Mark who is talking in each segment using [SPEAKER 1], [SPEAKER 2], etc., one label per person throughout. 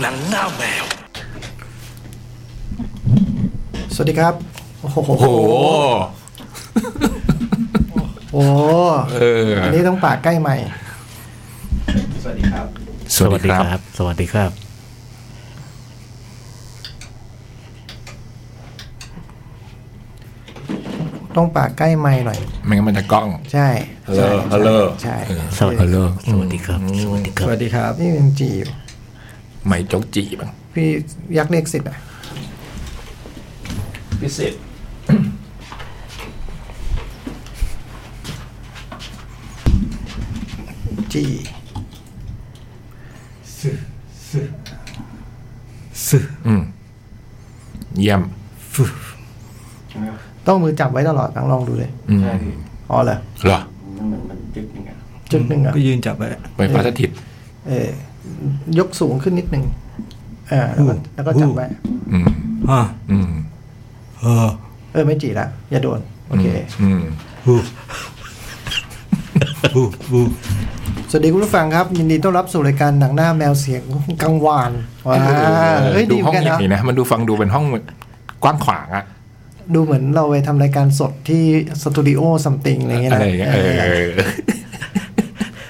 [SPEAKER 1] หนังหน้าแมว
[SPEAKER 2] สวัสดีครับ โอ้โห
[SPEAKER 3] โอ้โห
[SPEAKER 2] โอ้
[SPEAKER 3] เอออั
[SPEAKER 2] นนี้ต้องปากใกล้ใหม่ สวัสดีครับ
[SPEAKER 3] สวัสดีครับ
[SPEAKER 4] สวัสดีครับ
[SPEAKER 2] ต้องปากใกล้ใหม่หน่อย
[SPEAKER 3] ไม่งั้นมันจะกล้อง
[SPEAKER 2] ใช่
[SPEAKER 3] Hello Hello
[SPEAKER 2] ใช่ใช่
[SPEAKER 4] สวัสดีครับ สวัสดีครับ สวัสดีค
[SPEAKER 5] ส
[SPEAKER 4] รับ
[SPEAKER 5] วัสดีครับ
[SPEAKER 2] นี่เป็นจีอยู่
[SPEAKER 3] ไหมจกจีบ้าง
[SPEAKER 2] พี่ยักษ์เลขสิทธิ์อ่ะ
[SPEAKER 3] พิเศษ
[SPEAKER 2] จี
[SPEAKER 3] เยี่ยม
[SPEAKER 2] ต้องมือจับไว้ตลอดต้องลองดูเลย
[SPEAKER 3] อืม
[SPEAKER 2] อ๋อเหรอ
[SPEAKER 3] เหรอ
[SPEAKER 2] จุดหนึ่งอ่ะ
[SPEAKER 5] ก็ยืนจับไว้
[SPEAKER 3] ไปฟ้าสถิต
[SPEAKER 2] เออยกสูงขึ้นนิดหนึ่งเออแล้วก็แล้วก็
[SPEAKER 5] อู้
[SPEAKER 2] จับไว้
[SPEAKER 3] อืม
[SPEAKER 5] อ่า
[SPEAKER 3] อืม
[SPEAKER 5] เออ
[SPEAKER 2] เออไม่จีละอย่าโดน โอเค
[SPEAKER 3] อืม
[SPEAKER 5] บูบูบู
[SPEAKER 2] สวัสดีคุณผู้ฟังครับ ยินดีต้อนรับสู่รายการหนังหน้าแมวเสียงกังวานว้าเฮ้ย
[SPEAKER 3] ดู
[SPEAKER 2] ดีเหมื
[SPEAKER 3] ห้อง
[SPEAKER 2] อนกัน
[SPEAKER 3] ใหญ่
[SPEAKER 2] นะ
[SPEAKER 3] นะ มันดูฟังดูเป็นห้องกว้างขวางอะ
[SPEAKER 2] ดูเหมือนเราไปทำรายการสดที่สตูดิโอซัมติงอะไรเงี้ย
[SPEAKER 3] อะไร
[SPEAKER 2] นะ
[SPEAKER 3] อย่างเงี้ยเออเออ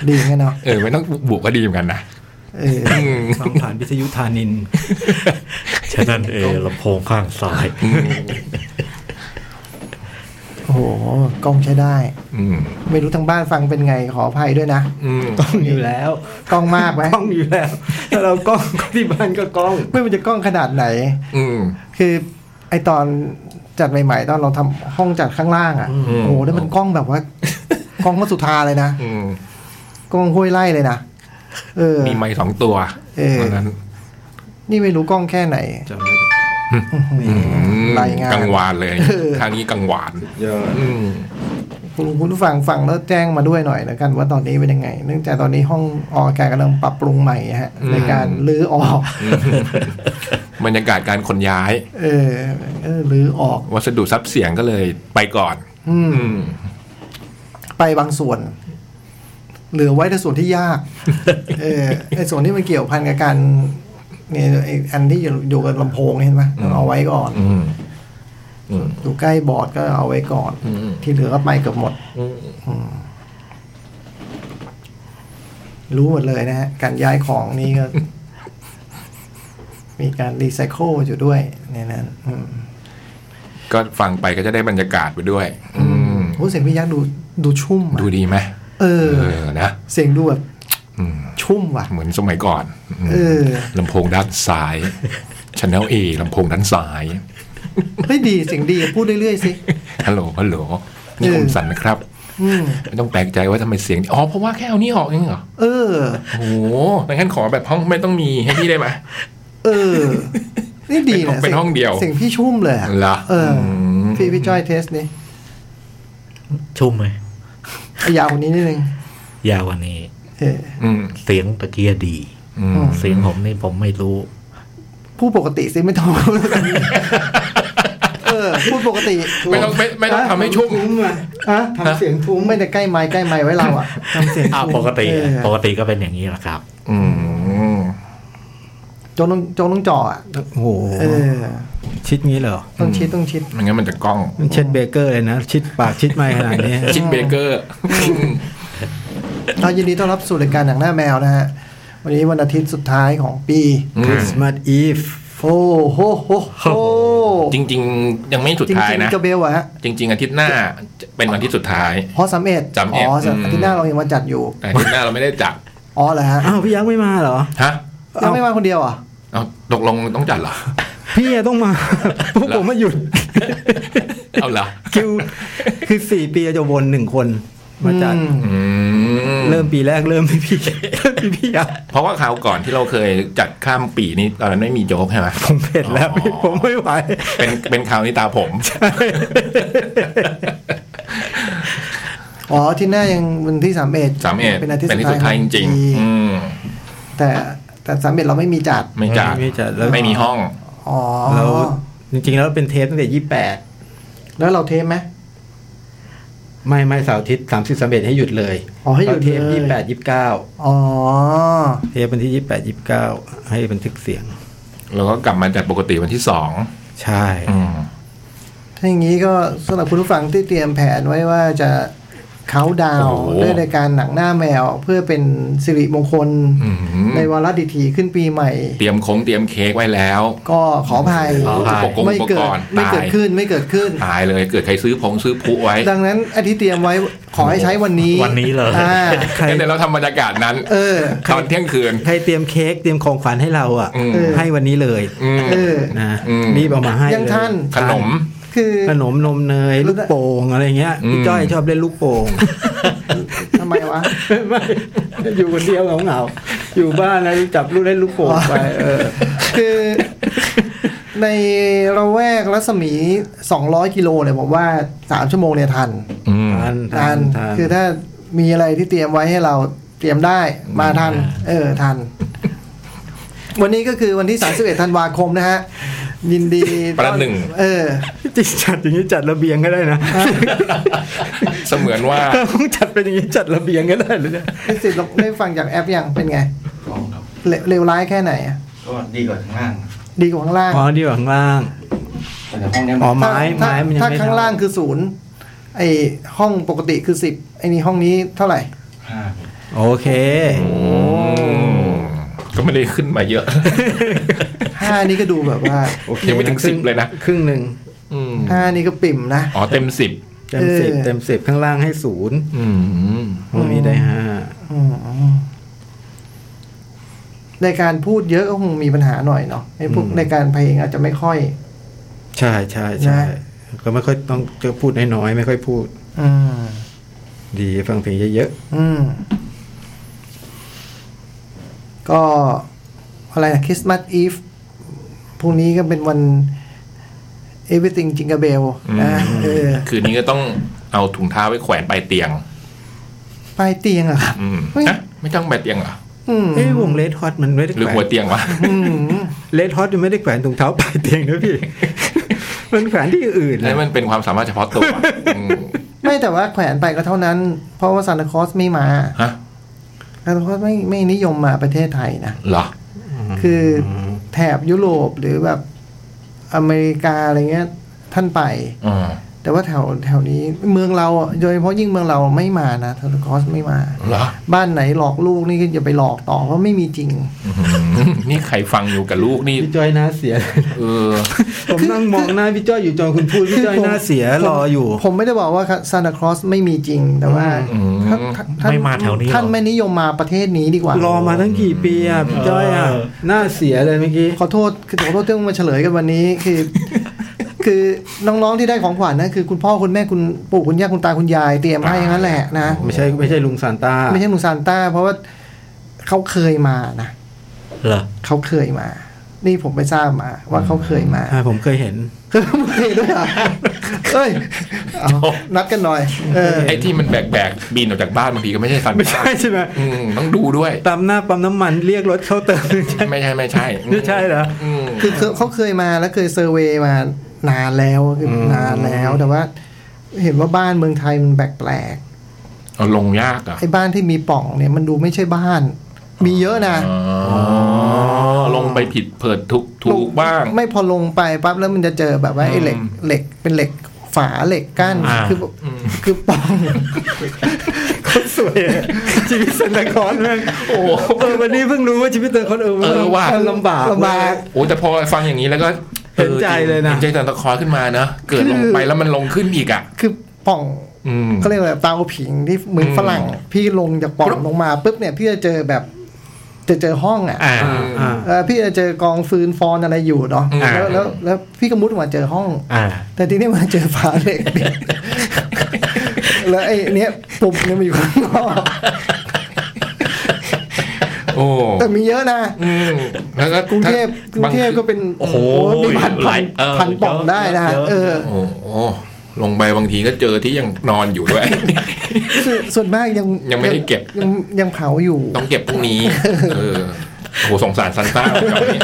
[SPEAKER 2] ดีเหมือนกันเนาะ
[SPEAKER 3] เออ ไม่ต้อง บุกก็ดีเหมือนกันนะ
[SPEAKER 2] เออ
[SPEAKER 5] ฟังผ่านวิทยุธานิน
[SPEAKER 4] ฉะนั้นเออลำโพงข้างซ้าย
[SPEAKER 2] โอ้โหกล้องใช้ได้
[SPEAKER 3] อืม
[SPEAKER 2] ไม่รู้ทางบ้านฟังเป็นไงขออภัยด้วยนะ
[SPEAKER 3] อืม
[SPEAKER 5] กล้องอยู่แล้ว
[SPEAKER 2] กล้องมากไหม
[SPEAKER 5] กล้องอยู่แล้วถ้าเรากล้องที่บ้านก็กล้อง
[SPEAKER 2] ไม่ว่าจะกล้องขนาดไหน
[SPEAKER 3] อืม
[SPEAKER 2] คือไอตอนจัดใหม่ๆ ตอนเราทำห้องจัดข้างล่างอ่ะโอ้โหนั่นมันกล้องแบบ ว่า กล้องมัสุธาเลยนะ
[SPEAKER 3] อืม
[SPEAKER 2] กล้องห้วยไล่เลยนะเออ
[SPEAKER 3] มีไม้สองตัว
[SPEAKER 2] เออ
[SPEAKER 3] ตอนนั้น
[SPEAKER 2] นี่ไม่รู้กล้องแค่ไหน
[SPEAKER 5] จำได้
[SPEAKER 3] อืม
[SPEAKER 2] รายงาน
[SPEAKER 3] กังวานเลย ทางนี้กังวาน
[SPEAKER 5] เยอะ
[SPEAKER 3] อืม
[SPEAKER 2] คุณคุณผู้ฟังฟังแล้วแจ้งมาด้วยหน่อยแล้วกัน ว่าตอนนี้เป็นยังไง เนื่องจากตอนนี้ห้องออกอากาศกำลังปรับปรุงใหม่ฮะในการรื้อออก
[SPEAKER 3] บรรยากาศการขนย้าย
[SPEAKER 2] เออเออรื้อออก
[SPEAKER 3] วัสดุซับเสียงก็เลยไปก่อน อืม
[SPEAKER 2] ไปบางส่วน เหลือไว้แต่ส่วนที่ ยาก เออไอส่วนที่มันเกี่ยวพันกับการเนี่ยไอ้อันที่อยู่อยู่กับลำโพงเนี่ยเห็นไหมต้องเอาไว้ก่อน
[SPEAKER 3] อืม
[SPEAKER 2] อยู่ใกล้บอร์ดก็เอาไว้ก่อน
[SPEAKER 3] อืม
[SPEAKER 2] ที่เหลือก็ไปเกือบหมด
[SPEAKER 3] อืม
[SPEAKER 2] รู้หมดเลยนะฮะ การย้ายของนี่ ก็ มีการรีไซเคิลอยู่ด้วยในนั้นอืม
[SPEAKER 3] ก็ฟังไปก็จะได้บรรยากาศไปด้วย อืม
[SPEAKER 2] โอ้เสียงพี่ยักษ์ดูดูชุ่มอะ
[SPEAKER 3] ดูดีไหม
[SPEAKER 2] เอ
[SPEAKER 3] เอ
[SPEAKER 2] อ
[SPEAKER 3] อ นะ
[SPEAKER 2] เสียงดูแบบ
[SPEAKER 3] อืม
[SPEAKER 2] ชุ่มว่ะ
[SPEAKER 3] เหมือนสมัยก่อนม
[SPEAKER 2] เออ
[SPEAKER 3] ลำโพงด้านซ้าย ช n น l A ลำโพงด้านซ้าย
[SPEAKER 2] เฮ้ยดีเสียงดีพูดเรื่อยๆสิ
[SPEAKER 3] ฮัลโหล ฮัลโหล นี่
[SPEAKER 2] เออ
[SPEAKER 3] คมสันนะครับ
[SPEAKER 2] อืม
[SPEAKER 3] ไม่ต้องแปลกใจว่าทำไมเสียง อ๋อ เพราะว่าแค่เอานี่ออกเองเหรอ
[SPEAKER 2] เออ
[SPEAKER 3] โอ้โหงั้นขอแบบห้องไม่ต้องมีให้พี่ได้ไหม
[SPEAKER 2] เออ นี่ดีนะ
[SPEAKER 3] เป็นห้องเดียว
[SPEAKER 2] เสียงพี่ชุ่มเลยอะ
[SPEAKER 3] เหรอ
[SPEAKER 2] เอออ
[SPEAKER 3] ม
[SPEAKER 2] พี่พี่จ้อยเทสนี่
[SPEAKER 4] ชุ่มไหม
[SPEAKER 2] ยาวกว่านี้นิดนึง
[SPEAKER 4] ยาวกวันนี้
[SPEAKER 2] เออ
[SPEAKER 3] อืม
[SPEAKER 4] เสียงตะเกียดี
[SPEAKER 3] อืม
[SPEAKER 4] เสียงผมนี่ผมไม่รู้
[SPEAKER 2] พูดปกติสิไม่ต้อง เออพูดปกติ
[SPEAKER 3] ไม่ต้องไม่ไม่ต้องทำให้ชุ่ม
[SPEAKER 5] ทุ่มอ่ะ
[SPEAKER 2] อะ
[SPEAKER 5] ทำเสียงทุ่ม
[SPEAKER 2] ไม่ได้ใกล้ไม้ใกล้ไม้ไว้เราอ่ะ
[SPEAKER 5] ทำเสียง
[SPEAKER 4] อ้าวปกติ
[SPEAKER 2] เออ
[SPEAKER 4] ปกติก็เป็นอย่างนี้แหละครับ
[SPEAKER 3] อืม
[SPEAKER 2] จงต้องจงต้องจ่ออ่ะ
[SPEAKER 5] โอ้โห
[SPEAKER 2] เออ
[SPEAKER 5] ชิดงี้เหรอ
[SPEAKER 2] ต้องชิดต้องชิด
[SPEAKER 3] ไม่งั้นมันจะกล้อง
[SPEAKER 5] มันเช็ดเบเกอร์เลยนะ ชิดปากชิดไม้ขนาดนี้
[SPEAKER 3] ชิดเบเกอร์
[SPEAKER 2] เรายินดีต้อนรับสู่รายการหนังหน้าแมวนะฮะ วันนี้วันอาทิตย์สุดท้ายของปี
[SPEAKER 5] Christmas Eve
[SPEAKER 2] โอ้โหโหโห
[SPEAKER 3] จริง ๆ ยังไม่สุด
[SPEAKER 2] จริง
[SPEAKER 3] ท้าย
[SPEAKER 2] จริง
[SPEAKER 3] นะ
[SPEAKER 2] กระเบลอะฮะ
[SPEAKER 3] จริง ๆ อาทิตย์หน้าจะเป็นวันที่สุดท้าย
[SPEAKER 2] ฮอสามเอ็ด
[SPEAKER 3] จำเอ็
[SPEAKER 2] อ๋
[SPEAKER 3] ด
[SPEAKER 2] อ
[SPEAKER 3] ม
[SPEAKER 2] อาทิตย์หน้าเรายังมาจัดอยู่
[SPEAKER 3] แต่อาทิตย์หน้าเราไม่ได้จัด
[SPEAKER 2] อ๋อเหรอฮะ
[SPEAKER 5] อ้าวพี่ยักษ์ไม่มาเหรอ
[SPEAKER 3] ฮะ
[SPEAKER 2] ยังไม่มาคนเดียวเหรอ่ะ
[SPEAKER 3] เอาตกลงต้องจัดเหรอ
[SPEAKER 5] พี่อะต้องมา พวกผมมาหยุด
[SPEAKER 3] เอาเหรอ
[SPEAKER 5] คิวคือสี่ปีจะวนหนึ่งคนมาจัด
[SPEAKER 3] อืม
[SPEAKER 5] เริ่มปีแรกเริ่มที่พี่ เริ่มที่พี่ยักษ์
[SPEAKER 3] เพราะว่าคราวก่อนที่เราเคยจัดข้ามปีนี้ตอนนั้นไม่มีโจ๊กใช่ไหม
[SPEAKER 5] ผมเผ็ดแล้วพี่ผมไม่ไหว
[SPEAKER 3] เป็นเป็นคราวนี้ตาผม
[SPEAKER 2] อ๋ออาที่หน้ายังวันที่สามเอ็ด
[SPEAKER 3] สามเอ็ด
[SPEAKER 2] เป็นอาทิตย์
[SPEAKER 3] เป็นที่สุดท้ายจริง ๆ อืม
[SPEAKER 2] แต่แต่สามเอ็ดเราไม่มีจัด
[SPEAKER 3] ไม่จัด
[SPEAKER 5] ไม่จัดแล้ว
[SPEAKER 3] ไม่มีห้อง
[SPEAKER 2] อ๋อ
[SPEAKER 5] แล้วจริงๆแล้วเป็นเทปตั้งแต่ยี่แปด
[SPEAKER 2] แล้วเราเทปไหม
[SPEAKER 5] ไม่ไม่เสาร์อาทิตย์สามสิบสามเอ็ดให้หยุดเลย
[SPEAKER 2] อ๋อให้หยุด
[SPEAKER 5] เพราะเทป
[SPEAKER 2] เลย
[SPEAKER 5] ยี่แปดยี่เก้า
[SPEAKER 2] อ๋อ
[SPEAKER 5] เทปวันที่ยี่แปดยี่เก้าให้บันทึกเสียง
[SPEAKER 3] เราก็กลับมาจัดปกติวันที่สอง
[SPEAKER 5] ใช่
[SPEAKER 3] อืม
[SPEAKER 2] ถ้าอย่างนี้ก็สำหรับคุณผู้ฟังที่เตรียมแผนไว้ว่าจะเขาน์ดาวน์ด้วยรายการหนังหน้าแมว เพื่อเป็นสิริมงคล
[SPEAKER 3] อืม
[SPEAKER 2] ในวาระดิถีขึ้นปีใหม่
[SPEAKER 3] เตรียมคงเตรียมเค้กไว้แล้ว
[SPEAKER 2] ก็ขออภัย
[SPEAKER 4] ขออภัย
[SPEAKER 2] ไม่เกิดไม่เกิดขึ้นไม่เกิดขึ้น
[SPEAKER 3] ตายเลยเกิดใครซื้อผงซื้อผู้ไว้
[SPEAKER 2] ดังนั้นไอที่เตรียมไว้ขอให้ใช้วันนี้
[SPEAKER 4] วันนี้เลย
[SPEAKER 2] อ่า
[SPEAKER 5] ใคร
[SPEAKER 3] แต่เราทำบรรยากาศนั้น
[SPEAKER 2] เออ
[SPEAKER 3] ตอนเที่ยงคืน
[SPEAKER 5] ใครเตรียมเค้กเตรียมของขวัญให้เราอ่ะ
[SPEAKER 3] อืม
[SPEAKER 5] ให้วันนี้เลย
[SPEAKER 3] อืม
[SPEAKER 2] เออ
[SPEAKER 5] นะ
[SPEAKER 3] อืม
[SPEAKER 5] รีบเอามาให้
[SPEAKER 2] ยัง
[SPEAKER 5] เลย
[SPEAKER 2] ทัน
[SPEAKER 3] ขนม
[SPEAKER 2] คือ
[SPEAKER 5] ขนมนมเนยลูกโป่งอะไรเงี้ย
[SPEAKER 3] อืม
[SPEAKER 5] พี่จ้อยชอบเล่นลูกโป่ง
[SPEAKER 2] ทำไมวะ
[SPEAKER 5] ไม่อยู่คนเดียวเหงาๆอยู่บ้านนะจับลูกเล่นลูกโป่งไปเออ
[SPEAKER 2] คือในระแวกรัศมี 200 กิโลเนี่ยผมว่า 3 ชั่วโมงเนี่ยทัน
[SPEAKER 3] อืม
[SPEAKER 5] ทัน
[SPEAKER 2] ทัน คือถ้ามีอะไรที่เตรียมไว้ให้เราเตรียมได้มาทัน เออ ทัน วันนี้ก็คือวันที่ 31 ธันวาคมนะฮะ ยินดีต้อ
[SPEAKER 3] ประหนึ่ง
[SPEAKER 2] เออ
[SPEAKER 5] จริงจัดอย่างนี้จัดระเบียงก็ได้นะ
[SPEAKER 3] เสมือนว่า
[SPEAKER 5] ต้องจัดเป็นอย่างนี้จัดระเบียงก็ได้เลยนะ
[SPEAKER 2] พี่สิทธิ์ลองได้ฟังจากแอปยังเป็นไง
[SPEAKER 1] ลองครับ
[SPEAKER 2] เลเลวร้ายแค่ไหนอะ
[SPEAKER 1] ก็ดีกว่าข้างล่าง
[SPEAKER 2] ดีกว่าข้างล่าง
[SPEAKER 5] อ๋อดีกว่าข้างล่าง
[SPEAKER 1] แต่ห้องเนี้ย
[SPEAKER 5] อ๋อ
[SPEAKER 1] มัน
[SPEAKER 5] ไม้
[SPEAKER 2] ถ้า
[SPEAKER 5] ไม้มันยัง
[SPEAKER 2] ถ้า
[SPEAKER 5] ไม่
[SPEAKER 2] ข้าง
[SPEAKER 5] เท่า
[SPEAKER 2] ล่างคือศูนย์ไอห้องปกติคือสิบไอนี่ห้องนี้เท่าไหร่
[SPEAKER 1] ห้าเมตร
[SPEAKER 5] โอเค
[SPEAKER 3] อืมก็ไม่ได้ขึ้นมาเยอะ
[SPEAKER 2] ห้านี่ก็ดูแบบว่า
[SPEAKER 5] โอเค
[SPEAKER 3] ยังไม่ถึง
[SPEAKER 5] ครึ่
[SPEAKER 3] 10เลยนะ
[SPEAKER 5] ครึ่งหนึ่ง
[SPEAKER 3] อืม
[SPEAKER 2] ห้านี่ก็ปิ่มนะ
[SPEAKER 3] อ๋อเต็มสิบ
[SPEAKER 5] เต็ม
[SPEAKER 2] เออ
[SPEAKER 5] สิบเต็มสิบข้างล่างให้ศูนย์
[SPEAKER 3] อืม
[SPEAKER 5] ตรงนี้ได้ห้า
[SPEAKER 2] อืมในการพูดเยอะก็คงมีปัญหาหน่อยเนาะไอพวกในการเพลงอาจจะไม่ค่อย
[SPEAKER 5] ใช่ใช่ใช่
[SPEAKER 2] นะ
[SPEAKER 5] ก็ไม่ค่อยต้องจะพูดน้อยๆไม่ค่อยพูด
[SPEAKER 2] อืม
[SPEAKER 5] ดีฟังเพลงเยอะ
[SPEAKER 2] อืมก็อะไรนะคริสต์มาสอีฟพรุ่งนี้ก็เป็นวัน everything จิงกาเบลนะเออ
[SPEAKER 3] คืนนี้ก็ต้องเอาถุงเท้าไปแขวนปลายเตียง
[SPEAKER 2] ปลายเตียงอะครับ
[SPEAKER 3] อืม
[SPEAKER 2] เฮ้ย
[SPEAKER 3] ฮะไม่ต้องปลายเตียงเหรอ
[SPEAKER 2] อืม
[SPEAKER 5] ๆเอ้วงเลดฮอตมันไม่ได้
[SPEAKER 3] หรือ
[SPEAKER 5] แข
[SPEAKER 3] หั
[SPEAKER 5] ว
[SPEAKER 3] วน เตียงวะ
[SPEAKER 2] อืม
[SPEAKER 5] เลดฮอตมันไม่ได้แขวนตรงเท้าปลายเตียงนะพี่ มันแขวนที่อื่นเล
[SPEAKER 3] แล้
[SPEAKER 5] ยว
[SPEAKER 3] มันเป็นความสามารถเฉพาะ ตัวอืม
[SPEAKER 2] ไม่แต่ว่าแขวนไปก็เท่านั้น เพราะว่าซานตาคลอสไม่มา
[SPEAKER 3] ฮะ
[SPEAKER 2] แล้วเขาไม่ไม่นิยมมาประเทศไทยนะ
[SPEAKER 3] เหรอ
[SPEAKER 2] คือแถบยุโรปหรือแบบอเมริกาอะไรเงี้ย ท่านไป
[SPEAKER 3] อืม
[SPEAKER 2] แต่ว่าแถวแถวนี้เมืองเราอะโดยเฉพาะยิ่งเมืองเราไม่มานะทาร์คอสไม่มา
[SPEAKER 3] เหรอ
[SPEAKER 2] บ้านไหนหลอกลูกนี่ก็อย่าไปหลอกต่อเพราะไม่มีจริง
[SPEAKER 3] อื้อหือนี่ใครฟังอยู่กับลูกนี่
[SPEAKER 5] พี่จอยหน้าเสีย
[SPEAKER 3] เออ
[SPEAKER 5] ผมนั่งมองหน้าพี่จ้อยอยู่จอนคุณพูดพี่จ้อย
[SPEAKER 2] คือผม
[SPEAKER 5] หน้า เสียรออยู่
[SPEAKER 2] ผมไม่ได้บอกว่าซานตาคลอสไม่มีจริง แต่ว่า
[SPEAKER 3] อืม
[SPEAKER 2] ท่านท่าน
[SPEAKER 4] ไม่มาแถวนี้หรอ
[SPEAKER 2] ท่านไม่นิยมมาประเทศนี้ดีกว่า
[SPEAKER 5] รอมาตั้งกี่ปีอ่ะพี่จ้อยอ่ะ
[SPEAKER 4] เออ
[SPEAKER 5] หน้าเสียเลยเมื่อกี้
[SPEAKER 2] ขอโทษคือขอโทษที่ต้องมาเฉลยกันวันนี้คือ คือน้องๆที่ได้ของขวัญนะคือคุณพ่อคุณแม่คุณปู่คุณย่าคุณตาคุณยายเตรียมให้อย่างนั้นแหละนะ
[SPEAKER 5] ไม่ใช่ไม่ใช่ลุงซานต้า
[SPEAKER 2] ไม่ใช่หนุ่มซานต้า เพราะว่าเขาเคยมานะ
[SPEAKER 4] เหรอ
[SPEAKER 2] เขาเคยมา นี่ผมไปทราบมา ว่าเขาเคยมา
[SPEAKER 5] อ่าผมเคยเห็น
[SPEAKER 2] เคยมาด้วยเหรอเอ้ยเอานัดกันหน่อย เออ
[SPEAKER 3] ไอ้ที่มันแบกๆบินออกจากบ้านบางทีก็ไม่ใช่ฟัน
[SPEAKER 5] ไม่ใช่ใช่ไหม
[SPEAKER 3] อืมต้องดูด้วย
[SPEAKER 5] ปั๊มหน้าปั๊มน้ำมันเรียกรถเข้าเติมไม่ใช่
[SPEAKER 3] ไม่ใช่ไม่ใช่
[SPEAKER 5] ไม่ใช่เหรอ
[SPEAKER 3] อืม
[SPEAKER 2] คือเคยเขาเคยมาแล้วเคยเซอร์เวย์มานานแล้วคืออ
[SPEAKER 5] ม
[SPEAKER 2] นานแล้วแต่ว่า เห็นว่าบ้านเมืองไทยมันแปลกๆ
[SPEAKER 3] เอาลงยากเหรอ่ะ
[SPEAKER 2] ไอ้บ้านที่มีปล่องเนี่ยมันดูไม่ใช่บ้าน มีเยอะนะ
[SPEAKER 3] อ๋อลงไปผิดเผิดถูกถูกบ้าง
[SPEAKER 2] ไม่พอลงไปปั๊บแล้วมันจะเจอแบบว่าไอ้เหล็ก
[SPEAKER 3] อืม
[SPEAKER 2] เหล็กเป็นเหล็กฝาเหล็กกั้น
[SPEAKER 4] อ่า
[SPEAKER 2] คือคือปล่อง
[SPEAKER 5] เขาสวยอะชีวิตซานตาคลอนแม่งโอ้โหเออวันนี้เพิ่งรู้ว่าชีวิตซานตาคลอนเออมัน
[SPEAKER 3] เออว่ะ
[SPEAKER 5] มันลำบาก
[SPEAKER 2] ลำบาก
[SPEAKER 3] โอ้แต่พอฟังอย่างนี้แล้วก็
[SPEAKER 5] เห็นใจเลยนะ
[SPEAKER 3] ห็ใจตอนตะคอยขึ้นมาเนอะเกิดลงไปแล้วมันลงขึ้นอีกอ่ะ
[SPEAKER 2] คือปล่อง
[SPEAKER 3] อืม
[SPEAKER 2] เขาเรียกอะไรเตาผิงที่เมือง
[SPEAKER 3] อืม
[SPEAKER 2] ฝรั่ง พี่ลงจากปล่องลงมาปุ๊บเนี่ย พี่จะเจอแบบ จะเจอห้องอ่ะ
[SPEAKER 4] อ่า
[SPEAKER 5] อ่าอ่า
[SPEAKER 2] เออพี่จะเจอกองฟืนฟอนอะไรอยู่เนาะ
[SPEAKER 4] อ่า
[SPEAKER 2] แล้วแล้วแล้วพี่ก็มุดออกมาเจอห้อง
[SPEAKER 4] อ่า
[SPEAKER 2] แต่ทีนี้มาเจอฝาเหล็กเนี่ย แล้วไอ้เนี้ยปุ่มเนี่ยมันอยู่ข้างนอก
[SPEAKER 3] โอ้
[SPEAKER 2] แต่มีเยอะนะ
[SPEAKER 3] อืมแล้วก็
[SPEAKER 2] กรุงเทพกรุงเทพก็
[SPEAKER 3] บา
[SPEAKER 2] เป็น
[SPEAKER 3] โอ้โห
[SPEAKER 2] มีพัน
[SPEAKER 4] ห
[SPEAKER 2] พั
[SPEAKER 4] ลาน ยเออ
[SPEAKER 2] พันปล่อง
[SPEAKER 4] เยอะ
[SPEAKER 2] ได้นะ
[SPEAKER 4] เยอะ
[SPEAKER 2] เออ
[SPEAKER 3] โอ้โหลงไปบางทีก็เจอที่ยังนอนอยู่ ด้วย
[SPEAKER 2] ส่วนส่วนมากยัง
[SPEAKER 3] ยังไม่ได้เก็บ
[SPEAKER 2] ยังยังเผาอยู่
[SPEAKER 3] ต้องเก็บพรุ่งนี้ เออโอ้โหสงสารซันต้า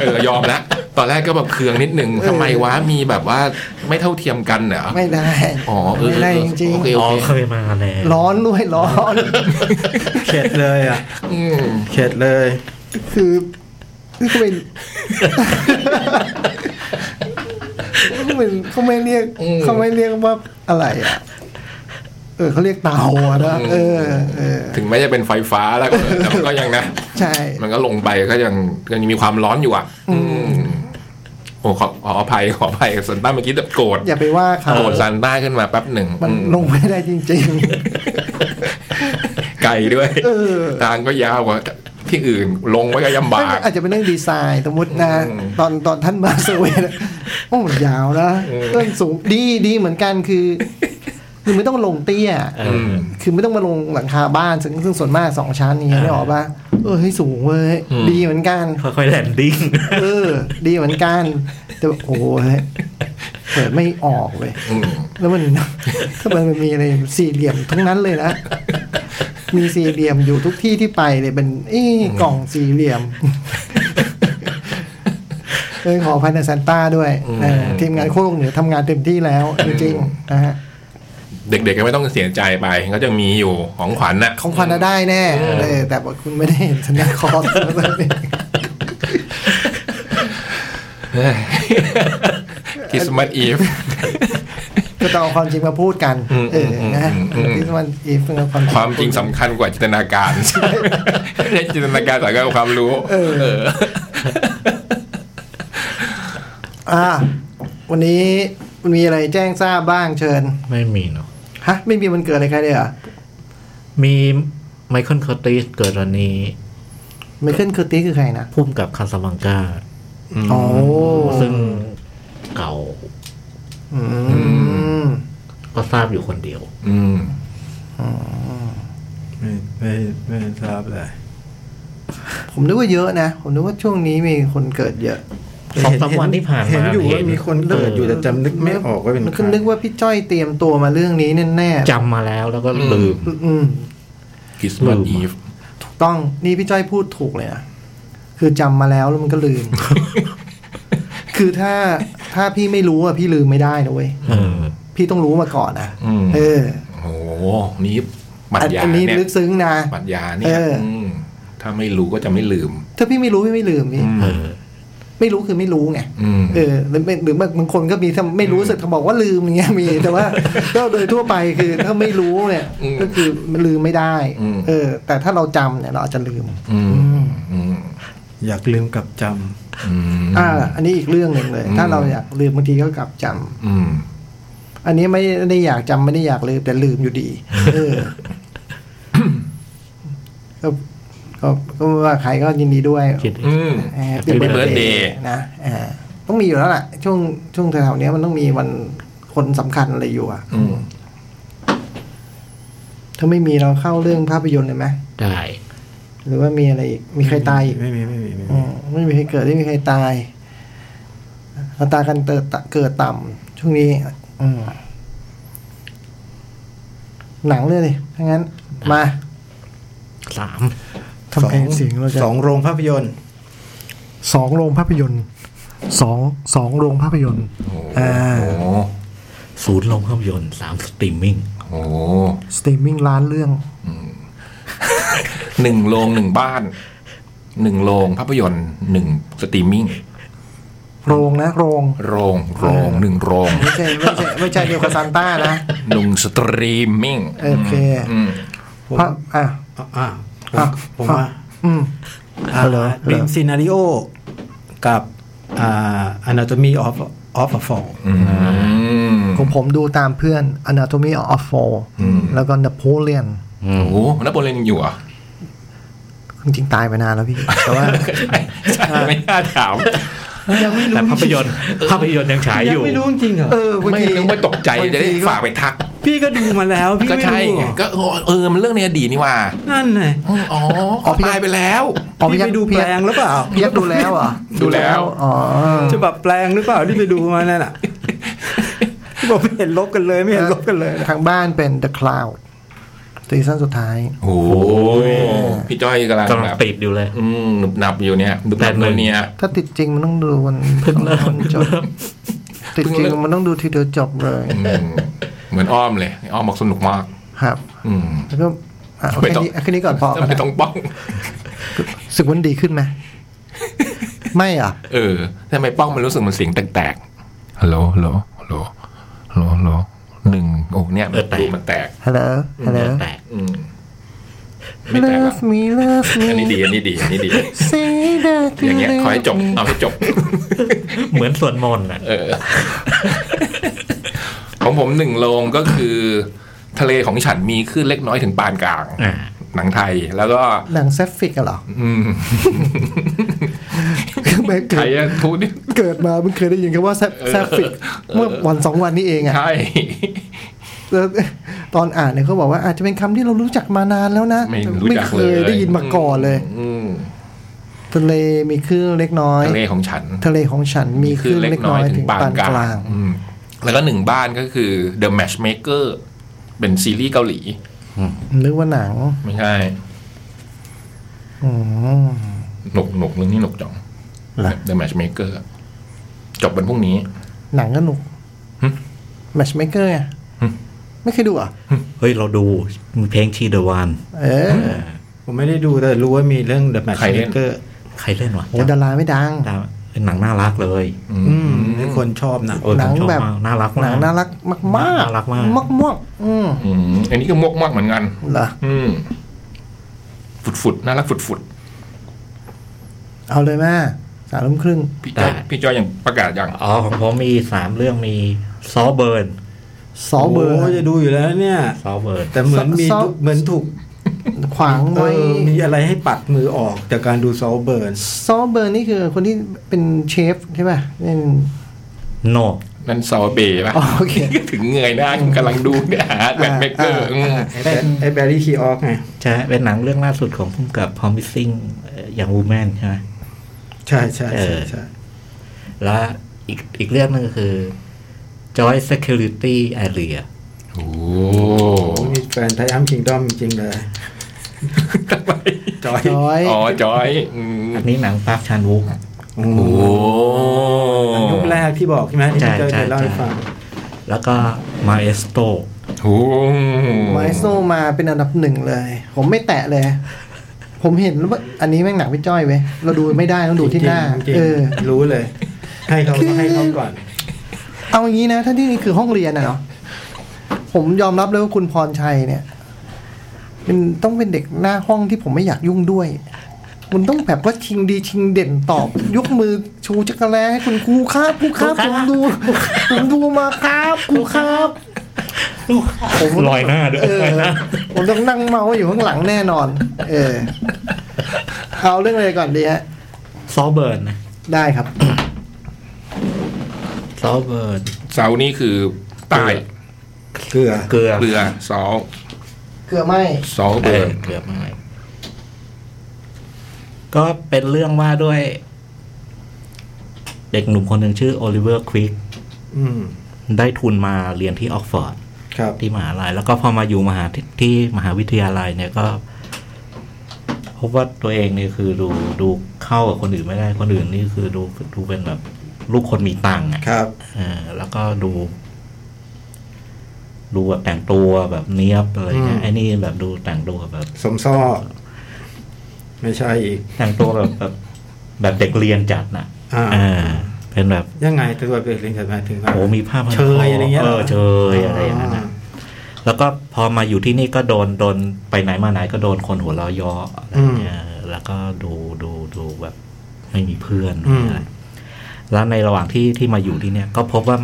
[SPEAKER 3] เออยอมละ ตอนแรกก็แบบเคืองนิดนึงทำไมวะมีแบบว่าไม่เท่าเทียมกันเหรอ
[SPEAKER 2] ไม่ได้
[SPEAKER 3] อ๋อเออ
[SPEAKER 2] ไม่ได้
[SPEAKER 3] เออ
[SPEAKER 2] จริง
[SPEAKER 3] โอเคโอ
[SPEAKER 4] อ๋อ
[SPEAKER 3] เค
[SPEAKER 4] เคยมาแล้ว
[SPEAKER 2] ๆ ร้อนด้วยร้อน
[SPEAKER 5] เข็ดเลยอ่ะ
[SPEAKER 3] อืม
[SPEAKER 5] เข็ดเลย
[SPEAKER 2] คือเขาเป็น เขาเป็นเขาไม่เรียกเขาไม่เรียกว่าอะไรอ่ะ เออเขาเรียกเตาอะนะเออ เออ
[SPEAKER 3] ถึงแม้จะเป็นไฟฟ้าแล้วก็แต่มันก็ยัง นะ
[SPEAKER 2] ใช่
[SPEAKER 3] มันก็ลงไปก็ยังก็ยังมีความร้อนอยู่อ่ะ อืมโอ้ขอขออภัยขออภัยซันต้าเมื่อกี้แบบโกรธ
[SPEAKER 2] อย่าไปว่าเขา
[SPEAKER 3] โกรธซันต้าขึ้นมาแป๊บหนึ่ง
[SPEAKER 2] มัน
[SPEAKER 3] อืม
[SPEAKER 2] ลงไม่ได้จริง
[SPEAKER 3] ไกลด้วย
[SPEAKER 2] เออ
[SPEAKER 3] ทางก็ยาวกว่าที่อื่น ลงไว้ก็ยำ
[SPEAKER 2] ๆ
[SPEAKER 3] บาก
[SPEAKER 2] อาจจะเป็นเรื่องดีไซน์สมมตินะ
[SPEAKER 3] อืม
[SPEAKER 2] ตอนตอนท่านมาเซอร์เวย์นะ โอ้ยาวนะ
[SPEAKER 3] อืม
[SPEAKER 2] เรื่องสูงดีดีเหมือนกันคือคือไม่ต้องลงเตี้ย
[SPEAKER 4] เอ
[SPEAKER 3] อื
[SPEAKER 4] อ
[SPEAKER 3] ม
[SPEAKER 2] คือไม่ต้องมาลงหลังคาบ้านซึ่งซึ่งส่วนมากสองชั้นนี้ไม่ออกป่ะเออให้สูงเว้ย
[SPEAKER 3] อืม
[SPEAKER 2] ดีเหมือนกัน
[SPEAKER 4] ค่อยๆแลนดิ้ง
[SPEAKER 2] เออ ดีเหมือนกัน แต่โอ้โหเปิดไม่ออกเลย
[SPEAKER 3] อืม
[SPEAKER 2] แล้วมัน ถ้ามันมีอะไรสี่เหลี่ยมทั้งนั้นเลยนะ มีสี่เหลี่ยมอยู่ทุกที่ที่ไปเลยเป็นเอ้กล่องสี่เหลี่ยมเออขออภัยในซานต้าด้วยเออทีมงานโคกเหนือทำงานเต็มที่แล้ว จริงๆนะฮะ
[SPEAKER 3] เด็กๆก็ไม่ต้องเสียใจไปก็จะมีอยู่ของขวัญน่ะ
[SPEAKER 2] ของขวัญน่ะได้แน่เออแต่ว่าคุณไม่ได้เห็นธนาคอร์ ส
[SPEAKER 3] คริสต์มาสอีฟ
[SPEAKER 2] ก็ต้องเอาความจริงมาพูดกัน
[SPEAKER 3] อืม
[SPEAKER 2] เออนะ
[SPEAKER 3] อืมอืม
[SPEAKER 2] ที่มันอีฟเป็นความจริง
[SPEAKER 3] ความจริงสำคัญกว่าจินตนา การไม่ใช่จินตนาการแต่ก็ความรู้ เออ
[SPEAKER 2] อ่าวันนี้มันมีอะไรแจ้งทราบบ้างเชิญ
[SPEAKER 4] ไม่มีเนาะ
[SPEAKER 2] ฮะ ไม่มีวันเกิดอะไรใครเลยเหรอ
[SPEAKER 4] มีไมเคิลคอร์ติสเกิดวันนี้
[SPEAKER 2] ไมเคิลเคอร์ติสคือใครนะ
[SPEAKER 4] พุ่มกับคาสบังกา
[SPEAKER 2] โอ้
[SPEAKER 4] ซึ่งเก่า
[SPEAKER 2] อืม
[SPEAKER 4] ก็ทราบอยู่คนเดียว
[SPEAKER 3] อืม
[SPEAKER 5] ไม่ไม่ไม่ทราบเลย
[SPEAKER 2] ผมนึกว่าเยอะนะ ผมนึกว่าช่วงนี้มีคนเกิดเยอะ
[SPEAKER 4] สองสามวันที่ผ่านมา
[SPEAKER 5] เห็นอยู่ว่า
[SPEAKER 4] เห็น
[SPEAKER 5] มีคนเกิดอยู่แต่จำนึกไม่ออกว่าเป็น
[SPEAKER 2] ก็นึกว่าพี่จ้อยเตรียมตัวมาเรื่องนี้แน่ๆ
[SPEAKER 4] จำมาแล้วแล้วก็
[SPEAKER 3] อืม
[SPEAKER 4] ลืม
[SPEAKER 2] อืม
[SPEAKER 3] คริสต์มาสอีฟ
[SPEAKER 2] ถูกต้องนี่พี่จ้อยพูดถูกเลยนะคือจำมาแล้วแล้วมันก็ลืม คือถ้าถ้าพี่ไม่รู้อ่ะพี่ลืมไม่ได้นะเว้ย
[SPEAKER 4] เออ
[SPEAKER 2] พี่ต้องรู้มาก่อนนะ
[SPEAKER 3] อืม
[SPEAKER 2] เออ
[SPEAKER 3] โอ้โหนี่ปรั
[SPEAKER 2] อั
[SPEAKER 3] ญญา
[SPEAKER 2] อันนี้
[SPEAKER 3] เนี่ย
[SPEAKER 2] ลึกซึ้งนะ
[SPEAKER 3] ปรัญญาเนี่ย
[SPEAKER 2] เอออื
[SPEAKER 3] มถ้าไม่รู้ก็จะไม่ลืม
[SPEAKER 2] ถ้าพี่ไม่รู้พี่ไม่ลืมพี่
[SPEAKER 3] อืม
[SPEAKER 4] เออ
[SPEAKER 2] ไม่รู้คือไม่รู้ไง
[SPEAKER 3] อืม
[SPEAKER 2] เออหรือไม่หรือบางคนก็มีถ้าไม่รู้สึกเขาบอกว่าลืมอย่างเงี้ยมี แต่ว่า ก็โดยทั่วไปคือถ้าไม่รู้เนี่ย
[SPEAKER 3] อืม
[SPEAKER 2] ก็คือมันลืมไม่ได้
[SPEAKER 3] อืม
[SPEAKER 2] เออ แต่ถ้าเราจำเนี่ยเราอาจจะลืม
[SPEAKER 3] อืม
[SPEAKER 2] อืม
[SPEAKER 3] อืม
[SPEAKER 5] อยากลืมกับจ
[SPEAKER 3] อืม
[SPEAKER 2] อ่า อันนี้อีกเรื่องหนึ่งเลย ถ้า
[SPEAKER 3] อืม
[SPEAKER 2] เราอยากลืมบางทีก็กลับจำ
[SPEAKER 3] อืม
[SPEAKER 2] อันนี้ไม่ได้อยากจำไม่ได้อยากลืมแต่ลืมอยู่ดี เออ ก็ก็ก็ว่าใครก็ยินดีด้วย
[SPEAKER 4] คิด
[SPEAKER 3] อืม
[SPEAKER 2] เอ่อ
[SPEAKER 4] Happy
[SPEAKER 3] Birthday
[SPEAKER 4] Birthday
[SPEAKER 2] นะเอ่อต้องมีอยู่แล้วล่ะ ช่วงช่วงแถวๆเนี้ยมันต้องมีวันคนสำคัญอะไรอยู่อ่ะ
[SPEAKER 3] อืม
[SPEAKER 2] ถ้าไม่มีเราเข้าเรื่องภาพยนตร์เลยไหม
[SPEAKER 4] ได้
[SPEAKER 2] หรือว่ามีอะไรอีกมีใครตายอีก
[SPEAKER 5] ำไม่มีไม่มีไม่
[SPEAKER 2] อื
[SPEAKER 5] มี
[SPEAKER 2] มไม่มีใครเกิดไม่มีใครตายอัตราการเติบเกิดต่ำช่วงนี้ อืมหนังเลยดิถ้างั้น มา
[SPEAKER 4] สาม
[SPEAKER 2] ทำไมเสียงเราจะ
[SPEAKER 5] สองโรงภาพยนตร์
[SPEAKER 2] สองโรงภาพยนตร์สองสองโรงภาพยนตร์
[SPEAKER 3] โอ้โห
[SPEAKER 2] อ่า
[SPEAKER 4] ศูนย์ลงภาพยนตร์สามสตรีมมิ่ง
[SPEAKER 3] โอ้โห
[SPEAKER 2] สตรีมมิ่งล้านเรื่อง
[SPEAKER 3] หนึ่งโรงหนึ่งบ้าน หนึ่งโรงภาพยนตร์หนึ่งสตรีมมิ่ง
[SPEAKER 2] โรงนะ โรง
[SPEAKER 3] โรงโรงหนึ่งโรง
[SPEAKER 2] ไม่ใช่ไม่ใช่ไม่ใช่เดียวกับซานต้านะ
[SPEAKER 3] หนึ่งสตรีมมิ่ง
[SPEAKER 2] โอเค
[SPEAKER 3] อืม
[SPEAKER 5] ผม
[SPEAKER 2] พระอ่ะ
[SPEAKER 5] อ่าผมผมว่า
[SPEAKER 2] อืม
[SPEAKER 5] บีมซีนาริโอกับอ่า anatomy of of a fall
[SPEAKER 2] ของผมดูตามเพื่อน Anatomy of Fall แล้วก็ Napoleon
[SPEAKER 3] โอ้โหนโปเลียนยังอยู่เหรอ่ะ
[SPEAKER 2] จริงๆตายไปนานแล้วพี่ แต่ว่า
[SPEAKER 3] ใช่ไม่น่าถาม
[SPEAKER 5] ยังไม่รู้
[SPEAKER 4] แต่ภาพยนตร์ภาพยนตร์ยังฉายอง
[SPEAKER 5] ยั
[SPEAKER 4] ยู่
[SPEAKER 5] ไม่รู้จริงเหรอ
[SPEAKER 2] เออ
[SPEAKER 3] ไม่
[SPEAKER 2] บางที
[SPEAKER 3] นึกว่าตกใจจะได้
[SPEAKER 2] บางทีก็
[SPEAKER 3] ฝากไปทัก
[SPEAKER 5] พี่ก็ดูมาแล้ว พี่
[SPEAKER 3] ก็
[SPEAKER 5] ไม่
[SPEAKER 3] ใช่
[SPEAKER 5] รู้
[SPEAKER 3] ไง
[SPEAKER 5] เหรอ
[SPEAKER 3] ก็เออเออมันเรื่องในอดีตนี่ว่า
[SPEAKER 5] นั่นไง
[SPEAKER 3] อืมอ๋ออตายไปแล้ว
[SPEAKER 2] อ๋อ
[SPEAKER 5] พี่
[SPEAKER 2] พี่ยั
[SPEAKER 5] ไป
[SPEAKER 2] กษ์
[SPEAKER 5] ดู
[SPEAKER 2] พี่
[SPEAKER 5] แปล
[SPEAKER 2] ยักษ์
[SPEAKER 5] งหรือเปล่า
[SPEAKER 2] พี่ยักษ์ดูแล้วเหรอ่ะ
[SPEAKER 3] ดูแล้ว
[SPEAKER 2] อ๋อ
[SPEAKER 5] ฉบับแปลงหรือเปล่าที่ไปดูมานั่นน่ะบอกไม่เห็นลบกันเลยไม่เห็นลบกันเลยนะ
[SPEAKER 2] ทางบ้านเป็น The Cloud ซีซั่นสุดท้าย
[SPEAKER 3] โอ้โห
[SPEAKER 2] โอ้ย
[SPEAKER 3] พี่ พี่จ้อยกำลัง
[SPEAKER 4] กำลั
[SPEAKER 3] แบ
[SPEAKER 4] ง
[SPEAKER 3] บ
[SPEAKER 4] ติดอยู่เลย
[SPEAKER 3] อืมหนุบหนับอยู่เนี่ยหนุบหนับ
[SPEAKER 4] แปดหมื่น
[SPEAKER 3] โนเนีย
[SPEAKER 2] ถ้าติดจริงมันต้องดูวัน
[SPEAKER 4] เพิ่งเริ่ม
[SPEAKER 2] จบ
[SPEAKER 4] เริ่ม
[SPEAKER 2] ติดจริงมันต้องดูทีเดียวจบเลย
[SPEAKER 3] อืมเหมือนอ้อมเลย อ้อมบอกสนุกมาก
[SPEAKER 2] ครับ
[SPEAKER 3] อืม
[SPEAKER 2] แล้วก็อ่ะเอา
[SPEAKER 3] ไม่
[SPEAKER 2] แค่
[SPEAKER 3] ต้อง
[SPEAKER 2] นี้เอาแค่นี้ก่อนพอ
[SPEAKER 3] แล้วไม่ต้องป้อง
[SPEAKER 2] รู้สึกวันดีขึ้นไหมไม่อ่ะ
[SPEAKER 3] เออทำไมป้องมันรู้สึกมันเสียงแตกๆฮัลโหลฮัลโหลฮัลโหลฮัลโหลฮัลโหลหนึ่งโอ้เนี่ย
[SPEAKER 4] เออแตก
[SPEAKER 3] ดูมันแตก
[SPEAKER 2] hello hello
[SPEAKER 4] แตก
[SPEAKER 3] อืมไม่แตกอะ
[SPEAKER 2] love me love
[SPEAKER 3] อันนี้
[SPEAKER 2] me
[SPEAKER 3] ดีอันนี้ดีอันนี้ดี
[SPEAKER 2] say that
[SPEAKER 3] อย่างเงี้ย
[SPEAKER 2] love
[SPEAKER 3] ขอให้จบ
[SPEAKER 2] me
[SPEAKER 3] เอาให้จบ
[SPEAKER 4] เหมือนสวดมนต์อ่ะ
[SPEAKER 3] เออ ของผมหนึ่งโรงก็คือ ทะเลของฉันมีขึ้นเล็กน้อยถึงปานกลาง
[SPEAKER 4] อ่า
[SPEAKER 3] หนังไทยแล้วก็
[SPEAKER 2] หนังแซฟฟิกอะเหรอ
[SPEAKER 3] อืม
[SPEAKER 2] คือแบบเกิ
[SPEAKER 3] ใคร
[SPEAKER 2] ด
[SPEAKER 3] อะทูนี่
[SPEAKER 2] เกิดมาเพิ่งเคยได้ยินคำว่าแซฟแซฟฟิก
[SPEAKER 3] เออ
[SPEAKER 2] เมื่อวันสองวันนี้เองอ่ะ
[SPEAKER 3] ใช่
[SPEAKER 2] แล้วตอนอ่านเนี่ยเขาบอกว่าอาจจะเป็นคำที่เรารู้จักมานานแล้วนะ
[SPEAKER 3] ไม่รู้จัก
[SPEAKER 2] เค
[SPEAKER 3] เลย
[SPEAKER 2] ยได้ยินมาก่อนเลย
[SPEAKER 3] อืม
[SPEAKER 2] ทะเลมีคลื่นเล็กน้อย
[SPEAKER 3] ทะเลของฉัน
[SPEAKER 2] ทะเลของฉันมีคลื่นเล็กน้อยถึงปานกลาง
[SPEAKER 3] อืมแล้วก็หนึ่งบ้านก็คือ The Matchmaker เป็นซีรีส์เกาหลี
[SPEAKER 2] นึกว่าหนัง
[SPEAKER 3] ไม่ใช่
[SPEAKER 2] อืม
[SPEAKER 3] หนกหนกเรื่องนี้หนกจ่อง
[SPEAKER 2] เหรอ
[SPEAKER 3] The Matchmaker จบวันพรุ่งนี้
[SPEAKER 2] หนังก็หนุก
[SPEAKER 3] หึ
[SPEAKER 2] แมชเมเกอร์ไง
[SPEAKER 3] หึ
[SPEAKER 2] ไม่เคยดูเหรอ่ะ
[SPEAKER 4] เฮ้ย เราดูเพลงชีเดอะวัน
[SPEAKER 2] เออ
[SPEAKER 5] ผมไม่ได้ดูแต่รู้ว่ามีเรื่อง The
[SPEAKER 3] ใครเล่น
[SPEAKER 5] Matchmaker
[SPEAKER 4] ใครเล่นวะ
[SPEAKER 2] โหดาราไม่ดัง
[SPEAKER 4] ดาวเป็นหนังน่ารักเลย
[SPEAKER 5] อืมให้คนชอบนะ
[SPEAKER 4] เออผม
[SPEAKER 2] หนัง
[SPEAKER 4] ชอ
[SPEAKER 2] แบบ
[SPEAKER 4] มากน่ารักม
[SPEAKER 2] หนังน่ารักมากๆ
[SPEAKER 4] น่ารักมาก
[SPEAKER 2] มากๆอืม
[SPEAKER 3] อืมอันนี้ก็มกมากเหมือนกัน
[SPEAKER 2] เหรอ
[SPEAKER 3] อืมฝุดฝุดๆน่ารักฝุดฝุด
[SPEAKER 2] เอาเลยแม่สามทุ่มครึ่ง
[SPEAKER 3] ๆพี่จอยพี่จอยยังประกาศยัง
[SPEAKER 4] อ๋อของผมมีสามเรื่องมีซอเบิร์น
[SPEAKER 2] ซอเบอร์
[SPEAKER 5] โจะดูอยู่แล้วเนี่ย
[SPEAKER 4] ซอเบิร์น
[SPEAKER 5] แต่เหมือนมี
[SPEAKER 2] ซอ
[SPEAKER 5] เหมือนถูก
[SPEAKER 2] ขวาง
[SPEAKER 5] เอ
[SPEAKER 2] ไว้
[SPEAKER 5] อมีอะไรให้ปัดมือออกจากการดูซอลเบิร์น
[SPEAKER 2] ซอเบอร์นี่คือคนที่เป็นเชฟใช่ป่ะเป็น
[SPEAKER 4] โน
[SPEAKER 3] นั่นซาวเบย์ป่ะ
[SPEAKER 2] อ๋อโอเค
[SPEAKER 3] ก็ถึงเงยหน้ากำลังดูเนี่ย ฮะแบทเมเกอร์
[SPEAKER 5] ไอ้แบไอ้แบรี่คีออกไง
[SPEAKER 4] ใช่ เป็นหนังเรื่องล่าสุดของพุ่มกับ Promising อย่าง Woman ใช่ไหม
[SPEAKER 5] ใช่ใช่ใช่ใช่
[SPEAKER 4] และอีกอีกเรื่องหนึงก็คือ Joy Security Area
[SPEAKER 3] โอ้
[SPEAKER 5] ผมมีแฟนไทอัมคิงดอมจริงๆเลยจอย
[SPEAKER 2] จอย
[SPEAKER 3] อ๋อจอยอืม
[SPEAKER 4] อันนี้หนังปาร์คชานวุก
[SPEAKER 5] โอ้
[SPEAKER 3] โอ้
[SPEAKER 5] ยุคแรกที่บอกใช่ไหมที่
[SPEAKER 4] ใช่
[SPEAKER 5] พี่เจ้ย
[SPEAKER 4] ใช่
[SPEAKER 5] เคยเล่าให้
[SPEAKER 4] ใช่
[SPEAKER 5] ฟัง
[SPEAKER 4] แล้วก็ Maestro
[SPEAKER 3] โอ้
[SPEAKER 2] ไมโซมาเป็นอันดับหนึ่งเลย ผมไม่แตะเลย ผมเห็นแล้วว่าอันนี้แม่งหนักพี่จ้อยเว้ยเราดูไม่ได้ต้องดูที่หน้า
[SPEAKER 5] จริงๆ
[SPEAKER 2] เออ
[SPEAKER 5] รู้เลย ให้เขาก็ให้เขาก่อน
[SPEAKER 2] เอาอย่างนี้นะถ้าที่นี่คือห้องเรียนนะเนาะผมยอมรับเลยว่าคุณพรชัยเนี่ยเป็นต้องเป็นเด็กหน้าห้องที่ผมไม่อยากยุ่งด้วย มันต้องแบบว่าชิงดีชิงเด่นตอบ ยกมือชูจักรแลให้คุณครูครับครูครับผมดูผมดูมาครับครูครับผม
[SPEAKER 4] ลอยหน้าด้วย
[SPEAKER 2] เออผมต้องนั่งเมาอยู่ข้างหลังแน่นอน เออ เอาเรื่องอะไรก่อนดีฮะ
[SPEAKER 4] ซอเบิร์นนะ
[SPEAKER 2] ได้ครับ
[SPEAKER 4] ซอเบิร์น
[SPEAKER 3] เสานี่คือใต้
[SPEAKER 5] เกลือ
[SPEAKER 4] เกลือ
[SPEAKER 3] เรือซอล
[SPEAKER 2] เกลือไหม
[SPEAKER 3] ซอล
[SPEAKER 4] เอ
[SPEAKER 3] เบิ
[SPEAKER 4] อ
[SPEAKER 3] ร์น
[SPEAKER 4] เกลือมากก็เป็นเรื่องว่าด้วย เด็กหนุ่มคนหนึ่งชื่อโอลิเวอร์ควิก
[SPEAKER 5] อืม
[SPEAKER 4] ได้ทุนมาเรียนที่ออกฟอร์ด
[SPEAKER 5] ครับ
[SPEAKER 4] ที่มหาลัยแล้วก็พอมาอยู่มหาที่ที่มหาวิทยาลัยเนี่ยก็พบว่าตัวเองเนี่ยคือดูดูเข้ากับคนอื่นไม่ได้คนอื่นนี่คือดูดูเป็นแบบลูกคนมีตังค์อ่ะ
[SPEAKER 5] ครับ
[SPEAKER 4] เออแล้วก็ดู ดูแบบแต่งตัวแบบเนี้ยบอะไรเงี้ย
[SPEAKER 5] อืม
[SPEAKER 4] ไอ้นี่แบบดูแต่งตัวแบบ
[SPEAKER 5] สมซ่อ ไม่ใช่อีก
[SPEAKER 4] แต่งตัวแบบแบบแบบเด็กเรียนจัดน่ะ
[SPEAKER 5] อ่า
[SPEAKER 4] เออเป็นแบบ
[SPEAKER 5] ยังไงตัวเปลี่ยนเรื่องกันมาถึงว่า
[SPEAKER 4] โอ้มีผ้าพันค
[SPEAKER 5] เชยอะไรเงี้ย
[SPEAKER 4] เอ
[SPEAKER 5] ห
[SPEAKER 4] อเชยอะไรอย่างนั้นน่ะ
[SPEAKER 5] า
[SPEAKER 4] แล้วก็พอมาอยู่ที่นี่ก็โดนโดนไปไหนมาไหนก็โดนคนหัวเราะเยออะไรเงี้ยเออแล้วก็ดูดูดูแบบไม่มีเพื่อน
[SPEAKER 5] อืม
[SPEAKER 4] อะไรแล้วในระหว่างที่ที่มาอยู่ที่เนี่ย ก็พบว่า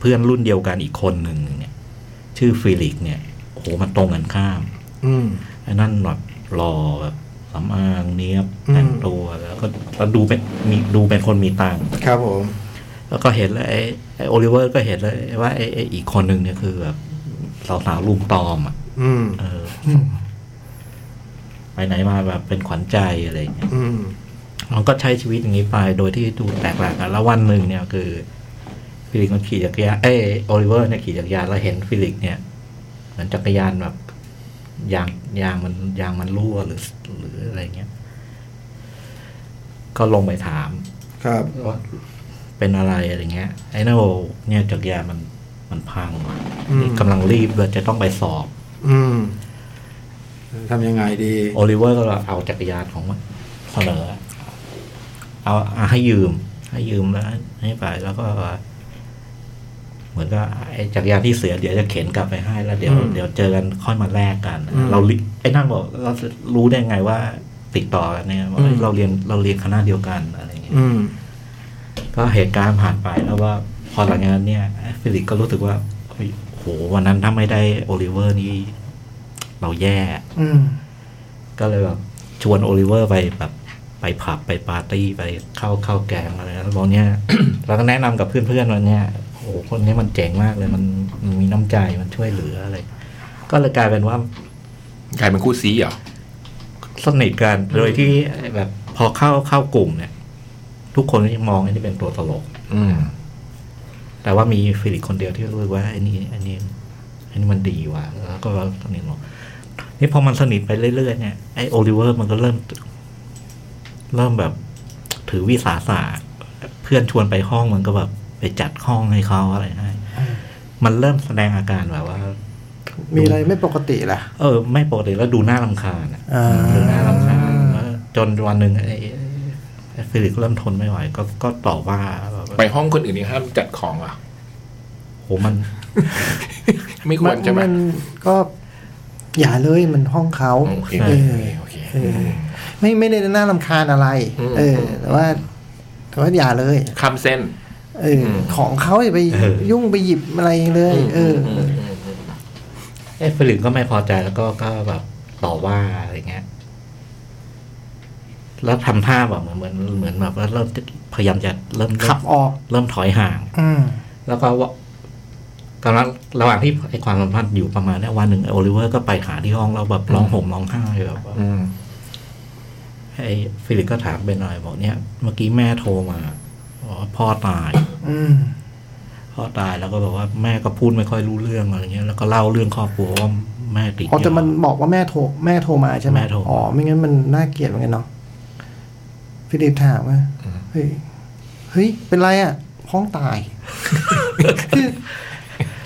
[SPEAKER 4] เพื่อนรุ่นเดียวกันอีกคนหนึ่งเนี่ย ชื่อฟิลิกซ์เนี่ยโอ้โหมันตรงกันข้าม
[SPEAKER 5] อืม
[SPEAKER 4] ไอ้นั่นแบบรอแบบสำอางเนี้ยบ
[SPEAKER 5] อืม
[SPEAKER 4] แต่งตัวแล้วก็แล้วดูเป็นมีดูเป็นคนมีตังค์
[SPEAKER 5] ครับผม
[SPEAKER 4] แล้วก็เห็นแล้วไอ้ไอ้โอลิเวอร์ก็เห็นแล้วว่าไอ้ไอ้อีกคนหนึ่งเนี่ยคือแบบสาวๆลุมตอมอ่ะ
[SPEAKER 5] อืม
[SPEAKER 4] เอออไปไหนมาแบบเป็นขวัญใจอะไรอย่างเงี้ย
[SPEAKER 5] อืม
[SPEAKER 4] มันก็ใช้ชีวิตอย่างนี้ไป โดยที่ดูแตกต่างกันแล้ววันหนึ่งเนี่ยคือฟิลิกมันขี่จักรยานเออโอลิเวอร์เนี่ยขี่จักรยานแล้วเห็นฟิลิกเนี่ยเหมือนจักรยานแบบ ยางยางมันยางมันรั่วหรือ หรืออะไรเงี้ย ก็ลงไปถาม
[SPEAKER 2] ครับ
[SPEAKER 4] เป็นอะไรอะไรเงี้ย ไอ้นั่นบอกเนี่ยจักรยานมันมันพังว่ะ
[SPEAKER 2] อืม
[SPEAKER 4] นี่กำลังรีบเลยจะต้องไปสอบ
[SPEAKER 2] อืมทำยังไงดี
[SPEAKER 4] โอลิเวอร์ก็เอาจักรยานของมันเสนอ เอาเอาให้ยืม ให้ยืมแล้วให้ไปแล้วก็ เหมือนก็ไอ้จักรยานที่เสียเดี๋ยวจะเข็นกลับไปให้แล้วเดี๋ยว
[SPEAKER 2] อืม
[SPEAKER 4] เดี๋ยวเจอกันค่อยมาแลกกัน
[SPEAKER 2] อืม
[SPEAKER 4] เราลิไอ้นั่นบอกเรารู้ได้ไงว่าติดต่อกันเนี่ยว่า
[SPEAKER 2] อืม
[SPEAKER 4] เราเรียนเราเรียนคณะเดียวกันอะไรอย่างเงี้ย
[SPEAKER 2] อืม
[SPEAKER 4] ก็เหตุการณ์ผ่านไปแล้วว่าพอหลังจากนั้นเนี่ยฟิลิปก็รู้สึกว่าเฮ้ยโหวันนั้นถ้าไม่ได้โอลิเวอร์นี่เราแย่
[SPEAKER 2] อืม
[SPEAKER 4] ก็เลยแบบชวนโอลิเวอร์ไปแบบไปผับไปปาร์ตี้ไปเข้าเข้าแกงอะไรแล้วบอกเนี่ย เราก็แนะนำกับเพื่อนๆว่าเนี่ยโอ้คนนี้มันเจ๋งมากเลยมันมันมีน้ำใจมันช่วยเหลืออะไรก็เลยกลายเป็นว่า
[SPEAKER 3] กลายเป็นคู่ซีเหรอ
[SPEAKER 4] สนิทกันโดยที่แบบพอเข้าเข้ากลุ่มเนี่ย ทุกคนก็จะมองไอ้นี่เป็นตัวตลก
[SPEAKER 3] อืม
[SPEAKER 4] แต่ว่ามีฟิลิปคนเดียวที่รู้สึกว่าไอ้นี่ไอ้นี่ไอ้นี่มันดีว่ะแล้วก็สนิทหมดนี่พอมันสนิทไปเรื่อยๆเนี่ยไอ้โอลิเวอร์มันก็เริ่ม เริ่มแบบถือวิสาสะเพื่อนชวนไปห้องมันก็แบบไปจัดห้องให้เขาอะไรให้มันเริ่มแสดงอาการแบบว่า
[SPEAKER 2] มีอะไรไม่ปกติล่ะ
[SPEAKER 4] เออ ไม่ปกติแล้วดูน่ารำคาญอะ
[SPEAKER 2] อ่า
[SPEAKER 4] ดูน่ารำคาญแล้วจนวันหนึ่งไอ้ไอ้ฟิลิปเริ่มทนไม่ไหว ก็ก็ต่อว่าแบบ
[SPEAKER 3] ไปห้องคนอื่นนี่ห้ามจัดของเหรอ่ะ
[SPEAKER 4] โหมัน
[SPEAKER 3] ไม่ควรใช่ไหม
[SPEAKER 2] นก็อย่าเลยมันห้องเขา
[SPEAKER 3] โอเค
[SPEAKER 2] เอ
[SPEAKER 3] โอ
[SPEAKER 2] อ
[SPEAKER 3] เคโอเค
[SPEAKER 2] เออไม่ไม่ได้น่ารำคาญอะไร
[SPEAKER 3] อืม
[SPEAKER 2] เออ แต่ว่าแต่ว่าอย่าเลย
[SPEAKER 3] ข้ามเส้น
[SPEAKER 2] เอออ
[SPEAKER 3] ม
[SPEAKER 2] ของเขาอย่าไป
[SPEAKER 4] เออ
[SPEAKER 2] ยุ่งไปหยิบอะไรเลย เอออ
[SPEAKER 3] มอืมอืม
[SPEAKER 4] เอ้ฟิลิปก็ไม่พอใจแล้วก็ก็แบบต่อว่าอะไรเงี้ย แล้วทำท่าแบบเหมือนเหมือนเหมือนแบบว่าเริ่มจะพยายามจะเริ่มเริ่ม
[SPEAKER 2] ขับออก
[SPEAKER 4] เริ่มถอยห่าง
[SPEAKER 2] อืม
[SPEAKER 4] แล้วก็ว่ากำลังระหว่างที่ไอความสัมพันธ์อยู่ประมาณเนี้ยวันหนึ่งโอลิเวอร์ก็ไปหาที่ห้องเราแบบร้องห่มร้องไห้แบบว่า
[SPEAKER 3] อืม
[SPEAKER 4] ไอฟิลิปก็ถามเป็นอะไรบอกเนี่ย เมื่อกี้แม่โทรมาบอกว่าพ่อตาย
[SPEAKER 2] อืม
[SPEAKER 4] พ่อตายแล้วก็บอกว่าแม่ก็พูดไม่ค่อยรู้เรื่องอะไรเงี้ยแล้วก็เล่าเรื่องครอบครัวว่าแม่ติด
[SPEAKER 2] อ๋อแต่
[SPEAKER 4] ยา
[SPEAKER 2] มันบอกว่าแม่โทรแม่โทรมาใช่ไหม
[SPEAKER 4] แม่โทร
[SPEAKER 2] อ๋อไม่งั้นมันน่าเกลียดเหมือนกันเนาะฟิลิปถามว่าเฮ้ยเฮ้ย เป็นไรอ่ะพ้องตาย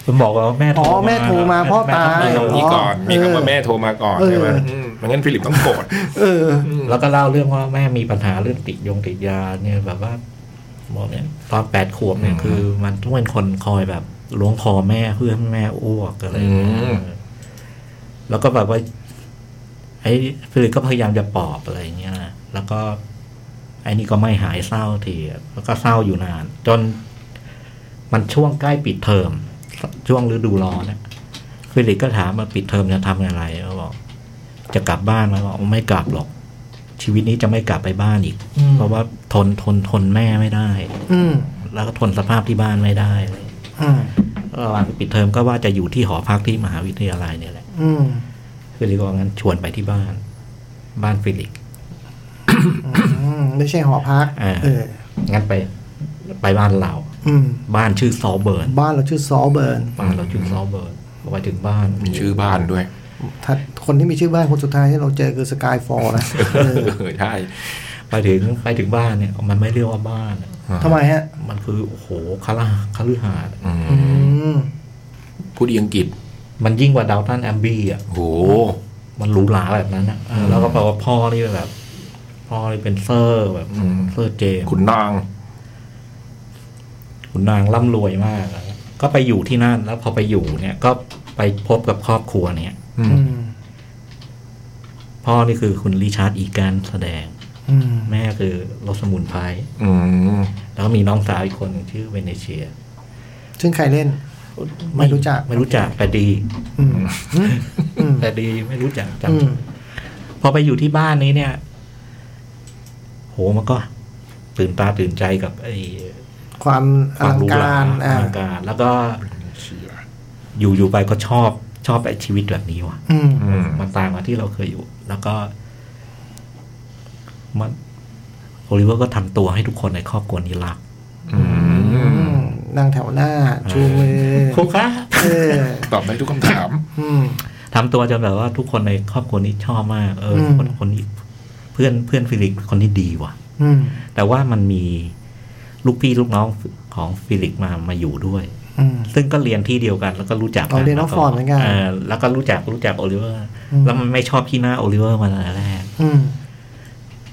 [SPEAKER 4] มันบอกว่าแม่โทร
[SPEAKER 2] อ๋อแม่โทรมาพ่อตาย
[SPEAKER 3] มี
[SPEAKER 4] แม่โทร
[SPEAKER 3] คำ
[SPEAKER 4] ม
[SPEAKER 3] นี้ก่อนมี
[SPEAKER 2] อ๋อ
[SPEAKER 3] คำว่า
[SPEAKER 2] เออ
[SPEAKER 3] แม่โทรมาก่อน
[SPEAKER 2] เออ
[SPEAKER 3] ใช่ไหมอืมไม่งั้นฟิลิปต้องโกรธ
[SPEAKER 2] เออ
[SPEAKER 4] แล้วก็เล่าเรื่องว่าแม่มีปัญหาเรื่องติดยงติดยาเนี่ยแบบว่าบอกเนี่ยตอนแปดขวบเนี่ย
[SPEAKER 3] อืม
[SPEAKER 4] คือ มันต้องเป็นคนคอยแบบล้วงคอแม่เพื่อให้แม่อ้วกอะไรอย่างเงี้ย
[SPEAKER 3] อืม
[SPEAKER 4] เออแล้วก็แบบว่า ไอ้ฟิลิปก็พยายามจะปลอบอะไรอย่างเงี้ยนะแล้วก็ ไอ้นี่ก็ไม่หายเศร้าทีแล้วก็เศร้าอยู่นาน จนมันช่วงใกล้ปิดเทอม ช่วงฤดูร้อนนะฟิลิปก็ถามมาปิดเทอมจะทำอะไรเขาบอก จะกลับบ้านไหมบอกไม่กลับหรอก ชีวิตนี้จะไม่กลับไปบ้านอีก
[SPEAKER 2] อืม
[SPEAKER 4] เพราะว่าทนทนทนแม่ไม่ได้
[SPEAKER 2] อืม
[SPEAKER 4] แล้วก็ทนสภาพที่บ้านไม่ได้เลย
[SPEAKER 2] อืม
[SPEAKER 4] ระหว่างปิดเทอมก็ว่าจะอยู่ที่หอพักที่มหาวิทยาลัยเนี่ยแหละ
[SPEAKER 2] อืม
[SPEAKER 4] ฟิลิปก็ว่างั้นชวนไปที่บ้าน บ้านฟิลิป
[SPEAKER 2] อืมไม่ใช่หอพัก
[SPEAKER 4] อ่า
[SPEAKER 2] เออ
[SPEAKER 4] งั้นไป ไปบ้านเรา
[SPEAKER 2] อืม
[SPEAKER 4] บ้านชื่อซอเบิร์น
[SPEAKER 2] บ้านเราชื่อซอเบิร์น
[SPEAKER 4] บ้านเราชื่อซอเบิร์นพอไปถึงบ้าน
[SPEAKER 3] มีชื่อบ้านด้วย
[SPEAKER 2] ถ้าคนที่มีชื่อบ้านคนสุดท้ายที่เราเจอคือสกายฟอลนะ
[SPEAKER 3] เออใช่
[SPEAKER 4] ไปถึงไปถึงบ้านเนี่ย มันไม่เรียกว่าบ้านอะ
[SPEAKER 2] ทำไมฮะ
[SPEAKER 4] มันคือ โอ้โหคาลาคาลือหาด
[SPEAKER 3] อืม
[SPEAKER 2] อืม
[SPEAKER 3] ผู้ดีอังกฤษ
[SPEAKER 4] มันยิ่งกว่าดาวตันแอมบี้อ่ะ
[SPEAKER 3] โห
[SPEAKER 4] มันหรูหราแบบนั้นอ่ะเออแล้วก็แปลว่าพ่อนี่แบบ พ่อนี่เป็นเซอร์แบบ
[SPEAKER 3] อืม
[SPEAKER 4] เซอร์เจมส์
[SPEAKER 3] ขุนนาง
[SPEAKER 4] ขุนนางร่ำรวยมากอะก็ไปอยู่ที่นั่นแล้วพอไปอยู่เนี่ย ก็ไปพบกับครอบครัวเนี่ย
[SPEAKER 3] อืม
[SPEAKER 2] อืม
[SPEAKER 4] พ่อนี่คือคุณริชาร์ดอีแการแสดง
[SPEAKER 2] อืม
[SPEAKER 4] แม่คือโรสมุนไพร
[SPEAKER 3] อืม
[SPEAKER 4] แล้วก็มีน้องสาวอีกคนหนึ่งชื่อเวเนเชีย
[SPEAKER 2] ซึ่งใครเล่น ไม่รู้จัก
[SPEAKER 4] ไม่รู้จักแต่ดี
[SPEAKER 2] อืมอืม
[SPEAKER 4] แต่ดีไม่รู้จักจ
[SPEAKER 2] อืม
[SPEAKER 4] ำพอไปอยู่ที่บ้านนี้เนี่ย โหมันก็ตื่นตาตื่นใจกับไอ้
[SPEAKER 2] ความอลัง
[SPEAKER 4] ห
[SPEAKER 2] การ
[SPEAKER 4] อ
[SPEAKER 2] อ่า
[SPEAKER 4] ลังการ แล้วก็อยู่อยู่ไปก็ชอบชอบไอ้ชีวิตแบบนี้ว่ะ
[SPEAKER 2] อืม
[SPEAKER 3] อืม
[SPEAKER 4] มันต่างกับที่เราเคยอยู่ แล้วก็มันโอลิเวอร์ก็ทำตัวให้ทุกคนในครอบครัวนี้รัก
[SPEAKER 3] อืม
[SPEAKER 2] อืมนั่งแถวหน้า ชูมือ
[SPEAKER 4] ครูครับ
[SPEAKER 2] เออ
[SPEAKER 3] ตอบได้ทุกคำถาม
[SPEAKER 2] อืม
[SPEAKER 4] ทำตัวจนแบบว่าทุกคนในครอบครัวนี้ชอบมาก เออ
[SPEAKER 2] อืม
[SPEAKER 4] คนคนนี้เพื่อนเพื่อนฟิลิปคนนี้ดีว่ะ
[SPEAKER 2] อืม
[SPEAKER 4] แต่ว่ามันมีลูกพี่ลูกน้องของฟิลิปมามาอยู่ด้วย
[SPEAKER 2] อืม
[SPEAKER 4] ซึ่งก็เรียนที่เดียวกันแล้วก็รู้จักกั
[SPEAKER 2] อ๋อเรียนออกฟอร์ดเหมือนกัน
[SPEAKER 4] แล้วก็รู้จักรู้จักโอลิเวอร์
[SPEAKER 2] อืม
[SPEAKER 4] แล้วมันไม่ชอบที่หน้าโอลิเวอร์มาตั้งแต่แรก
[SPEAKER 2] อืม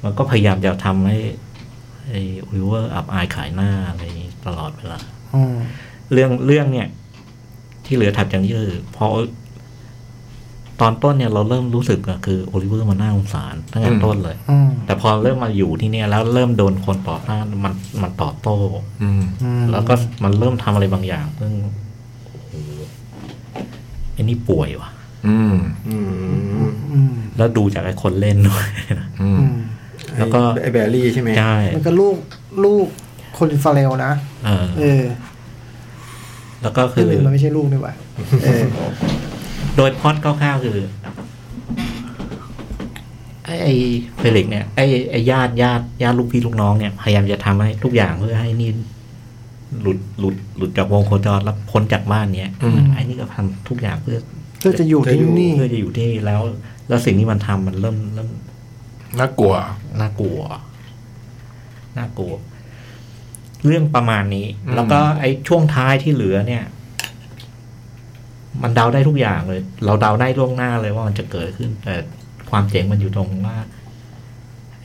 [SPEAKER 4] มันก็พยายามจะทำให้ไอ้โอลิเวอร์อับอายขายหน้าอะไรตลอดเวลา
[SPEAKER 2] อืม
[SPEAKER 4] เรื่องเรื่องเนี่ย ที่เหลือถัดจากนี้คือพอตอนต้นเนี่ยเราเริ่มรู้สึกอะคือโอลิเวอร์มันน่าสงสารตั้งแต่
[SPEAKER 3] อืม
[SPEAKER 4] ต้นเลย
[SPEAKER 2] อืม
[SPEAKER 4] แต่พอเริ่มมาอยู่ที่เนี่ย แล้วเริ่มโดนคนต่อต้านมันมันตอบโต้
[SPEAKER 3] อืม
[SPEAKER 2] อืม
[SPEAKER 4] แล้วก็มันเริ่มทำอะไรบางอย่างซึ่งโอ้โหไอ้นี่ป่วยว่ะ
[SPEAKER 3] อืม
[SPEAKER 5] อืม
[SPEAKER 2] อืม
[SPEAKER 4] แล้วดูจากไอ้คนเล่นด้วยนะ
[SPEAKER 3] อืม
[SPEAKER 2] อืม
[SPEAKER 4] แล้วก็
[SPEAKER 5] ไอ้แบรี่ใช่ไหม
[SPEAKER 4] ใช่
[SPEAKER 2] มันก็ลูกลูกคนฟาเรลนะ
[SPEAKER 4] เออ
[SPEAKER 2] เออ
[SPEAKER 4] แล้วก็คื
[SPEAKER 2] ที่
[SPEAKER 4] อ
[SPEAKER 2] หนึ่งมันไม่ใช่ลูกนี่หว่าเออ
[SPEAKER 4] โดยพล็อดคร่าวๆคือไอ้ไอ้เฟลิกซ์เนี่ยไอ้ไอ้ญาติญาติญาติลูกพี่ลูกน้องเนี่ยพยายามจะทำให้ทุกอย่างเพื่อให้นี่หลุดหลุดหลุดจากวงโคจรแล้วพ้นจากบ้านเนี้ยไอ้นี่ก็ทำทุกอย่างเพื่อ
[SPEAKER 2] เพื่อจะอยู่ที่นี่
[SPEAKER 4] เพื่อจะอยู่ที่นี่แล้ว แล้วสิ่งที่มันทำมันเริ่มเริ่ม
[SPEAKER 3] น่ากลัว
[SPEAKER 4] น่ากลัว น่ากลัว เรื่องประมาณนี้
[SPEAKER 3] อืม
[SPEAKER 4] แล้วก็ไอ้ช่วงท้ายที่เหลือเนี่ย มันเดาได้ทุกอย่างเลย เราเดาได้ล่วงหน้าเลยว่ามันจะเกิดขึ้น แต่ความเจ๋งมันอยู่ตรงว่า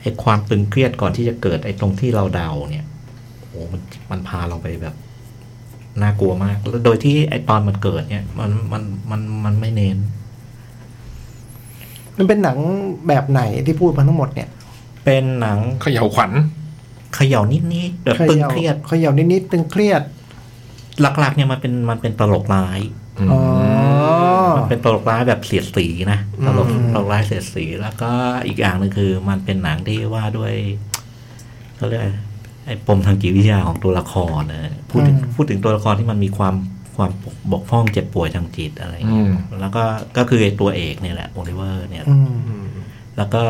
[SPEAKER 4] ไอ้ความตึงเครียดก่อนที่จะเกิด ไอ้ตรงที่เราเดาเนี่ยโอ้มันมันพาเราไปแบบ น่ากลัวมากแล้วโดยที่ไอ้ตอนมันเกิดเนี่ย มันมันมันมันไม่เน้น
[SPEAKER 2] มันเป็นหนังแบบไหนที่พูดมาทั้งหมดเนี่ย
[SPEAKER 4] เป็นหนัง
[SPEAKER 3] เขย่าวขวัญ
[SPEAKER 4] เขย่านิดๆแบบตึงเครียด
[SPEAKER 2] เขย่านิดๆตึงเครียด
[SPEAKER 4] หลักๆเนี่ยมันเป็นมันเป็นตลกร้าย
[SPEAKER 2] อ๋อ
[SPEAKER 4] มันเป็นตลกร้ายแบบเสียดสีนะตลกตลกร้ายเสียดสีแล้วก็อีกอย่างหนึงคือ มันเป็นหนังที่ว่าด้วยเขาเรียกอะไรไอ้ปมทางจิตวิทยาของตัวละครนะพูดถึง
[SPEAKER 2] อืม
[SPEAKER 4] พูดถึงตัวละครที่มันมีความความบกพร่องเจ็บป่วยทางจิตอะไรอย่างเงี้ย
[SPEAKER 3] อืม
[SPEAKER 4] แล้วก็ก็คือไอ้ตัวเอกเนี่ยแหละโอลิเวอร์เนี่ย
[SPEAKER 2] อืม
[SPEAKER 5] อืม
[SPEAKER 4] แล้วก็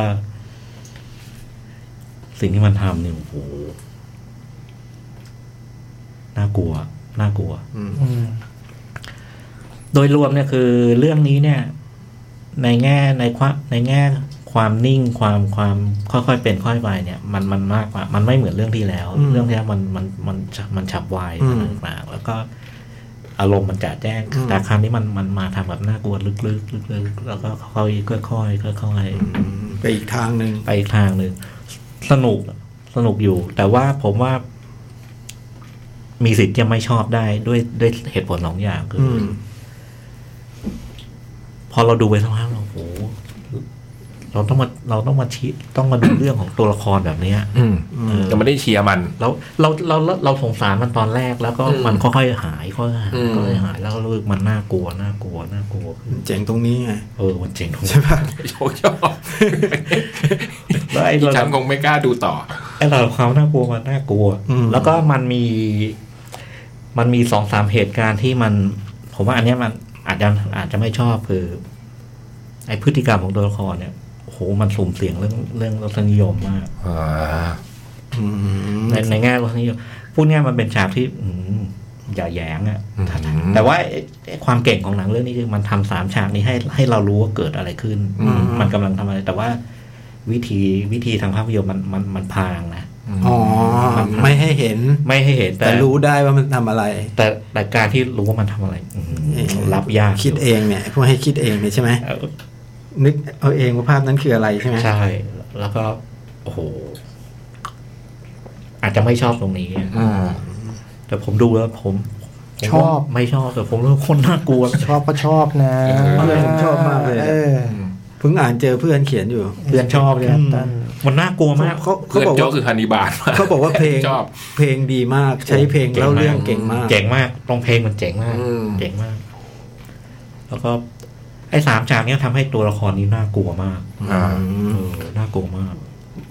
[SPEAKER 4] สิ่งที่มันทำเนี่ยโอ้โหน่ากลัวน่ากลัว
[SPEAKER 5] อืม
[SPEAKER 2] อืม
[SPEAKER 4] โดยรวมเนี่ยคือเรื่องนี้เนี่ย ในแง่ในความในแง่ความนิ่งความความค่อยๆเป็นค่อยไปเนี่ย มันมันมากกว่า มันไม่เหมือนเรื่องที่แล้ว เรื่องที่แล้วมันมันมันมันฉับไวมันต่างๆแล้วก็อารมณ์มันจัดแจ้ง แต่คราวนี้มันมันมาทำแบบน่ากลัวลึกๆลึกๆแล้วก็ค่อยๆค่อยๆค่อยๆ
[SPEAKER 5] ไปอีกทางหนึ่ง
[SPEAKER 4] ไปอีกทางหนึ่งสนุกสนุกอยู่ แต่ว่าผมว่า มีสิทธิ์จะไม่ชอบได้ด้วยด้วยเหตุผลสองอย่างคือ
[SPEAKER 5] อื
[SPEAKER 4] อ
[SPEAKER 5] ม
[SPEAKER 4] พอเราดูไปสักพักเราโอ้โหเราต้องมาเราต้องมาชี้ต้องมาดูเรื่องของตัวละครแบบเนี้ย
[SPEAKER 3] อืม
[SPEAKER 5] อืม
[SPEAKER 3] จะไม่ได้เชียร์มัน
[SPEAKER 4] เราเราเราเราเราสงสารมันตอนแรกแล้วก็
[SPEAKER 3] อืม
[SPEAKER 4] มันค่อยๆหายค่อยๆหาย
[SPEAKER 3] อืม
[SPEAKER 4] ค่อยๆหายแล้วรู้สึกมันน่ากลัวน่ากลัวน่ากลัวขึ้น
[SPEAKER 5] เจ๋งตรงนี้ไง
[SPEAKER 4] เออมันเจ๋ง
[SPEAKER 5] ใช่ป่ะ
[SPEAKER 3] โชคชอบ
[SPEAKER 4] แล้วไอ้
[SPEAKER 3] ฉั
[SPEAKER 4] เรา
[SPEAKER 3] นคงไม่กล้าดูต่อ
[SPEAKER 4] ไอ้เราความน่ากลัวมันน่ากลัว
[SPEAKER 5] อืม
[SPEAKER 4] แล้วก็มันมี มันมีสองสามเหตุการณ์ที่มัน ผมว่าอันเนี้ยมันอาจจะอาจจะไม่ชอบคือ ไอ้พฤติกรรมของตัวละครเนี่ยโอ้โหมันสุ่มเสี่ยงเรื่องเรื่องรสนิยมมาก
[SPEAKER 3] อ่า
[SPEAKER 5] อืม
[SPEAKER 4] ในในแง่รสนิยมพูดง่ายมันเป็นฉากที่ อืมอย่าแหยงอะ
[SPEAKER 3] อืม
[SPEAKER 4] แต่ว่าไอ้ไอ้ความเก่งของหนังเรื่องนี้คือมันทำสามฉากนี้ให้ให้เรารู้ว่าเกิดอะไรขึ้น มันกำลังทำอะไร แต่ว่าวิธีวิธีทางภาพยนตร์มันมันมันพรางนะ
[SPEAKER 5] อ๋อ ไม่ให้เห็น
[SPEAKER 4] ไม่ให้เห็น
[SPEAKER 5] แต่รู้ได้ว่ามันทำอะไร
[SPEAKER 4] แต่แต่การที่รู้ว่ามันทำอะไรอืม
[SPEAKER 5] เอ่อ
[SPEAKER 4] รับยาก
[SPEAKER 5] คิดเองเนี่ยพวกให้คิดเองเนี่ยใช่ไหม
[SPEAKER 4] เออ
[SPEAKER 5] นึกเอาเองว่าภาพนั้นคืออะไรใช่ไหม
[SPEAKER 4] ใช่ แล้วก็ โอ้โห อาจจะไม่ชอบตรงนี้
[SPEAKER 3] อืม
[SPEAKER 4] แต่ผมดูแล้วผมผม
[SPEAKER 2] ชอบ
[SPEAKER 4] ไม่ชอบแต่ผมรู้ว่าคนน่ากลัว
[SPEAKER 2] ชอบก็ชอบนะเออ
[SPEAKER 5] เพิ่งอ่านเจอเพื่อนเขียนอยู่
[SPEAKER 4] เพื่อนชอบเลย
[SPEAKER 2] อืม
[SPEAKER 4] มันน่ากลัวมาก
[SPEAKER 5] เขาเขา
[SPEAKER 3] เพื่อน
[SPEAKER 5] บอก
[SPEAKER 3] โจ้
[SPEAKER 5] ว่า
[SPEAKER 3] คือฮันนิบาลม
[SPEAKER 5] เขาบอกว่าเพลง
[SPEAKER 3] ชอบ
[SPEAKER 5] เพลงดีมากใช้เพลง
[SPEAKER 4] เก่งมาก
[SPEAKER 5] เล่าเรื่องเก่งมาก
[SPEAKER 4] เจ๋งมากตรงเพลงมันเจ๋งมาก
[SPEAKER 3] อืม
[SPEAKER 4] เจ๋งมาก แล้วก็ ไอ้สามฉากเนี้ยทำให้ตัวละครนี้น่ากลัวมาก
[SPEAKER 3] อ่า
[SPEAKER 5] อืม
[SPEAKER 4] เออน่ากลัวมาก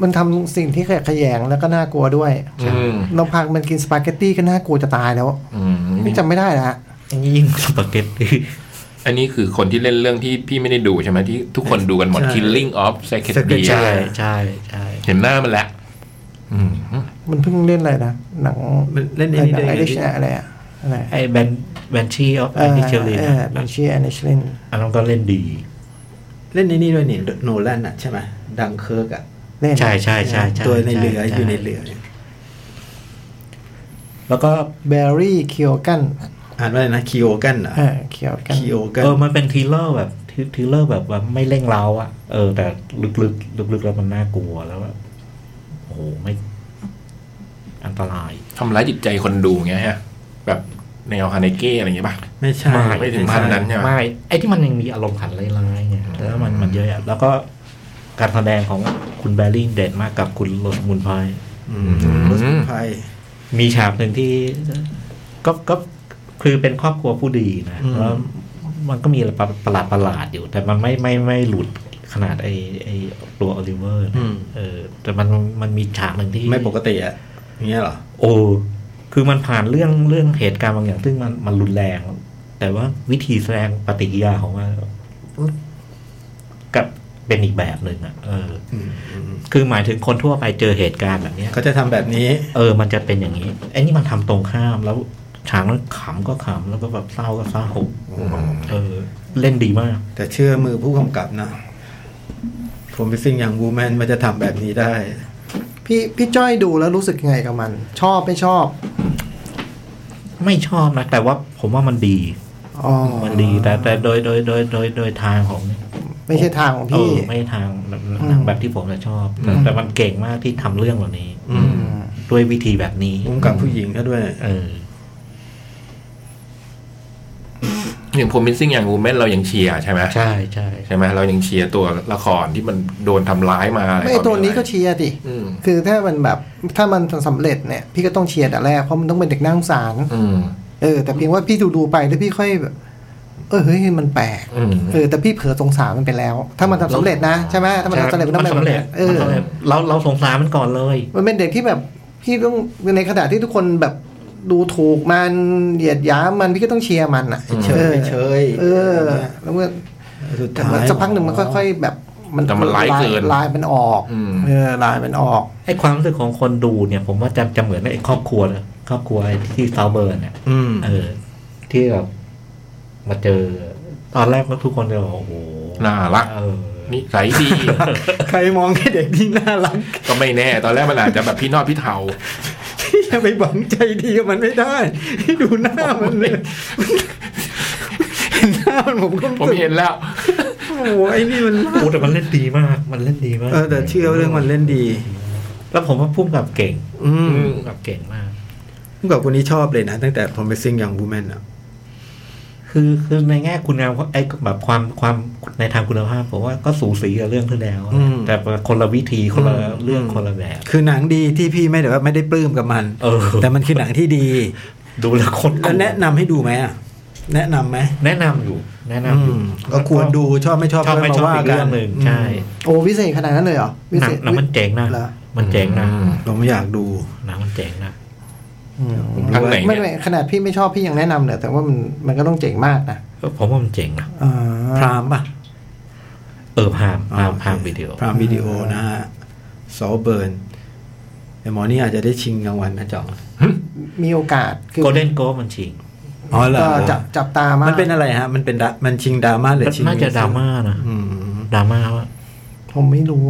[SPEAKER 2] มันทำสิ่งที่ขยงแล้วก็น่ากลัวด้วย
[SPEAKER 3] อืม
[SPEAKER 2] ลำพังมันกินสปาเกตตี้ก็น่ากลัวจะตายแล้ว
[SPEAKER 3] อืม
[SPEAKER 2] ไม่จำไม่ได้นะฮะ
[SPEAKER 4] ยิ่งสปาเกตตี้
[SPEAKER 3] อันนี้คือคนที่เล่นเรื่องที่พี่ไม่ได้ดูใช่ไหมที่ทุกคนดูกันหมด Killing of Sacred Deer
[SPEAKER 4] ใช่ใช่ใช่
[SPEAKER 3] เห็นหน้ามันแล้วอืม
[SPEAKER 2] มันเพิ่งเล่นอะไรนะหนัง
[SPEAKER 5] มันเล่นไอ้
[SPEAKER 2] ห
[SPEAKER 5] นี่
[SPEAKER 2] นั
[SPEAKER 5] ได้
[SPEAKER 2] งไอ
[SPEAKER 5] ไง
[SPEAKER 2] ริช
[SPEAKER 5] ที่
[SPEAKER 2] อะไรอะ อะไร
[SPEAKER 4] ไอ้แบนแบนชี่ออฟ
[SPEAKER 2] เอ
[SPEAKER 4] แอน
[SPEAKER 2] อ
[SPEAKER 4] ดิเชลิน
[SPEAKER 2] เออแบนชีแอนนิชลิน
[SPEAKER 4] อันนั้นก็เล่นดี
[SPEAKER 5] เล่นในนี่ด้วยนี่โนแลนอ่ะใช่ไหมดังเคิร์กอ่ะ
[SPEAKER 2] เล่น
[SPEAKER 4] ใช่ใช่ใช่ช่
[SPEAKER 5] ตัวในเรือ
[SPEAKER 4] ช่
[SPEAKER 5] อยู่ในเรือ
[SPEAKER 4] แล้วก็
[SPEAKER 2] เบอร์รี่เคียวกัน
[SPEAKER 5] อ่านว่าอะไรนะคิโอกันเหรอ
[SPEAKER 2] เออเคียวกัน
[SPEAKER 5] คิโอกัน
[SPEAKER 4] เออมันเป็นทริลเลอร์แบบทริทริลเลอร์แบบว่าไม่เร่งเร้าอ่ะเออ แต่ลึกๆลึกๆแล้วมันน่ากลัวแล้วแบบโอ้โหไม่อันตราย
[SPEAKER 3] ทำร้ายจิตใจคนดูอย่างเงี้ยฮะแบบแนวฮาเนเก้อะไรอย่างเงี้ยป่ะ
[SPEAKER 5] ไม่ใช่
[SPEAKER 3] ไม่ถึงขั้นนั้นใช่ไหม
[SPEAKER 4] ไม่ไอ้ที่มันยังมีอารมณ์ขันร้ายๆไงแล้วมันมันเยอะอะแล้วก็การแสดงของคุณแบริ่งเด่นมากกับคุณโรสมุนไพร
[SPEAKER 5] อืมรถไฟ
[SPEAKER 4] มีฉากหนึ่งที่ก็ก็คือเป็นครอบครัวผู้ดีนะ
[SPEAKER 5] อืม
[SPEAKER 4] แล้วมันก็มีอะไรประหลาดประหลาดๆอยู่ แต่มันไม่ไม่ไม่หลุดขนาดไอ้ไอ้ตัวโอลิเวอร์นะเออ แต่มันมันมีฉากหนึ่งที่
[SPEAKER 5] ไม่ปกติอ่ะอย่างเงี้ยเหรอ
[SPEAKER 4] โอ้ คือมันผ่านเรื่องเรื่องเหตุการณ์บางอย่าง ซึ่งมันมันรุนแรง แต่ว่าวิธีแสดงปฏิกิริยาของมันกับเป็นอีกแบบหนึ่งอ่ะ เออ
[SPEAKER 5] อืมอืม
[SPEAKER 4] คือหมายถึงคนทั่วไปเจอเหตุการณ์แบบเนี้ย
[SPEAKER 5] เขาจะทำแบบนี้
[SPEAKER 4] เออ มันจะเป็นอย่างนี้ ไอ้นี่มันทำตรงข้าม แล้วฉากนั้นขำก็ขำ แล้วก็แบบเศร้าก็เศร้าเออ เล่นดีมาก
[SPEAKER 5] แต่เชื่อมือผู้กำกับนะ Promising Young Woman มันจะทำแบบนี้ได้
[SPEAKER 2] พี่พี่จ้อยดูแล้วรู้สึกยังไงกับมัน ชอบไม่ชอบ
[SPEAKER 4] ไม่ชอบนะ แต่ว่าผมว่ามันดี
[SPEAKER 2] อ๋อ
[SPEAKER 4] มันดี แต่แต่โดยโดยโดยโดยโดยทางของ
[SPEAKER 2] ไม่ใช่ทางของ
[SPEAKER 4] เอ
[SPEAKER 2] พี่
[SPEAKER 4] อไม่ทางแบบหนังแบบที่ผมจะชอบแต่แต่มันเก่งมากที่ทำเรื่องแบบนี้
[SPEAKER 5] อืม
[SPEAKER 4] ด้วยวิธีแบบนี้
[SPEAKER 5] ผู้กำกับผู้หญิงก็ด้วย
[SPEAKER 4] เออ
[SPEAKER 3] อย่างผมมินซิ่งอย่างวูแมนเรายังเชียร์ใช่ไหม
[SPEAKER 4] ใช่ใช่
[SPEAKER 3] ใช่ไหมเรายังเชียร์ตัวละครที่มันโดนทำร้ายมาอะไร
[SPEAKER 2] ไม่
[SPEAKER 3] ต่อ
[SPEAKER 2] ตัว
[SPEAKER 3] มี
[SPEAKER 2] นี้
[SPEAKER 3] อะไร
[SPEAKER 2] ก็เชียร์ดิ
[SPEAKER 3] อืม
[SPEAKER 2] คือถ้ามันแบบถ้ามันสำเร็จเนี่ย พี่ก็ต้องเชียร์แต่แรก เพราะมันต้องเป็นเด็กนั่าสงสาร
[SPEAKER 3] อืม
[SPEAKER 2] เออ แต่เพียงว่าพี่ดูดูๆไปแล้วพี่ค่อยแบบเออเฮ้ยมันแปลก
[SPEAKER 3] อืม
[SPEAKER 2] เออ แต่พี่เผลอสงสารมันไปแล้ว ถ้ามันทำสำเร็จนะใช่ไหมถ้ามันทำสำเร็จมันต้องเป็นแบบนั้นเอ
[SPEAKER 4] มัน
[SPEAKER 2] อ
[SPEAKER 4] สำเร็จเราเราสงสารมันก่อนเลย
[SPEAKER 2] มันเป็นเด็กที่แบบพี่ต้องในขณะที่ทุกคนแบบดูถูกมันเหยียดหยามมันพี่ก็ต้องเชียร์มันอ่ะ
[SPEAKER 5] เฉยๆเฉยๆ
[SPEAKER 2] เออ
[SPEAKER 5] อะไรเงี้ย
[SPEAKER 2] แล้วเมื่อ
[SPEAKER 5] สุด
[SPEAKER 2] แต่
[SPEAKER 5] ท้าย
[SPEAKER 2] สักพักหนึ่งมันค่อยๆแบบมัน
[SPEAKER 3] แต่มันร้ายเกิน
[SPEAKER 2] ลายมันออก
[SPEAKER 3] อืม
[SPEAKER 2] เออลายมันออก
[SPEAKER 4] ไอ้ความรู้สึกของคนดูเนี่ย ผมว่าจะจะเหมือนไอ้ครอบครัวเลยครอบครัวไอ้ที่เซาเบิร์นเนี่ย
[SPEAKER 5] อืม
[SPEAKER 4] เออ ที่แบบมาเจอ ตอนแรกก็ทุกคนจะบอกโอ้โห
[SPEAKER 3] น่ารัก
[SPEAKER 4] เออ
[SPEAKER 3] นิสัยดี
[SPEAKER 5] ใครมองแค่เด็กที่น่ารัก
[SPEAKER 3] ก็ไม่แน่ ตอนแรกมันอาจจะแบบพี่นอดพี่เทา
[SPEAKER 5] ที่จะไปหวังใจดีกับมันไม่ได้ที่ดูหน้ามันเลยหน้ามันผมก็
[SPEAKER 3] ผมเห็นแล้ว
[SPEAKER 5] โอ้โหไอ้นี่มัน
[SPEAKER 4] โอ้แต่มันเล่นดีมาก มันเล่นดีมาก
[SPEAKER 5] เออแต่เชื่อว่าเรื่องมันเล่นดี
[SPEAKER 4] แล้วผมว่าพุ่มกับเก่ง
[SPEAKER 5] อืม
[SPEAKER 4] พุ่มกับเก่งมาก
[SPEAKER 5] ผู้กำกับคนนี้ชอบเลยนะ ตั้งแต่ Promising Young Woman อ่ะ
[SPEAKER 4] คือคือในแง่คุณงามไอ้แบบความความในทางคุณภาพผมว่าก็สูสีกับเรื่องที่แล้วนะ
[SPEAKER 5] อืม
[SPEAKER 4] แต่คนละวิธีคนละ
[SPEAKER 5] อืม
[SPEAKER 4] เรื่องคนละแบบ
[SPEAKER 5] คือหนังดีที่พี่ไม่ได้ว่าไม่ได้ปลื้มกับมัน
[SPEAKER 4] เออ
[SPEAKER 5] แต่มันคือหนังที่ดี
[SPEAKER 4] ดูแล้วคน
[SPEAKER 5] แล้วแนะนำให้ดูไหมอะแนะนำไหม
[SPEAKER 4] แนะนำอยู่ แนะนำอยู่
[SPEAKER 5] ก็ควรดูชอบไม่ชอบ
[SPEAKER 4] ชอบไม่ชอบอีกเรื่องหนึ่งใช่
[SPEAKER 2] โอ้วิเศษขนาดนั้นเลยเหรอวิ
[SPEAKER 4] หนั
[SPEAKER 2] เศ
[SPEAKER 4] ง
[SPEAKER 2] ษ
[SPEAKER 4] หนังมันเจ๋งนะ
[SPEAKER 2] เหรอ
[SPEAKER 4] มันเจ๋งนะ
[SPEAKER 3] อืม
[SPEAKER 5] ผมอยากดู
[SPEAKER 4] หนังมันเจ๋งนะ
[SPEAKER 2] อืม
[SPEAKER 3] ทางไหนเนี่ย
[SPEAKER 2] ไม่ไม่ขนาดพี่ไม่ชอบพี่ยังแนะนำเลยแต่ว่ามันมันก็ต้องเจ๋งมากนะ
[SPEAKER 4] ผมว่ามันเจ๋งนะ
[SPEAKER 2] อ่า
[SPEAKER 5] พรามป่ะ
[SPEAKER 4] เออพามพามพามวิดีโอ
[SPEAKER 5] พรามวิดีโอนะฮะซอเบิร์นแต่หมอนี่อาจจะได้ชิงรางวัลนะจอง
[SPEAKER 2] มีโอกาสคือ
[SPEAKER 4] โกลเด้นโกมันชิง
[SPEAKER 5] อ๋อเหรอ
[SPEAKER 2] ก็จับจับตามาก
[SPEAKER 5] มันเป็นอะไรฮะ มันเป็นดะมันชิงดราม่าหรือชิง
[SPEAKER 4] น่าจะดราม่านะ
[SPEAKER 5] อืม
[SPEAKER 4] ดราม่าว่า
[SPEAKER 2] ผมไม่รู้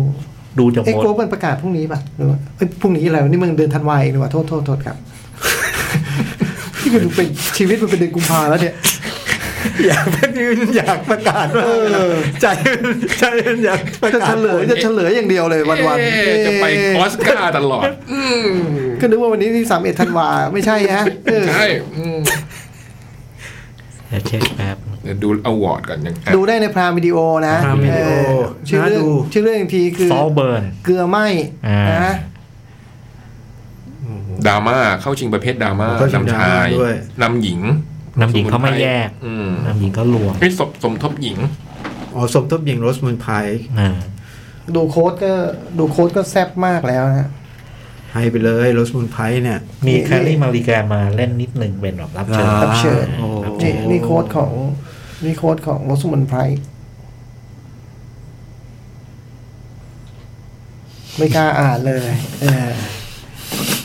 [SPEAKER 4] ดูจาก
[SPEAKER 2] เอ้
[SPEAKER 4] บท
[SPEAKER 2] โกลบมันประกาศพรุ่งนี้ป่ะหรือว่าเอ้ยพรุ่งนี้อะไรวะนี่มึงเดือนธันวาเองหรือว่าโทษโทษโทษครับ ที่มันดูเป็นชีวิตมันเป็นเดือนกุมภาแล้วเนี่ย
[SPEAKER 5] อยากเป็นอยากประกาศว่าใจมันใจมันอยากประ
[SPEAKER 2] จะ
[SPEAKER 5] กา
[SPEAKER 2] เฉล
[SPEAKER 5] ศ
[SPEAKER 2] ยจะเฉลยอย่างเดียวเลยวันวัน
[SPEAKER 3] เอ๊ะจะไปออสการ์ตลอด
[SPEAKER 2] ก็นึกว่าวันนี้ที่สามเอ็ดธันวาไม่ใช่ฮะเออ
[SPEAKER 3] ใช่อืม
[SPEAKER 4] เดี๋ยวเช็คแป๊บ
[SPEAKER 3] เดี๋ยวดูอวอร์ดก่อนยัง
[SPEAKER 2] ดูได้ในพรามวิดีโอนะ
[SPEAKER 5] พรามวิดีโอ
[SPEAKER 2] เออชื่อ
[SPEAKER 5] น่า
[SPEAKER 2] เรื่อง
[SPEAKER 5] ดู
[SPEAKER 2] ชื่อเรื่องอีกทีคือ
[SPEAKER 4] Saltburn
[SPEAKER 2] เกลือไหม
[SPEAKER 4] อ่าน
[SPEAKER 2] นะ
[SPEAKER 3] ดราม่าเข้าชิงประเภทดราม่า
[SPEAKER 5] เข้าชิง
[SPEAKER 3] นำชาย
[SPEAKER 5] ดราม่าด้วย
[SPEAKER 3] นำหญิง
[SPEAKER 4] นำหญิงเขาไม่แยก
[SPEAKER 3] อืม
[SPEAKER 4] นำหญิงเขารวม
[SPEAKER 3] ไอ้ยสมสมทบหญิง
[SPEAKER 5] อ๋อสมทบหญิงโรสมุนไพร
[SPEAKER 4] อ่า
[SPEAKER 2] ดูโค้ดก็ดูโค้ดก็แซ่บมากแล้วนะ
[SPEAKER 5] ให้ไปเลยโรสมุนไพรเนี่ย
[SPEAKER 4] มี
[SPEAKER 2] นี่
[SPEAKER 4] แคลรี่มาริแกมาเล่นนิดนึงเป็นแบบรับเชิญ
[SPEAKER 5] อ่า
[SPEAKER 2] รับเชิญ
[SPEAKER 5] โอ้
[SPEAKER 2] นี่นี่โค้ดของนี่โค้ดของโรสมุนไพรไม่กล้าอ่านเลย เออ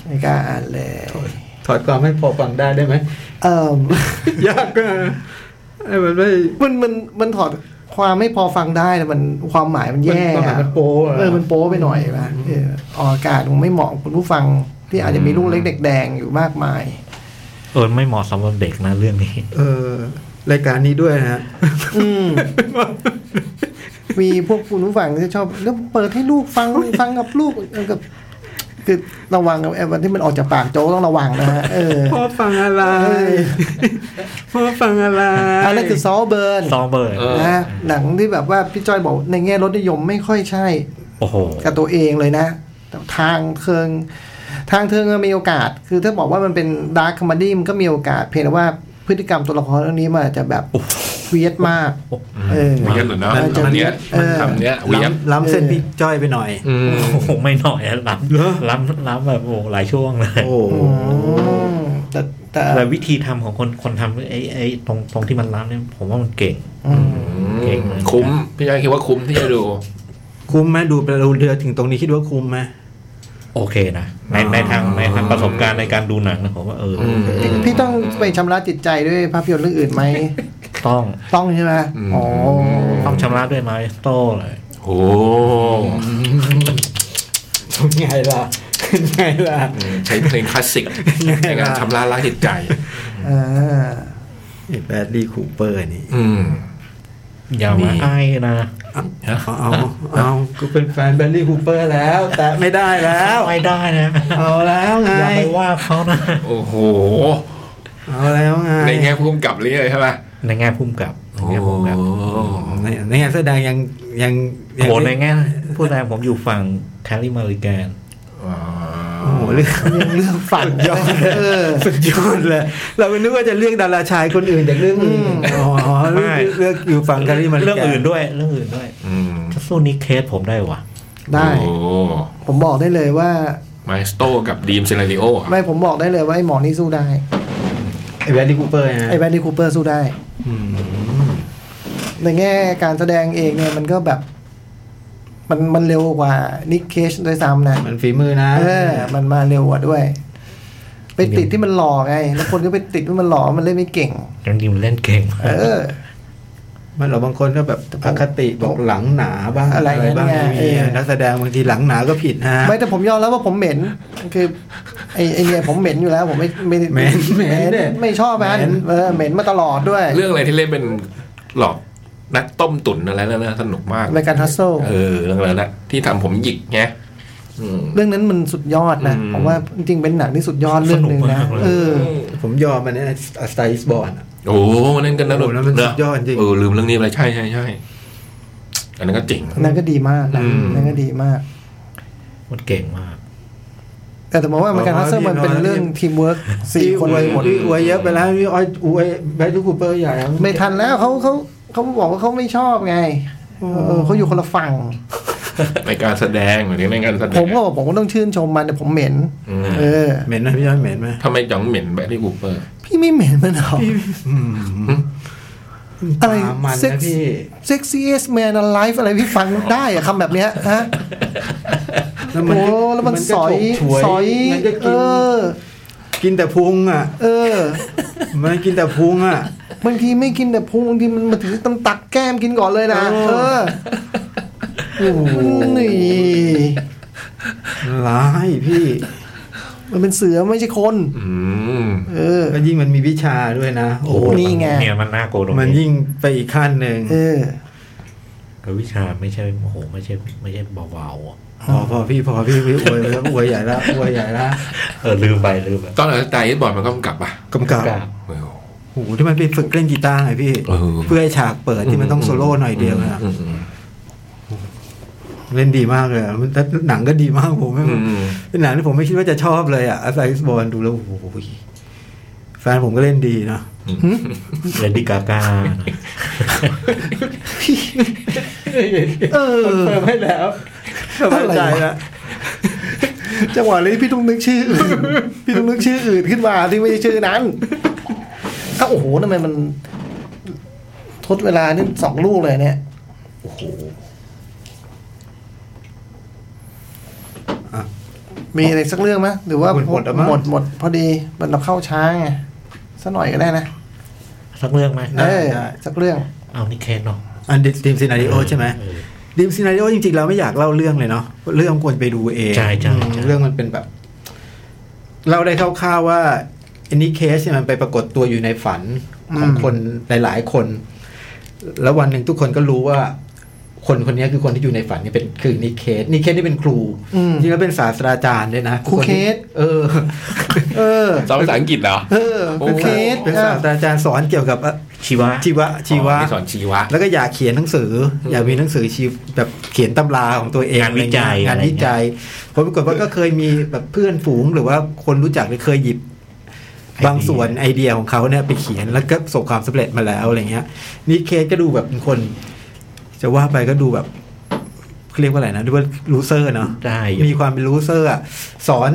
[SPEAKER 2] ไม่กล้าอ่านเลย
[SPEAKER 5] ถอดความให้พอฟังได้ได้ไหม
[SPEAKER 2] เออย
[SPEAKER 5] ากก็ไอ้มันไม่
[SPEAKER 2] มันมันมันถอดความไม่พอฟังได้แต่มันความหมายมันแย่
[SPEAKER 5] มันความหมายมันโป๊ะอะ
[SPEAKER 2] เออมันโป๊ะไปหน่อยนะเออออกอากาศมันไม่เหมาะกับคุณผู้ฟังที่อาจจะมีลูกเล็กเด็กแดงอยู่มาก มาย
[SPEAKER 4] เออไม่เหมาะสำหรับเด็กนะเรื่องนี้
[SPEAKER 5] เออรายการนี้ด้วยนะฮ ะ
[SPEAKER 2] อืม มีพวกคุณผู้ฟังที่ชอบแล้วเปิดให้ลูกฟัง ฟังกับลูกเออกับ คือระวังกับไอ้วันที่มันออกจากปากโจ้ต้องระวังนะฮะเออ
[SPEAKER 5] พ่อฟัง อะไร พ่อฟังอะไร
[SPEAKER 2] อันนั้นคือซอเบิร์น
[SPEAKER 4] ซองเบิร์ด
[SPEAKER 3] เออ
[SPEAKER 2] นะหนังที่แบบว่าพี่จ้อยบอกในแง่รสนิยมไม่ค่อยใช่
[SPEAKER 4] โอ้โห
[SPEAKER 2] กับตัวเองเลยนะแต่ทางเทิง ทางเทิงมันมีโอกาส คือถ้าบอกว่ามันเป็นดาร์คคอมดี้มันก็มีโอกาส เพียงแต่ว่าพฤติกรรมตัวละครเรื่องนี้มันอาจจะแบบเวียดมาก เออ
[SPEAKER 3] เวียนเหรอเนาะ
[SPEAKER 2] มัจะ
[SPEAKER 3] อันเนี้ย
[SPEAKER 2] เออ
[SPEAKER 3] ทำเนี้ยเวียน
[SPEAKER 5] ล้ำล้ำเส้นพี่จ้อยไปหน่อย
[SPEAKER 3] อืม
[SPEAKER 4] โอ้โหไม่หน่อยอะล้
[SPEAKER 5] เหรอ
[SPEAKER 4] ำล้ำล้ำแบบโอ้โหหลายช่วงเลย
[SPEAKER 5] โอ้โห
[SPEAKER 2] แต่แต่
[SPEAKER 4] แต่วิธีทำของคนคนทำไอ้ไอ้ตรงตรงที่มันล้ำเนี่ยผมว่ามันเก่ง
[SPEAKER 2] อืม
[SPEAKER 4] เก่งเลย
[SPEAKER 3] คุ้ม พี่ยายคิดว่าคุ้มที่จะดู
[SPEAKER 5] คุ้มไหมดูไปดูเดือถึงตรงนี้คิดว่าคุ้มไหม
[SPEAKER 4] โอเคนะในในทางในทางประสบการณ์ในการดูหนังนะผมว่าเอออ
[SPEAKER 3] อืม
[SPEAKER 2] พี่ต้องไปชำระจิตใจด้วยภาพยนตร์เรื่องอื่นไหม
[SPEAKER 4] ต้อง
[SPEAKER 2] ต้องใช่ไหม
[SPEAKER 3] อืม
[SPEAKER 2] อ๋อ
[SPEAKER 4] ต้องชำระด้วยไม้โต้เลย
[SPEAKER 3] โอ้
[SPEAKER 5] ไง ล่ะ ไงล่ะ
[SPEAKER 3] ใช้เพลงคลาสสิกในการชำระล้างจิตใจ
[SPEAKER 2] อ่า
[SPEAKER 5] แบดดี้คูเปอร์นี่
[SPEAKER 3] อืม
[SPEAKER 4] อย่ามาไอ้นะ
[SPEAKER 5] เอาเอาเอากูเป็นแฟนแบดดี้คูเปอร์แล้ว แต่ไม่ได้แล้ว
[SPEAKER 4] ไม่ได้นะ
[SPEAKER 5] เอาแล้วไง
[SPEAKER 4] อย่าไปว่าเขานะ
[SPEAKER 3] โอ้โห
[SPEAKER 5] เอาแล้วไง
[SPEAKER 3] ในแง่พุ่มกลับเรื่อยใช่ไหม
[SPEAKER 4] ในแง่พุ่มกับในแง่พุ่มกับ
[SPEAKER 5] ในในแง่แสดงยังยัง
[SPEAKER 4] โอ้โหในแง่ผู้แรงผมอยู่ฝั่งแคลิมาริแกน
[SPEAKER 3] อ๋อ
[SPEAKER 5] โอ้โหเรื่อง
[SPEAKER 2] ยังเรื่องฝัน
[SPEAKER 5] ยอด
[SPEAKER 2] เออ
[SPEAKER 5] สุดยอดเลย เราไม่นึกว่าจะเลือกดาราชายคนอื่นจากเรื่องอื่นอ๋อ
[SPEAKER 4] ไม่
[SPEAKER 5] เลือกเลือกอยู่ฝั่งแครี่มา
[SPEAKER 4] เรื่องอื่นด้วยเรื่องอื่นด้วย
[SPEAKER 3] อืม
[SPEAKER 4] ถ้าสู้นิกเคสผมได้วะ
[SPEAKER 2] ได้
[SPEAKER 3] โอ้
[SPEAKER 2] ผมบอกได้เลยว่า
[SPEAKER 3] ไมสโตกับดีมเซนาริโออะ
[SPEAKER 2] ไม่ผมบอกได้เลยว่าไอ้หมอนี่สู้ได้
[SPEAKER 5] ไอ้แบดดี้คูเปอร์นะ
[SPEAKER 2] ไอ้แบนดี้คูเปอร์สู้ได้
[SPEAKER 5] อืม
[SPEAKER 2] ในแง่การแสดงเองเนี่ยมันก็แบบ มันมันเร็วกว่านิกเคชด้วยซ้ำนะ
[SPEAKER 5] มันฝีมือนะ
[SPEAKER 2] เออ มันมาเร็วกว่าด้วย ไปติดที่มันหล่อไง แล้วคนก็ไปติดว่ามันหล่อมันเล่นไม่เก่ง
[SPEAKER 4] จริงๆมันเล่นเก่ง
[SPEAKER 2] เออ
[SPEAKER 5] มันเหรอบางคนก็แบบอคติบอกหลังหนาบ้าง
[SPEAKER 2] อะไร
[SPEAKER 5] บ้าง
[SPEAKER 2] เนี่ย
[SPEAKER 5] ที่
[SPEAKER 2] เอ
[SPEAKER 5] มี
[SPEAKER 2] อ
[SPEAKER 5] นักแสดงบางทีหลังหนาก็ผิดนะ
[SPEAKER 2] ไม่แต่ผมยอมแล้วว่าผมเหม็น คือไอ้ไอ้เนี่ยผมเหม็นอยู่แล้ว ผมไม่ไม่
[SPEAKER 5] เหม็นเหม็นเนี่ย
[SPEAKER 2] ไม่ชอบมันเออเหม็นมาตลอดด้วย
[SPEAKER 3] เรื่องอะไรที่เล่นเป็นหลอกนักต้มตุ๋นอะไรนั่นนะสนุกมาก
[SPEAKER 2] รายการทัสโซ
[SPEAKER 3] เออเรื่องอะไรนะที่ทำผมหยิกไงอืม
[SPEAKER 2] เรื่องนั้นมันสุดยอดนะ
[SPEAKER 3] อืม
[SPEAKER 2] ผมว่าจริงๆเป็นหนังที่สุดยอดเรื่องหนึ่งนะเออ
[SPEAKER 5] ผมยอมมันเนี่ยสไตล์สบอล
[SPEAKER 3] โอ้นั่นก็นะ
[SPEAKER 5] โอ้โหนั่นมัน
[SPEAKER 3] เ
[SPEAKER 5] สุดยอดจริง
[SPEAKER 3] เออลืมเรื่องนี้ไปเลยใช่ใช่ใช่อันนั้นก็เจ๋ง
[SPEAKER 2] นั่นก็ดีมากนะ
[SPEAKER 3] อืม
[SPEAKER 2] นั่นก็ดีมาก
[SPEAKER 4] มันเก่งมาก
[SPEAKER 2] แต่ผมว่ามันการทัสโซมันเป็นเรื่องทีมเวิร์กสี่คน
[SPEAKER 5] อวย
[SPEAKER 2] เลยหมด
[SPEAKER 5] อวยเยอะไปแล้วพี่อ้อยอวยแบทตี้คูเปอร์ใหญ่แล้ว
[SPEAKER 2] ไม่ทันแล้วเขาเขาเขาบอกว่าเขาไม่ชอบไงเออเขาอยู่คนละฝั่ง
[SPEAKER 3] ในการแสดงหรือในการแสดง
[SPEAKER 2] ผมก็บอกผมก็ต้องชื่นชมมันแต่ผมเหม็น
[SPEAKER 3] อืม
[SPEAKER 2] เออ
[SPEAKER 5] เหม็นไหมพี่อ้อยเหม็นไหม
[SPEAKER 3] ทำไมจังเหม็นแบบที่กูเปอร์
[SPEAKER 2] พี่ไม่เหม็นมันหรอ อะไร
[SPEAKER 5] ตามมัน
[SPEAKER 2] เซ็ก
[SPEAKER 5] นะพี่
[SPEAKER 2] เซ็กซี่เอสแมนไลฟ์อะไรพี่ฟังได้อะคำแบบเนี้ยฮะ
[SPEAKER 5] แล้วมัน
[SPEAKER 2] โอ้
[SPEAKER 5] ก็
[SPEAKER 2] แล้วมัน
[SPEAKER 5] มันก็
[SPEAKER 2] สอย
[SPEAKER 5] ฉกฉวย
[SPEAKER 2] สอย
[SPEAKER 5] มันก็กิน
[SPEAKER 2] เออ
[SPEAKER 5] กินแต่พุงอ่ะ
[SPEAKER 2] เออ
[SPEAKER 5] มันกินแต่พุงอ่ะ
[SPEAKER 2] บางทีไม่กินแต่พุงบางทีมันมาถึงต้ตักแก้มกินก่อนเลยนะ
[SPEAKER 5] เอ
[SPEAKER 2] เอ
[SPEAKER 5] อ
[SPEAKER 2] อ
[SPEAKER 5] โอ้โห
[SPEAKER 2] นี่
[SPEAKER 5] ร้ายพี่
[SPEAKER 2] มันเป็นเสือไม่ใช่คน
[SPEAKER 3] อืม
[SPEAKER 2] เออ
[SPEAKER 5] แล้วยิ่งมันมีวิชาด้วยนะ โอ้โห
[SPEAKER 2] นี่ไง
[SPEAKER 4] เนี่ยมันน่ากลัวตรง
[SPEAKER 5] มัน
[SPEAKER 4] นี้
[SPEAKER 5] ยิ่งไปอีกขั้นหนึ่ง
[SPEAKER 2] เออ
[SPEAKER 4] กับวิชาไม่ใช่โอ้โหไม่ใช่ไม่ใช่เบาๆอ่ะ
[SPEAKER 5] พอพอพี่พอพี่พี่อวยแล้วอวยใหญ่ละอวยใหญ่ละ
[SPEAKER 4] เออลืมไปลืมไป
[SPEAKER 3] ตอนเอาใจบอร์ดมันก็กลับอ่ะ
[SPEAKER 5] กำกับ
[SPEAKER 4] กราบ
[SPEAKER 3] เออ
[SPEAKER 5] โอ้โหที่มันไปฝึกเล่นกีตาร์ไงพี่
[SPEAKER 3] เออ
[SPEAKER 5] เพื่อให้ฉากเปิดที่มันต้องโซโล่หน่อยเดียวนะ
[SPEAKER 3] อืมอืม
[SPEAKER 5] เล่นดีมากเลยอะมันแต่หนังก็ดีมากผมไม่
[SPEAKER 3] อืม
[SPEAKER 5] เป็นหนังที่ผมไม่คิดว่าจะชอบเลยอ่ะอาศัยบอลดูแล้วโอ้โหแฟนผมก็เล่นดีนะ
[SPEAKER 4] เลดี้กาก้า
[SPEAKER 2] เออ
[SPEAKER 5] เปิดให้แล้วสบายใจแล้ว
[SPEAKER 2] จังหวะนี้พี่ต้องนึกชื่ออื่น พี่ต้องนึกชื่ออื่นขึ้นมาที่ไม่ใช่ชื่อนั้น ถ้าโอ้โหทำไมมัน ทดเวลานี่สองลูกเลยเนี่ย
[SPEAKER 5] อ่ะ
[SPEAKER 2] มีอะไรสักเรื่องไหมหรือว่า
[SPEAKER 5] หมดหมดแล้วมั้ง
[SPEAKER 2] หมดหมดพอดีมันเราเข้าช้าไงส สักหน่อยก็ได้นะ
[SPEAKER 4] สักเรื่องไหม
[SPEAKER 2] เออสักเรื่อง
[SPEAKER 4] เอานี่เคนเนาะ
[SPEAKER 5] อันดีมซีนาริโอใช่ไหม
[SPEAKER 4] เออ
[SPEAKER 5] ดีมซีนาริโอจริงๆเราไม่อยากเล่าเรื่องเลยเนาะเรื่องควรไปดูเอง
[SPEAKER 4] ใช่ใช่
[SPEAKER 5] อืม
[SPEAKER 4] ใช่
[SPEAKER 5] เรื่องมันเป็นแบบเล่าได้คร่าวๆว่าอันนี้เคสเนี่ยมันไปปรากฏตัวอยู่ในฝันของ
[SPEAKER 2] อืม
[SPEAKER 5] คนหลายๆคน แล้ววันหนึ่งทุกคนก็รู้ว่า คนคนนี้คือคนที่อยู่ในฝันเนี่ยเป็นคือนิเคสนิเคสนี่เป็นครู
[SPEAKER 2] อืม
[SPEAKER 5] จริงๆแล้วเป็นศาสตราจารย์ด้วยนะ
[SPEAKER 2] ครูเคส
[SPEAKER 5] เออ
[SPEAKER 2] เออ
[SPEAKER 3] สอนภาษาอังกฤษเหรอ
[SPEAKER 2] เออเป็นเคส
[SPEAKER 5] เป็นศาสตราจารย์สอนเกี่ยวกับเอ่อ
[SPEAKER 4] ชีวะ
[SPEAKER 5] ชีวะชีวะ
[SPEAKER 3] อ๋อนี่สอนชีวะ
[SPEAKER 5] แล้วก็อยากเขียนหนังสือออยากมีหนังสือชีวแบบเขียนตำราของตัวเอง
[SPEAKER 4] งานวิจัย
[SPEAKER 5] อะไรเงี้งาน
[SPEAKER 4] อะไรเงี้ย
[SPEAKER 5] วิจัยผลปรากฏว่าก็เคยมีแบบเพื่อนฝูงหรือว่าคนรู้จักหรือเคยหยิบบางส่วนไอเดียของเขาเนี่ยไปเขียนแล้วก็ประสบความสำเร็จมาแล้วอะไรเงี้ยนี่เคสก็ดูแบบเป็นคน จะว่าไปก็ดูแบบเขาเรียกว่าอะไรนะดูว่าลูเซอร์เนาะ
[SPEAKER 4] ได้อยู่
[SPEAKER 5] มีความเป็นรู้เซอร์อะสอน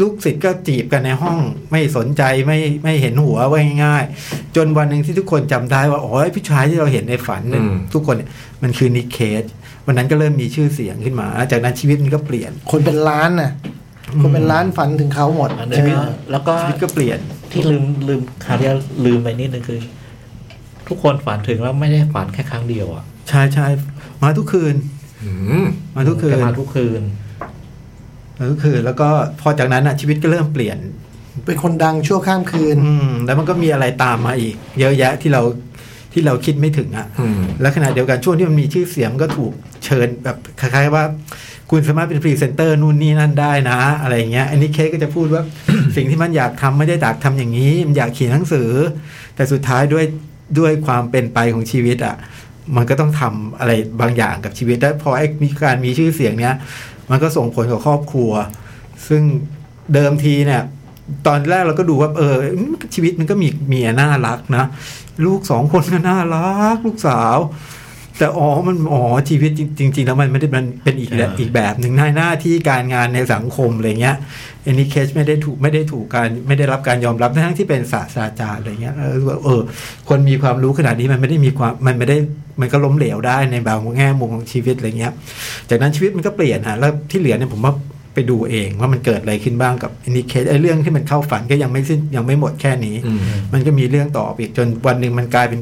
[SPEAKER 5] ลูกศิษย์ก็จีบกันในห้อง ไม่สนใจไม่ไม่เห็นหัวว่าง่ายๆ จนวันหนึ่งที่ทุกคนจำได้ว่าอ๋อไอ้ผู้ชายที่เราเห็นในฝันเนี่ย
[SPEAKER 3] อืม
[SPEAKER 5] ทุกคนเนี่ยมันคือนิกเคสวันนั้นก็เริ่มมีชื่อเสียงขึ้นมาแล้วจากนั้นชีวิตมันก็เปลี่ยน
[SPEAKER 2] คนเป็นล้านน่ะ คนเป็นล้านฝันถึงเขาหมด
[SPEAKER 4] อันนี้ก็
[SPEAKER 2] เออ
[SPEAKER 4] แล้วก็
[SPEAKER 5] ชีวิตก็เปลี่ยน
[SPEAKER 4] ที่ลืมลืมคราวที่แล้วลืมไปนิดนึงคือ ทุกคนฝันถึงแล้วไม่ได้ฝันแค่ครั้งเดียวอ่ะ
[SPEAKER 5] ชายชายมาทุกคืน
[SPEAKER 3] อืม
[SPEAKER 5] มาทุกคืน
[SPEAKER 4] แต่มาทุกคืน
[SPEAKER 5] มาทุกคืน แล้วก็พอจากนั้นอะชีวิตก็เริ่มเปลี่ยน
[SPEAKER 2] เป็นคนดังชั่วข้ามคืน
[SPEAKER 5] อืมแล้วมันก็มีอะไรตามมาอีก เยอะแยะที่เราที่เราคิดไม่ถึงอะ่ะ
[SPEAKER 3] อืม
[SPEAKER 5] และขณะเดียวกันช่วงที่มันมีชื่อเสียงก็ถูกเชิญแบบคล้ายๆว่า คุณสามารถเป็นพรีเซนเตอร์นู่นนี่นั่นได้นะ อะไรอย่างเงี้ยอันนี้เคสก็จะพูดว่า สิ่งที่มันอยากทำไม่ได้อยากทำอย่างนี้ มันอยากเขียนหนังสือ แต่สุดท้ายด้วยด้วยความเป็นไปของชีวิตอะ่ะ มันก็ต้องทำอะไรบางอย่างกับชีวิตได้วพอไอ้มีการมีชื่อเสียงเนี้ย มันก็ส่งผลกับครอบครัว ซึ่งเดิมทีเนี่ย ตอนแรกเราก็ดูว่าเออชีวิตมันก็มีเมียน่ารักนะ ลูกสองคนก็น่ารัก ลูกสาว แต่อ๋อมันอ๋อชีวิตจริง ๆ แล้วมันไม่ได้มันเป็นอีกแบบ
[SPEAKER 4] ใช่
[SPEAKER 5] อีกแบบหนึ่งหน้าหน้าที่การงานในสังคมอะไรเงี้ยอันนี้เคสไม่ได้ถูกไม่ได้ถูกการไม่ได้รับการยอมรับทั้งที่เป็นศาสตราจารย์อะไรเงี้ยเออรู้ว่าเออ คนมีความรู้ขนาดนี้มันไม่ได้มีความมันไม่ได้มันก็ล้มเหลวได้ในบางแง่มุมของชีวิตอะไรเงี้ย จากนั้นชีวิตมันก็เปลี่ยนฮะแล้วที่เหลือเนี่ยผมว่าไปดูเองว่ามันเกิดอะไรขึ้นบ้างกับอินดิเคทไอ้เรื่องที่มันเข้าฝันก็ยังไม่สิ้นยังไม่หมดแค่นี้
[SPEAKER 3] อืม
[SPEAKER 5] มันก็มีเรื่องต่อไปอีกจนวันหนึ่งมันกลายเป็น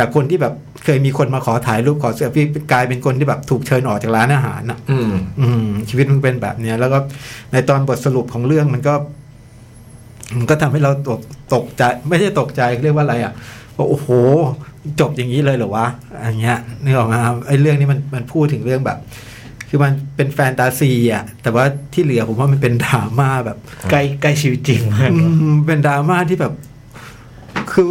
[SPEAKER 5] จากคนที่แบบเคยมีคนมาขอถ่ายรูปขอเสื้อพี่กลายเป็นคนที่แบบถูกเชิญออกจากร้านอาหารน่ะ
[SPEAKER 3] อืม
[SPEAKER 5] อืม ชีวิตมันเป็นแบบเนี้ย แล้วก็ในตอนบทสรุปของเรื่องมันก็ มันก็ทำให้เราตกตกใจ ไม่ใช่ตกใจเรียกว่าอะไรอ่ะว่าโอ้โห จบอย่างนี้เลยเหรอวะอันเงี้ยนึกออกมาไอ้เรื่องนี้มันมันพูดถึงเรื่องแบบ คือมันเป็นแฟนตาซีอ่ะ แต่ว่าที่เหลือผมว่ามันเป็นดราม่าแบบ
[SPEAKER 4] ใกล้ใกล้ชีวิตจริง มาก
[SPEAKER 5] อืมเป็นดราม่าที่แบบ คือ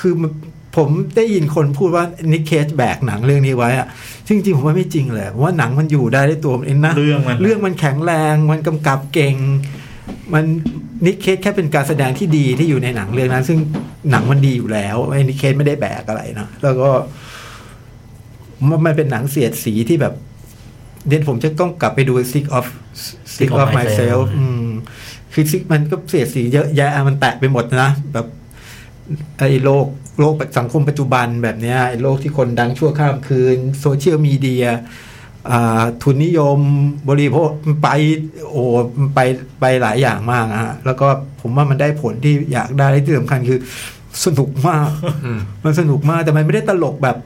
[SPEAKER 5] คือมันผมได้ยินคนพูดว่านิกเคสแบกหนังเรื่องนี้ไว้อะซึ่งจริงๆผมว่าไม่จริงเลยผมว่าหนังมันอยู่ได้ด้วยตัวมันเองนะ
[SPEAKER 4] เรื่องมัน
[SPEAKER 5] เรื่องมันแข็งแรง มันกำกับเก่ง มันนิกเคสแค่เป็นการแสดงที่ดีที่อยู่ในหนังเรื่องนั้น ซึ่งหนังมันดีอยู่แล้วไอ้นิกเคสไม่ได้แบกอะไรนะ แล้วก็มันมันเป็นหนังเสียดสีที่แบบ เดี๋ยวผมจะต้องกลับไปดู Sick of Sick of Myself อืมคือ Sick มันก็เสียดสีเยอะแยะ มันแตะไปหมดนะ แบบ ไอ้โลกโลกสังคมปัจจุบันแบบเนี้ยไอ้โลกที่คนดังชั่วข้ามคืนโซเชียลมีเดียอ่าทุนนิยมบริโภคมันไปโอ้มันไปไปหลายอย่างมากอะฮะแล้วก็ผมว่ามันได้ผลที่อยากได้และที่สำคัญคือสนุกมาก
[SPEAKER 3] อืม
[SPEAKER 5] มันสนุกมากแต่มันไม่ได้ตลกแบบ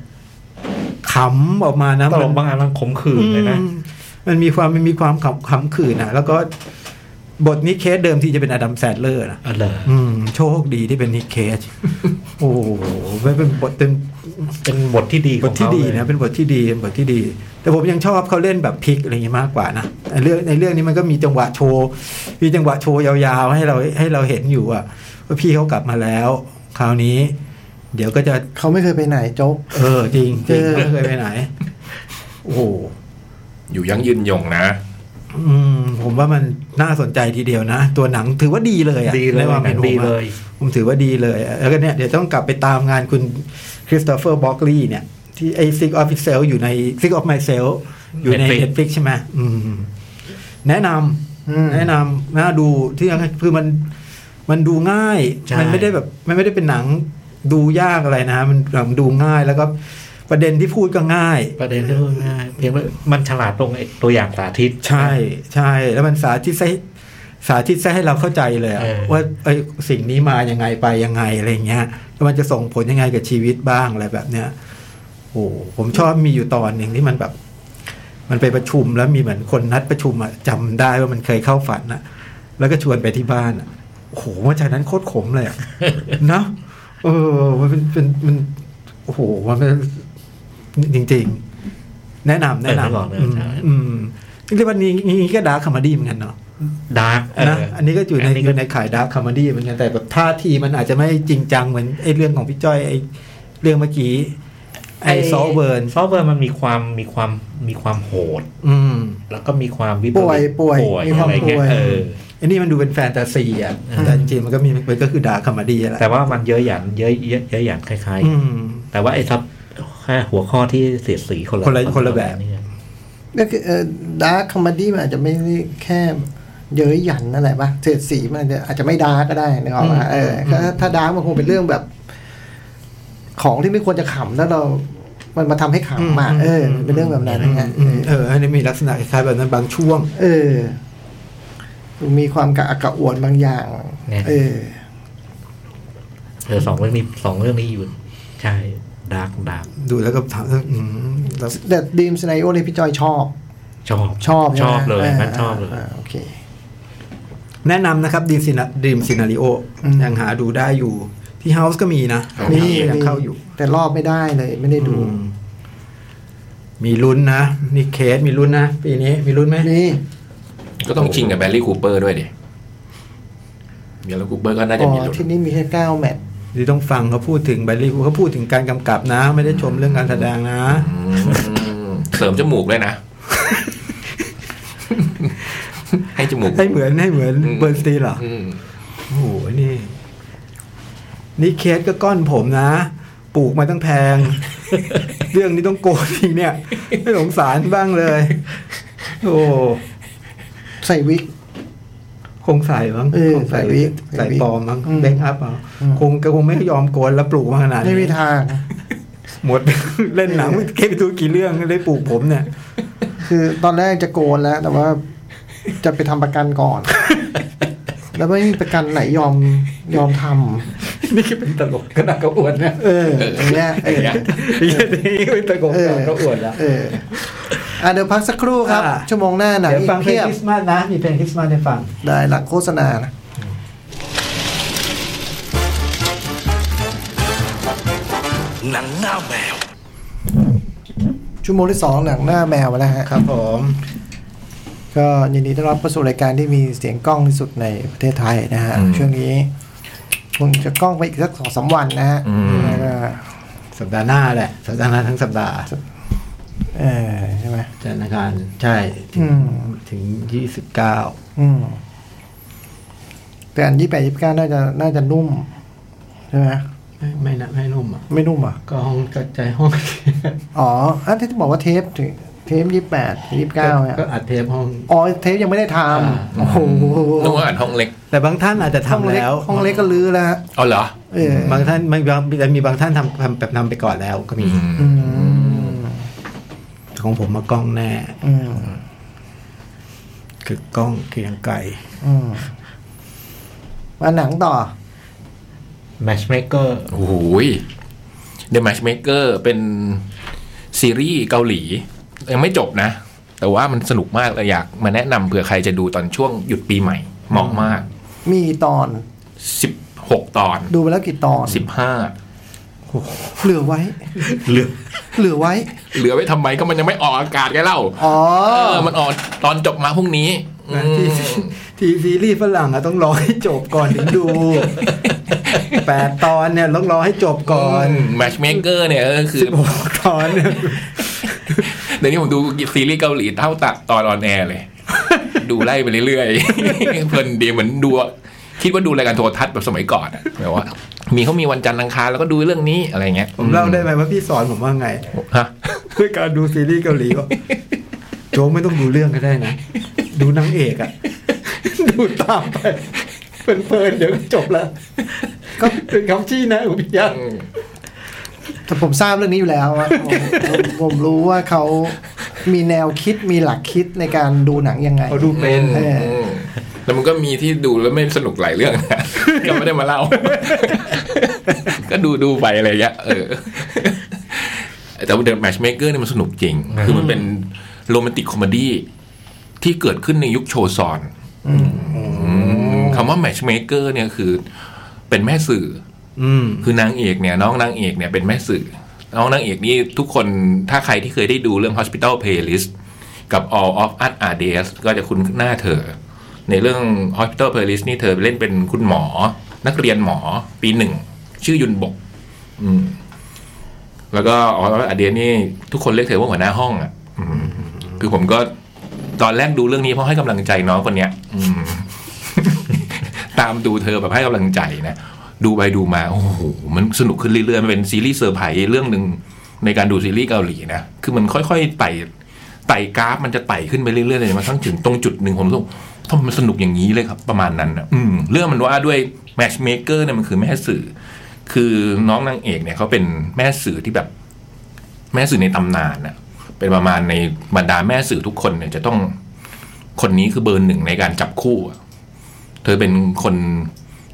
[SPEAKER 5] ขำออกมานะ
[SPEAKER 4] ต
[SPEAKER 5] มัน
[SPEAKER 4] ลกบางอันมันขมขื่นเลยนะ
[SPEAKER 5] อืมมันมีความมันมีความขำขำขื่นนะแล้วก็บทนี้เคสเดิมที่จะเป็นอดัมแซดเลอร์นะ
[SPEAKER 4] อะไร
[SPEAKER 5] อืม โชคดีที่เป็นนิกเคส โอ้โหไม่เป็นบทเป็น
[SPEAKER 4] เป็นบทที่ดีข
[SPEAKER 5] บ
[SPEAKER 4] อ
[SPEAKER 5] ท
[SPEAKER 4] ง
[SPEAKER 5] ที่
[SPEAKER 4] เขา
[SPEAKER 5] ดี
[SPEAKER 4] เลย
[SPEAKER 5] นะเป็นบทที่ดีเป็นบทที่ดี แต่ผมยังชอบเขาเล่นแบบพลิกอะไรอย่างงี้มากกว่านะไอ้เรื่องในเรื่องนี้มันก็มีจังหวะโชว์มีจังหวะโชว์ยาวๆ ให้เราให้เราเห็นอยู่อะว่าพี่เขากลับมาแล้ว คราวนี้ เดี๋ยวก็จะ
[SPEAKER 2] เขาไม่เคยไปไหนโจ๊ก
[SPEAKER 5] เออจริงจริง
[SPEAKER 2] เออ
[SPEAKER 5] ไม่เคยไปไหน โอ้โห
[SPEAKER 3] อยู่ยั่งยืนยงนะ
[SPEAKER 5] อืมผมว่ามันน่าสนใจทีเดียวนะ ตัวหนังถือว่าดีเลยอะ
[SPEAKER 4] ดีเลย
[SPEAKER 5] ในความ
[SPEAKER 4] หนั
[SPEAKER 5] เห็น
[SPEAKER 4] ง
[SPEAKER 5] ผม
[SPEAKER 4] ดี
[SPEAKER 5] อะ
[SPEAKER 4] เลย
[SPEAKER 5] ผมถือว่าดีเลยอะแล้วก็เนี่ยเดี๋ยวต้องกลับไปตามงานคุณคริสโตเฟอร์บ็อกลีย์เนี่ย ที่ไอซิกออฟฟิเซลอยู่ในซิกออฟไมเซลอยู่ใน
[SPEAKER 4] Netflix
[SPEAKER 5] เน็ตฟลิกใช่ไหมอืม แนะน
[SPEAKER 2] อืม
[SPEAKER 5] ำแนะนำน่าดูที่คือมันมันดูง่าย
[SPEAKER 4] ใช่
[SPEAKER 5] มันไม่ได้แบบ มันไม่ได้เป็นหนังดูยากอะไรนะ มันหนังดูง่ายแล้วก็ประเด็นที่พูดก็ง่าย
[SPEAKER 4] ประเด็นเรื่องง่ายเพียงว่ามันฉลาดตรงไอ้ตัวอย่างสาธิต
[SPEAKER 5] ใช่ใช่แล้วมันสาธิตใช้ สาธิตซะให้เราเข้าใจเลยอะ
[SPEAKER 4] เออ
[SPEAKER 5] ว่าไอ้ยสิ่งนี้มายังไงไปยังไงอะไรเงี้ยแล้วมันจะส่งผลยังไงกับชีวิตบ้างอะไรแบบเนี้ยโอ้โหผมชอบมีอยู่ตอนหนึ่งที่มันแบบ มันไปประชุมแล้วมีเหมือนคนนัดประชุมอะจำได้ว่ามันเคยเข้าฝันอะแล้วก็ชวนไปที่บ้านอะโอ้โหวันจากนั้นโคตรขมเลยอะ เนอะเออ มันเป็นเป็นมันโอ้โหมันเป็นจริง ๆ แนะนำแนะน
[SPEAKER 4] เออไม่บอกเลย
[SPEAKER 5] ำอืม
[SPEAKER 4] ใช่
[SPEAKER 5] อืมเรียกว่านี้นี้ก็ดาร์คคอมเมดี้เหมือนกันเนาะ
[SPEAKER 4] ดาร์กเ
[SPEAKER 5] นะอันนี้ก็อยู่ใน
[SPEAKER 4] อันนี้
[SPEAKER 5] อ
[SPEAKER 4] ก็
[SPEAKER 5] ยู่ในขายดาร์คคอมเมดี้เหมือนกันแต่แบบท่าทีมันอาจจะไม่จริงจังเหมือนไอ้เรื่องของพี่จ้อยไอ้เรื่องเมื่อกี้ไอ้ซอเบิร์น
[SPEAKER 4] ซอเบิร์นมันมีความมีความมีความโหด
[SPEAKER 5] อืม
[SPEAKER 4] แล้วก็มีความวิปริต
[SPEAKER 2] ป่วยป่วยมีความ
[SPEAKER 4] อะไรเงี้
[SPEAKER 2] ป่วย
[SPEAKER 4] เออ
[SPEAKER 5] อันนี้มันดูเป็นแฟนตาซีอ่ะ แต่จริงๆมันก็มีมันก็คือดาร์คคอมเมดี้แหละ
[SPEAKER 4] แต่ว่ามันเยอะหยันเยอะเยอะเยอะหยันคล้าย
[SPEAKER 5] อืม
[SPEAKER 4] ๆ แต่ว่าไอ้ทับแค่หัวข้อที่เสียดสีคนละ
[SPEAKER 5] คนละคนละแบบ
[SPEAKER 4] นี่ไง
[SPEAKER 2] ก็คือดาร์คคอมเมดี้มันอาจจะไม่ได้แค่เย้ยหยันนั่นแหละปะเสียดสีมันอาจจะอาจจะไม่ดาร์กก็ได้นึกออก
[SPEAKER 5] อื
[SPEAKER 2] มาม เออ
[SPEAKER 5] อืม
[SPEAKER 2] ถ้าถ้าดาร์กมันคงเป็นเรื่องแบบ ของที่ไม่ควรจะขำแล้วเรา มันมาทำให้ขำอ่ะเออมันเป็นเรื่องแบบนั้นนะฮะ
[SPEAKER 5] อืมเอออันนี้มีลักษณะคล้ายๆแบบนั้นบางช่วง
[SPEAKER 2] เออ มีความกระอักกระอ่วนบางอย่าง เออ
[SPEAKER 4] เออสองเรื่องนี้สองเรื่องนี้อยู่ ใช่ดาร์กดาร์ก
[SPEAKER 5] ดูแล้วก็ถามอืมแล้ว
[SPEAKER 2] แต่ดีมสไนโอเนี่ยพี่จอยชอบ
[SPEAKER 4] ชอบ
[SPEAKER 2] ชอบ
[SPEAKER 4] ช
[SPEAKER 2] ใไหม
[SPEAKER 4] อบเลย
[SPEAKER 2] า
[SPEAKER 4] มันชอบเลย
[SPEAKER 2] าโอเค
[SPEAKER 5] แนะนำนะครับดีมซินาดีมซินาริโอ
[SPEAKER 2] อืม
[SPEAKER 5] ยังหาดูได้อยู่ที่เฮาส์ก็มีนะ
[SPEAKER 3] ครับ
[SPEAKER 5] มี
[SPEAKER 2] นี่
[SPEAKER 5] ยังเข้าอยู่
[SPEAKER 2] แต่รอบไม่ได้เลย ไม่ได้ดู
[SPEAKER 5] อืมมีลุ้นนะนี่เคสมีลุ้นนะปีนี้มีลุ้นไหม
[SPEAKER 2] นี่
[SPEAKER 3] ก็ต้องชิงกับแบรรี่คูเปอร์ด้วยดิเบลลี่คูเปอร์ก็น่าจะ
[SPEAKER 2] อ๋อ
[SPEAKER 3] มีลุ้น
[SPEAKER 2] ที่นี่มีแค่เก้าแมตช์
[SPEAKER 5] หรือต้องฟังเขาพูดถึงแบลลี่เขาพูดถึงการกำกับนะ ไม่ได้ชมเรื่องการแสดงนะ
[SPEAKER 3] อืมเสริมจมูกเลยนะ ให้จมูก
[SPEAKER 5] ให้เหมือนให้เหมือน
[SPEAKER 3] อืม
[SPEAKER 5] เบิร์นสตีนเหรอ
[SPEAKER 3] อืม
[SPEAKER 5] โอ้โห นี่ นี่เคสก็ก้อนผมนะ ปลูกมาตั้งแพ ง เรื่องนี้ต้องโกนทีเนี่ย ไม่สงสารบ้างเลย โอ้
[SPEAKER 2] ใส่วิก
[SPEAKER 5] คงใส่มั้ง
[SPEAKER 2] เออ
[SPEAKER 5] คง
[SPEAKER 2] ใส่วิก
[SPEAKER 5] ใส่ปลอมมั้ง
[SPEAKER 2] อืม
[SPEAKER 5] แบงค์อัพเอา
[SPEAKER 2] อืม
[SPEAKER 5] คงก็คงไม่ยอมโกนแล้วปลูกมาขนาดนี้
[SPEAKER 2] ไม่มีทาง
[SPEAKER 5] หมด เล่นหนังไม่เคยไปดูกี่เรื่องเลยปลูกผมเนี่ย
[SPEAKER 2] คือตอนแรกจะโกนแล้ว แต่ว่าจะไปทำประกันก่อน แล้วไม่มีประกันไหนยอมยอมทำ
[SPEAKER 5] นี่คือเป็นตลกขนาดก็อวดนะ
[SPEAKER 2] เอออย่างเงี้ยเออ
[SPEAKER 5] นี่เป็นตลกขนาดก็อวดละ
[SPEAKER 2] เอออ่ะเดี๋ยวพักสักครู่ครับ
[SPEAKER 5] อ่ะ
[SPEAKER 2] ชั่วโมงหน้าหนัง
[SPEAKER 5] เดี๋ยว
[SPEAKER 2] อี
[SPEAKER 5] ฟั
[SPEAKER 2] ก
[SPEAKER 5] งเพล
[SPEAKER 2] เพี
[SPEAKER 5] ง
[SPEAKER 2] ยบ
[SPEAKER 5] คริสต์มาสนะ มีเพลงคริสต์มาสให้ฟัง
[SPEAKER 2] ได้หลังโฆษณานะ
[SPEAKER 6] หนังหน้าแมว
[SPEAKER 2] ชั่วโมงที่สองหนังหน้าแมวแล้วฮะ
[SPEAKER 5] ครับผม
[SPEAKER 2] ก็ยินดีต้อนรับเข้าสู่รายการที่มีเสียงกล้องที่สุดในประเทศไทยนะฮะ
[SPEAKER 3] อืม
[SPEAKER 2] ช่วงนี้คงจะกล้องไปอีกสักสองสามวันนะฮะ
[SPEAKER 3] อืม
[SPEAKER 2] แล้วก็
[SPEAKER 5] สัปดาห์หน้าแหละ สัปดาห์หน้าทั้งสัปดาห์
[SPEAKER 2] เออใช่ไหม
[SPEAKER 5] สถานการณ์ใช่ถึง
[SPEAKER 2] อืม
[SPEAKER 5] ถึงยี่สิบเก้า
[SPEAKER 2] อืมแต่อันยี่แปดยี่เก้าน่าจะน่าจะนุ่ม ใช่ไหม
[SPEAKER 5] ไม่ไม่นะไม่นุ่มอ่ะ
[SPEAKER 2] ไม่นุ่มเหรอ่ะ
[SPEAKER 5] ก็ห้องกระจายห้อง
[SPEAKER 2] อ๋ออันที่บอกว่าเทปถึงเทปยี่แปดยี่เก้าเนี่ย
[SPEAKER 5] ก็อัดเทปห้อง
[SPEAKER 2] อ๋อเทปยังไม่ได้ท
[SPEAKER 5] อ่า
[SPEAKER 2] ำโอ้โห
[SPEAKER 3] นึกว่าอ่านห้องเล็ก
[SPEAKER 5] แต่บางท่านอาจจะ
[SPEAKER 2] ห้อง
[SPEAKER 5] ทำ
[SPEAKER 2] เล็ก
[SPEAKER 5] แล้ว
[SPEAKER 2] ห้องเล็กก็ลื้อแล้วฮะ
[SPEAKER 3] เอาเหรอ
[SPEAKER 2] เออบ
[SPEAKER 5] างท่านไม่บางแต่มีบางท่านทำทำแบบนำไปก่อนแล้วก็มี
[SPEAKER 3] อืม
[SPEAKER 2] อืม
[SPEAKER 5] ของผมมากล้องแน่
[SPEAKER 2] อืม
[SPEAKER 5] คือกล้องเกรียงไกร
[SPEAKER 2] อืมมาหนังต่อ
[SPEAKER 4] matchmaker
[SPEAKER 3] โอ้โหย The Matchmaker เป็นซีรีส์เกาหลี ยังไม่จบนะ แต่ว่ามันสนุกมากเลยอยากมาแนะนำเผื่อใครจะดูตอนช่วงหยุดปีใหม่เหมาะมาก
[SPEAKER 2] มีกี่ตอน
[SPEAKER 3] 16 ตอน
[SPEAKER 2] ดูไปแล้วกี่ตอน
[SPEAKER 3] 15
[SPEAKER 2] เหลือไว้
[SPEAKER 4] เหลือ
[SPEAKER 2] เหลือไว้
[SPEAKER 3] เหลือไว้ทำไมก็มันยังไม่ออกอากาศไงเล่า
[SPEAKER 2] อ๋อ
[SPEAKER 3] เออมันออกตอนจบมาพรุ่งนี้อืม
[SPEAKER 5] ที่ที่ซีรีส์ฝรั่งอะต้องรอให้จบก่อนถึง ดูแปดตอนเนี่ยต้องรอให้จบก่อน
[SPEAKER 3] ม Matchmaker เนี่ยก็คือ
[SPEAKER 5] สิบหกตอนเนี่ย
[SPEAKER 3] เดี๋ยวนี้ผมดูซีรีส์เกาหลีเท่าตัดตอนออนแอร์เลย ดูไล่ไปเรื่อยๆ เพลินดีเหมือนดู คิดว่าดูรายการโทรทัศน์แบบสมัยก่อนอะแบบว่า มีเขามีวันจันทร์อังคารแล้วก็ดูเรื่องนี้อะไรเงี้ย
[SPEAKER 5] ผมเล่าได้ไหมว่าพี่สอนผมว่าไง
[SPEAKER 3] ฮะ
[SPEAKER 5] ด้วยการดูซีรีส์เกาหลีว่าโจ๊กไม่ต้องดูเรื่องก็ได้นะ ดูนางเอกอะดูตามไปเพลินๆเดี๋ยวก็จบละก็เป็นคำชี้แนะของพี่ยักษ์
[SPEAKER 2] แต่ผมทราบเรื่องนี้อยู่แล้วอะผมผมผมรู้ว่าเขามีแนวคิดมีหลักคิดในการดูหนังยังไง
[SPEAKER 5] เขาดูเป็น
[SPEAKER 2] เออ
[SPEAKER 3] อืม แล้วมันก็มีที่ดูแล้วไม่สนุกหลายเรื่องนะ ก็ไม่ได้มาเล่า ก็ดูดูไปอะไรอย่างเงี้ยเออ แต่ว่าเดอะแมชเมเกอร์เนี่ยมันสนุกจริง คือมันเป็นโรแมนติกคอมดี้ที่เกิดขึ้นในยุคโชซอนคำว่าแมชเมเกอร์เนี่ยคือเป็นแม่สื่อ
[SPEAKER 5] อืม
[SPEAKER 3] คือนางเอกเนี่ยน้องนางเอกเนี่ยเป็นแม่สื่อ น้องนางเอกนี่ทุกคนถ้าใครที่เคยได้ดูเรื่อง Hospital Playlist กับ All of Us Are Dead ก็จะคุ้นหน้าเธอ ในเรื่อง Hospital Playlist นี่เธอเล่นเป็นคุณหมอ นักเรียนหมอปีหนึ่ง ชื่อยุนบก อืม แล้วก็ All of Us Are Dead นี่ทุกคนเรียกเธอว่าหัวหน้าห้องอ่ะอืมคือผมก็ตอนแรกดูเรื่องนี้เพราะให้กำลังใจน้องคนเนี้ย อืม ตามดูเธอแบบให้กำลังใจนะ ดูไปดูมา โอ้โห มันสนุกขึ้นเรื่อยๆ มันเป็นซีรีส์เซอร์ไพรส์เรื่องหนึ่งในการดูซีรีส์เกาหลีนะ คือมันค่อยๆไต่ไต่กราฟมันจะไต่ขึ้นไปเรื่อยๆเลยมันทั้งถึงตรงจุดหนึ่งผมรู้สึกทำไมมันสนุกอย่างนี้เลยครับ ประมาณนั้นนะอืมเรื่องมันว่าด้วยแมชเมเกอร์เนี่ยมันคือแม่สื่อ คือน้องนางเอกเนี่ยเขาเป็นแม่สื่อที่แบบ แม่สื่อในตำนานนะเป็นประมาณในบรรดาแม่สื่อทุกคนเนี่ยจะต้องคนนี้คือเบอร์หนึ่งในการจับคู่อะ เธอเป็นคน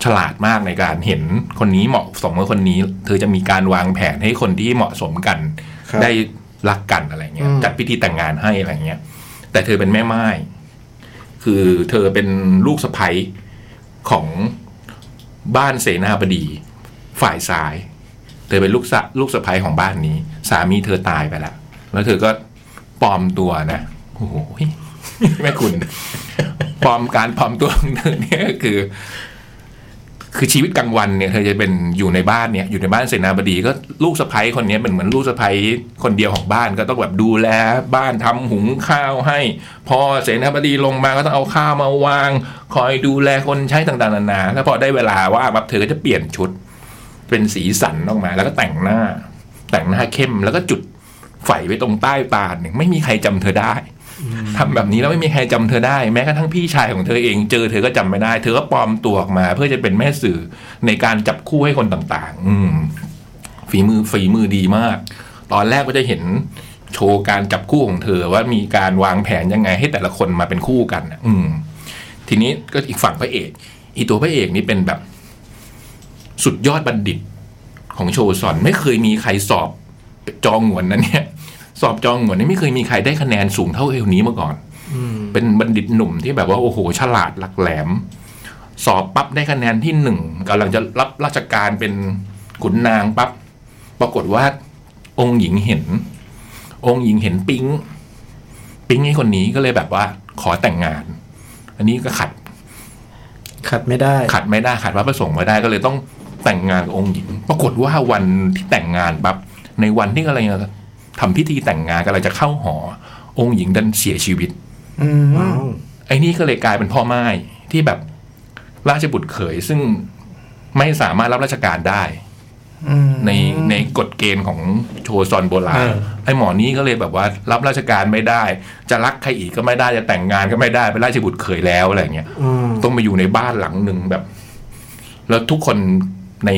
[SPEAKER 3] ฉลาดมากในการเห็นคนนี้เหมาะสมกับคนนี้ เธอจะมีการวางแผนให้คนที่เหมาะสมกัน
[SPEAKER 5] ครับ
[SPEAKER 3] ได้รักกันอะไรเงี้ย
[SPEAKER 2] อืม
[SPEAKER 3] จัดพิธีแต่งงานให้อะไรเงี้ย แต่เธอเป็นแม่ไม้คือเธอเป็นลูกสะใภ้ของบ้านเสนาบดี ฝ่ายซ้าย เธอเป็นลูกสะลูกสะใภ้ของบ้านนี้ สามีเธอตายไปแล้วแล้วเธอก็ปลอมตัวนะโอ้โหแม่คุณ ปลอมการปลอมตัวของเธอเนี่ยก็คือ คือชีวิตกลางวันเนี่ยเธอจะเป็นอยู่ในบ้านเนี่ยอยู่ในบ้านเสนาบดีก็ลูกสะใภ้คนเนี้ยเป็นเหมือนลูกสะใภ้คนเดียวของบ้านก็ต้องแบบดูแลบ้านทำหุงข้าวให้ พอเสนาบดีลงมาก็ต้องเอาข้าวมาวาง คอยดูแลคนใช้ต่างๆนานาแล้วพอได้เวลาว่าแบบเธอก็จะเปลี่ยนชุด เป็นสีสันออกมา แล้วก็แต่งหน้า แต่งหน้าเข้มแล้วก็จุดไฟไว้ตรงใต้ตาหนึ่งไม่มีใครจำเธอได้ ทำแบบนี้แล้วไม่มีใครจำเธอได้ แม้กระทั่งพี่ชายของเธอเองเจอเธอก็จำไม่ได้ เธอก็ปลอมตัวออกมา เพื่อจะเป็นแม่สื่อในการจับคู่ให้คนต่างๆ อืม ฝีมือฝีมือดีมาก ตอนแรกก็จะเห็นโชว์การจับคู่ของเธอว่ามีการวางแผนยังไงให้แต่ละคนมาเป็นคู่กันน่ะอืม ทีนี้ก็อีกฝั่งพระเอก อีตัวพระเอกนี่เป็นแบบ สุดยอดบัณฑิตของโชซอนไม่เคยมีใครสอบจองหวนนะเนี่ย สอบจองหวนนี่ไม่เคยมีใครได้คะแนนสูงเท่าเอลนี้มาก่อนเป็นบัณฑิตหนุ่มที่แบบว่าโอ้โห ฉลาดหลักแหลม สอบปั๊บได้คะแนนที่หนึ่งกำลังจะรับราชการเป็นขุนนางปั๊บปรากฏว่า องค์หญิงเห็น องค์หญิงเห็นปิ๊งปิ๊งไอ้คนนี้ก็เลยแบบว่า ขอแต่งงาน อันนี้ก็ขัด
[SPEAKER 5] ขัดไม่ได้
[SPEAKER 3] ขัดไม่ได้ขัดพระประสงค์ไม่ได้ก็เลยต้องแต่งงานกับองค์หญิง ปรากฏว่าวันที่แต่งงานปั๊บในวันที่กำลังจะทำพิธีแต่งงานกำลังจะเข้าหอ องค์หญิงดันเสียชีวิต
[SPEAKER 2] อืม
[SPEAKER 3] ไอ้นี่ก็เลยกลายเป็นพ่อไม้ที่แบบราชบุตรเขยซึ่งไม่สามารถรับราชการได้
[SPEAKER 2] อืม
[SPEAKER 3] ในในกฎเกณฑ์ของโชซอนโบราณ
[SPEAKER 5] เออ
[SPEAKER 3] ไอ้หมอนี้ก็เลยแบบว่ารับราชการไม่ได้ จะรักใครอีกก็ไม่ได้จะแต่งงานก็ไม่ได้เป็นราชบุตรเขยแล้วอะไรอย่างเงี้ย
[SPEAKER 5] อืม
[SPEAKER 3] ต้องมาอยู่ในบ้านหลังหนึ่งแบบ แล้วทุกคนใน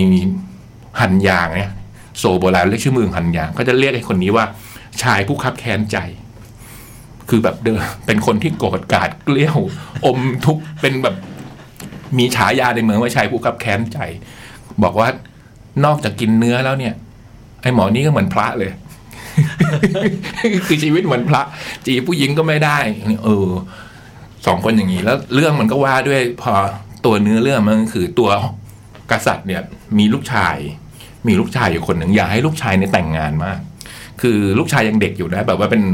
[SPEAKER 3] หันยางเนี่ย โซโบราณเรียกชื่อเมืองหันยาง ก็จะเรียกไอ้คนนี้ว่า ชายผู้คับแค้นใจ คือแบบเดิมเป็นคนที่โกรธกราดเกลี้ยว อมทุกข์เป็นแบบมีฉายาในเมืองว่าชายผู้คับแค้นใจ บอกว่านอกจากกินเนื้อแล้วเนี่ย ไอ้หมอนี่ก็เหมือนพระเลย คือชีวิตเหมือนพระ จีบผู้หญิงก็ไม่ได้เออ สองคนอย่างนี้แล้วเรื่องมันก็ว่าด้วยพอตัวเนื้อเรื่องมันก็คือตัวกษัตริย์เนี่ย มีลูกชาย มีลูกชายอยู่คนหนึ่งอยากให้ลูกชายเนี่ยแต่งงานมาก คือลูกชายยังเด็กอยู่นะแบบว่าเป็น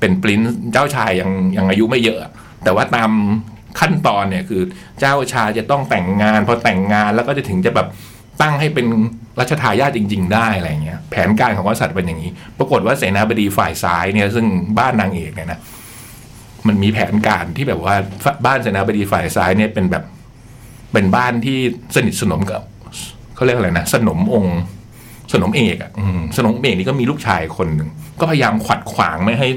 [SPEAKER 3] เป็นปรินซ์เจ้าชายยังยังอายุไม่เยอะ แต่ว่าตามขั้นตอนเนี่ยคือเจ้าชายจะต้องแต่งงานพอแต่งงานแล้วก็จะถึงจะแบบตั้งให้เป็นรัชทายาทจริง ๆ ได้อะไรอย่างเงี้ย แผนการของกษัตริย์เป็นอย่างนี้ ปรากฏว่าเสนาบดีฝ่ายซ้ายเนี่ย ซึ่งบ้านนางเอกเนี่ยนะ มันมีแผนการที่แบบว่าฝบ้านเสนาบดีฝ่ายซ้ายเนี่ยเป็นแบบ เป็นบ้านที่สนิทสนมกับเขาเรียกอะไรนะสนมองค์สนมเอกอ่ะอืมสนมเอกนี่ก็มีลูกชายคนหนึ่งก็พยายามขวัดขวางไม่ให้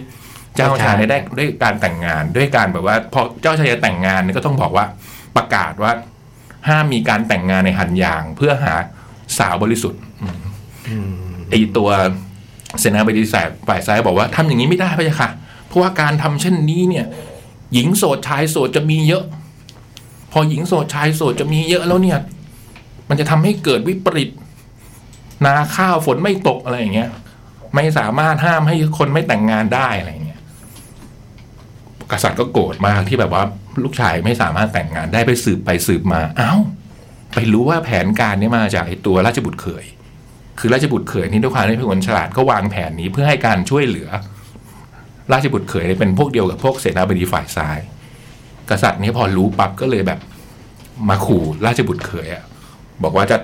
[SPEAKER 3] เจ้าชายได้ได้ด้วยการแต่งงานด้วยการแบบว่า พอเจ้าชายจะแต่งงานเนี่ยก็ต้องบอกว่าประกาศว่า ห้ามมีการแต่งงานในหันยางเพื่อหาสาวบริสุทธิ์อืมไอตัวเสนาบดีสายฝ่ายซ้ายบอกว่าทำอย่างนี้ไม่ได้พะยะค่ะ เพราะว่าการทำเช่นนี้เนี่ย หญิงโสดชายโสดจะมีเยอะ อหญิงโสดชายโสดจะมีเยอะแล้วเนี่ย มันจะทำให้เกิดวิปริต นาข้าวฝนไม่ตกอะไรอย่างเงี้ย ไม่สามารถห้ามให้คนไม่แต่งงานได้อะไรอย่างเงี้ยกษัตริย์ก็โกรธมากที่แบบว่า ลูกชายไม่สามารถแต่งงานได้ไปสืบไปสืบมาเอ้า ไปรู้ว่าแผนการเนี้มาจากไอ้ตัวราชบุตรเขย คือราชบุตรเขยนี่ด้วยความที่เป็นคนฉลาดก็วางแผนนี้เพื่อให้การช่วยเหลือ ราชบุตรเขยเนี่ยเป็นพวกเดียวกับพวกเสนาบดีฝ่ายซ้าย กษัตริย์นี้พอรู้ปั๊บก็เลยแบบมาขู่ราชบุตรเขยอะบอกว่าจะ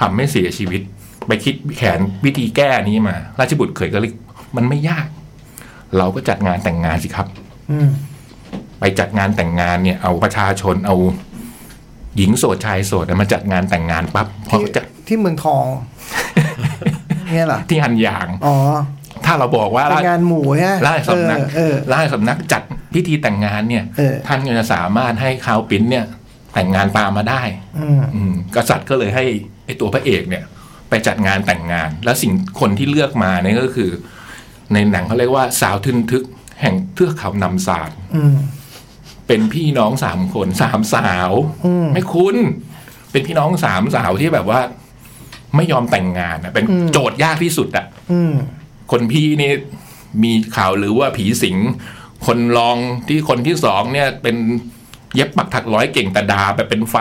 [SPEAKER 3] ทำให้เสียชีวิต ไปคิดแขนวิธีแก้นี้มา ราชบุตรเขยก็เลยมันไม่ยาก เราก็จัดงานแต่งงานสิครับ
[SPEAKER 2] อืม
[SPEAKER 3] ไปจัดงานแต่งงานเนี่ย เอาประชาชนเอา หญิงโสดชายโสดเนี่ยมาจัดงานแต่งงานปั๊บพอ
[SPEAKER 2] ที่
[SPEAKER 3] จะ
[SPEAKER 2] ที่เมืองทอง เนี่ยเหรอ
[SPEAKER 3] ที่หันยาง
[SPEAKER 2] อ๋อ
[SPEAKER 3] ถ้าเราบอกว่า
[SPEAKER 2] เป็นงานหมู่ใช่ไหม
[SPEAKER 3] ราชสำนัก
[SPEAKER 2] เออ
[SPEAKER 3] ราชสำนักจัดพิธีแต่งงานเนี่ย
[SPEAKER 2] เออ
[SPEAKER 3] ท่านก็จะสามารถให้คาวปิ้นเนี่ย แต่งงานตามมาได้
[SPEAKER 2] เอออืม
[SPEAKER 3] อืมกษัตริย์ก็เลยให้ไอตัวพระเอกเนี่ย ไปจัดงานแต่งงาน แล้วสิ่งคนที่เลือกมาเนี่ยก็คือ ในหนังเขาเรียกว่าสาวทึนทึกแห่งเทือกเขานำสาร
[SPEAKER 2] อืม
[SPEAKER 3] เป็นพี่น้องสามคนสามสาว
[SPEAKER 2] อืม
[SPEAKER 3] ไม่คุ้น เป็นพี่น้องสามสาวที่แบบว่า ไม่ยอมแต่งงานนะเป็น
[SPEAKER 2] อืม
[SPEAKER 3] โจทย์ยากที่สุดอะ
[SPEAKER 2] อืม
[SPEAKER 3] คนพี่นี่มีข่าวหรือว่าผีสิง คนรองที่คนที่สองเนี่ย เป็นเย็บปักถักร้อยเก่งแต่ดาแบบเป็นไฟ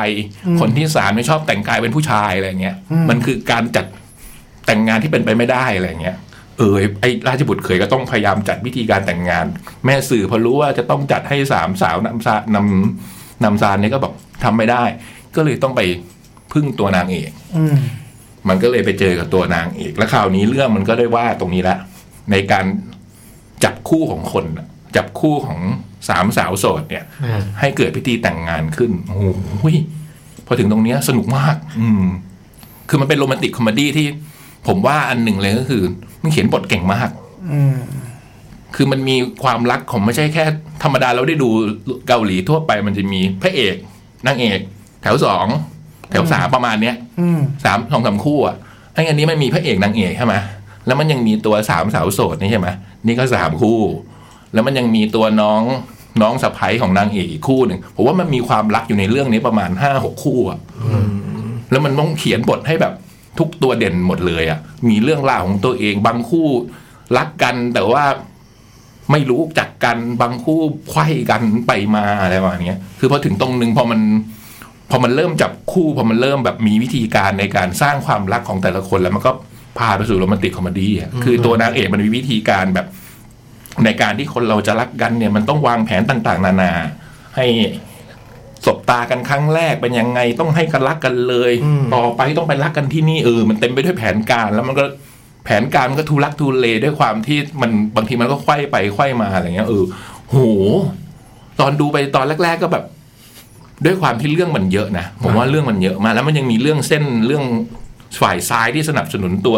[SPEAKER 3] คนที่สามไม่ยชอบแต่งกายเป็นผู้ชายอะไรเงี้ย มันคือการจัดแต่งงานที่เป็นไปไม่ได้อะไรเงี้ย เออไอ้ราชบุตรเคยก็ต้องพยายามจัดวิธีการแต่งงาน แม่สื่อพอรู้ว่าจะต้องจัดให้สามสาวนำซานำนำซานเนี่ยก็บอกทำไม่ได้ ก็เลยต้องไปพึ่งตัวนางเอก
[SPEAKER 2] อืม
[SPEAKER 3] มันก็เลยไปเจอกับตัวนางเอก แล้วคราวนี้เรื่องมันก็ได้ว่าตรงนี้ละ ในการจับคู่ของคนน่ะจับคู่ของสามสาวโสดเนี่ย
[SPEAKER 4] อ่า
[SPEAKER 3] ให้เกิดพิธีแต่งงานขึ้น โอ้โหยพอถึงตรงเนี้ยสนุกมาก อืม คือมันเป็นโรแมนติกคอมเมดี้ที่ ผมว่าอันหนึ่งเลยก็คือมันเขียนบทเก่งมาก
[SPEAKER 2] อืม
[SPEAKER 3] คือมันมีความรักของไม่ใช่แค่ ธรรมดาเราได้ดูเกาหลีทั่วไปมันจะมีพระเอกนางเอก แถวสองแถวสามประมาณเนี้ย
[SPEAKER 2] อืม
[SPEAKER 3] สามสองสามคู่อ่ะไอ้อันนี้มันมีพระเอกนางเอกใช่ไหมแล้วมันยังมีตัวสามสาวโสดนี่ใช่ไหมนี่ก็สามคู่ แล้วมันยังมีตัวน้องน้องสะใภ้ของนางเอกอีกคู่หนึ่งผมว่ามันมีความรักอยู่ในเรื่องนี้ประมาณห้าหกคู่อ่ะแล้วมันต้องเขียนบทให้แบบทุกตัวเด่นหมดเลยอ่ะ มีเรื่องราวของตัวเองบางคู่รักกันแต่ว่าไม่รู้จักกันบางคู่ไขว้กันไปมาอะไรประมาณเนี้ย คือพอถึงตรงนึงพอมัน พอมันเริ่มจับคู่พอมันเริ่มแบบมีวิธีการในการสร้างความรักของแต่ละคนแล้วมันก็พาไปสู่โรแมนติกคอมเมดี้อะคือตัวนางเอกมันมีวิธีการแบบ ในการที่คนเราจะรักกันเนี่ย มันต้องวางแผนต่าง ๆ นานา ให้สบตากันครั้งแรกเป็นยังไงต้องให้กันรักกันเลย ต่อไปต้องไปรักกันที่นี่เออมันเต็มไปด้วยแผนการ แล้วมันก็แผนการมันก็ทุลักทุเลด้วยความที่มันบางทีมันก็ไขว้ไปไขว้มาอะไรเงี้ยเออโหตอนดูไปตอนแรก ๆ ก็แบบ ด้วยความที่เรื่องมันเยอะนะ ผมว่าเรื่องมันเยอะมากแล้วมันยังมีเรื่องเส้นเรื่องฝ่ายซ้ายที่สนับสนุนตัว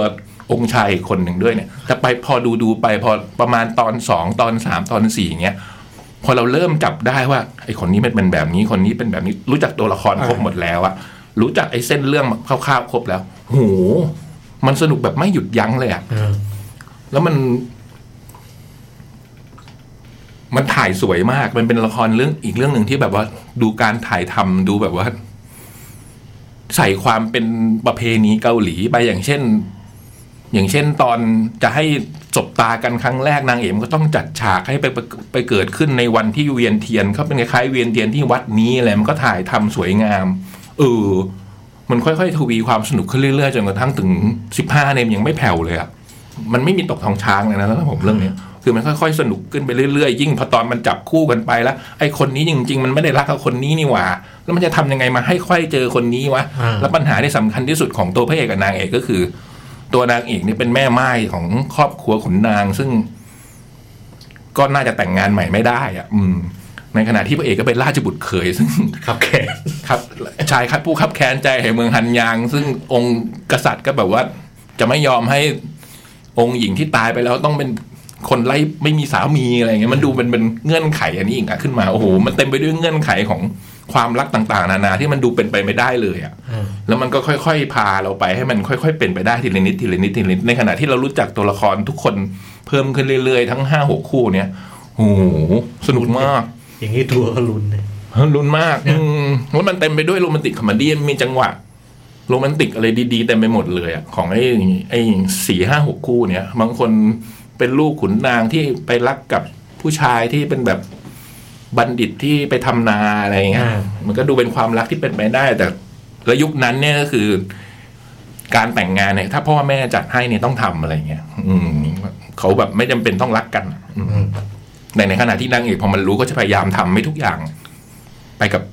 [SPEAKER 3] องค์ชายอีกคนหนึ่งด้วยเนี่ยแต่ไปพอดูดูไปพอประมาณตอนสองตอนสามตอนสี่อย่างเงี้ย พอเราเริ่มจับได้ว่าไอ้คนนี้มันเป็นแบบนี้คนนี้เป็นแบบนี้ รู้จักตัวละครครบหมดแล้วอะรู้จักไอ้เส้นเรื่องคร่าวๆครบแล้วโหมันสนุกแบบไม่หยุดยั้งเลยอะแล้วมัน มันถ่ายสวยมาก มันเป็นละครเรื่องอีกเรื่องหนึ่งที่แบบว่า ดูการถ่ายทำดูแบบว่า ใส่ความเป็นประเพณีเกาหลีไปอย่างเช่น อย่างเช่นตอนจะให้จบตากันครั้งแรกนางเอกมันก็ต้องจัดฉากให้ไปไปไปเกิดขึ้นในวันที่เวียนเทียนเขาเป็นคล้ายๆเวียนเทียนที่วัดนี้อะไรมันก็ถ่ายทำสวยงามเออมันค่อยๆทวีความสนุกขึ้นเรื่อยๆจนกระทั่งถึงสิบห้าเนมยังไม่แผ่วเลยอะ มันไม่มีตกทองช้างเลยนะแล้วผมเรื่องเนี้ยคือมันค่อยๆ สนุกขึ้นไปเรื่อยๆ ยิ่งพอตอนมันจับคู่กันไปแล้ว ไอ้คนนี้จริง ๆ มันไม่ได้รักกับคนนี้นี่หว่า แล้วมันจะทำยังไงมาให้ค่อยเจอคนนี้วะ
[SPEAKER 4] อ่า
[SPEAKER 3] แล้วปัญหาที่สำคัญที่สุดของตัวพระเอกกับนางเอกก็คือ ตัวนางเอกนี่เป็นแม่ไม้ของครอบครัวขุนนาง ซึ่ง ก็น่าจะแต่งงานใหม่ไม่ได้อะอืม ในขณะที่พระเอกก็เป็นราชบุตรเขยซึ่ง
[SPEAKER 4] ครับแขน
[SPEAKER 3] ครับชายครับผู้ขับแค้นใจแห่งเมืองฮันยาง ซึ่งองค์กษัตริย์ก็แบบว่า จะไม่ยอมให้องค์หญิงที่ตายไปแล้วต้องเป็นคนไร้ไม่มีสามีอะไรเงี้ยมันดูเป็นเป็นเงื่อนไขอันนี้อีกอะขึ้นมาโอ้โหมันเต็มไปด้วยเงื่อนไขของความรักต่างๆ นานาที่มันดูเป็นไปไม่ได้เลยอะ
[SPEAKER 4] อืม
[SPEAKER 3] แล้วมันก็ค่อยๆพาเราไปให้มันค่อยๆเป็นไปได้ทีละนิดทีละนิดทีละนิดในขณะที่เรารู้จักตัวละครทุกคนเพิ่มขึ้นเรื่อยๆ ทั้งห้าหกคู่เนี่ยโอ้โหสนุกมาก
[SPEAKER 4] อย่างนี้ทัวร์ก็ลุ้นเลย
[SPEAKER 3] ลุ้นมากอืมแล้วมันเต็มไปด้วยโรแมนติกคอมเมดี้มีจังหวะโรแมนติกอะไรดีๆเต็มไปหมดเลยอะของไอ้ไอ้สี่ห้าหกคู่เนี้ยบางคนเป็นลูกขุนนางที่ไปรักกับผู้ชายที่เป็นแบบบัณฑิตที่ไปทำนาอะไรอย่างเงี้ย
[SPEAKER 4] อ่า
[SPEAKER 3] มันก็ดูเป็นความรักที่เป็นไปได้ แต่และยุคนั้นเนี่ยก็คือ การแต่งงานเนี่ย ถ้าพ่อแม่จัดให้เนี่ยต้องทำอะไรอย่างเงี้ยอืมเขาแบบไม่จำเป็นต้องรักกันอะอืม ในในขณะที่นางเอกพอมันรู้ก็จะพยายามทำไม่ทุกอย่าง ไปกับ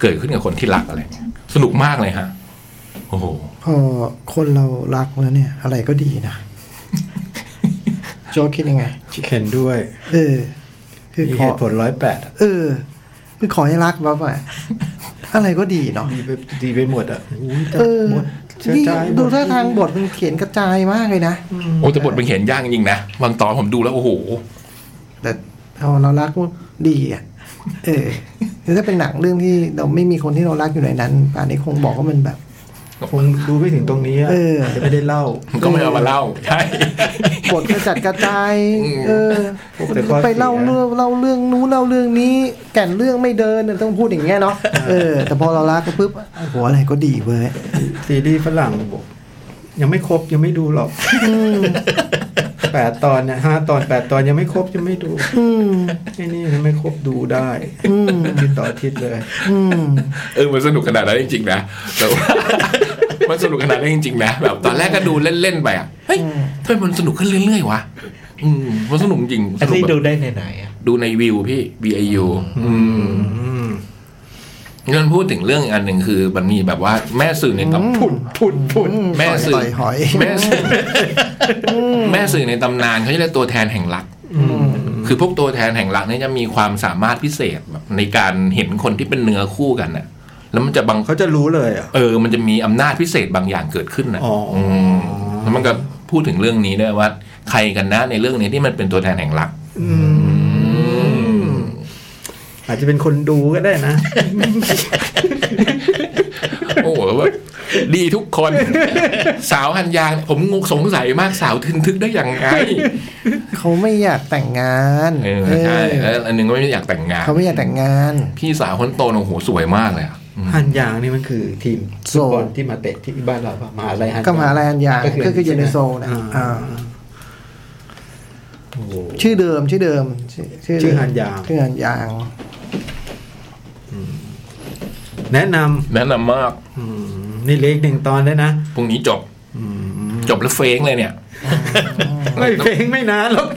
[SPEAKER 3] เกิดขึ้นกับคนที่รักอะไรเงี้ยสนุกมากเลยฮะ โอ้โห
[SPEAKER 2] พอคนเรารักแล้วเนี่ย อะไรก็ดีนะ โจกคิดยังไง
[SPEAKER 5] เห็นด้วย
[SPEAKER 2] เออ คือ
[SPEAKER 5] มี
[SPEAKER 2] ข
[SPEAKER 5] เห
[SPEAKER 2] อ
[SPEAKER 5] ตุผลร้อยแปด
[SPEAKER 2] เออ คือขอให้รักแบบว่าอะไรก็ดีเนาะ
[SPEAKER 5] ดีไปดีไปหมดอ่ะอุ้ยแต่
[SPEAKER 2] เออ
[SPEAKER 5] หมดเชื่อ
[SPEAKER 2] นี่
[SPEAKER 5] ใจหม
[SPEAKER 2] ดูท่าทางบทมันเขียนกระจายมากเลยนะ
[SPEAKER 3] โอ้แต่บทมันเขียนยากจริงนะบางตอนผมดูแล้วโอ้โห
[SPEAKER 2] แต่พอเรารักมันดีอ่ะ เออคือถ้าเป็นหนังเรื่องที่เราไม่มีคนที่เรารักอยู่ในนั้นป่านนี้คงบอกว่ามันแบบ
[SPEAKER 5] คงดูไม่ถึงตรงนี้อะ
[SPEAKER 2] เออ
[SPEAKER 5] จะไม่ได้เล่า
[SPEAKER 3] มันก็ไม่เอามาเล่าใช่
[SPEAKER 2] บทกระจัดกระจาย เออ
[SPEAKER 5] แต่ข้อเสีย
[SPEAKER 2] ไปเล่าเรื่องเล่าเรื่องนู้นเล่าเรื่องนี้ แก่นเรื่องไม่เดินต้องพูดอย่างเงี้ยเนาะ เออ แต่พอเรารักก็ปุ๊บโอ้โหอะไรก็ดีเว้ย
[SPEAKER 5] ซีรีส์ฝรั่งบอกยังไม่ครบยังไม่ดูหรอกแปดตอนเนี่ยห้าตอนแปดตอนยังไม่ครบยังไม่ดู
[SPEAKER 2] อืม
[SPEAKER 5] ไอ้นี่ยังไม่ครบดูได้อาทิตย์ต่ออาทิตย์เลย
[SPEAKER 2] อืม
[SPEAKER 3] เออ มันสนุกขนาดนั้นจริงๆนะแต่ว่า มันสนุกขนาดนั้นจริงๆนะแบบตอนแรกก็ดูเล่นๆไปอ่ะเฮ้ยทำไมมันสนุกขึ้นเรื่อยๆวะอืมมันสนุกจริงส
[SPEAKER 4] อัน
[SPEAKER 3] นุก
[SPEAKER 4] นี้
[SPEAKER 3] แบบ
[SPEAKER 4] ดูได้ในไหนอ่ะ
[SPEAKER 3] ดูในวิวพี่ VIU อืม
[SPEAKER 5] อืม
[SPEAKER 3] งั้นพูดถึงเรื่องอีกอันหนึ่งคือมันมีแบบว่าแม่สื่อในตำพูดพูดพูดแม่สื่
[SPEAKER 2] ต่อยหอย
[SPEAKER 3] แม่สื่ออแม่สื่อในตำนานเขาจะเรียกตัวแทนแห่งรัก คือพวกตัวแทนแห่งรักเนี่ยจะมีความสามารถพิเศษแบบในการเห็นคนที่เป็นเนื้อคู่กันน่ะ แล้วมันจะบัง
[SPEAKER 5] เขาจะรู้เลยเหรอ่ะ
[SPEAKER 3] เออ มันจะมีอำนาจพิเศษบางอย่างเกิดขึ้นนะ
[SPEAKER 5] อ๋ออื
[SPEAKER 3] มแล้วมันก็พูดถึงเรื่องนี้ด้วยว่า ใครกันนะในเรื่องนี้ที่มันเป็นตัวแทนแห่งรัก
[SPEAKER 5] อาจจะเป็นคนดูก็ได้นะ
[SPEAKER 3] โอ้โหแบบดีทุก คน สาวหันยางผมงงสงสัยมากสาวทึนทึกได้อย่างไง
[SPEAKER 2] เขาไม่อยากแต่งงาน
[SPEAKER 3] เออใช่
[SPEAKER 2] เออ
[SPEAKER 3] แล้วอันหนึงก็ไม่อยากแต่งงาน
[SPEAKER 2] เขาไม่อยากแต่งงาน
[SPEAKER 3] พี่สาวคนโตน่ะโอ้โหสวยมากเลยอะ
[SPEAKER 5] ฮันยางนี่มันคือทีม
[SPEAKER 2] โซ
[SPEAKER 5] ฟุตบอลที่มาเตะที่บ้านเราปะมหาอะไรฮัน
[SPEAKER 2] ก็มหาแลนยางก็คืออยู่ในโซนนะ
[SPEAKER 5] อ่า
[SPEAKER 2] อ่า ชื่อเดิมชื่อเดิมชื่
[SPEAKER 5] ชื่
[SPEAKER 2] เดิ
[SPEAKER 5] อ
[SPEAKER 2] ม
[SPEAKER 5] ฮันยาง
[SPEAKER 2] ชื่อฮันยาง
[SPEAKER 5] แนะน
[SPEAKER 3] แนะนำมาก
[SPEAKER 5] ำอืมนี่เหล็กหนึ่งตอนได้นะ
[SPEAKER 3] พรุ่งนี้จบจบแล้วเฟ้งเลยเนี่ย
[SPEAKER 5] ไม่เพลงไม่นาน หรอก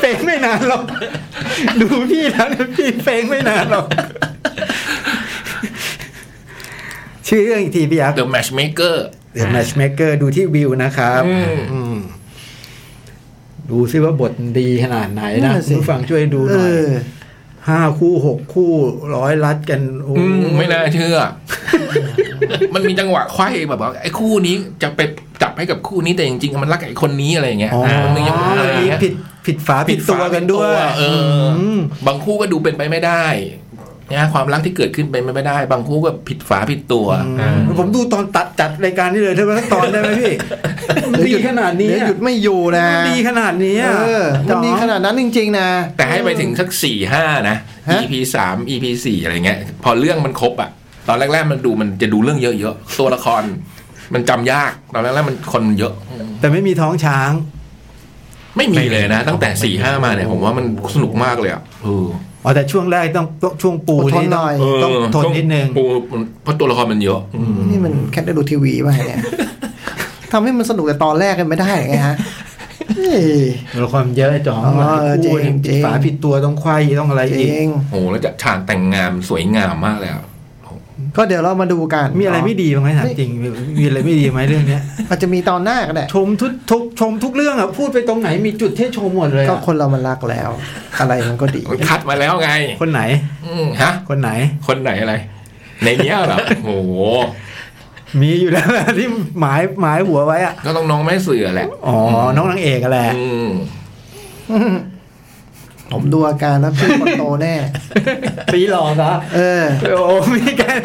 [SPEAKER 5] เพลงไม่นานหรอก ดูพี่แล้วพี่เพลงไม่นานหรอก ชื่อเรื่องอีกทีพี่ยักษ์
[SPEAKER 3] The Matchmaker
[SPEAKER 5] เดี๋ยว matchmaker ดูที่วิวนะครับ
[SPEAKER 3] อืม
[SPEAKER 5] อืมดูซิว่าบทดีขนาดไหน
[SPEAKER 2] นั่
[SPEAKER 5] นะ
[SPEAKER 2] นน่ะสิ
[SPEAKER 5] คุณผู้ฟังช่วยดูห
[SPEAKER 2] เอ
[SPEAKER 5] น่อย
[SPEAKER 2] อ
[SPEAKER 5] ห้าคู่หกคู่ร้อยรัดกันโอ้
[SPEAKER 3] อืมไม่น่าเชื่อ มันมีจังหวะไขว้แบบว่าไอ้คู่นี้จะไปจับให้กับคู่นี้แต่จริงๆมันรักกับไอ้คนนี้อะไรอย่างเงี้ย
[SPEAKER 5] อ๋อ
[SPEAKER 3] มันมีอย่าง
[SPEAKER 5] มั
[SPEAKER 3] อะ
[SPEAKER 5] น
[SPEAKER 3] ไรอย่าง
[SPEAKER 5] มี
[SPEAKER 3] เงี้ย
[SPEAKER 5] ผิดผิดฝาผิดตัวกันด้วย
[SPEAKER 3] เอออ บางคู่ก็ดูเป็นไปไม่ได้นะความรักที่เกิดขึ้นเป็นไปไม่ได้ บางคู่ก็ผิดฝาผิดตัว
[SPEAKER 5] ผมดูตอนตัดจัดรายการนี่เลยได้ไหมสักตอนได้ไหมพี่มันดีขนาดนี้
[SPEAKER 2] เดี๋ยวหยุดไม่อยู่นะ
[SPEAKER 5] มันดีขนาดนี้
[SPEAKER 2] เออมันดีขนาดนั้นจริง ๆ นะ
[SPEAKER 3] แต่ให้ไปถึงสักสี่ห้านะ
[SPEAKER 2] ฮะ
[SPEAKER 3] EP สาม EP สี่อะไรเงี้ย พอเรื่องมันครบอะตอนแรกๆมันดูมันจะดูเรื่องเยอะๆตัวละคร มันจำยากตอนแรกๆมันคนเยอะ
[SPEAKER 5] แต่ไม่มีท้องช้าง
[SPEAKER 3] ไม่มีเลยนะ ตั้งแต่สี่ห้ามาเนี่ย ผมว่ามันสนุกมากเลยอะเออ
[SPEAKER 5] อ๋อแต่ช่วงแรกต้องต้องช่วงปู
[SPEAKER 2] อดทน
[SPEAKER 5] นี่
[SPEAKER 2] หน่อย
[SPEAKER 5] ต้องต้องทนนิดนึง
[SPEAKER 3] ปูเพราะตัวละครมันเยอะอืม
[SPEAKER 2] นี่มันแค่ได้ดูทีวีป่ะเนี่ยทำให้มันสนุกแต่ตอนแรกกันไม่ได้ไงฮะเอ้ย
[SPEAKER 5] ตัวละครมันเยอะไอ้จ๋อง
[SPEAKER 2] อ๋อ
[SPEAKER 5] หลาย
[SPEAKER 2] เออจริ
[SPEAKER 5] คู่
[SPEAKER 2] ง
[SPEAKER 5] เนี่ย
[SPEAKER 2] จริง
[SPEAKER 5] ฝาผิดตัวต้องไขว้ต้องอะไร
[SPEAKER 2] จ
[SPEAKER 5] อีก
[SPEAKER 2] ริง
[SPEAKER 3] โอ้โหแล้วจะฉากแต่งงานสวยงามมากเลยอะ
[SPEAKER 2] ก็เดี๋ยวเรามาดูกัน
[SPEAKER 5] มีอะไรไม่ดีบ้างไหมถามจริงมีมีอะไรไม่ดีไหมเรื่องเนี้ย
[SPEAKER 2] อาจจะมีตอนหน้าก็ได้
[SPEAKER 5] ชมทุกทุกชมทุกเรื่องอ่ะพูดไปตรงไหนมีจุดที่ชมหมดเลยอะ
[SPEAKER 2] ก็คนเรามันรักแล้ว อะไรมันก็ดี
[SPEAKER 3] คัดมาแล้วไง
[SPEAKER 5] คนไหน
[SPEAKER 3] อืมฮะ
[SPEAKER 5] คนไหน
[SPEAKER 3] คนไหนอะไร ในเนี้ยเหรอ โอ้โห
[SPEAKER 5] มีอยู่แล้ว ที่ หมายหมายหัวไว้อ่ะ
[SPEAKER 3] ก็ต้องน้องแม่เสือแหละ
[SPEAKER 5] อ๋อน้องนางเอกอะแหละ
[SPEAKER 3] อืม
[SPEAKER 2] ผมดูอาการแล้วพี่คนโตแน่
[SPEAKER 5] ปีหลอกเหรอ่ะ
[SPEAKER 2] เออ
[SPEAKER 5] โอ้ไม่กัน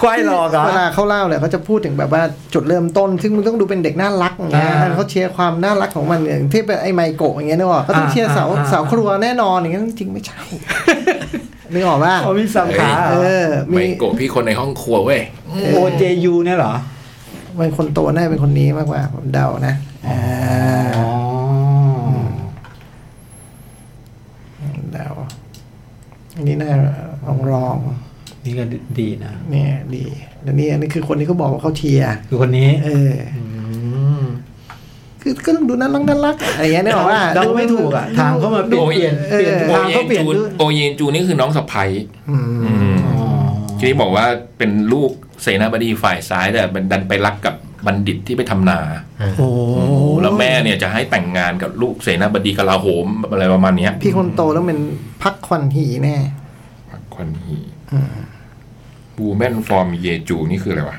[SPEAKER 5] ควายหลอกเหร
[SPEAKER 2] เวลา
[SPEAKER 5] อ่ะ
[SPEAKER 2] เขาเล่าเนี่ยเขาจะพูดถึงแบบว่าจุดเริ่มต้น ซึ่งมันต้องดูเป็นเด็กน่ารักอย่างเงี้ย
[SPEAKER 5] อ่า
[SPEAKER 2] เขาเชียร์ความน่ารักของมันอย่างที่เป็นไอ้ไมโกะอย่างเงี้ยนึกออกก็ต้อง
[SPEAKER 5] อ่า
[SPEAKER 2] เชียร์สาว
[SPEAKER 5] อ่าอ่า
[SPEAKER 2] สาวครัวแน่นอนอย่างเงี้ยจริงๆไม่ใช่ นึกออกป่ะ
[SPEAKER 5] อ๋อมีสาขาเหร
[SPEAKER 2] เอ
[SPEAKER 5] อ
[SPEAKER 2] อ
[SPEAKER 3] ไม
[SPEAKER 2] มี
[SPEAKER 3] โกะพี่คนในห้องครัวเว้ย
[SPEAKER 5] โอเจยูเนี่ยเหรอ
[SPEAKER 2] เป็นคนโตน่าจะเป็นคนนี้มากกว่าผมเดานะา
[SPEAKER 5] อ๋อ
[SPEAKER 2] เดาอันนี้น่าลองรอง
[SPEAKER 5] นี่ก็ดีนะ
[SPEAKER 2] ๆเนี่ยดีแล้วนี่อันนี้คือคนที่เขาบอกว่าเขาเทียร์
[SPEAKER 5] คือคนนี้
[SPEAKER 2] เออ
[SPEAKER 5] ม
[SPEAKER 2] คือก็ดูน่ารักน่ารักอะไรอย่างเงี้ยนึกออกป่ะ
[SPEAKER 5] เดาไม่ถูกอ่ะ ถามเขามาเปลี่ยน
[SPEAKER 3] โอ้ย
[SPEAKER 5] เปลี่ยน
[SPEAKER 2] เอ
[SPEAKER 5] เปลี่ยน
[SPEAKER 2] อ
[SPEAKER 5] ทางเขาเปลี่ยน
[SPEAKER 3] จู
[SPEAKER 5] ด้วย
[SPEAKER 3] โอเยนจูนี่คือน้องสะพ้ย
[SPEAKER 2] อืม
[SPEAKER 5] อ๋อ
[SPEAKER 3] ทีนี้บอกว่าเป็นลูกเสนาบดีฝ่ายซ้ายแต่มันดันไปรักกับบัณฑิตที่ไปทำนา
[SPEAKER 5] โอ้
[SPEAKER 3] แล้วแม่เนี่ยจะให้แต่งงานกับลูกเสนาบดีกลาโหมอะไรประมาณเนี้ย
[SPEAKER 2] พี่คนโตต้องเป็นพักควันหีแน่
[SPEAKER 3] ควันฮีบูแมนฟอร์มเยจูนี่คืออะไรวะ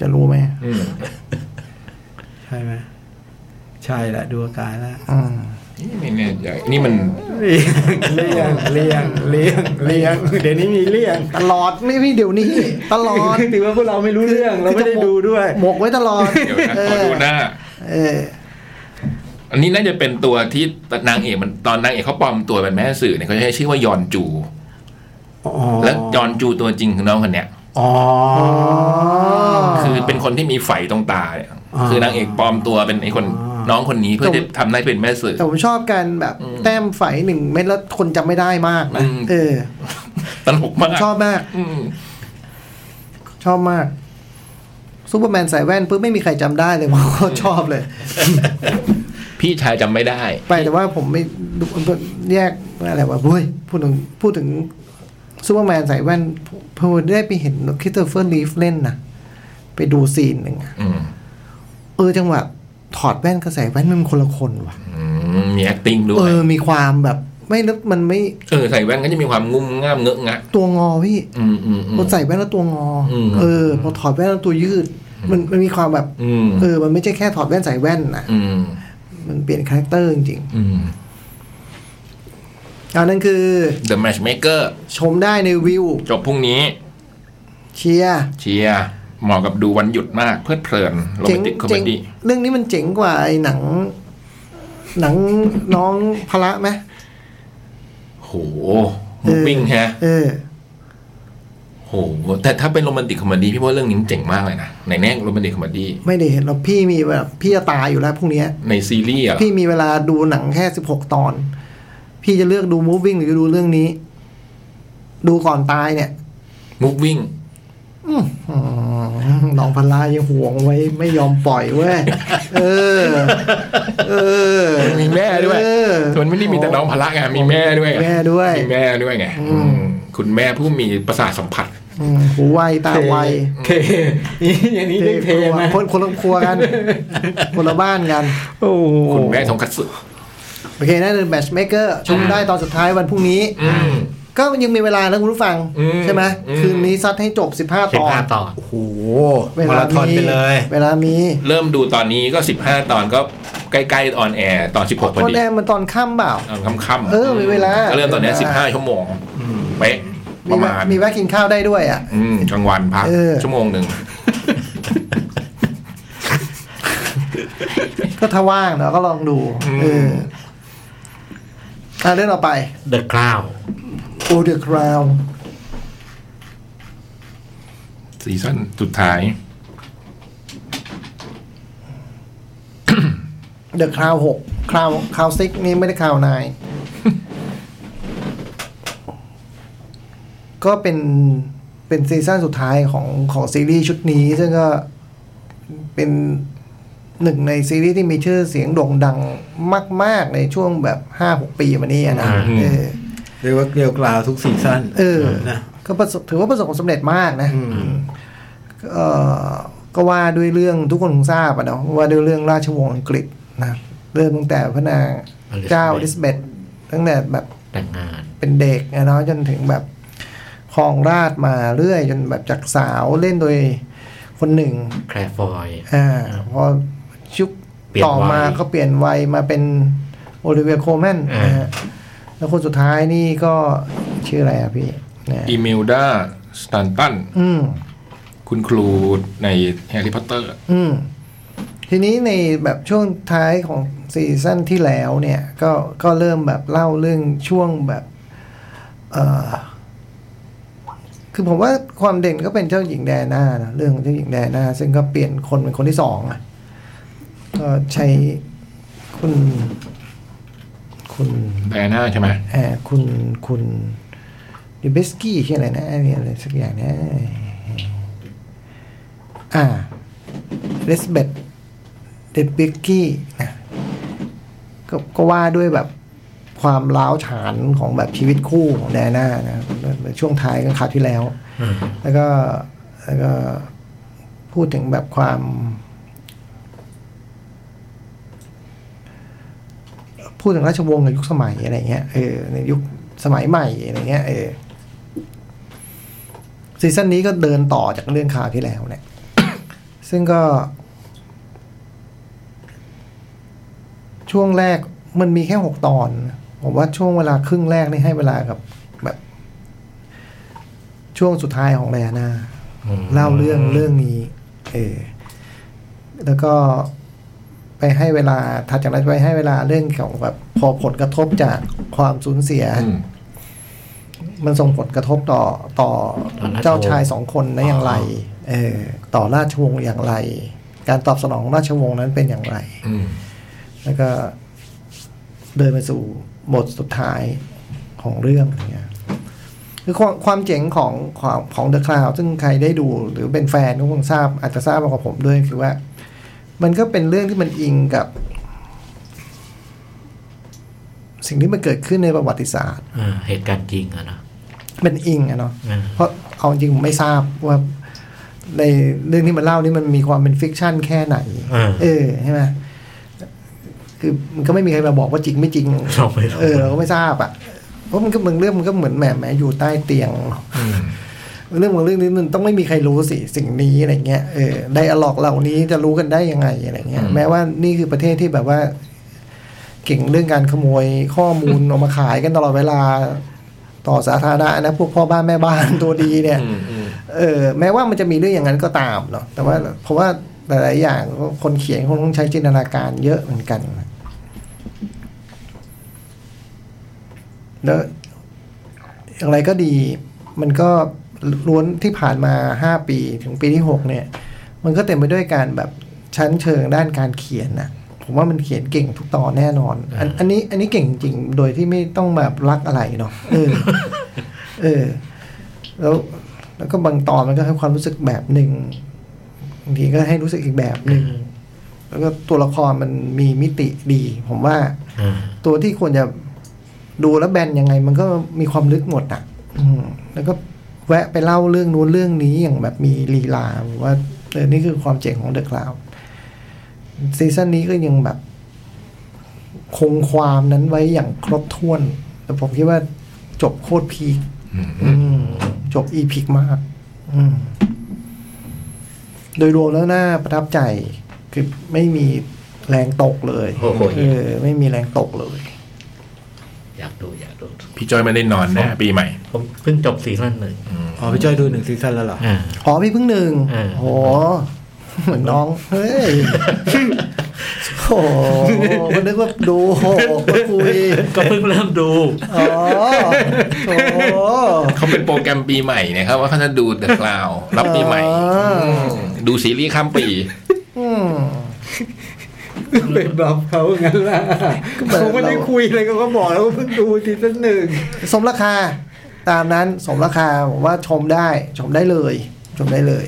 [SPEAKER 2] จะรู้ไหม
[SPEAKER 5] ใช่ไหมใช่ละดูอาการละ
[SPEAKER 2] อืม
[SPEAKER 3] ไม่แน่ใจนี่มัน
[SPEAKER 5] เลี่ยงเลี่ยงเลี่ยงเลี่ยงเลี่ยงเดี๋ยวนี้มีเลี่ยง
[SPEAKER 2] ตลอดไม่ไม่เดี๋ยวนี้ ตลอด
[SPEAKER 5] คือถือว่าพวกเราไม่รู้เรื่องเราไม่ได้ดูด้วย
[SPEAKER 2] หมกไว้ตลอด
[SPEAKER 3] เดี๋ยวนะขอดูหน้า
[SPEAKER 2] เออ
[SPEAKER 3] อันนี้น่าจะเป็นตัวที่นางเอกมันตอนนางเอกเขาปลอมตัวเป็นแม่สื่อเนี่ยเขาจะใช้ชื่อว่ายอนจู
[SPEAKER 5] อ๋อ
[SPEAKER 3] แล้วยอนจูตัวจริงคือน้องคนเนี้ย
[SPEAKER 5] อ๋อ
[SPEAKER 3] คือเป็นคนที่มีไฝตรงตาเนี่ย
[SPEAKER 5] อ่า
[SPEAKER 3] คือนางเอกปลอมตัวเป็นไอ้คน
[SPEAKER 5] อ่า
[SPEAKER 3] น้องคนนี้เพื่อจะทำหน้าที่เป็นแม่สื่อ
[SPEAKER 2] แต่ผมชอบการแบบ
[SPEAKER 3] อืม
[SPEAKER 2] แต้มไฝหนึ่งเม็ดแล้วคนจำไม่ได้มากนะ
[SPEAKER 3] อืม
[SPEAKER 2] เออ
[SPEAKER 3] ตลกมาก
[SPEAKER 2] ชอบมาก
[SPEAKER 3] อืม
[SPEAKER 2] ชอบมากซูเปอร์แมนใส่แว่นปุ๊บไม่มีใครจำได้เลย ผมก็ชอบเลย
[SPEAKER 3] พี่ชายจำไม่ได้
[SPEAKER 2] ไปแต่ว่าผมไม่แยกอะไรวะเว้ยพูดถึงพูดถึงซูเปอร์แมนใส่แว่นผมได้ไปเห็นคริสโตเฟอร์ลีฟเล่นนะไปดูซีนหนึ่งอะ
[SPEAKER 3] อืม
[SPEAKER 2] เออจังหวะถอดแว่นกับใส่แว่นมันคนละคนว่ะ
[SPEAKER 3] อืมมี acting ด้ว
[SPEAKER 2] เอย อมีความแบบ ไม่นึกมันไม่
[SPEAKER 3] เออใส่แว่นก็จะมีความงุ่มง่ามเงอะงะ
[SPEAKER 2] ตัวงอพี่
[SPEAKER 3] อืมอืมอืม
[SPEAKER 2] พอใส่แว่นแล้วตัวงออ
[SPEAKER 3] ม
[SPEAKER 2] เออพอถอดแว่นแล้วตัวยืด มันมันมีความแบบ
[SPEAKER 3] อืม
[SPEAKER 2] เออ มันไม่ใช่แค่ถอดแว่นใส่แว่นนะ
[SPEAKER 3] อืม
[SPEAKER 2] มันเปลี่ยนคาแรคเตอร์จริง
[SPEAKER 3] อืม
[SPEAKER 2] ๆอันนั้นคือ
[SPEAKER 3] The Matchmaker
[SPEAKER 2] ชมได้ในวิว
[SPEAKER 3] จบพรุ่งนี้
[SPEAKER 2] เชียร์
[SPEAKER 3] เชียร์เหมาะกับดูวันหยุดมากเพลิดเพลินโรแมนติ
[SPEAKER 2] เจ๋ง
[SPEAKER 3] กคอม
[SPEAKER 2] เจ๋ง
[SPEAKER 3] ดี้
[SPEAKER 2] เรื่องนี้มันเจ๋งกว่าไอ้หนัง หนังน้องพละไหม
[SPEAKER 3] โหมูวิ่งแฮะ
[SPEAKER 2] เออ
[SPEAKER 3] โหแต่ถ้าเป็นโรแมนติกคอมดี้พี่ว่าเรื่องนี้มันเจ๋งมากเลยนะในแง่โรแมนติกคอมดี้
[SPEAKER 2] ไม่ได้เห็นหรอกพี่มีแบบพี่จะตายอยู่แล้วพรุ่งเนี้ย
[SPEAKER 3] ในซีรีส์อะ
[SPEAKER 2] พี่มีเวลาดูหนังแค่สิบหกตอน พี่จะเลือกดู moving หรือดูเรื่องนี้ ดูก่อนตายเนี่ย
[SPEAKER 3] มูฟวิ่ง
[SPEAKER 2] อืมน้องพลายังห่วงไว้ไม่ยอมปล่อยเว้ยเออ เออ
[SPEAKER 3] มีแม่ด้วย
[SPEAKER 2] เออ
[SPEAKER 3] มันไม่ได้มีแต่น้องพละไงมีแม่ด้วย
[SPEAKER 2] มีแม่ด้วย
[SPEAKER 3] มีแม่ด้วยไง
[SPEAKER 2] อืม
[SPEAKER 3] คุณแม่ผู้มีประสาทสัมผัส
[SPEAKER 2] อืมหูไวตาไว
[SPEAKER 5] เทนี่อย่างนี้เรียกเทไหม
[SPEAKER 2] คนคนละครัวกัน คนละบ้านกัน
[SPEAKER 5] โอ้โห
[SPEAKER 3] คุณแม่ทงคัตสึ
[SPEAKER 2] โอเคนั่นคือแมชเมเกอร์ชมได้ตอนสุดท้ายวันพรุ่งนี้
[SPEAKER 3] อืม
[SPEAKER 2] ก็ยังมีเวลานะคุณผู้ฟัง
[SPEAKER 3] อืม
[SPEAKER 2] ใช่ไหม
[SPEAKER 3] อืม
[SPEAKER 2] คืนนี้ซัดให้จบ 15
[SPEAKER 4] สิ
[SPEAKER 2] ต
[SPEAKER 4] บ
[SPEAKER 2] อน
[SPEAKER 4] ห้าตอน
[SPEAKER 5] โอ้โหมาราธอนไปเลย
[SPEAKER 2] เวลามี
[SPEAKER 3] เริ่มดูตอนนี้ก็ 15 ตอนก็ใกล้ๆออนแอร์ตอน 16พอ
[SPEAKER 2] คน
[SPEAKER 3] ดี
[SPEAKER 2] แอมมันตอนค่ำเปล่า
[SPEAKER 3] ตอนค่ำๆ
[SPEAKER 2] เออมีเวลา
[SPEAKER 3] ก็เริ่มตอนเนี้ย15 ชั่วโมงเป๊ะป
[SPEAKER 2] มี
[SPEAKER 3] ระ
[SPEAKER 2] แวะ
[SPEAKER 3] มาณ
[SPEAKER 2] มีแวะกินข้าวได้ด้วยอ่ะ
[SPEAKER 3] อืมกลางวันพัก
[SPEAKER 2] เออ
[SPEAKER 3] ชั่วโมงหนึ่ง
[SPEAKER 2] ก็ถ้าว่างเราก็ลองดูเอออ่ะเรื่องต่อไป
[SPEAKER 4] The Crown
[SPEAKER 2] โอเดอร์คราว
[SPEAKER 3] ซีซั่นสุดท้าย
[SPEAKER 2] เดอะคราวหกคราวคราวซิกนี่ไม่ได้คราวนาย ก็เป็นเป็นซีซั่นสุดท้ายของของซีรีส์ชุดนี้ ซึ่งก็เป็นหนึ่งในซีรีส์ที่มีชื่อเสียงโด่งดังมาก ๆ ในช่วงแบบห้าหกปีมานี้อะนะ
[SPEAKER 4] อืม
[SPEAKER 2] เออ
[SPEAKER 5] เรียกว่าเกลียวกล่าวทุกซีซั่น
[SPEAKER 2] เออ
[SPEAKER 5] นะ
[SPEAKER 2] ก็ประสบถือว่าประสบความสำเร็จมากนะ
[SPEAKER 5] อืม
[SPEAKER 2] เอ่อก็ว่าด้วยเรื่องทุกคนคงทราบอะเนาะว่าด้วยเรื่องราชวงศ์อังกฤษนะเริ่มตั้งแต่พระนางเจ้าอลิซาเบธตั้งแต่แบบ
[SPEAKER 4] แต่งงาน
[SPEAKER 2] เป็นเด็กนะเนาะจนถึงแบบครองราชย์มาเรื่อย จนแบบจากสาวเล่นโดยคนหนึ่ง
[SPEAKER 4] แคลฟอย
[SPEAKER 2] อ่าพอชุก
[SPEAKER 4] เปลี่ยน
[SPEAKER 2] ต่
[SPEAKER 4] วัย
[SPEAKER 2] อมาก็เปลี่ยนวัยมาเป็นโอลิเวียโคลแมน
[SPEAKER 4] อ่า
[SPEAKER 2] นะฮะแล้วคนสุดท้ายนี่ก็ชื่ออะไรอะพี่นะ
[SPEAKER 3] อีเมลดาสตันตัน
[SPEAKER 2] อืม
[SPEAKER 3] คุณครูในแฮร์รี่พอตเตอร์
[SPEAKER 2] อืม ทีนี้ในแบบช่วงท้ายของซีซั่นที่แล้วเนี่ย ก็ก็เริ่มแบบเล่าเรื่องช่วงแบบ เอ่อ คือผมว่าความเด่นก็เป็นเจ้าหญิงแดอาน่านะเรื่องเจ้าหญิงแดอาน่าซึ่งก็เปลี่ยนคนเป็นคนที่สองอ่ะก็ใช้คุณ คุณ
[SPEAKER 3] แดน่าใช่ไหม
[SPEAKER 2] เอ่อคุณคุณดิเบสกี้ชื่ออะไรนะมีอะไรสักอย่างนะอ่าเลสเบตเดบสกี้นะก็ก็ว่าด้วยแบบความล้าวฉานของแบบชีวิตคู่ของแดน่านะครับช่วงท้ายกันคราวที่แล้ว แล้วก็แล้วก็พูดถึงแบบความ พูดถึงราชวงศ์ในยุคสมัยอะไรเงี้ยเออในยุคสมัยใหม่อะไรเงี้ยเออซีซั่นนี้ก็เดินต่อจากเรื่องข่าวที่แล้วเนี่ย ซึ่งก็ ช่วงแรกมันมีแค่หกตอน ผมว่าช่วงเวลาครึ่งแรกนี่ให้เวลากับแบบ ช่วงสุดท้ายของแรนาเล่าเรื่องเรื่องนี้ เออ แล้วก็ ไปให้เวลาถัดจากนั้นไปให้เวลาเรื่องของแบบพอผลกระทบจากความสูญเสีย
[SPEAKER 3] อืม
[SPEAKER 2] มันส่งผลกระทบต่อต่อ
[SPEAKER 4] ต่อราชวงศ์
[SPEAKER 2] เจ้าชายสองคนนะอย่างไร เออ ต่อราชวงศ์อย่างไร การตอบสนองของราชวงศ์นั้นเป็นอย่างไร
[SPEAKER 3] อืม
[SPEAKER 2] แล้วก็เดินไปสู่บทสุดท้ายของเรื่องอย่างเงี้ยคือความความเจ๋งของของของเดอะคลาวซึ่งใครได้ดูหรือเป็นแฟนก็คงทราบ อาจจะทราบมากกว่าผมด้วยคือว่า มันก็เป็นเรื่องที่มันอิงกับ สิ่งที่มันเกิดขึ้นในประวัติศาสตร์
[SPEAKER 4] เออเหตุการณ์จริงอะเนอะ
[SPEAKER 2] เป็นอิงอะเนาะ
[SPEAKER 4] อ่า
[SPEAKER 2] เพราะเอาจริงผมไม่ทราบว่า ในเรื่องที่มันเล่านี่มันมีความเป็นฟิกชันแค่ไหน
[SPEAKER 4] เออ
[SPEAKER 2] เออใช่ไหมคือมันก็ไม่มีใครมาบอกว่าจริงไม่จริง
[SPEAKER 4] เราไม่รู้
[SPEAKER 2] เออเราก็ไม่ทราบอ่ะ เพราะมันก็บางเรื่องมันก็เหมือนแหมแหมอยู่ใต้เตียง เรื่องบางเรื่องนี้มันต้องไม่มีใครรู้สิสิ่งนี้อะไรเงี้ย เออไดอะล็อกเหล่านี้จะรู้กันได้ยังไงอะไรเงี้ย
[SPEAKER 3] อืม
[SPEAKER 2] แม้ว่านี่คือประเทศที่แบบว่า เก่งเรื่องการขโมยข้อมูล ออกมาขายกันตลอดเวลา ต่อสาธารณะนะพวกพ่อบ้านแม่ บ้านตัวดีเนี่ย
[SPEAKER 3] อืมอืม
[SPEAKER 2] เออแม้ว่ามันจะมีเรื่องอย่างนั้นก็ตามเนาะแต่ว่าเพราะว่าหลาย ๆ อย่างคนเขียนคงต้องใช้จินตนาการเยอะเหมือนกันนะแล้วอย่างไรก็ดี มันก็ล้วนที่ผ่านมาห้าปีถึงปีที่หกเนี่ย มันก็เต็มไปด้วยการแบบชั้นเชิงด้านการเขียนนะผมว่ามันเขียนเก่งทุกตอนแน่นอน อันอันนี้ อันนี้เก่งจริงๆโดยที่ไม่ต้องแบบรักอะไรเนาะเออ เออ แล้วแล้วก็บางตอนมันก็ให้ความรู้สึกแบบหนึ่งบางทีก็ให้รู้สึกอีกแบบหนึ่งแล้วก็ตัวละครมันมีมิติดี ผมว่า
[SPEAKER 4] อ่า
[SPEAKER 2] ตัวที่ควรจะดูแล้วแบนยังไง มันก็มีความลึกหมดอ่ะ อืม แล้วก็แวะไปเล่าเรื่องนู้นเรื่องนี้อย่างแบบมีลีลาผมว่าเออนี่คือความเจ๋งของเดอะคลาวซีซั่นนี้ก็ยังแบบ คงความนั้นไว้อย่างครบถ้วน แต่ผมคิดว่าจบโคตรพีคอืม จบอีพิกมาก อืม โดยรวมแล้วน่าประทับใจ คือไม่มีแรงตกเลย
[SPEAKER 4] โอ้โห
[SPEAKER 2] เออ ไม่มีแรงตกเลย
[SPEAKER 4] อยากดูอยากดู
[SPEAKER 3] พี่จอยไม่ได้นอนนะปีใหม่
[SPEAKER 4] ผมเพิ่งจบซีซั่นหนึ่ง
[SPEAKER 5] อ๋อพี่จ้อยดูหนึ่งซีซั่นแล้วเหรอ
[SPEAKER 4] อ่า
[SPEAKER 2] อ๋อพี่เพิ่งหนึ่ง
[SPEAKER 4] เออ
[SPEAKER 2] โห เหมือนน้อง เฮ้ย โอ้ก็นึกว่าดูโหก็คุย
[SPEAKER 4] ก็เพิ่งเริ่มดู
[SPEAKER 2] อ๋อโอ้
[SPEAKER 3] เขาเป็นโปรแกรมปีใหม่นะครับ ว่าเขาจะดู The Cloud รับปีใหม่มดูซีรีส์ข้ามปี
[SPEAKER 2] อืม
[SPEAKER 5] เป็นบล็อกเขางั้นล่ะ
[SPEAKER 2] ก็แบบ
[SPEAKER 5] เขาไม่ได้คุยเลยเขาก็บอกแล้วว่าเพิ่งดูซีซั่นหนึ่ง
[SPEAKER 2] สมราคา ตามนั้นสมราคาผมว่าชมได้ ชมได้เลย ชมได้เลย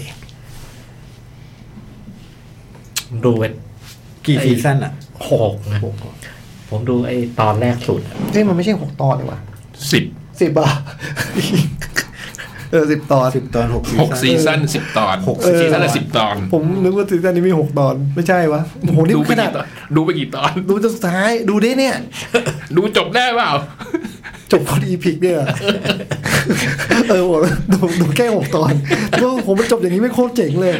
[SPEAKER 4] ดูเป็น
[SPEAKER 5] กี่ซีซั่นอ่ะ
[SPEAKER 4] หกนะผมดูไอ้ตอนแรกสุดอะ
[SPEAKER 2] เฮ้ยมันไม่ใช่หกตอนนี่หว่า
[SPEAKER 3] 10
[SPEAKER 2] สิบอ่ะ เออสิบตอน
[SPEAKER 5] สิบตอนหกซี
[SPEAKER 3] 6ซีซั่น10 ตอน
[SPEAKER 2] หกซี
[SPEAKER 3] ซี
[SPEAKER 2] ซั่น
[SPEAKER 3] ซั่นละ10 ตอน
[SPEAKER 2] ผมนึกว่าซีซั่นนี้มีหกตอน ไม่ใช่วะโอ้โหนี่
[SPEAKER 3] ดูไป
[SPEAKER 2] ขนา
[SPEAKER 3] กี่
[SPEAKER 2] ด
[SPEAKER 3] ตอนดูไปกี่ตอน
[SPEAKER 2] ดูจนสุดท้าย ดูได้เนี่ย
[SPEAKER 3] ดูจบได้เปล่า
[SPEAKER 2] จบพอดีพิกเนี่ย เออผมดูดูแค่หกตอนก็ผมมันจบอย่างนี้ไม่โคตรเจ๋งเลย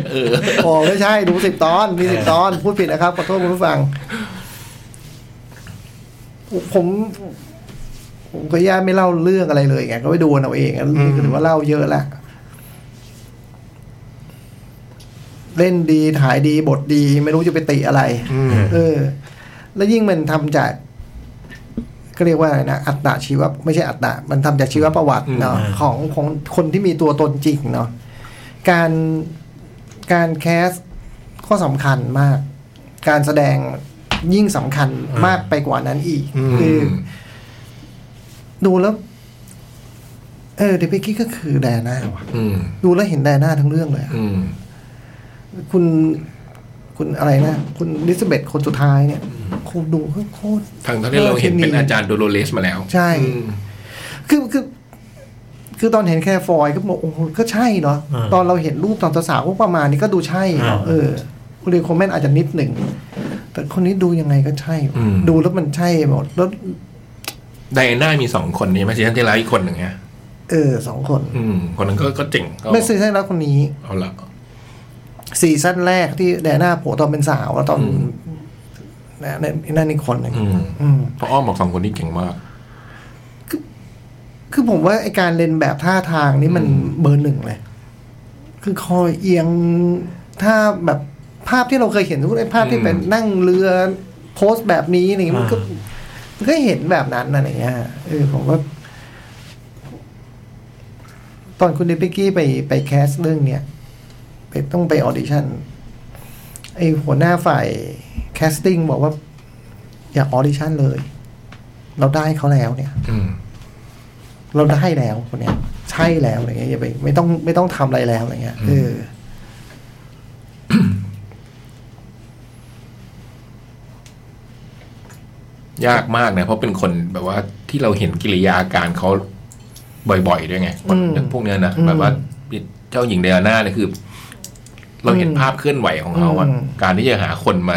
[SPEAKER 2] อ๋อไม่ใช่ ดูสิบตอน มีสิบตอน พูดผิดนะครับ ขอโทษคุณผู้ฟัง ผม ผมก็ย่าตไม่เล่าเรื่องอะไรเลยไง ก็ไปดูเอาเองอันนี้ก็ถือว่าเล่าเยอะละ เล่นดีถ่ายดีบทดี ไม่รู้จะไปติอะไร เออ แล้วยิ่งมันทำจาก ก็เรียกว่าอะไรนะอัตตาชีวะไม่ใช่อัตตามันทำจากชีวประวัติเนาะ
[SPEAKER 4] อืม
[SPEAKER 2] ของของคนที่มีตัวตนจริงเนาะการการแคสก็สำคัญมาก การแสดงยิ่งสำคัญมากไปกว่านั้นอีก
[SPEAKER 5] อืม
[SPEAKER 2] คือ ดูแล้ว เออเดบิกี้ก็คือแดน่าว่ะ
[SPEAKER 3] อืม
[SPEAKER 2] ดูแล้วเห็นแดน่าทั้งเรื่องเลยอะ
[SPEAKER 3] อืม
[SPEAKER 2] คุณ คุณอะไรนะ คุณลิซเบตคนสุดท้ายเนี่ยคุณดูโคตร
[SPEAKER 3] ทางที่เราเห็นเป็นอาจารย์โดโรเลสมาแล้ว
[SPEAKER 2] ใช่
[SPEAKER 3] อืม
[SPEAKER 2] คือคือ คือตอนเห็นแค่ฟอยก็บอกโอ้โหก็ใช่เนาะ
[SPEAKER 4] อ่า
[SPEAKER 2] ตอนเราเห็นรูปตอนสาวๆพวกประมาณนี้ก็ดูใช่เนาะ
[SPEAKER 4] อ่า
[SPEAKER 2] เออคุณเรียนคอมเมนต์อาจจะนิดหนึ่ง แต่คนนี้ดูยังไงก็ใช่ว่ะ
[SPEAKER 3] อืม
[SPEAKER 2] ดูแล้วมันใช่หมดแล้ว
[SPEAKER 3] ไดอาน่ามีสองคนนี่ไหมซีซั่นที่แล้วอีกคนหนึ่งฮะ
[SPEAKER 2] เออสองคน
[SPEAKER 3] อืม คนนั้นก็ก็เจ๋งก็
[SPEAKER 2] ไม่ซีซั่นแล้วคนนี้
[SPEAKER 3] เอาละ
[SPEAKER 2] ซีซั่นแรกที่แดน่าโผล่ตอนเป็นสาวแล้วตอน
[SPEAKER 3] อืม
[SPEAKER 2] นะนั่นนั่นอีกคนหนึ่ง
[SPEAKER 3] อืม
[SPEAKER 2] อืม
[SPEAKER 3] เพราะอ้อมบอกสองคนนี้เก่งมาก
[SPEAKER 2] คือผมว่าไอการเล่นแบบท่าทางนี่มันเบอร์หนึ่งเลย คือคอยเอียงถ้าแบบภาพที่เราเคยเห็นทุกไอภาพที่เป็น
[SPEAKER 3] อืม
[SPEAKER 2] นั่งเรือโพสต์แบบนี้อะไรเงี้ยมันก็
[SPEAKER 4] อ่า
[SPEAKER 2] มันก็เห็นแบบนั้นอะไรเงี้ยเออผมว่า ตอนคุณเดปิกกี้ไปไปแคสเรื่องเนี้ยไปต้องไปออดิชั่นไอหัวหน้าฝ่ายแคสติ้งบอกว่า อย่าออดิชั่นเลย เราได้เขาแล้วเนี่ย
[SPEAKER 3] อืม
[SPEAKER 2] เราได้แล้วคนเนี้ย ใช่แล้วอะไรเงี้ยอย่าไปไม่ต้องไม่ต้องทำอะไรแล้วอะไรเงี้ยเออ
[SPEAKER 3] ยากมากนะเพราะเป็นคนแบบว่าที่เราเห็นกิริยาอาการเขาบ่อยๆด้วยไงคน
[SPEAKER 2] อืม
[SPEAKER 3] พวกเนี้ยนะ
[SPEAKER 2] อืม
[SPEAKER 3] แบบว่าเจ้าหญิงไดอาน่าเนี่ยคือ เราเห็นภาพเคลื่อนไหวของเขาอะ
[SPEAKER 2] อืม
[SPEAKER 3] การที่จะหาคนมา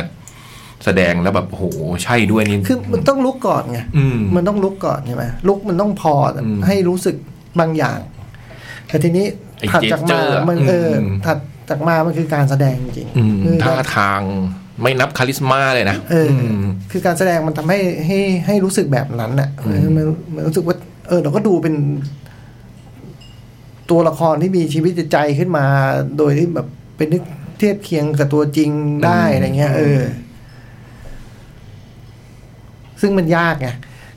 [SPEAKER 3] แสดงแล้วแบบโอ้โหใช่ด้วยนี่
[SPEAKER 2] คือมันต้องลุกก่อนไง
[SPEAKER 3] อืม
[SPEAKER 2] มันต้องลุกก่อนใช่ไหมลุกมันต้องพออ
[SPEAKER 3] ม
[SPEAKER 2] ให้รู้สึกบางอย่าง แต่ทีนี้
[SPEAKER 3] ไอ้
[SPEAKER 2] ถัดจากมา
[SPEAKER 3] gesture
[SPEAKER 2] มันเอออ
[SPEAKER 3] ม
[SPEAKER 2] ถัดจากมามันคือการแสดงจริง
[SPEAKER 3] อืม
[SPEAKER 2] คือ
[SPEAKER 3] ท่า
[SPEAKER 2] การ
[SPEAKER 3] ทางไม่นับคาลิสมาเลยนะ
[SPEAKER 2] เอออ
[SPEAKER 3] ม
[SPEAKER 2] คือการแสดงมันทำให้ให้ให้รู้สึกแบบนั้นน่ะเออมันมันรู้สึกว่า เออ เราก็ดูเป็น ตัวละครที่มีชีวิตจิตใจขึ้นมา โดยที่แบบเป็นนึกเทียบเคียงกับตัวจริงได้
[SPEAKER 3] อืม
[SPEAKER 2] อะไรเงี้ย เออ ซึ่งมันยากไง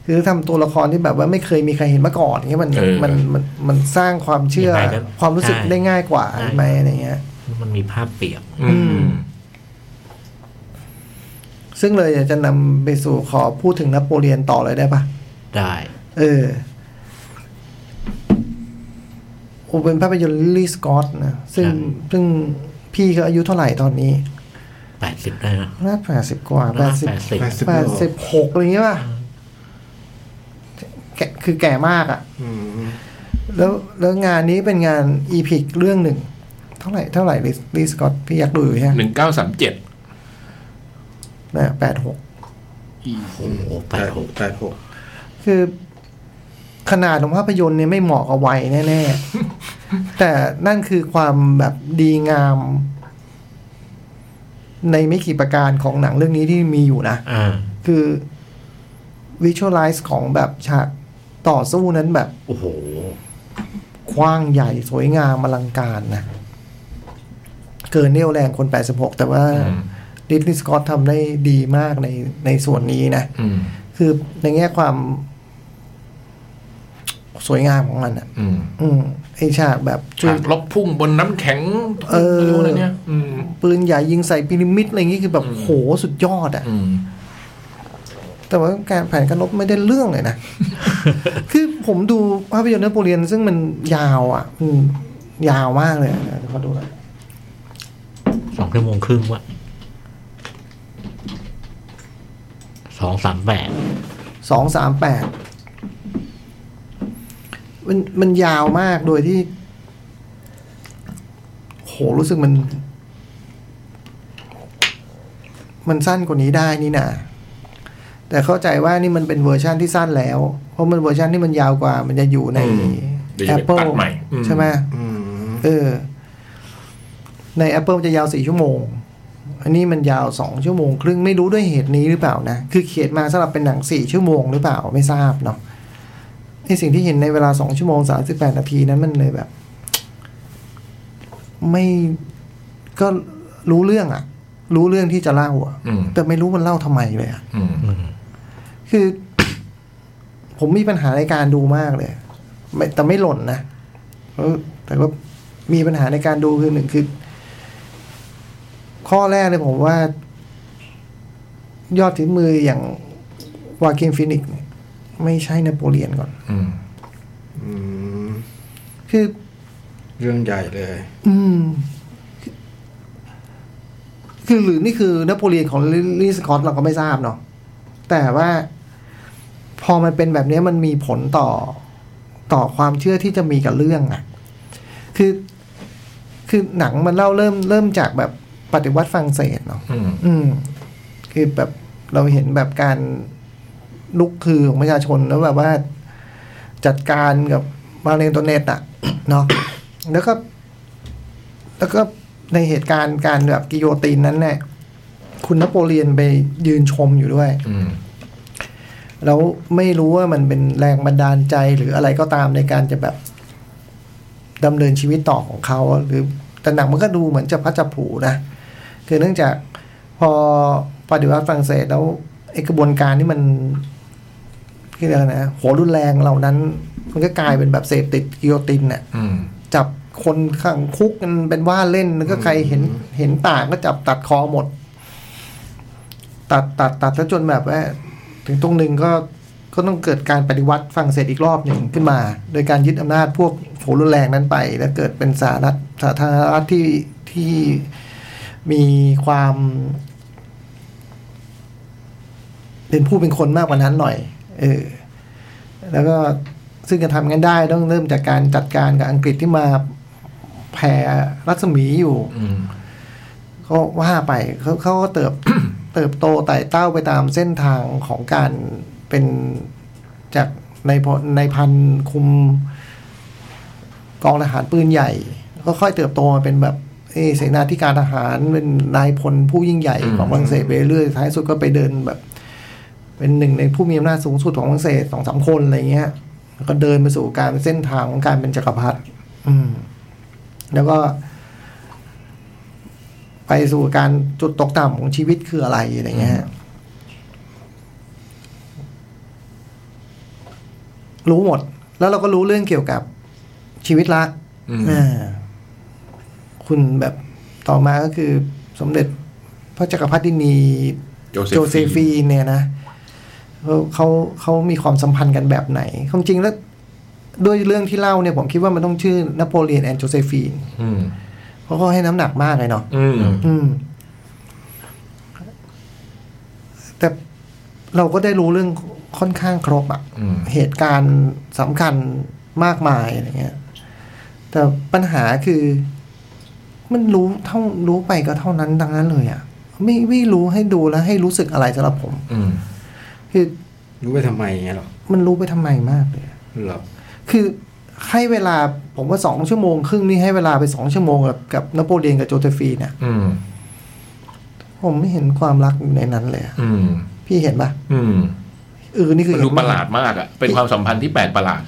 [SPEAKER 2] คือทำตัวละครที่แบบว่าไม่เคยมีใครเห็นมาก่อนเงี้ยมัน
[SPEAKER 3] เออ
[SPEAKER 2] มันมันมันสร้างความเชื่อ
[SPEAKER 4] ยังไงก็
[SPEAKER 2] ความรู้สึก
[SPEAKER 4] ใช่
[SPEAKER 2] ได้ง่ายกว่า
[SPEAKER 4] ใช่
[SPEAKER 2] ไหมอะไรเงี้ย
[SPEAKER 4] มันมีภาพเปรียบ
[SPEAKER 3] อืม
[SPEAKER 2] ซึ่งเลยอยากจะนำไปสู่ขอพูดถึงนโปเลียนต่อเลยได้ปะ
[SPEAKER 4] ได้
[SPEAKER 2] เออโอเป็นภาพยนตร์ลิลลี่สกอตนะ ซึ่ง
[SPEAKER 4] ครับ
[SPEAKER 2] ซึ่งพี่เขาอายุเท่าไหร่ตอนนี้
[SPEAKER 4] แปดสิบได้นะ
[SPEAKER 2] น่าแปดสิบกว่าแปดสิบ
[SPEAKER 4] แปดสิบ
[SPEAKER 5] 80
[SPEAKER 2] แปดสิบหกอะไรอย่างเงี้ยป่ะแกคือแก่มากอะ่ะ
[SPEAKER 5] อืม
[SPEAKER 2] แล้วแล้วงานนี้เป็นงานอีพิกเรื่องหนึ่ง เท่าไหร่เท่าไหร่ลิลลี่สกอตพี่อยากดูอยู่ใช่ไห
[SPEAKER 3] ห
[SPEAKER 2] ม
[SPEAKER 3] นึ่งเก้าสามเจ็ด
[SPEAKER 2] นะแปดหก
[SPEAKER 4] โอ้โหแปดหก
[SPEAKER 5] แปดหก
[SPEAKER 2] คือขนาดของภาพยนตร์เนี่ยไม่เหมาะกับวัยแน่ๆ แต่นั่นคือความแบบดีงาม ในไม่กี่ประการของหนังเรื่องนี้ที่มีอยู่นะ
[SPEAKER 4] อ่า
[SPEAKER 2] คือวิชวลไลซ์ของแบบฉากต่อสู้นั้นแบบ
[SPEAKER 4] โอ้โห
[SPEAKER 2] กว้างใหญ่สวยงามอลังการนะ เกินเรี่ยวแรงคน 86 แต่ว่าดิสนีย์สกอตทำได้ดีมากในในส่วนนี้นะ
[SPEAKER 3] อืม
[SPEAKER 2] คือในแง่ความสวยงามของมันอ่ะ
[SPEAKER 3] อืม
[SPEAKER 2] อืมไอฉากแบบปื
[SPEAKER 3] ฉาน กลบพุ่งบนน้ำแข็ง
[SPEAKER 2] เออ
[SPEAKER 3] ไม่รู้อะไรเนี่ย อืม
[SPEAKER 2] ปืนใหญ่ยิงใส่พีระมิดอะไรอย่างงี้คือแบบโหสุดยอดอ่ะ
[SPEAKER 3] อืม
[SPEAKER 2] แต่ว่าการแผนการลบไม่ได้เรื่องเลยนะ คือผมดูภาพยนตร์เนโปเลียนซึ่งมันยาวอ่ะ อืมยาวมากเลยอะเดี๋ยวขอดูหน่อย
[SPEAKER 4] สองชั่วโมงครึ่งวะสองสามแปด
[SPEAKER 2] สองสามแปดมันมันยาวมากโดยที่ โหรู้สึกมัน มันสั้นกว่านี้ได้นี่นะแต่เข้าใจว่านี่มันเป็นเวอร์ชันที่สั้นแล้ว เพราะมันเวอร์ชันที่มันยาวกว่า มันจะอยู่ใน
[SPEAKER 3] อืมเดี๋ยวจะไป
[SPEAKER 2] Apple
[SPEAKER 3] ตัดใหม่อืม
[SPEAKER 2] ใช่ไหมเออ ใน Apple มันจะยาวสี่ชั่วโมง อันนี้มันยาวสองชั่วโมง ครึ่งไม่รู้ด้วยเหตุนี้หรือเปล่านะ คือเขียนมาสำหรับเป็นหนังสี่ชั่วโมงหรือเปล่าไม่ทราบเนาะไอสิ่งที่เห็นในเวลาสองชั่วโมงสามสิบแปดนาทีนั้นมันเลยแบบ ไม่ก็รู้เรื่องอะรู้เรื่องที่จะเล่าอะ
[SPEAKER 3] อืม
[SPEAKER 2] แต่ไม่รู้มันเล่าทำไมเลยอะ
[SPEAKER 3] อืม
[SPEAKER 2] คือ ผมมีปัญหาในการดูมากเลยไม่แต่ไม่หล่นนะเออแต่ก็มีปัญหาในการดูคือหนึ่งคือ ข้อแรกเลยผมว่า ยอดถึงมืออย่างวากินฟินิกซ์เนี่ยไม่ใช่นโปเลียนก่อน
[SPEAKER 3] อืม
[SPEAKER 5] อืม
[SPEAKER 2] คือ
[SPEAKER 5] เรื่องใหญ่เลย
[SPEAKER 2] อืม คือหรือนี่คือนโปเลียนของลิลี่สกอตเราก็ไม่ทราบเนาะแต่ว่าพอมันเป็นแบบนี้มันมีผลต่อต่อความเชื่อที่จะมีกับเรื่องอะ่ะ คือคือหนังมันเล่าเริ่มเริ่มจากแบบปฏิวัติฝรั่งเศสเนาะ
[SPEAKER 3] อืม
[SPEAKER 2] อืม คือแบบเราเห็นแบบการลุกคือของประชาชนแล้วแบบว่าจัดการกับมาเลนโตเนตอะ เนาะแล้วก็ แล้วก็ในเหตุการณ์การแบบกิโยตินนั้นเนี่ยคุณนโปเลียนไปยืนชมอยู่ด้วย
[SPEAKER 3] อืม
[SPEAKER 2] แล้วไม่รู้ว่ามันเป็นแรงบันดาลใจหรืออะไรก็ตามในการจะแบบดำเนินชีวิตต่อของเขาหรือแต่หนังมันก็ดูเหมือนจะพัดจะผลูนะ คือเนื่องจากพอปฏิวัติฝรั่งเศสแล้วไอ้กระบวนการที่มันที่เรียกอะไรนะโหรุนแรงเหล่านั้น มันก็กลายเป็นแบบเสพติดกิโยตินเนี่ย
[SPEAKER 3] อืม
[SPEAKER 2] จับคนขังคุกกันเป็นว่าเล่นแล้วก็ใครเห็นเห็นต่างก็จับตัดคอหมด ตัดตัดตัดแล้วจนแบบว่าถึงตรงหนึ่งก็ก็ต้องเกิดการปฏิวัติฝรั่งเศสอีกรอบหนึ่งขึ้นมา โดยการยึดอำนาจพวกโหรุนแรงนั้นไป แล้วเกิดเป็นสาธารณรัฐสาธารณรัฐที่ที่มีความ เป็นผู้เป็นคนมากกว่านั้นหน่อย เออ แล้วก็ซึ่งจะทำกันได้ต้องเริ่มจากการจัดการกับอังกฤษที่มาแผ่รัศมีอยู่
[SPEAKER 3] อืม
[SPEAKER 2] ก็ว่าไปเขาเขาก็เติบ เติบโตไต่เต้าไปตามเส้นทางของการเป็นจากในพในพันคุมกองทหารปืนใหญ่ ก็ค่อยเติบโตมาเป็นแบบเอ้ยเสนาธิการทหารเป็นนายพลผู้ยิ่งใหญ่
[SPEAKER 3] อืม
[SPEAKER 2] ของฝรั่งเศสไปเรื่อยท้ายสุดก็ไปเดินแบบ เป็นหนึ่งในผู้มีอำนาจสูงสุดของฝรั่งเศสสองสามคนอะไรเงี้ยแล้วก็เดินไปสู่การเส้นทางของการเป็นจักรพรรดิอืม แล้วก็ ไปสู่การจุดตกต่ำของชีวิตคืออะไรอะไรเงี้ยฮะรู้หมด แล้วเราก็รู้เรื่องเกี่ยวกับชีวิตรัก
[SPEAKER 3] อืม
[SPEAKER 2] อ่าคุณแบบต่อมาก็คือสมเด็จพระจักรพรรดินี
[SPEAKER 3] โจเซ
[SPEAKER 2] โจเซ
[SPEAKER 3] ฟี
[SPEAKER 2] ฟีนเนี่ยนะเขาเขาเขามีความสัมพันธ์กันแบบไหนความจริงแล้วด้วยเรื่องที่เล่าเนี่ยผมคิดว่ามันต้องชื่อนโปเลียนแอนโจเซฟีน
[SPEAKER 3] อืม
[SPEAKER 2] เพราะเขาให้น้ำหนักมากเลยเนาะ
[SPEAKER 3] อืม
[SPEAKER 2] อืม แต่เราก็ได้รู้เรื่องค่อนข้างครบอะ
[SPEAKER 3] อืม
[SPEAKER 2] เหตุการณ์สำคัญมากมายอะไรเงี้ย แต่ปัญหาคือ มันรู้เท่ารู้ไปก็เท่านั้นดังนั้นเลยอะไม่ไม่รู้ให้ดูแล้วให้รู้สึกอะไรสำหรับผม
[SPEAKER 3] อืม
[SPEAKER 2] คือ
[SPEAKER 5] รู้ไปทำไมอย่างเงี้ยหรอ
[SPEAKER 2] มันรู้ไปทำไมมากเลยอะ
[SPEAKER 5] หรอ
[SPEAKER 2] คือให้เวลาผมว่าสองชั่วโมงครึ่งนี่ให้เวลาไปสองชั่วโมงกับกับนโปเลียนกับโจเซฟีนเนี่ย
[SPEAKER 3] อืม
[SPEAKER 2] ผมไม่เห็นความรักอยู่ในนั้นเลยอะ
[SPEAKER 3] อืม
[SPEAKER 2] พี่เห็นปะ
[SPEAKER 3] อืม
[SPEAKER 2] เออนี่คือ
[SPEAKER 3] มันดูประหลาดมากอะเป็นความสัมพันธ์ที่แปลกประหลาด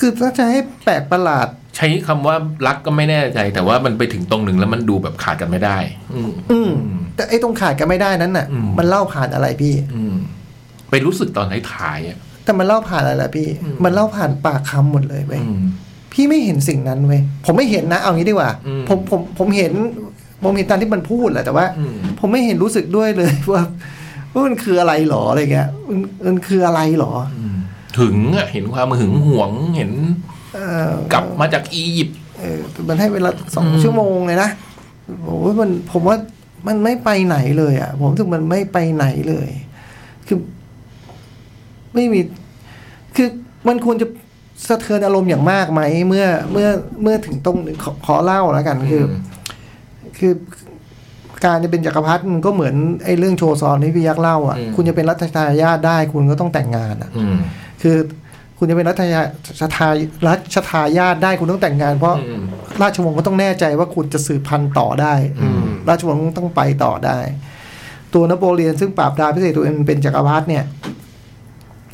[SPEAKER 2] คือถ้าจะให้แปลกประหลาด
[SPEAKER 3] ใช้คำว่ารักก็ไม่แน่ใจ แต่ว่ามันไปถึงตรงหนึ่งแล้วมันดูแบบขาดกันไม่ได้ อืม
[SPEAKER 2] อืม แต่ไอ้ตรงขาดกันไม่ได้นั้นน่ะ
[SPEAKER 3] อืม
[SPEAKER 2] มันเล่าผ่านอะไรพี่
[SPEAKER 3] อืม ไปรู้สึกตอนท้ายๆอ่ะ
[SPEAKER 2] แต่มันเล่าผ่านอะไรล่ะพี่
[SPEAKER 3] อืม
[SPEAKER 2] มันเล่าผ่านปากคำหมดเลยเว้ย
[SPEAKER 3] อืม
[SPEAKER 2] พี่ไม่เห็นสิ่งนั้นเว้ยผมไม่เห็นนะเอางี้ดีกว่า
[SPEAKER 3] อืม
[SPEAKER 2] ผมผมผมเห็นผมเห็นตามที่มันพูดแหละแต่ว่า
[SPEAKER 3] อืม
[SPEAKER 2] ผมไม่เห็นรู้สึกด้วยเลย ว่าว่ามันคืออะไรหรออะไรเงี้ยมันมันคืออะไรหรอ
[SPEAKER 3] อืม ถึงอะเห็นความหึงหวงเห็น
[SPEAKER 2] เออ
[SPEAKER 3] กลับมาจากอียิปต์
[SPEAKER 2] เออมันให้เวลาสอง
[SPEAKER 3] อืม
[SPEAKER 2] ชั่วโมงเลยนะโอ้ยมันผมว่ามันไม่ไปไหนเลยอ่ะ ผมรู้สึกมันไม่ไปไหนเลย คือ ไม่มี คือมันควรจะสะเทือนอารมณ์อย่างมากไหม เมื่อเมื่อเมื่อถึงตรงขอขอเล่าแล้วกันคือ คือการจะเป็นจักรพรรดิมันก็เหมือนไอ้เรื่องโชว์ซอนที่พี่ยักษ์เล่าอ่ะ
[SPEAKER 3] อืม
[SPEAKER 2] คุณจะเป็นรัชทายาทได้ คุณก็ต้องแต่งงานอ่ะ
[SPEAKER 3] อืม
[SPEAKER 2] คือคุณจะเป็นรัชทายาชทายรัชทายาทได้คุณต้องแต่งงานเพราะ
[SPEAKER 3] อืม
[SPEAKER 2] ราชวงศ์ก็ต้องแน่ใจว่าคุณจะสืบพันธุ์ต่อได้ ราชวงศ์ต้องไปต่อได้ ตัวนโปเลียนซึ่งปราบดาพิเศษตัวเองเป็นจักรวรรดิเนี่ย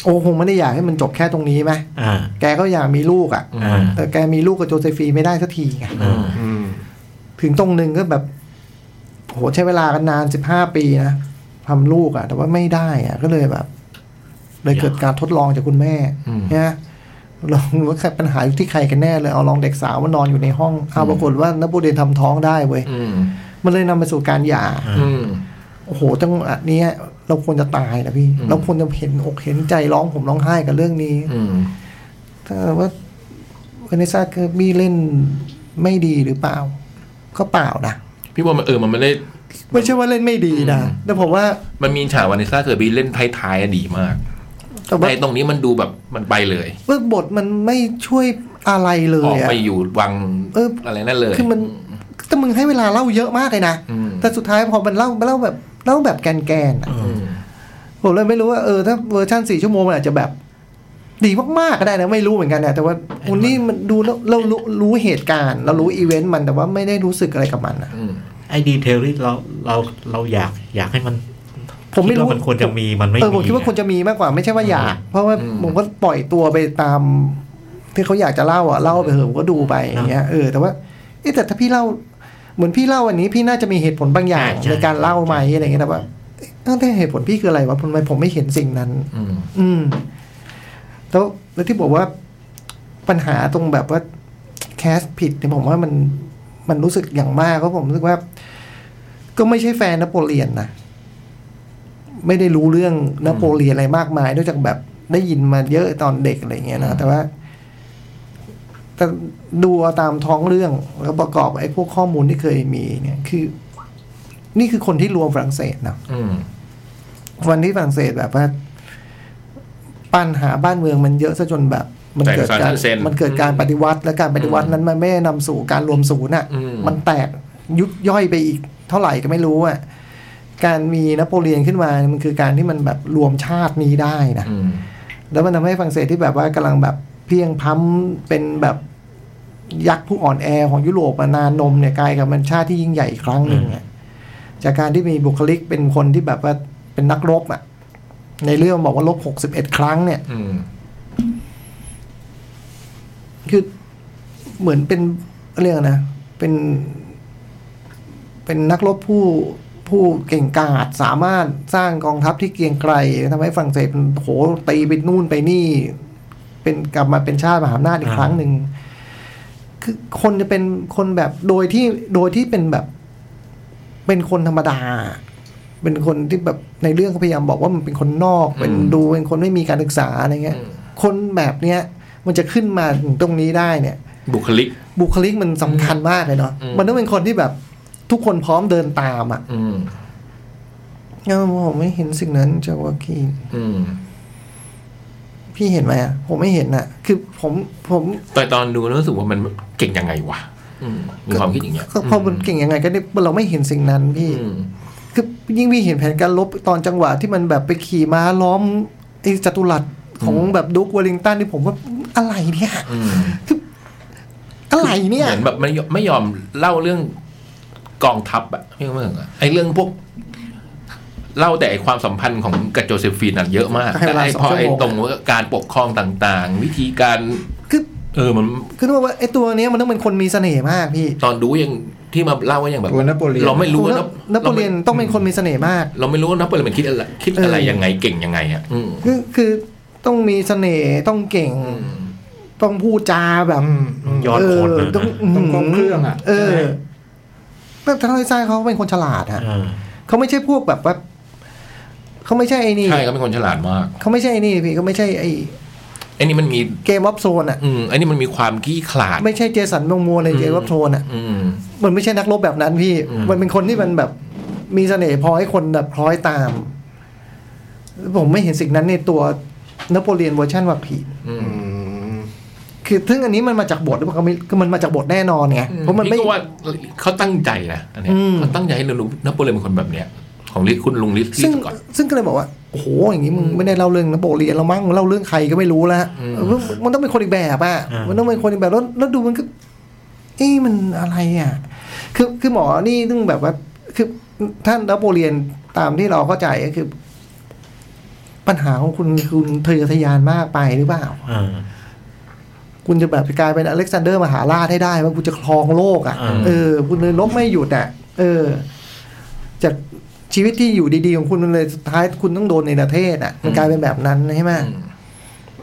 [SPEAKER 2] โอ้คงไม่ได้อยากให้มันจบแค่ตรงนี้ไหม
[SPEAKER 4] อ่า
[SPEAKER 2] แกก็อยากมีลูกอะ่ะ
[SPEAKER 3] อืม
[SPEAKER 4] อ่า
[SPEAKER 2] แต่แกมีลูกกับโจเซฟีไม่ได้สักทีไง
[SPEAKER 3] อืม
[SPEAKER 5] อืม
[SPEAKER 2] ถึงตรงหนึ่งก็แบบโหใช้เวลากันนานสิบห้าปีนะทำลูกอะ่ะ แต่ว่าไม่ได้อะ่ะ ก็เลยแบบ เลยเกิดการทดลองจากคุณแม่นะลองดูว่าใครปัญหาอยู่ที่ใครกันแน่เลยเอาลองเด็กสาวมานอนอยู่ในห้องเอาปรากฏว่านักบุเดนทำท้องได้เว้ย
[SPEAKER 3] อืม
[SPEAKER 2] มันเลยนำไปสู่การหย่า
[SPEAKER 3] อืม
[SPEAKER 2] โอ้โหจังหวะเนี้ยเราควรจะตายนะพี่ เราควรจะเห็นอกเห็นใจร้องผมร้องไห้กับเรื่องนี้
[SPEAKER 3] อืม
[SPEAKER 2] ถ้าว่าเวเนซ่าเคิร์บี้เล่นไม่ดีหรือเปล่า ก็เปล่านะ
[SPEAKER 3] พี่ว่ามันเออมันไม่ได้
[SPEAKER 2] ไม่ใช่ว่าเล่นไม่ดีนะแต่ผมว่า
[SPEAKER 3] มันมีฉากวานิสซาเคอร์บีเล่นท้ายๆอะดีมาก
[SPEAKER 2] แต่ว่า
[SPEAKER 3] ในตรงนี้มันดูแบบมันไปเลย
[SPEAKER 2] ว่าบทมันไม่ช่วยอะไรเล
[SPEAKER 3] ออย ก
[SPEAKER 2] อะ
[SPEAKER 3] ไปอยู่วัง
[SPEAKER 2] เอออ
[SPEAKER 3] อะไรนั่นเลย
[SPEAKER 2] คือมันแต่มึงให้เวลาเล่าเยอะมากเลยนะ
[SPEAKER 3] อืม
[SPEAKER 2] แต่สุดท้ายพอมันเล่าเล่าแบบเล่าแบบแกนแกนๆอะ
[SPEAKER 3] อืม
[SPEAKER 2] ผมเลยไม่รู้ว่าเออถ้าเวอร์ชันสี่ชั่วโมงมันอาจจะแบบ ดีมากๆก็ได้นะไม่รู้เหมือนกันนะแต่ว่าอุนี่มันดูแล้วเรารู้รู้เหตุการณ์ เรารู้อีเวนต์มันแต่ว่าไม่ได้รู้สึกอะไรกับมันอะ
[SPEAKER 3] อืม
[SPEAKER 4] ไอ้ดีเทลที่เราเราเราอยากอยากให้มัน
[SPEAKER 2] ผมไม่รู้
[SPEAKER 4] คิดว่ามันควรจะมีมันไม่มี
[SPEAKER 2] เออผมคิดว่าควรจะมีมากกว่าไม่ใช่ว่าอยาก เพราะว่าผมก็ปล่อยตัวไปตาม ที่เขาอยากจะเล่าอ่ะเล่าไปเถอะผมก็ดูไปอย่างเงี้ยเออแต่ว่าเอะแต่ถ้าพี่เล่า เหมือนพี่เล่าอันนี้ พี่น่าจะมีเหตุผลบางอย่างในการเล่าไหมอะไรเงี้ยแต่ว่าเอ้าแต่เหตุผลพี่คืออะไรวะทำไมผมไม่เห็นสิ่งนั้น
[SPEAKER 3] อืม
[SPEAKER 2] อืมแล้วแล้วที่บอกว่าปัญหาตรงแบบว่าแคสผิดเนี่ยผมว่ามันมันรู้สึกอย่างมากเพราะผมรู้สึกว่า ก็ไม่ใช่แฟนนโปเลียนนะไม่ได้รู้เรื่องนโปเลียนอะไรมากมายนอกจากแบบได้ยินมาเยอะตอนเด็กอะไรเงี้ยนะแต่ว่าแต่ดูเอาตามท้องเรื่องแล้วประกอบไอ้พวกข้อมูลที่เคยมีเนี่ย คือ นี่คือคนที่รวมฝรั่งเศสนะ
[SPEAKER 3] อืม
[SPEAKER 2] วันที่ฝรั่งเศสแบบว่าปัญหาบ้านเมืองมันเยอะซะจนแบบ มันเกิดการมันเกิดการปฏิวัติ และการปฏิวัตินั้นมันไม่ได้นำสู่การรวมศูนย์อ่ะ มันแตกยุบย่อยไปอีกเท่าไหร่ก็ไม่รู้อ่ะการมีนโปเลียนขึ้นมามันคือการที่มันแบบรวมชาตินี้ได้นะ
[SPEAKER 3] อืม
[SPEAKER 2] แล้วมันทำให้ฝรั่งเศสที่แบบว่ากำลังแบบเพลียงพล้ำเป็นแบบยักษ์ผู้อ่อนแอของยุโรปมานานนมเนี่ยกลายกับมันชาติที่ยิ่งใหญ่อีกครั้งหนึ่งเนี่ยจากการที่มีบุคลิกเป็นคนที่แบบว่าเป็นนักรบอ่ะ ในเรื่องบอกว่าลบหกสิบเอ็ดครั้งเนี่ย
[SPEAKER 3] อืม
[SPEAKER 2] คือเหมือนเป็นเรื่องนะ เป็น เป็นนักรบผู้ผู้เก่งกาจสามารถสร้างกองทัพที่เกรียงไกรทำให้ฝรั่งเศสโหตีไปนู่นไปนี่ เป็นกลับมาเป็นชาติมหาอำนาจอีกครั้งหนึ่ง คือคนจะเป็นคนแบบโดยที่โดยที่เป็นแบบ เป็นคนธรรมดา เป็นคนที่แบบในเรื่องเขาพยายามบอกว่ามันเป็นคนนอก เป็นดูเป็นคนไม่มีการศึกษาอะไรเงี้ย คนแบบเนี้ย มันจะขึ้นมาถึงตรงนี้ได้เนี่ย
[SPEAKER 3] บุคลิก
[SPEAKER 2] บุคลิกมันสำคัญมากเลยเนาะ
[SPEAKER 3] อืม
[SPEAKER 2] มันต้องเป็นคนที่แบบทุกคนพร้อมเดินตามอ่ะ
[SPEAKER 3] อืม
[SPEAKER 2] เออผมไม่เห็นสิ่งนั้นจากวาคีน
[SPEAKER 3] อืม
[SPEAKER 2] พี่เห็นไหมอะผมไม่เห็นอ่ะ คือผมผม
[SPEAKER 3] แต่ตอนดูแล้วรู้สึกว่ามันเก่งยังไงวะอืมมีความคิดอย่างเงี้ย
[SPEAKER 2] ก็พอมันเก่งยังไงก็ได้เราไม่เห็นสิ่งนั้นพี่
[SPEAKER 3] อืม
[SPEAKER 2] คือยิ่งพี่เห็นแผนการลบตอนจังหวะที่มันแบบไปขี่ม้าล้อมไอ้จัตุรัสของแบบดุกเวลลิงตันนี่ผมว่าอะไรเนี่ย
[SPEAKER 3] อืม
[SPEAKER 2] อะไรเนี่ย
[SPEAKER 3] เหมือนแบบไม่ยอมไม่ยอมเล่าเรื่องกองทัพอะไม่รู้เรื่องอะไอ้เรื่องพวก เล่าแต่ไอ้ความสัมพันธ์ของกับโจเซฟีนน่ะเยอะมาก
[SPEAKER 2] ให้เวลา
[SPEAKER 3] ไอ้
[SPEAKER 2] สอง
[SPEAKER 3] พอ
[SPEAKER 2] ชั่วโมง
[SPEAKER 3] ไอ้ตรงว่าการปกครองต่างๆ วิธีการ
[SPEAKER 2] คือ
[SPEAKER 3] เออมัน
[SPEAKER 2] คือต้องบอกว่าไอ้ตัวเนี้ยมันต้องเป็นคนมีเสน่ห์มากพี่
[SPEAKER 3] ตอนดูยังที่มาเล่าก็ยังแบบ
[SPEAKER 5] โอ้ยนโปเลียน
[SPEAKER 3] เราไม่รู้ว่า
[SPEAKER 2] แล้วนโปเลียนต้องเป็นคนมีเสน่ห์มาก
[SPEAKER 3] เราไม่รู้ว่านโปเลียนมันคิดอะไรคิดอะไรยังไงเก่งยังไงอ่ะอืม
[SPEAKER 2] คือคือต้องมีเสน่ห์ต้องเก่ง
[SPEAKER 3] อืม
[SPEAKER 2] ต้องพูดจาแบบ
[SPEAKER 4] ย้อน
[SPEAKER 2] เอ
[SPEAKER 4] ค
[SPEAKER 2] อน
[SPEAKER 4] นะ
[SPEAKER 2] ต้อง
[SPEAKER 5] ต้องครบเครื่องอะ
[SPEAKER 2] เออแต่ทางไซเขาเป็นคนฉลาดฮะ
[SPEAKER 4] เออ
[SPEAKER 2] เขาไม่ใช่พวกแบบว่าเขาไม่ใช่ไอ้นี่
[SPEAKER 3] ใช่เขาเป็นคนฉลาดมาก
[SPEAKER 2] เขาไม่ใช่ไอ้นี่พี่เขาไม่ใช่ไอ้
[SPEAKER 3] ไอ้นี่มันมี
[SPEAKER 2] เกมวับโซนอ่ะ
[SPEAKER 3] อืมไอ้นี่มันมีความขี้ขลาด
[SPEAKER 2] ไม่ใช่เจสันมงมัวเลยเกมวับโซนอ่ะ
[SPEAKER 3] อืม
[SPEAKER 2] มันไม่ใช่นักรบแบบนั้นพี่
[SPEAKER 3] อืม
[SPEAKER 2] มันเป็นคนที่มันแบบ มีเสน่ห์พอให้คนแบบพร้อยตาม ผมไม่เห็นสิ่งนั้นในตัวนโปเลียนเวอร์ชันวักผี
[SPEAKER 3] อืม
[SPEAKER 2] คือซึ่งอันนี้มันมาจากบทหรือเปล่าก็ไม่ก็มันมาจากบทแน่นอนไงเพราะมันไม่
[SPEAKER 3] พี่ก็ว่าเขาตั้งใจนะอันเนี้ย
[SPEAKER 2] อืม
[SPEAKER 3] เขาตั้งใจให้เรารู้นโปเลียนเป็นคนแบบเนี้ย ของลิสคุณลุงลิสลิ
[SPEAKER 2] ซึ่ง
[SPEAKER 3] ก่อน
[SPEAKER 2] ซึ่งก็เลยบอกว่าโอ้โหอย่างนี้มึงไม่ได้เล่าเรื่องนโปเลียนแล้วมั้งเล่าเรื่องใครก็ไม่รู้ละ
[SPEAKER 3] อืม
[SPEAKER 2] เออมันต้องเป็นคนอีกแบบอ่ะ
[SPEAKER 4] อ่ามั
[SPEAKER 2] มันต้องเป็นคนอีกแบบแล้วแล้วดูมันก็เอ้มันอะไรอ่ะ คือคือหมอนี่ต้องแบบว่า คือท่านนโปเลียนตามที่เราเข้าใจก็คือ ปัญหาของคุณคือคุณทะเยอทะยานมากไปหรือเปล่า
[SPEAKER 4] เออ
[SPEAKER 2] คุณจะแบบกลายเป็นอเล็กซานเดอร์มหาราชให้ได้ว่าคุณจะครองโลกอ่ะ
[SPEAKER 4] อ่า
[SPEAKER 2] เออ คุณเลยลบไม่หยุดอ่ะ เออ จาก ชีวิตที่อยู่ดีๆของคุณมันเลยสุดท้ายคุณต้องโดนในประเทศอ่ะ มันกลายเป็นแบบนั้นใช่ไหม
[SPEAKER 3] อืม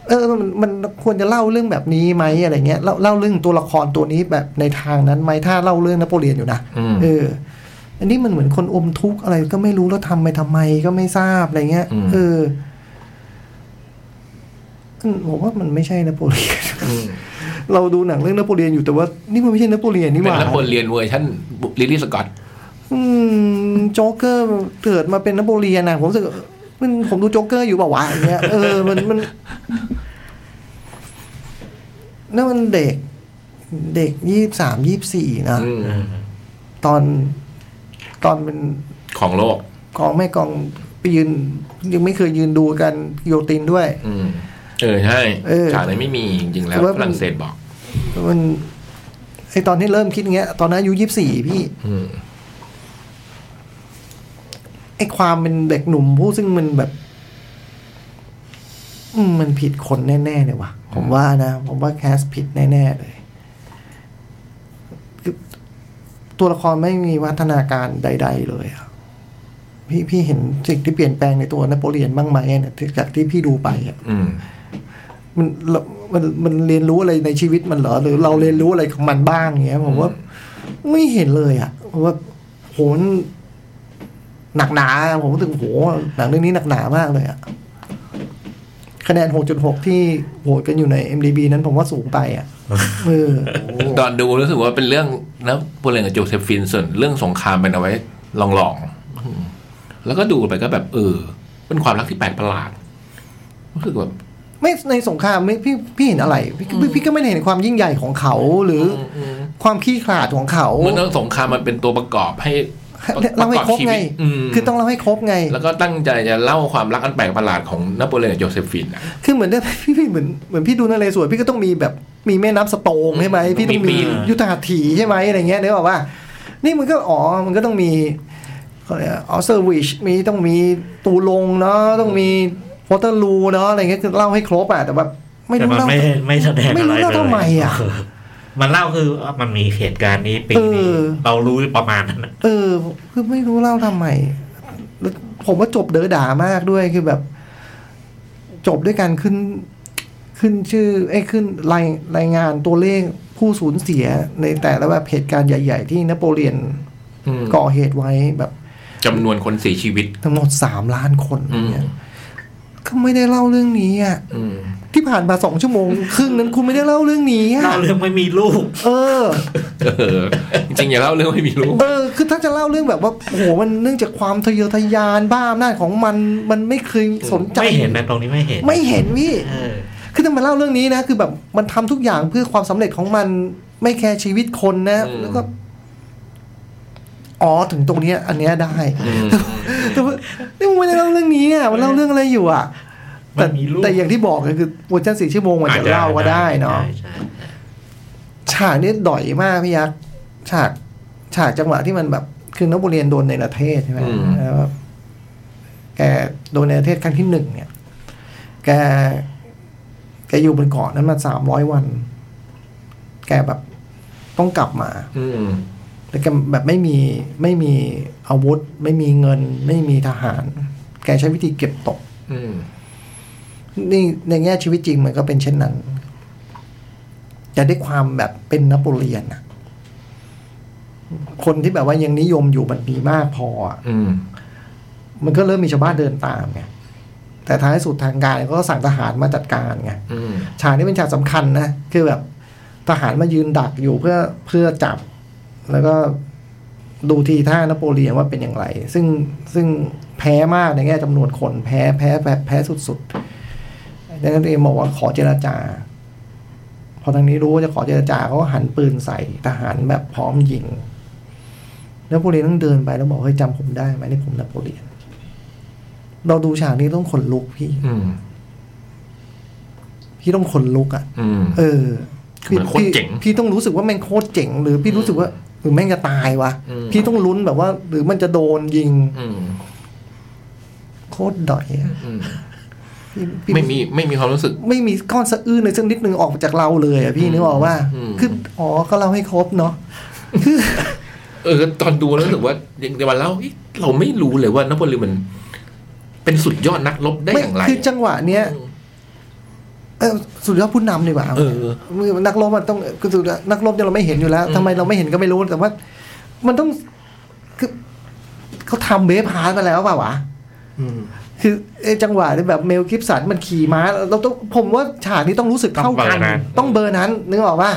[SPEAKER 2] เออมันมันควรจะเล่าเรื่องแบบนี้ไหมอะไรเงี้ยเล่าเล่าเรื่องตัวละครตัวนี้แบบในทางนั้นไหมถ้าเล่าเรื่องนโปเลียนอยู่นะ
[SPEAKER 3] อืม
[SPEAKER 2] เออ อันนี้มันเหมือนคนอมทุกข์อะไรก็ไม่รู้แล้วทำไปทำไมก็ไม่ทราบอะไรเงี้ยเอออืมผมว่ามันไม่ใช่นโปเลียน
[SPEAKER 3] อืม
[SPEAKER 2] เราดูหนังเรื่องนโปเลียนอยู่แต่ว่า นี่มันไม่ใช่นโปเลียนนี่ห
[SPEAKER 3] เป็น
[SPEAKER 2] ว่า
[SPEAKER 3] นักบอลเรียนเวอร์ชันลิลลี่สกอต
[SPEAKER 2] อืมโจ๊กเกอร์เกิดมาเป็นนโปเลียนนะผมรู้สึกมันผมดูโจ๊กเกอร์อยู่เปล่าวะอย่างเงี้ยเออมันมัน นั่นมันเด็ก เด็กยี่สามยี่สี่นะ ตอนตอนเป็น
[SPEAKER 3] ของโลก
[SPEAKER 2] กองแม่กองไปยืน ยังไม่เคยยืนดูกันโยตินด้วย
[SPEAKER 3] อืมเออใช่
[SPEAKER 2] เออ
[SPEAKER 3] ฉากนั้นไม่มีจริงๆแล้ว
[SPEAKER 2] แต่ว่า
[SPEAKER 3] ฝรั่งเศสบอก
[SPEAKER 2] มันไอตอนที่เริ่มคิดอย่างเงี้ย ตอนนั้นอายุยี่สี่พี่
[SPEAKER 3] อืม
[SPEAKER 2] ไอ้ความเป็นเด็กหนุ่มผู้ซึ่งมันแบบ อืมมันผิดคนแน่ ๆ เลยว่ะ ผมว่านะ ผมว่าแคสผิดแน่ ๆ เลยคือตัวละครไม่มีวัฒนาการใด ๆ เลยอะพี่พี่เห็นสิ่งที่เปลี่ยนแปลงในตัวนโปเลียนบ้างไหมเนี่ยจากที่พี่ดูไปอะ
[SPEAKER 3] อืม
[SPEAKER 2] มันเรามันมันเรียนรู้อะไรในชีวิตมันเหรอ หรือเราเรียนรู้อะไรของมันบ้างเงี้ย ผมว่า ไม่เห็นเลยอ่ะผมว่าโหมันหนักหนาผมรู้สึกโหหนังเรื่องนี้หนักหนามากเลยอ่ะ คะแนน 6.6 ที่โหวตกันอยู่ใน MDB นั้นผมว่าสูงไปอ่ะเออ
[SPEAKER 3] ตอนดูรู้สึกว่าเป็นเรื่องนะโปเลนกับโจเซฟินส่วนเรื่องสงครามเป็นเอาไว้ลองๆอืมแล้วก็ดูไปก็แบบเออ เป็นความรักที่แปลกประหลาด รู้สึกแบบ
[SPEAKER 2] ไม่ในสงครามไม่พี่พี่เห็นอะไรพี่พี่พี่ก็ไม่ได้เห็นความยิ่งใหญ่ของเขาหรืออความขี้ขลาดของเขา
[SPEAKER 3] มันต้องสงครามมันเป็นตัวประกอบ ให้
[SPEAKER 2] เล่าให้ครบไง
[SPEAKER 3] ม
[SPEAKER 2] คือต้องเล่าให้ครบไง
[SPEAKER 3] แล้วก็ตั้งใจจะเล่าความรักอันแปลกประหลาดของนโปเลียนกับโจเซฟินอ่ะ
[SPEAKER 2] คือเหมือนได้ พี่พี่เหมือนเหมือนพี่ดูนาเรศวรพี่ก็ต้องมีแบบมีแม่น้ำสโตงใช่ไหมพี่ต้องมียุทธหัตถีใช่ไหมอะไรเงี้ยนึกออกว่า นี่มันก็อ๋อมันก็ต้องมีเขาเรียกออสเซอร์วิชมีต้องมีตูลงเนาะต้องมีวอเตอร์ลูเนาะอะไรเงี้ยคือเล่าให้ครบอะแต่แบบไม่
[SPEAKER 4] แต่
[SPEAKER 2] รู้
[SPEAKER 4] มัน
[SPEAKER 2] เล่า
[SPEAKER 4] ไม่ไม่แสดง
[SPEAKER 2] ไม่
[SPEAKER 4] อะไร
[SPEAKER 2] รู้
[SPEAKER 4] เลย
[SPEAKER 2] เล่าทำไมอ่ะ
[SPEAKER 4] เมันเล่าคือเออมันมีเหตุการณ์นี้ปีนี้
[SPEAKER 2] เออ
[SPEAKER 4] เรารู้ประมาณนั้นน่ะ
[SPEAKER 2] เออคือไม่รู้เล่าทำไมแล้วผมว่าจบเด๋อด่ามากด้วยคือแบบ จบด้วยการขึ้น ขึ้นชื่อไอ้ยขึ้นรายรายงานตัวเลขผู้สูญเสียในแต่ละแบบเหตุการณ์ใหญ่ ๆ ที่นโปเลียน
[SPEAKER 3] อืม
[SPEAKER 2] ก่อเหตุไว้แบบ
[SPEAKER 3] จำนวนคนเสียชีวิต
[SPEAKER 2] ทั้งหมดสามล้านคน
[SPEAKER 3] อืม
[SPEAKER 2] เนี่ยก็ไม่ได้เล่าเรื่องนี้อ่ะ
[SPEAKER 3] อืม
[SPEAKER 2] ที่ผ่านมาสองชั่วโมง ครึ่งนั้นคุณไม่ได้เล่าเรื่องนี้อ่ะ
[SPEAKER 4] เล่าเรื่องไม่มีลูก
[SPEAKER 2] เออ
[SPEAKER 3] เออจริงๆอย่าเล่าเรื่องไม่มีรู้
[SPEAKER 2] เออ คือถ้าจะเล่าเรื่องแบบว่า โอ้โห มันเนื่องจากความทะเยอทะยานบ้าอำนาจของมัน มันไม่เคยสนใจ
[SPEAKER 4] ไม่เห็นนะตรงนี้ไม่เห็น
[SPEAKER 2] ไม่เห็นพี่
[SPEAKER 4] เออ
[SPEAKER 2] คือถ้ามาเล่าเรื่องนี้นะ คือแบบมันทำทุกอย่างเพื่อความสำเร็จของมัน ไม่แคร์ชีวิตคนนะ
[SPEAKER 3] อืม
[SPEAKER 2] แล้วก็ อ๋อ ถึงตรงเนี้ย อันเนี้ยได้
[SPEAKER 3] อืม
[SPEAKER 2] แต่ว่านี่มันไม่ได้เล่าเรื่องนี้อ่ะ มันเล่าเรื่องอะไรอยู่อ่ะ แต่
[SPEAKER 4] มันมีรูป
[SPEAKER 2] แต่อย่างที่บอกก็คือเวอร์ชันสี่ชั่วโมงมันจะเล่าก็ได้เนาะ
[SPEAKER 4] ใช่ใช่ใช่
[SPEAKER 2] ฉากนี้ด่อยมากพี่ยักษ์ฉาก ฉากจังหวะที่มันแบบคือนักบุเรียนโดนในประเทศใช่ไหม
[SPEAKER 3] อืม
[SPEAKER 2] แล้วแบบแกโดนในประเทศครั้งที่หนึ่งเนี่ย แก แกอยู่บนเกาะนั้นมาสามร้อยวัน แกแบบต้องกลับมา
[SPEAKER 3] อืม
[SPEAKER 2] แล้วแกแบบไม่มีไม่มีอาวุธ ไม่มีเงิน ไม่มีทหาร แกใช้วิธีเก็บตก
[SPEAKER 3] อืม
[SPEAKER 2] นี่ในแง่ชีวิตจริงมันก็เป็นเช่นนั้น แต่ด้วยความแบบเป็นนโปเลียนน่ะ คนที่แบบว่ายังนิยมอยู่มันมีมากพออะ
[SPEAKER 3] อืม
[SPEAKER 2] มันก็เริ่มมีชาวบ้านเดินตามไงแต่ท้ายสุดทางการก็สั่งทหารมาจัดการไง
[SPEAKER 3] อืม
[SPEAKER 2] ฉากนี้เป็นฉากสำคัญนะคือแบบทหารมายืนดักอยู่เพื่อเพื่อจับ แล้วก็ดูทีท่านโปเลียนว่าเป็นอย่างไร ซึ่งซึ่งแพ้มากในแง่จำนวนคนแพ้แพ้แพ้แพ้สุดๆดังนั้นเองบอกว่าขอเจราจา พอทางนี้รู้ว่าจะขอเจราจาเขาก็หันปืนใส่ทหารแบบพร้อมยิงนโปเลียนต้องเดินไปแล้วบอกเฮ้ยจำผมได้ไหมนี่ผมนโปเลียน เราดูฉากนี้ต้องขนลุกพี่
[SPEAKER 3] อืม
[SPEAKER 2] พี่ต้องขนลุกอ่ะ
[SPEAKER 3] อืม
[SPEAKER 2] เออ
[SPEAKER 3] เหมือนโคตรเจ๋ง
[SPEAKER 2] พี่พี่ต้องรู้สึกว่าแม่งโคตรเจ๋ง หรือพี่รู้สึกว่าหรือแม่งจะตายวะ
[SPEAKER 3] อืม
[SPEAKER 2] พี่ต้องลุ้นแบบว่า หรือมันจะโดนยิง
[SPEAKER 3] อืม
[SPEAKER 2] โคตรดอยอะ
[SPEAKER 3] อืม
[SPEAKER 2] พี่พี่
[SPEAKER 3] ไม่มีไม่มีความรู้สึก
[SPEAKER 2] ไม่มีก้อนสะอื้นเลยสักนิดหนึ่งออกจากเราเลยอะพี่นึกออกว่า
[SPEAKER 3] อืม
[SPEAKER 2] คืออ๋อก็เราให้ครบเนาะคือ
[SPEAKER 3] เออตอนดูแล้วรู้สึกว่าในวันเล่าเอ๊ะเราไม่รู้เลยว่านโปเลียนมัน เป็นสุดยอดนักรบได้อย่างไร
[SPEAKER 2] คือจังหวะเนี้ยเออสุดยอดผู้นำดีกว่า
[SPEAKER 3] เออ
[SPEAKER 2] นักรบมันต้องคือสุดนักรบเนี่ยเราไม่เห็นอยู่แล้ว
[SPEAKER 3] อืม
[SPEAKER 2] ทำไมเราไม่เห็นก็ไม่รู้แต่ว่า มันต้องคือเขาทำเบฟฮาร์ดมาแล้วเปล่าวะ
[SPEAKER 5] อืม
[SPEAKER 2] คือไอ้จังหวะเนี่ยแบบเมลกิฟสันมันขี่ม้าเราต้องผมว่าฉากนี้ต้องรู้สึกเท่ากัน ต้องเบอร์นั้นนึกออกป่ะ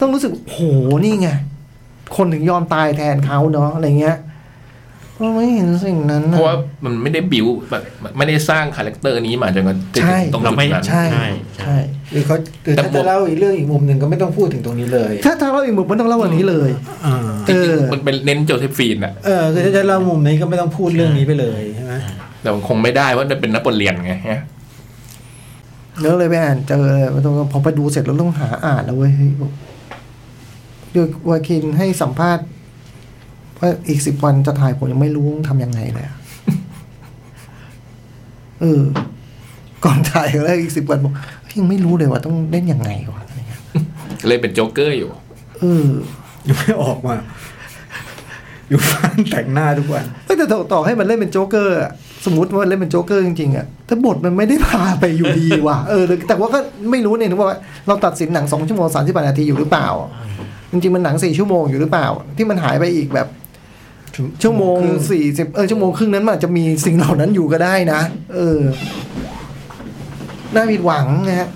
[SPEAKER 2] ต้องรู้สึกโหนี่ไง คนถึงยอมตายแทนเขาเนาะอะไรเงี้ยเราไม่เห็นสิ่งนั้น
[SPEAKER 3] เพ
[SPEAKER 2] น่
[SPEAKER 3] ราะว่ามันไม่ได้บิวแบบไม่ได้สร้างคาแรคเตอร์นี้มาจนกระทั่ง
[SPEAKER 2] ใช่
[SPEAKER 3] ตรง
[SPEAKER 4] เรา
[SPEAKER 3] จุด
[SPEAKER 4] ไม่
[SPEAKER 3] นั้น
[SPEAKER 2] ใช่
[SPEAKER 4] ใช่
[SPEAKER 2] ใช่
[SPEAKER 5] หรือเขาหรือ
[SPEAKER 3] แต่
[SPEAKER 5] ถ้า
[SPEAKER 3] บ
[SPEAKER 5] จะ
[SPEAKER 3] ท
[SPEAKER 5] เล่าอีกเรื่องอีกมุมหนึ่งก็ไม่ต้องพูดถึงตรงนี้เลย
[SPEAKER 2] ถ้าถ้าเราอีกมุมมันต้องเล่าวันนี้เลย
[SPEAKER 5] อ่า
[SPEAKER 2] เออ
[SPEAKER 3] มันเป็นเน้นโจเซฟีนอะ
[SPEAKER 5] เออคือถ้าจะเล่ามุมนี้ก็ไม่ต้องพูดเรื่องนี้ไปเลยใช่ไหม
[SPEAKER 3] แต่มันคงไม่ได้ว่ามันเป็นนโปเลียนไงฮะ
[SPEAKER 2] เนื้อเลยไปอ่านเจอเลยพอไปดูเสร็จแล้วต้องหาอ่านแล้วเว้ยเฮ้ยบอกเดี๋ยววาคินให้สัมภาษณ์ว่าอีกสิบวันจะถ่ายผมยังไม่รู้ต้องทำยังไงเลย อะเออ ก่อนถ่ายแล้วอีกสิบวันบอกยังไม่รู้เลยว่าต้องเล่นยังไงวะอะไรเงี้ย
[SPEAKER 3] เลยเป็นโจ๊กเกอร์อยู่
[SPEAKER 2] เออ
[SPEAKER 5] ยังไม่ออกมา อยู่บ้านแต่งหน้าทุกวัน
[SPEAKER 2] เฮ้ยแต่ต่อต่อให้มันเล่นเป็นโจ๊กเกอร์อะสมมติว่าเล่นเป็นโจ๊กเกอร์จริงๆอะแต่บทมันไม่ได้พาไปอยู่ดีว่ะเออแต่ว่าก็ไม่รู้เนี่ยนึกว่า เราตัดสินหนังสองชั่วโมงสามสิบนาทีอยู่หรือเปล่า จริงๆมันหนังสี่ชั่วโมงอยู่หรือเปล่า ที่มันหายไปอีกแบบ ชั่วโมงสี่สิบเออชั่วโมงครึ่งนั้นมันอาจจะมีสิ่งเหล่านั้นอยู่ก็ได้นะ เออน่าผิดหวังนะฮะ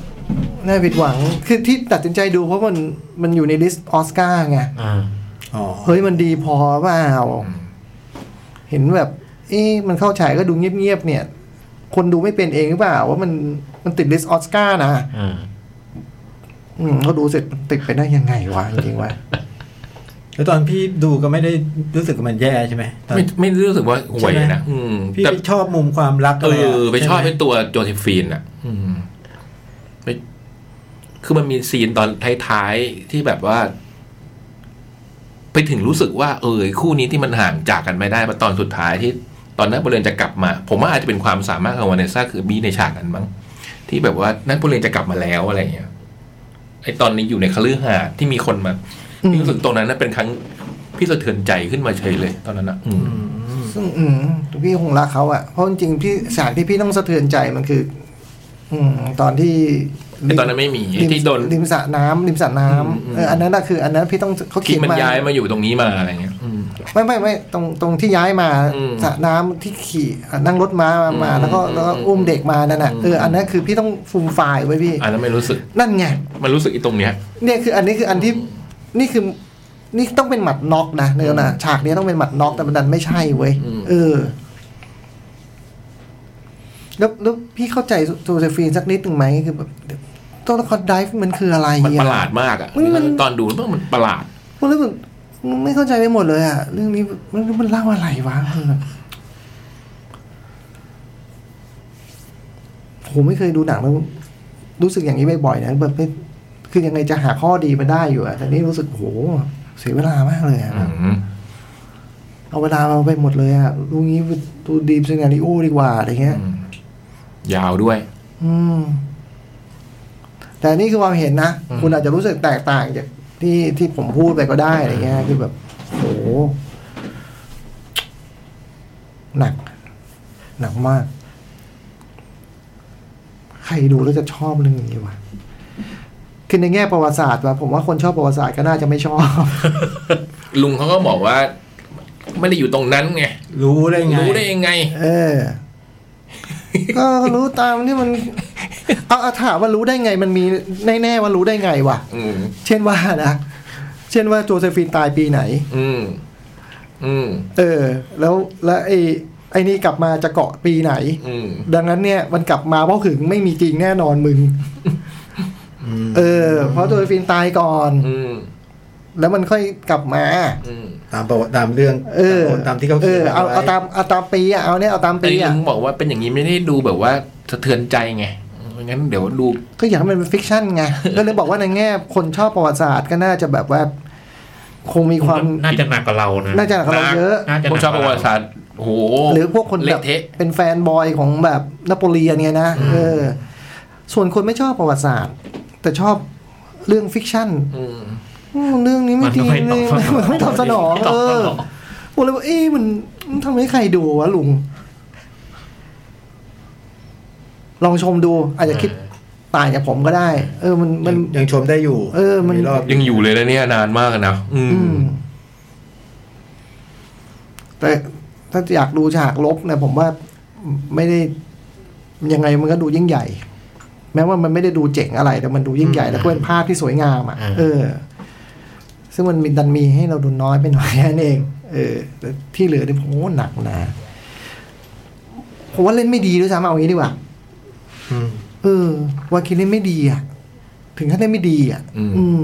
[SPEAKER 2] น่าผิดหวังคือที่ตัดสินใจดูเพราะมันมันอยู่ในลิสต์ออสการ์ไง
[SPEAKER 4] อ่า
[SPEAKER 5] อ๋อ
[SPEAKER 2] เฮ้ยมันดีพอเปล่าเห็นแบบ เอ๊ะมันเข้าฉายก็ดูเงียบๆเนี่ย คนดูไม่เป็นเองหรือเปล่า ว่ามันมันติดลิสต์ออสการ์นะ
[SPEAKER 4] อ่า
[SPEAKER 2] อืมเขาดูเสร็จมันติดไปได้ยังไงวะจริงๆวะ
[SPEAKER 5] แล้วตอนพี่ดูก็ไม่ได้รู้สึกว่ามันแย่ใช่ไหมตอน
[SPEAKER 3] ไม่ไม่รู้สึกว่าห่วย
[SPEAKER 5] ใช่ไหม
[SPEAKER 3] นะอืม
[SPEAKER 5] พี่
[SPEAKER 3] แต่
[SPEAKER 5] ไปชอบมุมความรัก
[SPEAKER 3] เอ
[SPEAKER 5] อะไระ
[SPEAKER 3] อไปชอบ
[SPEAKER 5] ใหม
[SPEAKER 3] ไอ้ตัวโจเซฟีนอะอืมไปคือมันมีซีนตอนท้ายๆที่แบบว่า ไปถึงรู้สึกว่า เออคู่นี้ที่มันห่างจากกันไม่ได้มาตอนสุดท้ายที่ ตอนนั้นบริเวณจะกลับมา ผมว่าอาจจะเป็นความสามารถของวานเนสซ่าคือบี้ในฉากนั้นมั้งที่แบบว่านั้นบริเวณจะกลับมาแล้วอะไรอย่างเงี้ยไอตอนนี้อยู่ในคลือหาสน์ที่มีคนมา
[SPEAKER 2] อืม
[SPEAKER 3] พี่รู้สึกตรงนั้นนะเป็นครั้งพี่สะเทือนใจขึ้นมาเฉยเลย ตอนนั้นนะอืม
[SPEAKER 5] อืม
[SPEAKER 2] ซึ่งอืมพี่คงรักเขาอะเพราะจริงๆพี่สารที่พี่ต้องสะเทือนใจมันคือ อืม ตอนที่
[SPEAKER 3] ไอ้ตอนนั้นไม่มี
[SPEAKER 2] ริ
[SPEAKER 3] ที่โดน
[SPEAKER 2] ริมสระน้ำริมสระน้ำ
[SPEAKER 3] อืมอืม
[SPEAKER 2] เอออันนั้นน่ะคืออันนั้นพี่ต้องเขา
[SPEAKER 3] คิด
[SPEAKER 2] เขียน
[SPEAKER 3] มัน
[SPEAKER 2] มา
[SPEAKER 3] ย้ายมาอยู่ตรงนี้มาอะไรเงี้ยอืม
[SPEAKER 2] ไม่ไม่ไม่ตรงตรงที่ย้ายมา
[SPEAKER 3] อืม
[SPEAKER 2] สระน้ำที่ขี่อ่ะนั่งรถม้ามามา แล้วก็
[SPEAKER 3] อืม
[SPEAKER 2] แล้วก็อุ้มเด็กมานั่นน่ะ
[SPEAKER 3] อืม
[SPEAKER 2] เอออันนั้นคือพี่ต้องฟูมไฟายไว้พี่
[SPEAKER 3] อันนั้นไม่รู้สึก
[SPEAKER 2] นั่นไง
[SPEAKER 3] มันรู้สึกอีตรงเนี้ย
[SPEAKER 2] เนี่ยคืออันนี้คืออันที่นี่คือ นี่ต้องเป็นหมัดน็อกนะเนื้อนะฉากนี้ต้องเป็นหมัดน็อกแต่มันดันไม่ใช่เว้ย
[SPEAKER 3] อืม
[SPEAKER 2] เออ แล้วแล้วพี่เข้าใจโจเซฟีนสักนิดหนึ่งไหมคือแบบตัวละครไดฟ์มันคืออะไร
[SPEAKER 3] มัน
[SPEAKER 2] อ่ะ
[SPEAKER 3] ประหลาดมากอ่ะ
[SPEAKER 2] มันมัน
[SPEAKER 3] ตอนดูมันมันประหลาด
[SPEAKER 2] มันเลยแบบไม่เข้าใจไปหมดเลยอ่ะ เรื่องนี้มันมันเล่าอะไรวะคือแบบผมไม่เคยดูหนังแล้วรู้สึกอย่างนี้บ่อยๆนะแบบไม่คือยังไงจะหาข้อดีมาได้อยู่อะแต่นี่รู้สึกโหเสียเวลามากเลยอะ
[SPEAKER 3] อืม
[SPEAKER 2] เอาเวลาเราไปหมดเลยอะรู้งี้ไปดูดีมซีนาริโอดีกว่าอะไรเงี้ย
[SPEAKER 3] ยาวด้วย
[SPEAKER 2] อืม แต่นี่คือความเห็นนะ
[SPEAKER 3] อืม
[SPEAKER 2] คุณอาจจะรู้สึกแตกต่างจากที่ที่ผมพูดไปก็ได้อะไรเงี้ย คือแบบ โห หนัก หนักมาก ใครดูแล้วจะชอบเรื่องนี้วะ คือในแง่ประวัติศาสตร์วะผมว่าคนชอบประวัติศาสตร์ก็น่าจะไม่ชอบ
[SPEAKER 3] ลุงเขาก็บอกว่า ไม่ได้อยู่ตรงนั้นไง
[SPEAKER 5] รู้ได้ไง
[SPEAKER 3] รู้ได้ยังไง
[SPEAKER 2] เออ ก็รู้ตามที่มัน เอาเอาถามว่ารู้ได้ไง มันมีแน่ๆว่ารู้ได้ไงวะ
[SPEAKER 3] อืม
[SPEAKER 2] เช่นว่านะ เช่นว่าโจเซฟินตายปีไหน
[SPEAKER 3] อืม อืม
[SPEAKER 2] เออ แล้วแล้วไอ้ไอ้นี่กลับมาจะเกาะปีไหน
[SPEAKER 3] อืม
[SPEAKER 2] ดังนั้นเนี่ยมันกลับมาเพราะหึงไม่มีจริงแน่นอนมึง เออ เพราะโจเซฟินตายก่อน
[SPEAKER 3] อืม
[SPEAKER 2] แล้วมันค่อยกลับมา
[SPEAKER 3] อืม
[SPEAKER 5] ตามประวัติตามเรื่อง
[SPEAKER 2] เออ
[SPEAKER 5] ตามที่เขา
[SPEAKER 2] เอ
[SPEAKER 5] เขีย
[SPEAKER 2] อนเอาเอาตามเอาตามปีอะเอาเนี่ยเอาตาม
[SPEAKER 3] แต่
[SPEAKER 2] ปี
[SPEAKER 3] ลุ
[SPEAKER 2] อะ
[SPEAKER 3] งบอกว่าเป็นอย่างนี้ไม่ได้ดูแบบว่าสะเทือนใจไงงั้นเดี๋ยวดู
[SPEAKER 2] ก็อยากให้มันเป็นฟิกชันไงก็เลยบอกว่าในแง่คนชอบประวัติศาสตร์ก็น่าจะแบบว่า คงมีความ
[SPEAKER 4] น่าจะหนักกว่าเรานะ
[SPEAKER 2] น่าจะหนักกว่าเราเยอะ
[SPEAKER 4] น่าจะห
[SPEAKER 3] พว
[SPEAKER 4] นั
[SPEAKER 3] ก
[SPEAKER 4] ก
[SPEAKER 3] ชอบป
[SPEAKER 4] ก
[SPEAKER 3] ระวั
[SPEAKER 4] ว่าเรา
[SPEAKER 3] ติศาสตร์โอ้โห
[SPEAKER 2] หรือพวกคนแบ
[SPEAKER 3] เละ
[SPEAKER 2] บ
[SPEAKER 3] เทะ
[SPEAKER 2] เป็นแฟนบอยของแบบนโปเลียนไงนะเออ ส่วนคนไม่ชอบประวัติศาสตร์ แต่ชอบเรื่องฟิกชั่น
[SPEAKER 3] อืม
[SPEAKER 2] อืมเรื่องนี้ไม่ดี
[SPEAKER 4] มันไม่ต
[SPEAKER 2] เลย
[SPEAKER 4] อบสนอง
[SPEAKER 2] มันไม่ตอบสนอง
[SPEAKER 4] ไม่ตอบ
[SPEAKER 2] เอ
[SPEAKER 4] ส
[SPEAKER 2] อน
[SPEAKER 4] อง
[SPEAKER 2] ผมเลยว่าเอ๊ะมันมันทำให้ใครดูวะลุง ลองชมดู อาจจะคิดต่างจากผมก็ได้ เออ มัน
[SPEAKER 5] มั
[SPEAKER 2] มัน น
[SPEAKER 5] ยังชมได้อยู่
[SPEAKER 2] เออมัน
[SPEAKER 5] รอบ
[SPEAKER 3] ยังอยู่เลยนะเนี่ยนานมากนะอืม
[SPEAKER 2] อืม แต่ถ้าอยากดูฉากลบเนี่ยผมว่าไม่ได้ ยังไงมันก็ดูยิ่งใหญ่ แม้ว่ามันไม่ได้ดูเจ๋งอะไร แต่มันดูยิ่งใหญ่ แล้วก็เป็นภาพที่สวยงามอ่ะ
[SPEAKER 4] เออ
[SPEAKER 2] เออ ซึ่งมันมีดันมีให้เราดูน้อยไปหน่อยแค่นั้นเอง เออแต่ที่เหลือเนี่ยผมว่าหนักหนะผมว่าเล่นไม่ดีด้วยซ้ำเอางี้ดีกว่า
[SPEAKER 5] อืม
[SPEAKER 2] เออ ว่าคิดเล่นไม่ดีอ่ะ ถึงขั้นเล่นไม่ดีอ่ะ อืม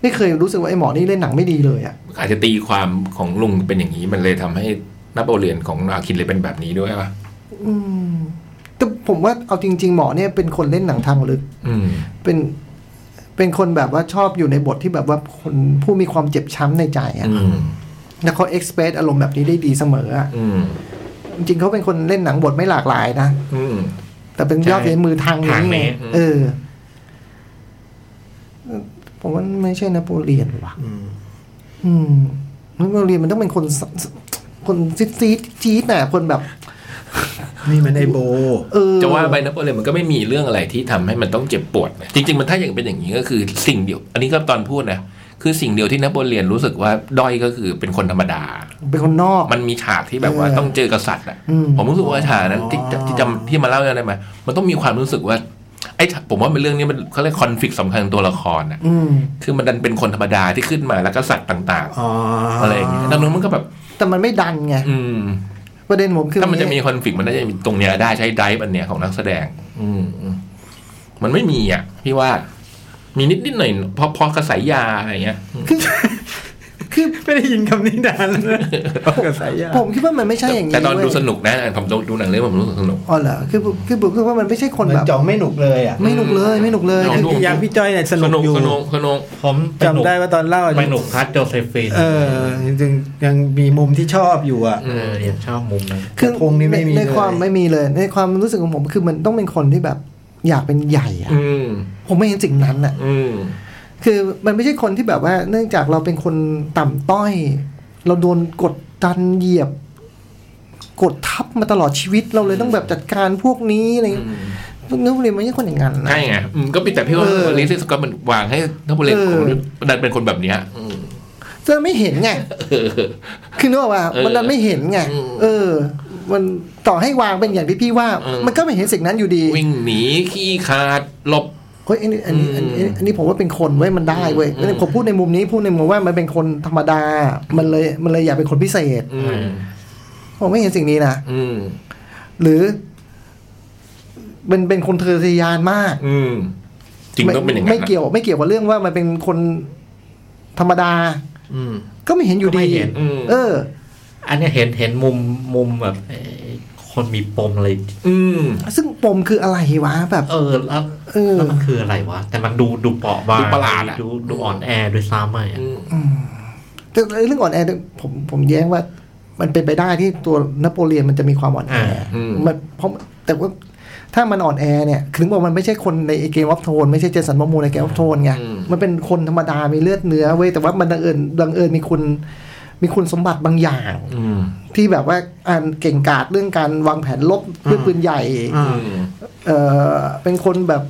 [SPEAKER 2] ไม่เคยรู้สึกว่าไอ้หมอนี่เล่นหนังไม่ดีเลยอ่ะ
[SPEAKER 3] อาจจะตีความของลุงเป็นอย่างนี้มันเลยทำให้นับโอเลียนของอาคินเลยเป็นแบบนี้ด้วยป่ะ
[SPEAKER 2] อืม แต่ผมว่าเอาจริง ๆ หมอเนี่ยเป็นคนเล่นหนังทางลึก
[SPEAKER 3] อืม
[SPEAKER 2] เป็นเป็นคนแบบว่าชอบอยู่ในบทที่แบบว่าคนผู้มีความเจ็บช้ำในใจอ่ะ
[SPEAKER 3] อืม
[SPEAKER 2] แล้วเขาเอ็กซ์เพรสอารมณ์แบบนี้ได้ดีเสมออ่ะ
[SPEAKER 3] อืม
[SPEAKER 2] จริงๆเขาเป็นคนเล่นหนังบทไม่หลากหลายนะ
[SPEAKER 3] อืม
[SPEAKER 2] แต่เป็นยอดฝีมือทาง
[SPEAKER 4] ทา
[SPEAKER 2] นี้
[SPEAKER 4] งนี้
[SPEAKER 2] ไงเออ ผมว่าไม่ใช่นโปเลียนว่ะ
[SPEAKER 5] อืม
[SPEAKER 2] อืมนโปเลียนมันต้องเป็นคนสสคนซีดซีดจี๊ดน่ะ คนแบบ
[SPEAKER 5] นี่มันไอโบ
[SPEAKER 2] เออ
[SPEAKER 3] จะว่าไปนะโปเลยมันก็ไม่มีเรื่องอะไรที่ทำให้มันต้องเจ็บปวดนะจริง ๆ มันถ้าอย่างเป็นอย่างนี้ก็คือสิ่งเดียว อันนี้ก็ตอนพูดนะคือสิ่งเดียวที่นโปเลียนรู้สึกว่าด้อยก็คือเป็นคนธรรมดา
[SPEAKER 2] เป็นคนนอก
[SPEAKER 3] มันมีฉากที่แบบว่า
[SPEAKER 2] เออ
[SPEAKER 3] ต้องเจอกษัตริย์อ่ะ
[SPEAKER 2] อืม
[SPEAKER 3] ผมรู้สึกว่าฉากนั้นที่
[SPEAKER 5] อ๋อ
[SPEAKER 3] ที่จำที่มาเล่าได้ไหมมันต้องมีความรู้สึกว่าไอ้ฉากผมว่าเป็นเรื่องนี้มันเขาเรียกคอนฟ lict สำคัญของตัวละครอ่ะ
[SPEAKER 2] อืม
[SPEAKER 3] คือมันดันเป็นคนธรรมดาที่ขึ้นมาแล้วก็สัตว์ต่าง
[SPEAKER 5] อ๋อ
[SPEAKER 3] ๆ
[SPEAKER 5] อะ
[SPEAKER 3] อะไรอย่างเงี้ยดังนั้นมันก็แบบ
[SPEAKER 2] แต่มันไม่ดันไง
[SPEAKER 3] อืม
[SPEAKER 2] ประเด็นผมคือ
[SPEAKER 3] ถ้ามันจะมีคอนฟ lict มันน่าจะมีตรงเนี้ยได้ใช้ไดฟ์อันเนี้ยของนักแสดง อืมอืมมันไม่มีอ่ะ พี่ว่า มีนิดนิดๆหน่อยๆพอพอกระสายยาอะไรเงี้ย
[SPEAKER 2] คือคือ
[SPEAKER 5] ไม่ได้ยินคำนี้นานแล้วนะกระสายยา
[SPEAKER 2] ผมคิดว่ามันไม่ใช่อย่างนี้
[SPEAKER 3] แต่ตอนดู
[SPEAKER 2] เว้ย
[SPEAKER 3] สนุกนะผมดูหนังเรื่องผมรู้สึกสนุก
[SPEAKER 2] อ๋อเหรอคือผมคือผมคือว่ามันไม่ใช่คน
[SPEAKER 5] มัน
[SPEAKER 2] แบบ
[SPEAKER 5] จ่องไม่หนุกเลยอ่ะ
[SPEAKER 2] ไม่หนุกเลยไม่หนุกเลย
[SPEAKER 3] ลองดู
[SPEAKER 2] คือ
[SPEAKER 5] พี่ยักษ์พี่จ้อยเนี่ยสนุกอยู่
[SPEAKER 3] สนุกสนุก
[SPEAKER 4] ผมปหนุก
[SPEAKER 5] จำได้ว่าตอนเล่า
[SPEAKER 4] ไปหนุกพัดโจเซฟิน
[SPEAKER 5] เออยังยังมีมุมที่ชอบอยู่อ่ะ
[SPEAKER 4] เออยังชอบมุมนั้น
[SPEAKER 2] คือ
[SPEAKER 5] พงนี่ไม่มี
[SPEAKER 2] ในใน
[SPEAKER 5] เลย
[SPEAKER 2] ความไม่มีเลย ในความรู้สึกของผมคือมันต้องเป็นคนที่แบบ อยากเป็นใหญ่อะ
[SPEAKER 3] อืม
[SPEAKER 2] ผมไม่เห็นสิ่งนั้นอ่ะ
[SPEAKER 3] อืม
[SPEAKER 2] คือมันไม่ใช่คนที่แบบว่า เนื่องจากเราเป็นคนต่ำต้อย เราโดนกดดันเหยียบ กดทับมาตลอดชีวิตเราเลยต้องแบบจัดการพวกนี้อะไรเงี้ยพวกนี้เรียนไม่ใช่คนอย่างนั้นนะ
[SPEAKER 3] ใช่ไงอืมก็มีแต่พี่ว่า
[SPEAKER 2] เออ
[SPEAKER 3] ลิซี่สกอตมันวางให้นักบอลเล่น
[SPEAKER 2] เออ
[SPEAKER 3] ของดันเป็นคนแบบเนี้ยอืม
[SPEAKER 2] เธอไม่เห็นไง คือนึกออกว่า
[SPEAKER 3] เออ
[SPEAKER 2] มันดันไม่เห็นไง
[SPEAKER 3] อืม
[SPEAKER 2] เออ มันต่อให้วางเป็นอย่างที่พี่ว่า
[SPEAKER 3] เออ
[SPEAKER 2] มันก็ไม่เห็นสิ่งนั้นอยู่ดี
[SPEAKER 3] วิ่งหนีขี้ขาดหลบ
[SPEAKER 2] เฮ้ยอันนี้อันนี้อันนี้
[SPEAKER 3] อืม
[SPEAKER 2] อันนี้ผมว่าเป็นคนเว้ยมันได้เว้ย
[SPEAKER 3] อืม
[SPEAKER 2] ผมพูดในมุมนี้พูดในมุมว่ามันเป็นคนธรรมดา มันเลยมันเลยอยากเป็นคนพิเศษ
[SPEAKER 3] อืม
[SPEAKER 2] ผมไม่เห็นสิ่งนี้นะ
[SPEAKER 3] อืม
[SPEAKER 2] หรือมันเป็นคนเธอทะยานมาก
[SPEAKER 3] อืม จริงต้องเป็นอย่างนั้
[SPEAKER 2] ไม่
[SPEAKER 3] น
[SPEAKER 2] ไม่เกี่ยว ไม่เกี่ยวกับเรื่องว่ามันเป็นคนธรรมดา
[SPEAKER 5] อืม
[SPEAKER 2] ก็ไม่เห็นอยู่
[SPEAKER 4] ก็
[SPEAKER 2] ดี
[SPEAKER 4] ไม่เห็น
[SPEAKER 3] อืม
[SPEAKER 2] เออ
[SPEAKER 4] อันเนี้ยเห็นเห็นมุมมุมแบบเอ่อคนมีปมอะไร
[SPEAKER 3] อืม
[SPEAKER 2] ซึ่งปมคืออะไรวะแบบ
[SPEAKER 4] เออแล้ว
[SPEAKER 2] เออ
[SPEAKER 4] แล้วมันคืออะไรวะ แต่มันดูดูเปราะบาง
[SPEAKER 3] ดูประหลาดอะ
[SPEAKER 4] ดูดูอ่อนแอด้วยซ้ำไปอะ
[SPEAKER 3] อืม
[SPEAKER 2] แต่เรื่องอ่อนแอเนี่ยผมผมแย้งว่า มันเป็นไปได้ที่ตัวนโปเลียนมันจะมีความอ่อนแออา
[SPEAKER 3] อืม
[SPEAKER 2] มันเพราะแต่ว่าถ้ามันอ่อนแอเนี่ยถึงบอกมันไม่ใช่คนในเกมวัฟโทนไม่ใช่เจสันมอมูในเกมวัฟโทนไง
[SPEAKER 3] อืม
[SPEAKER 2] มันเป็นคนธรรมดามีเลือดเนื้อเว้ยแต่ว่ามันบังเอิญบังเอิญมีคุณ มีคุณสมบัติบางอย่าง
[SPEAKER 3] อืม
[SPEAKER 2] ที่แบบว่าอ่านเก่งกาจเรื่องการวางแผนลบด้วยปืนใหญ่
[SPEAKER 5] อ่า
[SPEAKER 3] อืม
[SPEAKER 2] เออเป็นคนแบบ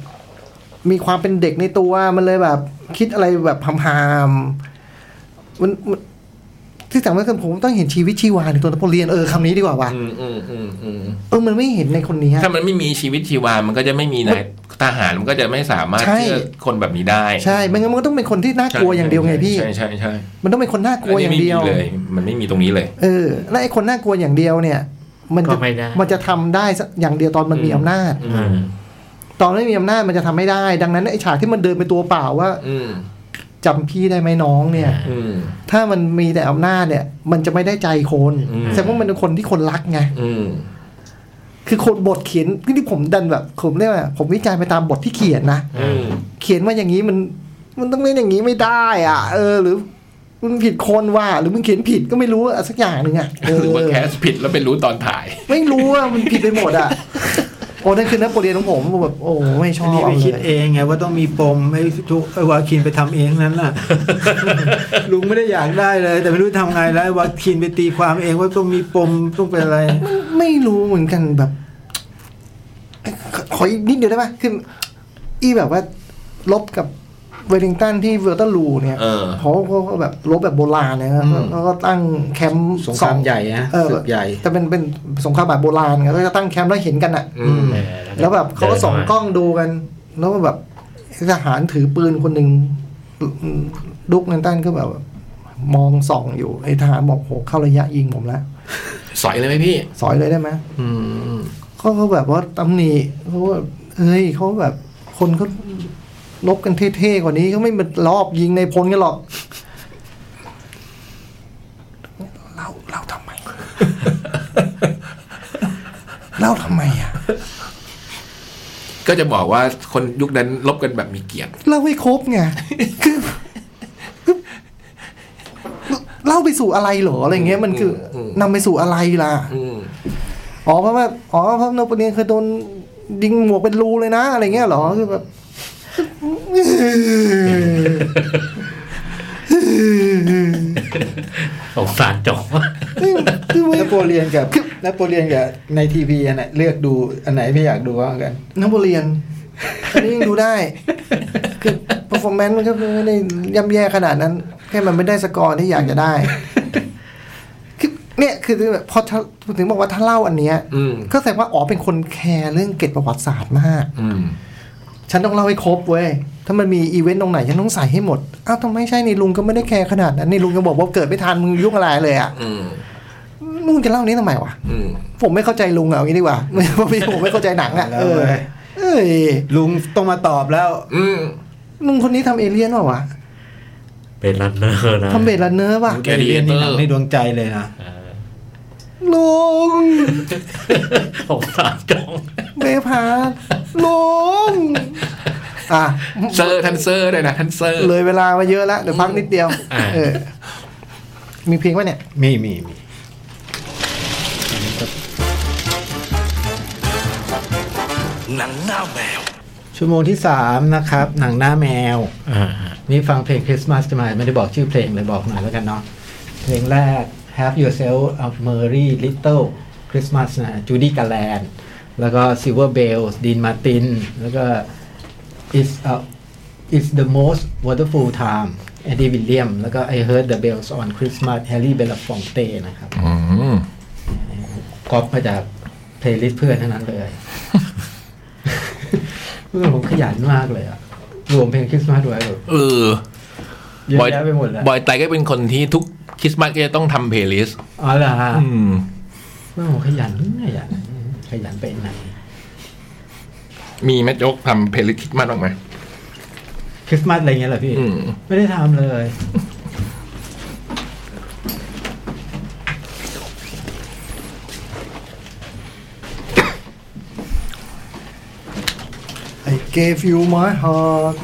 [SPEAKER 2] มีความเป็นเด็กในตัวมันเลยแบบคิดอะไรแบบพามามๆมันมันที่สำคัญคือผมต้องเห็นชีวิตชีวาในตัวนโปเลียนเออคำนี้ดีกว่าว่ะ
[SPEAKER 3] อืมอืมอืมอืม
[SPEAKER 2] เออมันไม่เห็นในคนนี้ฮะ
[SPEAKER 3] ถ้ามันไม่มีชีวิตชีวา มันก็จะไม่มีนายทหารมันก็จะไม่สามารถ
[SPEAKER 2] ใช่
[SPEAKER 3] เชื่อคนแบบนี้ได้
[SPEAKER 2] ใช่ไม่งั้นมันก็ต้องเป็นคนที่น่ากลัวอย่างเดียวไงพี่
[SPEAKER 3] ใช่ใช่ใช่
[SPEAKER 2] มันต้องเป็นคนน่ากลัวอย่างเดียว
[SPEAKER 3] นนี้ไม่มีเลย มันไม่มีตรงนี้เลย
[SPEAKER 2] เออ และไอ้คนน่ากลัวอย่างเดียวเนี่ย มันจะ
[SPEAKER 4] ก็ไม่ได้
[SPEAKER 2] มันจะทำได้สักอย่างเดียวตอนมันมีอำนาจ
[SPEAKER 3] อืม
[SPEAKER 4] เออ
[SPEAKER 2] ตอนไม่มีอำนาจมันจะทำไม่ได้ ดังนั้นไอ้ฉากที่มันเดินไปตัวเปล่าว่า
[SPEAKER 3] อืม
[SPEAKER 2] จำพี่ได้ไหมน้องเนี่ย
[SPEAKER 3] อืม
[SPEAKER 2] ถ้ามันมีแต่อำนาจเนี่ย มันจะไม่ได้ใจคน
[SPEAKER 3] อืม
[SPEAKER 2] แสดงว่ามันเป็นคนที่คนรักไง
[SPEAKER 3] อืม
[SPEAKER 2] คือคนบทเขียนที่ผมดันแบบผมเรียกว่าผมวิจารณ์ไปตามบทที่เขียนนะ
[SPEAKER 3] อืม
[SPEAKER 2] เขียนมาอย่างนี้มันมันต้องเล่นอย่างนี้ไม่ได้อ่ะ เออ หรือมึงผิดคนว่า หรือมึงเขียนผิดก็ไม่รู้อะสักอย่างหนึ่งอ่ะเห
[SPEAKER 3] รือว่าแคสผิดแล้วไปรู้ตอนถ่าย
[SPEAKER 2] ไม่รู้อ่ะมันผิดไปหมดอ่ะ โอ้นั่นคือนักโปเลียนของผมผมแบบโอ้ไม่ช
[SPEAKER 5] อั
[SPEAKER 2] อน บ
[SPEAKER 5] นี้ไปคิด
[SPEAKER 2] ลย
[SPEAKER 5] เองไงว่าต้องมีปมให้ทุกไอ้วาคินไปทำเองนั้น ล่ะ ลุงไม่ได้อยากได้เลย แต่ไม่รู้ทำไงแล้วไอ้วาคินไปตีความเองว่าต้องมีปมต้องเป็นอะไร
[SPEAKER 2] ไม่รู้เหมือนกันแบบเอ้ยขอขออีกนิดเดียวได้ไหมคืออีแบบว่าลบกับเวลิงตันที่เวลเตอร์ลูเนี่ย
[SPEAKER 3] เออ
[SPEAKER 2] เพราะเขาก็แบบลบแบบโบราณนะครับ
[SPEAKER 5] อืม
[SPEAKER 2] แล้วก็ตั้งแคมป์
[SPEAKER 5] สงครามใหญ่ฮะ
[SPEAKER 2] เออ
[SPEAKER 5] ศึกใหญ่
[SPEAKER 2] แต่เป็นเป็นสงครามแบบโบราณไงแล้วก็ตั้งแคมป์แล้วเห็นกันอ่ะ
[SPEAKER 3] อืม
[SPEAKER 4] เออ
[SPEAKER 2] แล้วแบบเขาก็ส่องกล้องดูกัน แล้วก็แบบทหารถือปืนคนหนึ่งดุกนันตันก็แบบ มองส่องอยู่ไอ้ทหารบอกโหเข้าระยะยิงผมแล้ว
[SPEAKER 3] สอยเลยไหมพี่
[SPEAKER 2] สอยเลยได้ไหม
[SPEAKER 5] อืม
[SPEAKER 2] เขาก็แบบว่าตำหนิเขาว่าเฮ้ยเขาแบบคนเขาลบกันเท่ๆกว่านี้เขาไม่มารอบยิงในพลกันหรอกเราเราทำไม เราทำไมอ่ะ
[SPEAKER 3] ก็จะบอกว่าคนยุคนั้นลบกันแบบมีเกียรติ
[SPEAKER 2] เล่าให้ครบไงคือคือเล่าไปสู่อะไรเหรออะไรเงี้ยมันคืออ
[SPEAKER 3] ม
[SPEAKER 2] นำไปสู่อะไรล่ะ
[SPEAKER 3] อืม
[SPEAKER 2] อ๋อเพราะว่าอ๋อเพราะนโปเลียนเคยโดนยิงหมวกเป็นรูเลยนะ อะไรเงี้ยเหรอคือแบบ
[SPEAKER 4] สงสารจง
[SPEAKER 2] คือไม่
[SPEAKER 5] นโปเลียนกับนโปเลียนกับในทีวีอันไหนเลือกดูอันไหนไม่อยากดูว่ากัน
[SPEAKER 2] นโปเลียนอันนี้ยังดูได้ คือ performance มันก็ไม่ได้ย่ำแย่ขนาดนั้น แค่มันไม่ได้สกอร์ที่อยากจะได้ คือเนี่ยคือแบบพอถ้าถึงบอกว่าถ้าเล่าอันเนี้ย
[SPEAKER 3] อืม
[SPEAKER 2] ก็แสดงว่าอ๋อเป็นคนแคร์เรื่องเกร็ดประวัติศาสตร์มาก
[SPEAKER 3] อืม
[SPEAKER 2] ฉันต้องเล่าให้ครบเว้ย ถ้ามันมีอีเวนต์ตรงไหน ฉันต้องใส่ให้หมด อ้าวทำไมใช่นี่ลุงก็ไม่ได้แคร์ขนาดนั้นนี่ลุงก็บอกว่าเกิดไม่ทันมึงยุ่งอะไรเลยอะ
[SPEAKER 3] อืม
[SPEAKER 2] ลุงจะเล่านี้ทำไมวะ
[SPEAKER 3] อืม
[SPEAKER 2] ผมไม่เข้าใจลุงอะเอางี้ดีกว่า ไม่ผมไม่เข้าใจหนังอะเออ เอ้ย
[SPEAKER 5] ลุงต้องมาตอบแล้ว
[SPEAKER 3] อืม
[SPEAKER 2] ลุงคนนี้ทำเอเลี่ยนเปล่าวะ
[SPEAKER 4] เป็นรันเนอร์นะ
[SPEAKER 2] ทำเบรดรันเนอร์ป่ะ
[SPEAKER 3] แกดี
[SPEAKER 5] เรียน
[SPEAKER 3] เต
[SPEAKER 5] ใน
[SPEAKER 3] อร์
[SPEAKER 5] หนังในดวงใจเลยนะ
[SPEAKER 4] เออ
[SPEAKER 2] ลุง
[SPEAKER 4] สงสารจง
[SPEAKER 2] เบพาร์ลุง อ่ะ
[SPEAKER 3] เซอร์ท่านเซอร์ด้วยนะท่านเซอร์
[SPEAKER 2] เลยเวลามาเยอะแล้วเดี๋ยวพักนิดเดียว
[SPEAKER 4] อ่า
[SPEAKER 2] เออ มีเพลงป่ะเนี่ย
[SPEAKER 5] มีมีมี
[SPEAKER 6] หนังหน้าแมว
[SPEAKER 5] ชั่วโมงที่สามนะครับ หนังหน้าแมว
[SPEAKER 4] อ่า
[SPEAKER 5] นี่ฟังเพลงคริสต์มาสจะมาไม่ได้บอกชื่อเพลงเลยบอกหน่อยแล้วกันเนาะเพลงแรก Have Yourself a Merry Little Christmas นะจูดี้กาแลนแล้วก็ Silver Bells ดีนมาติน แล้วก็ It's a It's the most wonderful time เอ็ดดี้วิลเลียมแล้วก็ I heard the bells on Christmas Harry Belafonte นะครับ
[SPEAKER 3] อืม
[SPEAKER 5] ก๊อปมาจากเพลย์ลิสต์เพื่อนทั้งนั้นเลย เพื่อนผมขยันมากเลยอะรวมเพลงคริสต์มาสไว้แบบ
[SPEAKER 3] เออ
[SPEAKER 5] เยอะ
[SPEAKER 3] บอย
[SPEAKER 5] แยะไปหมดเลย
[SPEAKER 3] บอยไตรก็เป็นคนที่ทุกคริสต์มาสก็จะต้องทำเพลย์ลิสต์
[SPEAKER 5] อ๋อเหรอฮะ
[SPEAKER 3] อืม
[SPEAKER 5] เพื่อนผมขยันขยันขยันไปไหน
[SPEAKER 3] มีแม่โจ๊กทำเพลย์ลิสต์คริสต์มาสบ้างไหม
[SPEAKER 5] คริสต์มาสอะไรเงี้ยเหรอพี่
[SPEAKER 3] อืม
[SPEAKER 5] ไม่ได้ทำเลย
[SPEAKER 2] I gave you my heart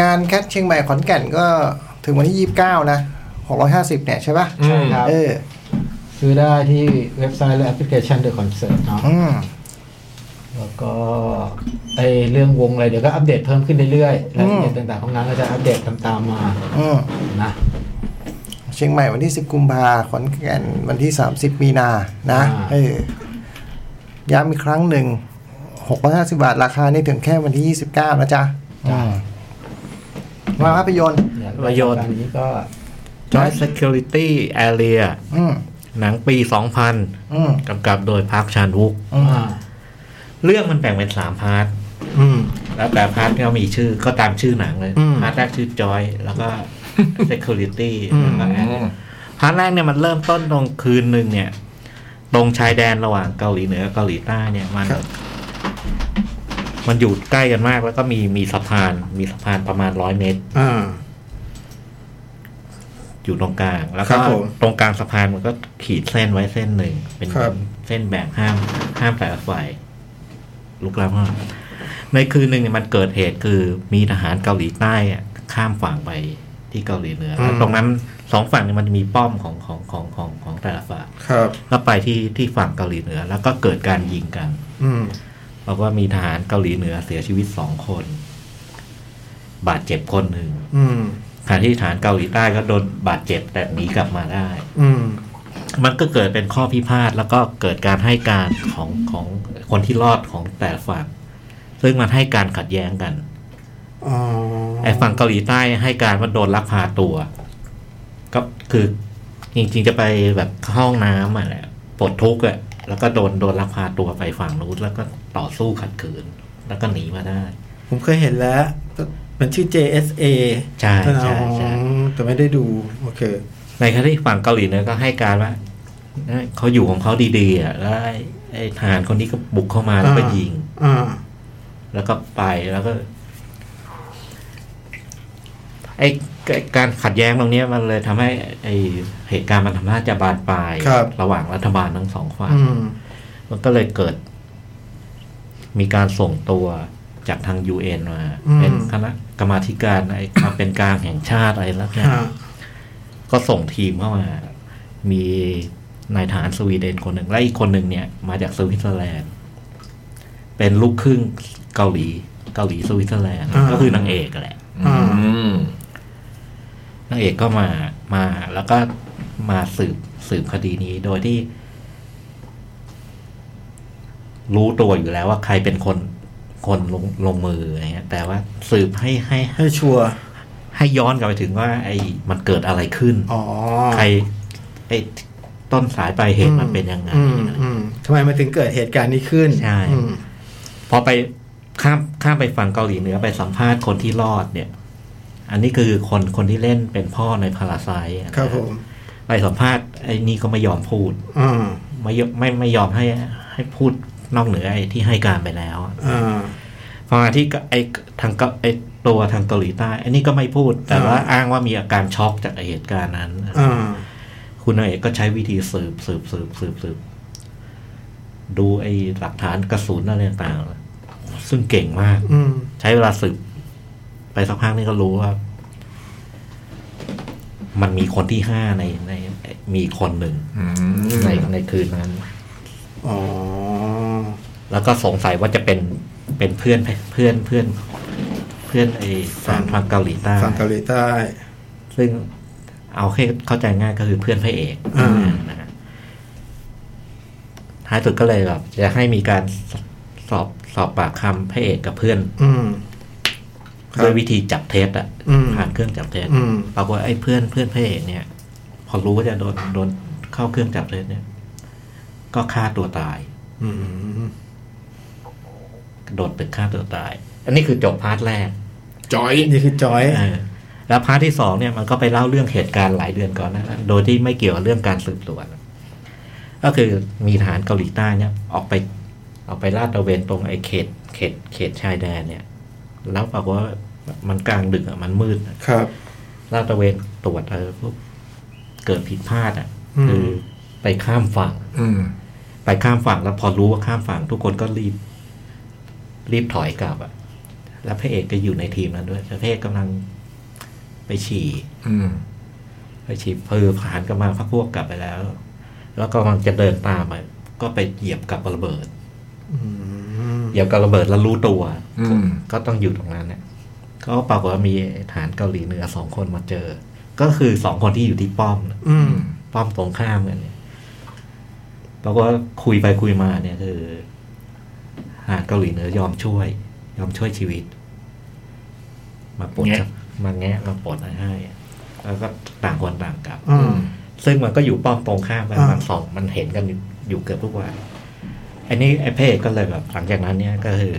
[SPEAKER 2] งานแคทเชียงใหม่ขอนแก่นก็ถึงวันที่ยี่สิบเก้านะหกร้อยห้าสิบเนี่ยใช่ปะ
[SPEAKER 3] ใช่ครับ
[SPEAKER 2] เออ
[SPEAKER 5] ซื้อได้ที่เว็บไซต์และแอปพลิเคชันเดอะคอนเสิร์ตเนาะ
[SPEAKER 2] อืม
[SPEAKER 5] แล้วก็ไอเรื่องวงอะไรเดี๋ยวก็อัปเดตเพิ่มขึ้นเรื่อยๆรายละเอียดต่างๆของงานก็จะอัปเดตตามๆมา
[SPEAKER 2] อืม
[SPEAKER 5] นะ
[SPEAKER 2] เชียงใหม่วันที่สิบกุมภาขอนแก่นวันที่สามสิบมีนานะ
[SPEAKER 5] อ่า
[SPEAKER 2] เออ ย้ำอีกครั้งหนึ่งหกร้อยห้าสิบาท ราคานี่ถึงแค่วันที่ยี่สิบเก้านะจ๊ะอืมมาภาพยนตร์
[SPEAKER 5] อาก
[SPEAKER 4] ภาพยนตร์
[SPEAKER 5] อันี้ก็
[SPEAKER 4] Joint Security Area
[SPEAKER 2] อืม
[SPEAKER 4] หนังปี
[SPEAKER 2] อืม
[SPEAKER 4] 2000 กำกับโดยพาร์คชานวุก
[SPEAKER 2] อืม
[SPEAKER 5] อ่า
[SPEAKER 4] เรื่องมันแบ่งเป็นสามพาร์ท
[SPEAKER 5] อืม
[SPEAKER 4] แล้วแต่พาร์ทก็มีชื่อก็ตามชื่อหนังเลย
[SPEAKER 5] อืม
[SPEAKER 4] พาร์ทแรกชื่อ Joy แล้วก็ Security
[SPEAKER 5] อืม
[SPEAKER 4] แล้วก็แอดพาร์ทแรกเนี่ยมันเริ่มต้นตรงคืนหนึ่งเนี่ย ตรงชายแดนระหว่างเกาหลีเหนือกับเกาหลีใต้เนี่ยมัน
[SPEAKER 2] ครับ
[SPEAKER 4] มันอยู่ใกล้กันมากแล้วก็มีมีสะพาน มีสะพานประมาณร้อยเมตร
[SPEAKER 5] อ่า
[SPEAKER 4] อยู่ตรงกลาง แล้ว
[SPEAKER 5] ครั
[SPEAKER 4] ก็
[SPEAKER 5] บผม
[SPEAKER 4] ตรงกลางสะพานมันก็ขีดเส้นไว้เส้นหนึ่ง เป็น
[SPEAKER 5] ครับ
[SPEAKER 4] เส้นแบ่งห้ามห้ามแต่ละฝ่ายลุกล้ำห้ามในคืนหนึ่งเนี่ยมันเกิดเหตุคือมีทหารเกาหลีใต้อะข้ามฝั่งไป ที่เกาหลีเหนืออ
[SPEAKER 5] ม
[SPEAKER 4] ตรงนั้นสองฝั่งเนี่ยมันจะมีป้อมของของของของของแต่ละฝั่ง
[SPEAKER 5] ครับ
[SPEAKER 4] ก็ไปที่ที่ฝั่งเกาหลีเหนือ แล้วก็เกิดการยิงกัน
[SPEAKER 5] อืม
[SPEAKER 4] แล้วก็มีทหารเกาหลีเหนือเสียชีวิตสองคน บาดเจ็บคนหนึ่ง
[SPEAKER 5] อืม
[SPEAKER 4] ขณะที่ทหารเกาหลีใต้ก็โดนบาดเจ็บแต่หนีกลับมาได้
[SPEAKER 5] อืม
[SPEAKER 4] มันก็เกิดเป็นข้อพิพาทแล้วก็เกิดการให้การของของคนที่รอดของแต่ละฝั่งซึ่งมันให้การขัดแย้งกัน
[SPEAKER 5] อ๋อ
[SPEAKER 4] ไอ้ฝั่งเกาหลีใต้ให้การว่าโดนลักพาตัว ก็คือจริงๆจะไปแบบเข้าห้องน้ำอ่ะแหละปลดทุกข์อ่ะแล้วก็โดนโดนลักพาตัวไปฝั่งนู้นแล้วก็ต่อสู้ขัดขืน แล้วก็หนีมาได้
[SPEAKER 5] ผมเคยเห็นแล้ว มันชื่อ JSA
[SPEAKER 4] ใช่ใช่ใช่
[SPEAKER 5] อ๋อแต่ไม่ได้ดู โอเค
[SPEAKER 4] ในขณะที่ฝั่งเกาหลีเหนือก็ให้การว่าเอ้ยเขาอยู่ของเขาดีๆอ่ะแล้วไอ้ไอ้ทหารคนนี้ก็บุกเข้ามาแล้วก็
[SPEAKER 5] อ่ายิ
[SPEAKER 4] ยิง
[SPEAKER 5] อ่า
[SPEAKER 4] แล้วก็ไปแล้วก็ไอ้ไอ้การขัดแย้งตรงเนี้ยมันเลยทำให้ ไอ้เหตุการณ์มันทำท่าจะบานปลาย
[SPEAKER 5] ครับ
[SPEAKER 4] ระหว่างรัฐบาลทั้งสองฝ่าย
[SPEAKER 5] อืม
[SPEAKER 4] มันก็เลยเกิด มีการส่งตัวจากทาง UN มา
[SPEAKER 5] อืม
[SPEAKER 4] เป็นคณะกรรมาธิการไอ้ความเป็นกลางแห่งชาติอะไรแล้วเนี่ย
[SPEAKER 5] อ่า
[SPEAKER 4] ก็ส่งทีมเข้ามา มีนายทหารสวีเดนคนหนึ่งและอีกคนหนึ่งเนี่ย มาจากสวิตเซอร์แลนด์ เป็นลูกครึ่งเกาหลี เกาหลีสวิตเซอร์แลนด์
[SPEAKER 5] อ่า
[SPEAKER 4] ก็คือนางเอกแหละ
[SPEAKER 5] อ่า
[SPEAKER 3] อืม
[SPEAKER 4] นางเอกก็มา มาแล้วก็มาสืบสืบคดีนี้โดยที่ รู้ตัวอยู่แล้วว่าใครเป็นคนคนลงลงมืออะไรเงี้ย แต่ว่าสืบให้ให้
[SPEAKER 5] ให้ชัวร์
[SPEAKER 4] ให้ย้อนกลับไปถึงว่า ไอ้มันเกิดอะไรขึ้น
[SPEAKER 5] อ๋อ
[SPEAKER 4] ใคร ไอ้ต้นสายปลายเหตุมันเป็นยังไง
[SPEAKER 5] อืมอืมทำไมมันถึงเกิดเหตุการณ์นี้ขึ้น
[SPEAKER 4] ใช่
[SPEAKER 5] อืม
[SPEAKER 4] พอไปข้ามข้ามไปฝั่งเกาหลีเหนือไปสัมภาษณ์คนที่รอดเนี่ย อันนี้คือคนคนที่เล่นเป็นพ่อในพาราไซ
[SPEAKER 5] ครับผม
[SPEAKER 4] ไปสัมภาษณ์ไอ้นี่ก็ไม่ยอมพูด
[SPEAKER 5] อ่า
[SPEAKER 4] ไม่ยอมไม่ไม่ยอมให้ให้พูดนอกเหนือไอ้ที่ให้การไปแล้วอะ
[SPEAKER 5] อ่า
[SPEAKER 4] พอมาที่ก็ไอ้ทางเกาไอ้ตัวทางเกาหลีใต้อันนี้ก็ไม่พูด แต่ว่า
[SPEAKER 5] อ่า
[SPEAKER 4] อ้างว่ามีอาการช็อกจากไอ้เหตุการณ์นั้น
[SPEAKER 5] อ่า
[SPEAKER 4] คุณนายเอกก็ใช้วิธีสืบสืบสืบสืบสืบดูไอ้หลักฐานกระสุนอะไรต่างๆ ซึ่งเก่งมาก
[SPEAKER 5] อืม
[SPEAKER 4] ใช้เวลาสืบ ไปสักพักนี่ก็รู้ว่า มันมีคนที่ห้าในในมีอีกคนหนึ่ง
[SPEAKER 3] อืม
[SPEAKER 4] ในในคืนนั้น
[SPEAKER 5] อ๋อ
[SPEAKER 4] แล้วก็สงสัยว่าจะเป็นเป็นเพื่อนเพื่อนเพื่อนเพื่อนไอ้สารฝั่งเกาหลีใต้
[SPEAKER 5] ฝั่งเกาหลีใต้
[SPEAKER 4] ซึ่งเอาให้เข้าใจง่ายก็คือเพื่อนพระเอก
[SPEAKER 5] อ่า
[SPEAKER 4] นะฮะท้ายสุดก็เลยแบบจะให้มีการสสอบสอบปากคำพระเอกกับเพื่อน
[SPEAKER 5] อืม ครับ
[SPEAKER 4] ด้วยวิธีจับเท็จอะ
[SPEAKER 5] อืม
[SPEAKER 4] ผ่านเครื่องจับเท็จ
[SPEAKER 5] อืม
[SPEAKER 4] ปรากฏไอ้เพื่อนเพื่อนพระเอกเนี่ย พอรู้ว่าจะโดนโดนเข้าเครื่องจับเท็จเนี่ย ก็ฆ่าตัวตาย
[SPEAKER 5] อืม
[SPEAKER 4] โดดตึกฆ่าตัวตาย อันนี้คือจบพาร์ทแรก
[SPEAKER 3] จอย
[SPEAKER 5] นี่คือจอย
[SPEAKER 4] เออแล้วพาร์ทที่สองเนี่ยมันก็ไปเล่าเรื่องเหตุการณ์หลายเดือนก่อนหนะโดยที่ไม่เกี่ยวกับเรื่องการสืบสวน ก็คือมีทหารเกาหลีใต้เนี่ย ออกไป ออกไปลาดตระเวนตรงไอ้เขต เขต เขตชายแดนเนี่ย แล้วปรากฏว่ามันกลางดึกอะมันมืดอะ
[SPEAKER 5] ครับ
[SPEAKER 4] ลาดตระเวนตรวจเออปุ๊บเกิดผิดพลาดอ่ะ
[SPEAKER 5] อืม
[SPEAKER 4] คือไปข้ามฝั่ง
[SPEAKER 3] อืม
[SPEAKER 4] ไปข้ามฝั่งแล้วพอรู้ว่าข้ามฝั่ง ทุกคนก็รีบ รีบถอยกลับอะแล้วพระเอกก็อยู่ในทีมนั้นด้วยแต่พระเอกกำลังไปฉี่
[SPEAKER 3] อืม
[SPEAKER 4] ไปฉี่เพื่อผ่านกันมาพักพวกกลับไปแล้ว แล้วก็กำลังจะเดินตามไปก็ไปเหยียบกับระเบิดเหยียบกับระเบิดแล้วรู้ตัว
[SPEAKER 3] อืม
[SPEAKER 4] ก็ต้องอยู่ตรงนั้นเนี่ยก็ปรากฏว่ามีฐานเกาหลีเหนือสองคนมาเจอ ก็คือสองคนที่อยู่ที่ป้อมน่ะ
[SPEAKER 5] อืม
[SPEAKER 4] ป้อมตรงข้ามกันเนี่ยแล้วก็คุยไปคุยมาเนี่ยคือหาดเกาหลีเหนือยอมช่วย ยอมช่วยชีวิต มาปลด
[SPEAKER 3] แงะ
[SPEAKER 4] ครับมาแงะมาปลดให้อะแล้วก็ต่างคนต่างกลับ
[SPEAKER 5] อืม
[SPEAKER 4] ซึ่งมันก็อยู่ป้อมตรงข้ามกัน
[SPEAKER 5] อ่ามั
[SPEAKER 4] มันสองมันเห็นกันอยู่อยู่เกือบทุกวันไอ้นี่ไอ้เพศก็เลยแบบหลังจากนั้นเนี่ยก็คือ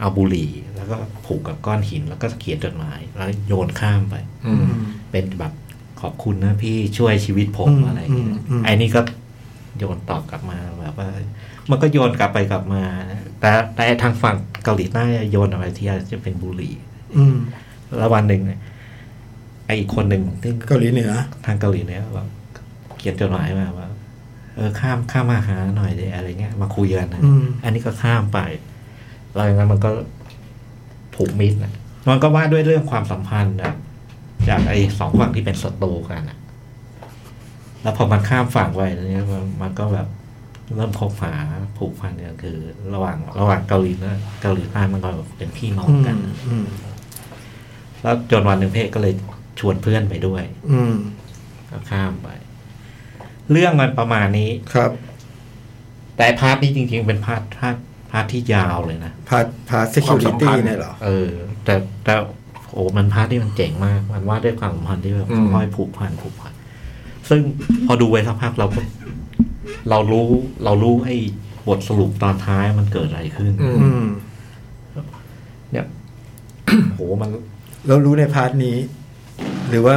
[SPEAKER 4] เอาบุหรี่ แล้วก็ผูกกับก้อนหิน แล้วก็เขียนจดหมาย แล้วโยนข้ามไป
[SPEAKER 3] อืม
[SPEAKER 4] เป็นแบบขอบคุณนะพี่ช่วยชีวิตผม
[SPEAKER 5] อืม
[SPEAKER 4] อะไรอย่างเงี้ย
[SPEAKER 5] อืมอืม
[SPEAKER 4] ไอ้นี่ก็โยนตอบกลับมาแบบว่า มันก็โยนกลับไปกลับมา แต่แต่ไอ้ทางฝั่งเกาหลีใต้โยนอะไรที่อาจจะเป็นบุหรี่
[SPEAKER 5] อืม
[SPEAKER 4] แล้ววันหนึ่งเนี่ยไอ้อีกคนหนึ่งซึ่ง
[SPEAKER 5] เกาหลีเหนือ
[SPEAKER 4] ทางเกาหลีเนี่ยแบบเขียนจดหมายมาว่า เออข้ามข้ามมาหาหน่อยเลยอะไรเงี้ยมาคุยกันนะ
[SPEAKER 5] อืม
[SPEAKER 4] อันนี้ก็ข้ามไปแล้วอย่างนั้นมันก็ผูกมิตรนะมันก็ว่าด้วยเรื่องความสัมพันธ์นะ จากไอ้สองฝั่งที่เป็นศัตรูกันอะแล้วพอมันข้ามฝั่งไปเนี่ยมันมันก็แบบเริ่มคบหาผูกพันกันคือ ระหว่างระหว่างเกาหลีเหนือเกาหลีใต้มันก็เป็นพี่น้อง
[SPEAKER 7] อืม
[SPEAKER 4] กัน
[SPEAKER 7] อืม
[SPEAKER 4] แล้วจนวันหนึ่งพระเอกก็เลยชวนเพื่อนไปด้วย
[SPEAKER 7] อืม
[SPEAKER 4] ก็ข้ามไป เรื่องมันประมาณนี้
[SPEAKER 7] ครับ
[SPEAKER 4] แต่พาร์ทนี้จริง ๆ เป็นพาร์ทพาร์ทพาร์ทที่ยาวเลยนะ
[SPEAKER 7] พาพา security เนี่ยเหรอ
[SPEAKER 4] เออ แต่แต่โอ้มันพาร์ทที่มันเจ๋งมาก มันว่าด้วยความสัมพันธ์ที่แบบ
[SPEAKER 3] อืม
[SPEAKER 4] ค่อยผูกพันผูกพัน ซึ่งพอดูไปสักพักเราก็เรารู้เรารู้ไอ้บทสรุปตอนท้ายมันเกิดอะไรขึ้น
[SPEAKER 3] อืม
[SPEAKER 7] อืม
[SPEAKER 4] เนี่ย โหมัน
[SPEAKER 7] แล้วรู้ในพาร์ทนี้ หรือว่า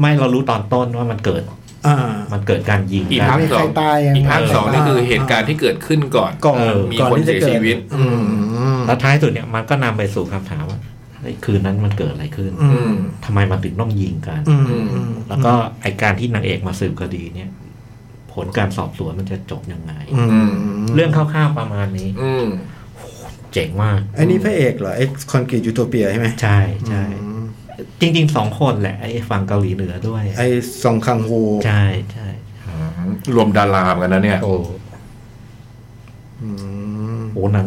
[SPEAKER 4] ไม่เรารู้ตอนต้นว่ามันเกิด
[SPEAKER 7] อ่า
[SPEAKER 4] มันเกิดการยิง
[SPEAKER 3] อีก
[SPEAKER 4] กั
[SPEAKER 3] ภาคสอ
[SPEAKER 4] เ
[SPEAKER 3] ง
[SPEAKER 2] มีใครตายยัง
[SPEAKER 3] อีกภาคสองนี่คือเหตุการณ์ที่เกิดขึ้นก่อน
[SPEAKER 7] ก่อน
[SPEAKER 3] มี
[SPEAKER 7] ก่อน
[SPEAKER 3] คน
[SPEAKER 7] ที่จะ
[SPEAKER 3] เสียชี
[SPEAKER 7] เกิด
[SPEAKER 3] วิต
[SPEAKER 7] อืม
[SPEAKER 4] แล้วท้ายสุดเนี่ยมันก็นำไปสู่คำถามว่าเฮ้ยคืนนั้นมันเกิดอะไรขึ้น
[SPEAKER 7] อืม
[SPEAKER 4] ทำไมมันถึงต้องยิงกัน
[SPEAKER 7] อืมอืม
[SPEAKER 4] แล้วก็ไอการที่นางเอกมาสืบคดีเนี่ย ผลการสอบสวนมันจะจบยังไง
[SPEAKER 7] อืม
[SPEAKER 4] เรื่องคร่าวๆประมาณนี้
[SPEAKER 3] อืม
[SPEAKER 4] เจ๋งมาก
[SPEAKER 7] ไอ้นี่พระเอกเหรอไอ้คอนกรีตยูโทเปียใช่ไหม
[SPEAKER 4] ใช่ใช่จริงๆสองคนแหละ ไอฝั่งเกาหลีเหนือด้วย
[SPEAKER 7] ไอ้ซองคังโฮ
[SPEAKER 4] ใช่ใช่
[SPEAKER 3] รวมดารามอนกันนะเนี่ย
[SPEAKER 4] โอ้
[SPEAKER 7] อืม
[SPEAKER 4] โหหนัง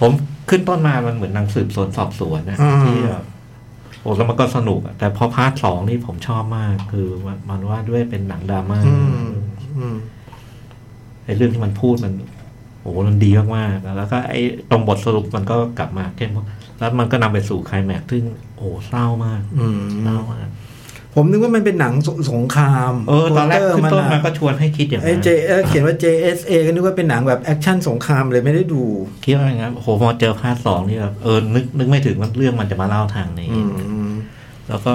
[SPEAKER 4] ผมขึ้นต้นมามันเหมือนหนังสืบสวนสอบสวนนะ
[SPEAKER 7] อืม
[SPEAKER 4] ที่แบบโอ้แล้วมันก็สนุกอะแต่พอพาร์ทสองนี่ผมชอบมาก คือมันมันว่าด้วยเป็นหนังดราม่า
[SPEAKER 7] อืมอืม
[SPEAKER 4] ไอ้เรื่องที่มันพูดมันโอ้โหมันดีมากๆแล้วแล้วก็ไอ้ตรงบทสรุปมันก็กลับมาเข้มข้นแล้วมันก็นำไปสู่ไคลายแม็กซ์ซึ่งโอ้โหเศร้ามาก
[SPEAKER 7] อืม
[SPEAKER 4] เศร้ามาก
[SPEAKER 7] ผมนึกว่ามันเป็นหนังสสงคราม
[SPEAKER 4] เออตอนแรก
[SPEAKER 7] โป
[SPEAKER 4] ขึ้น
[SPEAKER 7] เมั
[SPEAKER 4] ต้นมา
[SPEAKER 7] อะ
[SPEAKER 4] ก็ชวนให้คิดอย่าง
[SPEAKER 7] ไอ้
[SPEAKER 4] นั้น
[SPEAKER 7] เจเอ่อเขียนว่า JSA ก็นึกว่าเป็นหนังแบบแอคชั่นสงครามเลยไม่ได้ดู
[SPEAKER 4] คิดว่าอย่างนั้นโอ้โหพอเจอภาคสองนี่แบบเออนึกนึกไม่ถึงว่าเรื่องมันจะมาเล่าทางนี้
[SPEAKER 7] อืม
[SPEAKER 4] แล้วก็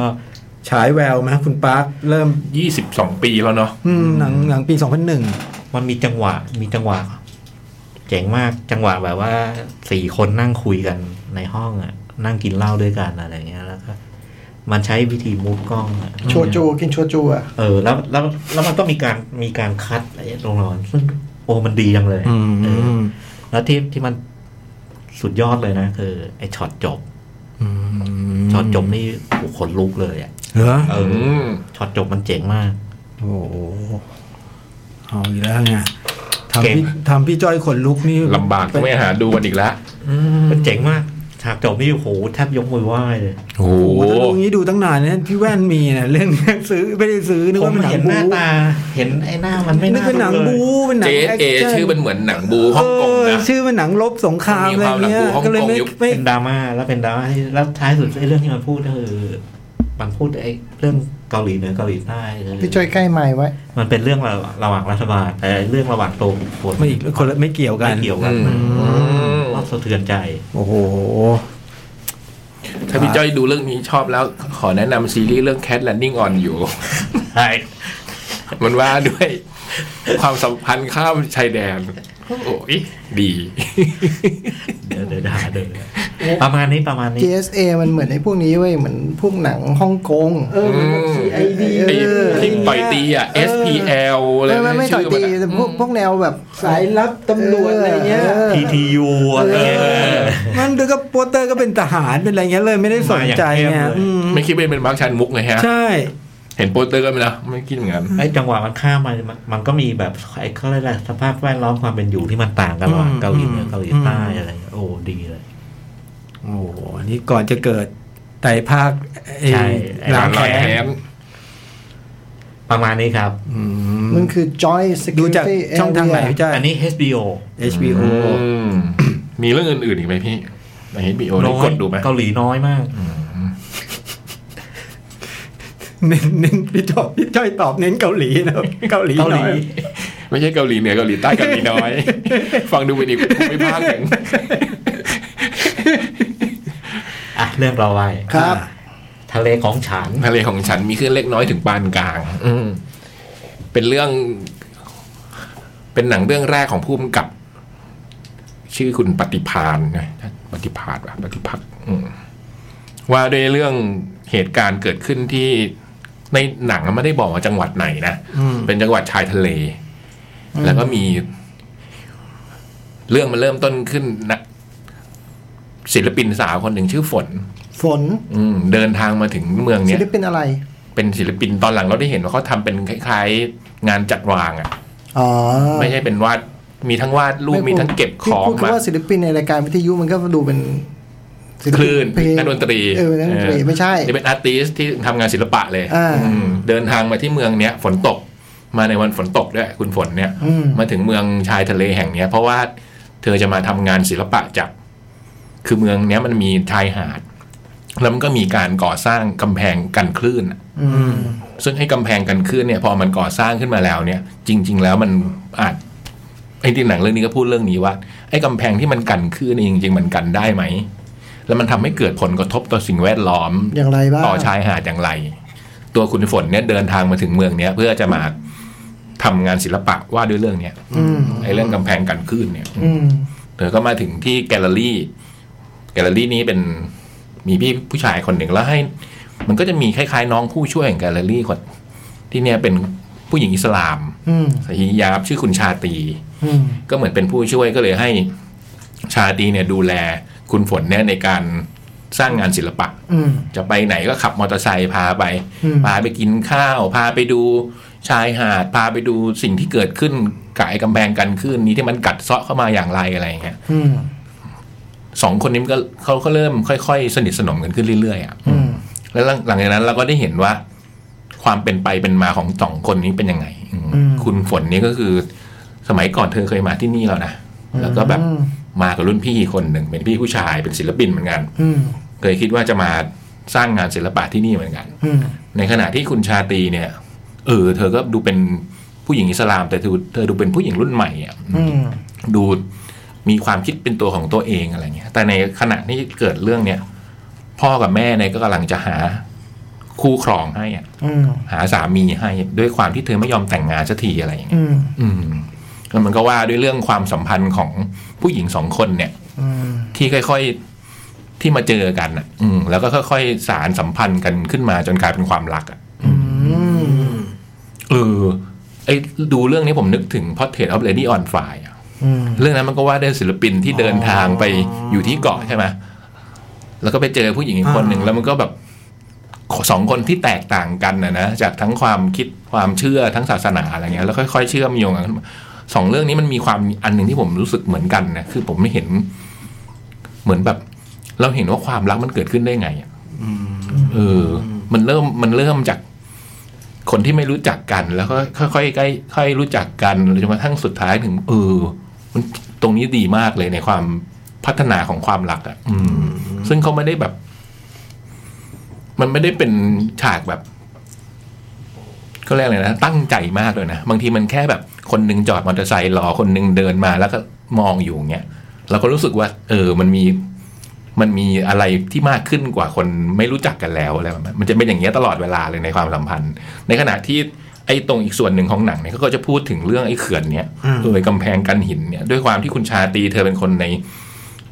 [SPEAKER 7] ฉายแววไหมคุณปาร์คเริ่ม
[SPEAKER 3] ยี่สิบสองปีแล้วเนาะ
[SPEAKER 7] อืมหนังหนังปี 2001
[SPEAKER 4] มันมีจังหวะมีจังหวะ เจ๋งมากจังหวะแบบว่าสี่คนนั่งคุยกันในห้องอ่ะ นั่งกินเหล้าด้วยกันอะไรเงี้ยแล้วก็มันใช้วิธีมูฟกล้องอะ
[SPEAKER 2] โชจูกินโชจูอ่ะ
[SPEAKER 4] เออแล้วแล้วแล้วมันก็มีการมีการคัดไอ้โรงนอนซึ่งโอ้มันดีจังเลยเออแล้วที่ที่มันสุดยอดเลยนะ คือ ไอ้ช็อตจบช็อตจบนี่โอ้โหขนลุกเลยอ่ะ
[SPEAKER 7] เหรอ
[SPEAKER 4] เออ
[SPEAKER 3] อืม
[SPEAKER 4] ช็อตจบมันเจ๋งมาก
[SPEAKER 7] โอ้โหเอาอีกแล้วไงทำ
[SPEAKER 4] เก่ง
[SPEAKER 7] พี่ทำพี่จ้อยขนลุกนี่
[SPEAKER 3] ลำบากต้องไปหาดูกันอีกแล้ว
[SPEAKER 4] มันเจ๋งมากฉากจบนี่โอ้โหแทบยกมือไหว้เลย
[SPEAKER 3] โอ้โห
[SPEAKER 7] โอ้โหถ้าดูงี้ดูตั้งนานนะพี่แว่นมีนะเรื่องเนี้ยซื้อไม่ได้ซื้อนึก
[SPEAKER 4] ผ
[SPEAKER 7] ว่ามเป็นหนั
[SPEAKER 4] เห็
[SPEAKER 7] ง
[SPEAKER 4] นห
[SPEAKER 7] บู๊
[SPEAKER 4] น้าตา เห็นไอ้หน้ามันไม่
[SPEAKER 7] นึก
[SPEAKER 4] น่า
[SPEAKER 7] เป็นหนัง
[SPEAKER 4] ดู
[SPEAKER 7] บู๊
[SPEAKER 4] เลย
[SPEAKER 7] เป็นหนั
[SPEAKER 3] เจ
[SPEAKER 7] ง
[SPEAKER 3] สเอ
[SPEAKER 7] แอคชั่น
[SPEAKER 3] ชื่อมันเหมือนหนังบูฮ่องกง
[SPEAKER 7] เอ
[SPEAKER 3] นะ
[SPEAKER 7] อชื่อเป็นหนังลบสงครามอะไรเงี้ย
[SPEAKER 3] มีความหนังบู๊ฮ่อง
[SPEAKER 7] ก็เลย
[SPEAKER 3] กง
[SPEAKER 7] ไม่
[SPEAKER 3] ยุค
[SPEAKER 7] ไม่
[SPEAKER 4] เป็นดราม่าแล้วเป็นดราม่าที่แล้วท้ายสุดไอ้เรื่องที่มันพูดก็คือมันพูดไอ้เรื่องเกาหลีเหนือเกาหลีใต้เลย
[SPEAKER 2] พี่จ้อยใกล้ไม้ไว้
[SPEAKER 4] มันเป็นเรื่องระระหว่างรัฐบาลแต่เรื่องระหว่างตัวบุคคล
[SPEAKER 7] ไม่คนละไม่เกี่ยวกั
[SPEAKER 4] ไม่
[SPEAKER 7] น
[SPEAKER 4] เกี่ยวกัน
[SPEAKER 3] อืม
[SPEAKER 4] รอบสะเทือนใจ
[SPEAKER 7] โอ้โห
[SPEAKER 3] ถ้าพี่จ้อยดูเรื่องนี้ชอบแล้ว ขอแนะนำซีรีส์เรื่อง Cat Landing on อยู่
[SPEAKER 4] ใช่
[SPEAKER 3] มันว่าด้วย ความสัมพันธ์ข้ามชายแดน โอ้ยดี
[SPEAKER 4] เดี๋ยวเดี๋ยวด่าเดี๋ยวประมาณนี้ประมาณนี้
[SPEAKER 2] GSA มันเหมือนไอ้พวกนี้เว้ย เหมือนพวกหนังฮ่องกง
[SPEAKER 7] เออมัน CID
[SPEAKER 3] ไอ้
[SPEAKER 7] เออ
[SPEAKER 3] ที่ต่อยตีอ่ะ
[SPEAKER 7] เออ
[SPEAKER 3] SPL อะไร
[SPEAKER 2] ไม่ไม่ไม่ต่อยตี
[SPEAKER 3] ชื่มัน
[SPEAKER 2] แต่
[SPEAKER 3] อะ
[SPEAKER 2] พวกพวกแนวแบบ
[SPEAKER 7] สายลับตำรวจอะไรเงี้ย
[SPEAKER 2] ออ
[SPEAKER 4] PTU อะไรเงี้ย
[SPEAKER 7] มันดูก็โปสเตอร์ก็เป็นทหารเป็นอะไรเงี้ยเลยไม่ได้สนใจ
[SPEAKER 4] มาอย่างเข้ม
[SPEAKER 7] ไง
[SPEAKER 4] เลย
[SPEAKER 7] อืม
[SPEAKER 3] ไม่คิดว่าเป็นมาร์คชันมุกไงฮะ
[SPEAKER 7] ใช่
[SPEAKER 3] เห็นโปสเตอร์กันไหมล่ะไม่คิดเหมือนกัน
[SPEAKER 4] ไอ้จังหวะมันข้ามมามันมันก็มีแบบไอ้เขาเรียกอะไรสภาพแวดล้อมความเป็นอยู่ที่มันต่างกันระหว่าง
[SPEAKER 7] อืม
[SPEAKER 4] เกาหลีเหนือ
[SPEAKER 7] ม
[SPEAKER 4] เกาหลีใต้อะไรเงี้ยโอ้ดีเลย
[SPEAKER 7] โอ้โหอันนี่ก่อนจะเกิดไต่ภาคไอ้
[SPEAKER 4] ใช่
[SPEAKER 7] ล้าง
[SPEAKER 3] ร้าน
[SPEAKER 7] แค้
[SPEAKER 3] แค้
[SPEAKER 7] น
[SPEAKER 3] น
[SPEAKER 4] ประมาณนี้ครับ
[SPEAKER 7] อื
[SPEAKER 2] มันคือ Joy
[SPEAKER 7] ดูจาก
[SPEAKER 2] Security
[SPEAKER 7] ช่องทางไหน
[SPEAKER 2] Area
[SPEAKER 7] พี่จ้า
[SPEAKER 4] อันนี้ HBO
[SPEAKER 7] HBO
[SPEAKER 3] อืมมีเรื่องอื่นๆอีกไหมพี่ใน HBO ได้
[SPEAKER 4] น้อกย
[SPEAKER 3] ดดูไหม
[SPEAKER 4] เกาหลีน้อยมาก
[SPEAKER 7] เน้นเน้นพี่จอบพี่จ้อยตอบเน้นเกาหลีนะครับเกาหลี
[SPEAKER 4] เกาห
[SPEAKER 7] ห
[SPEAKER 4] ลี
[SPEAKER 7] น่อย
[SPEAKER 3] ไม่ใช่เกาหลีเหนือเกาหลีใต้เกาหลีน้อย ฟังดูเป็นอีกภูมิภาคหนึ่ง
[SPEAKER 4] อ่ะเรื่องเราไป
[SPEAKER 2] ครับ
[SPEAKER 4] ทะเลของฉัน
[SPEAKER 3] ทะเลของฉันมีขึ้นเล็กน้อยถึงปานกลาง อืมเป็นเรื่อง เป็นหนังเรื่องแรกของผู้กำกับ ชื่อคุณปฏิพานนะปฏิพาณว่ะปฏิพักษ์อืมว่าด้วยเรื่องเหตุการณ์เกิดขึ้นที่ในหนังไม่ได้บอกว่าจังหวัดไหนนะ
[SPEAKER 7] อืม
[SPEAKER 3] เป็นจังหวัดชายทะเล แล้วก็มี เรื่องมันเริ่มต้นขึ้นนะ ศิลปินสาวคนหนึ่งชื่อฝน
[SPEAKER 2] ฝน
[SPEAKER 3] อืมเดินทางมาถึงเมือง
[SPEAKER 2] ศิ
[SPEAKER 3] เนี้ย
[SPEAKER 2] ลปินอะไร
[SPEAKER 3] เป็นศิลปินตอนหลังเราได้เห็นว่าเขาทำเป็นคล้ายๆ งานจัดวางอ่ะ
[SPEAKER 2] อ๋อ
[SPEAKER 3] ไม่ใช่เป็นวาดมีทั้งวาดรูปมีทั้งเก็บของ
[SPEAKER 2] ที่พูด
[SPEAKER 3] มา
[SPEAKER 2] ว่าศิลปินในรายการวิทยุมันก็ดูเป็นศิล
[SPEAKER 3] ค
[SPEAKER 2] ปิ
[SPEAKER 3] ลื่น
[SPEAKER 2] เพลง
[SPEAKER 3] นักดนตรี
[SPEAKER 2] เออนักดนตรี
[SPEAKER 3] เออ
[SPEAKER 2] ไม่ใช่
[SPEAKER 3] จะเป็นอาร์ติสที่ทำงานศิลปะเลย
[SPEAKER 2] อ่า
[SPEAKER 3] อืมเดินทางมาที่เมืองเนี้ยฝนตกมาในวันฝนตกด้วยคุณฝนเนี่ย
[SPEAKER 2] อืม
[SPEAKER 3] มาถึงเมืองชายทะเลแห่งเนี้ย เพราะว่าเธอจะมาทำงานศิลปะจาก คือเมืองเนี้ยมันมีชายหาด แล้วมันก็มีการก่อสร้างกำแพงกันคลื่นอะ
[SPEAKER 2] อืม
[SPEAKER 3] ซึ่งไอ้กำแพงกันขึ้นเนี่ย พอมันก่อสร้างขึ้นมาแล้วเนี่ย จริง ๆ แล้วมันอาจไอ้ที่หนังเรื่องนี้ก็พูดเรื่องนี้ว่าไอ้กำแพงที่มันกันขึ้นเนี่ยจริง ๆ มันกันได้ไหม แล้วมันทำให้เกิดผลกระทบต่อสิ่งแวดล้อม
[SPEAKER 2] อย่างไรบ้าง
[SPEAKER 3] ต่อชายหาดอย่างไร ตัวคุณฝนเนี่ยเดินทางมาถึงเมืองเนี้ยเพื่อจะมาทำงานศิลปะว่าด้วยเรื่องเนี้ย
[SPEAKER 2] อืม
[SPEAKER 3] ไอ้เรื่องกำแพงกันขึ้นเนี่ย
[SPEAKER 2] อืม
[SPEAKER 3] เธอก็มาถึงที่แกลเลอรี่ แกลเลอรี่นี้เป็นมีพี่ผู้ชายคนหนึ่งแล้วให้ มันก็จะมีคล้ายๆ น้องผู้ช่วยของแกลเลอรี่คนที่เนี่ยเป็นผู้หญิงอิสลาม
[SPEAKER 2] อืม
[SPEAKER 3] สฮิยาบชื่อคุณชาตรี
[SPEAKER 2] อืม
[SPEAKER 3] ก็เหมือนเป็นผู้ช่วยก็เลยให้ชาตรีเนี่ยดูแลคุณฝนเนี่ยในการสร้างงานศิลปะ
[SPEAKER 2] อืม
[SPEAKER 3] จะไปไหนก็ขับมอเตอร์ไซค์พาไป
[SPEAKER 2] อืม
[SPEAKER 3] พาไปกินข้าว พาไปดูชายหาด พาไปดูสิ่งที่เกิดขึ้นกับไอ้กำแพงกันขึ้นนี้ที่มันกัดเซาะเข้ามาอย่างไรอะไรอย่างเงี้ย
[SPEAKER 2] อืม
[SPEAKER 3] สองคนนี้มันก็เขาก็เริ่มค่อยๆ สนิทสนมกันขึ้นเรื่อยๆอ่ะ
[SPEAKER 2] อืม
[SPEAKER 3] แล้วหลังหลังจากนั้นเราก็ได้เห็นว่า ความเป็นไปเป็นมาของสองคนนี้เป็นยังไงอืมคุณฝนนี่ก็คือ สมัยก่อนเธอเคยมาที่นี่แล้วนะ แล้วก็แบบมากับรุ่นพี่คนหนึ่งเป็นพี่ผู้ชายเป็นศิลปินเหมือนกัน
[SPEAKER 2] อืม
[SPEAKER 3] เคยคิดว่าจะมาสร้างงานศิลปะที่นี่เหมือนกัน
[SPEAKER 2] อืม
[SPEAKER 3] ในขณะที่คุณชาตรีเนี่ย เออ เธอก็ดูเป็นผู้หญิงอิสลาม แต่เธอเธอดูเป็นผู้หญิงรุ่นใหม่อ่ะ
[SPEAKER 2] อืม
[SPEAKER 3] ดูมีความคิดเป็นตัวของตัวเองอะไรเงี้ย แต่ในขณะที่เกิดเรื่องเนี้ยพ่อกับแม่เนี่ยก็กำลังจะหาคู่ครองให้อะ
[SPEAKER 2] อืม
[SPEAKER 3] หาสามีให้ด้วยความที่เธอไม่ยอมแต่งงานสักทีอะไรอย่างเงี้ย
[SPEAKER 2] อืม
[SPEAKER 3] อืมแล้วมันก็ว่าด้วยเรื่องความสัมพันธ์ของผู้หญิงสองคนเนี่ย
[SPEAKER 2] อืม
[SPEAKER 3] ที่ค่อยๆที่มาเจอกันอ่ะ อืมแล้วก็ค่อยๆสารสัมพันธ์กันขึ้นมาจนกลายเป็นความรักอ่ะ
[SPEAKER 2] อืม
[SPEAKER 3] เออไอ้ดูเรื่องนี้ผมนึกถึง Portrait of Lady on Fire อะ
[SPEAKER 2] อืม
[SPEAKER 3] เรื่องนั้นมันก็ว่าได้วยศิลปินที่เดินทางไปอยู่ที่เกาะใช่ไหมแล้วก็ไปเจอผู้หญิงอีกคนหนึ่งแล้วมันก็แบบสองคนที่แตกต่างกันนะนะจากทั้งความคิดความเชื่อทั้งศาสนาอะไรเงี้ยแล้วค่อยๆเชื่อมโยงกันสองเรื่องนี้มันมีความอันหนึ่งที่ผมรู้สึกเหมือนกันนะคือผมไม่เห็น เหมือนแบบ เราเห็นว่าความรักมันเกิดขึ้นได้ไงอะเออ มันเริ่มมันเริ่มจาก คนที่ไม่รู้จักกันแล้วก็ค่อยๆใกล้ค่อยรู้จักกันจนกระทั่งสุดท้ายถึงเออมันตรงนี้ดีมากเลยในความพัฒนาของความรักอะ่ะ อืม ซึ่งเขาไม่ได้แบบ มันไม่ได้เป็นฉากแบบเขาเรียกอะไรนะตั้งใจมากเลยนะบางทีมันแค่แบบ คนหนึงจอดมอเตอร์ไซค์รอคนหนึงเดินมาแล้วก็มองอยู่อย่างเงี้ยเราก็รู้สึกว่า เออ มันมี มันมีอะไรที่มากขึ้นกว่าคนไม่รู้จักกันแล้วอะไรแบบนั้นมันจะเป็นอย่างเงี้ยตลอดเวลาเลยในความสัมพันธ์ ในขณะที่ไอ้ตรงอีกส่วนหนึ่งของหนังเนี่ยเขาก็จะพูดถึงเรื่องไอ้เขื่อนเนี้ยเออกำแพงกันหินเนี่ยด้วยความที่คุณชาตรีเธอเป็นคนใน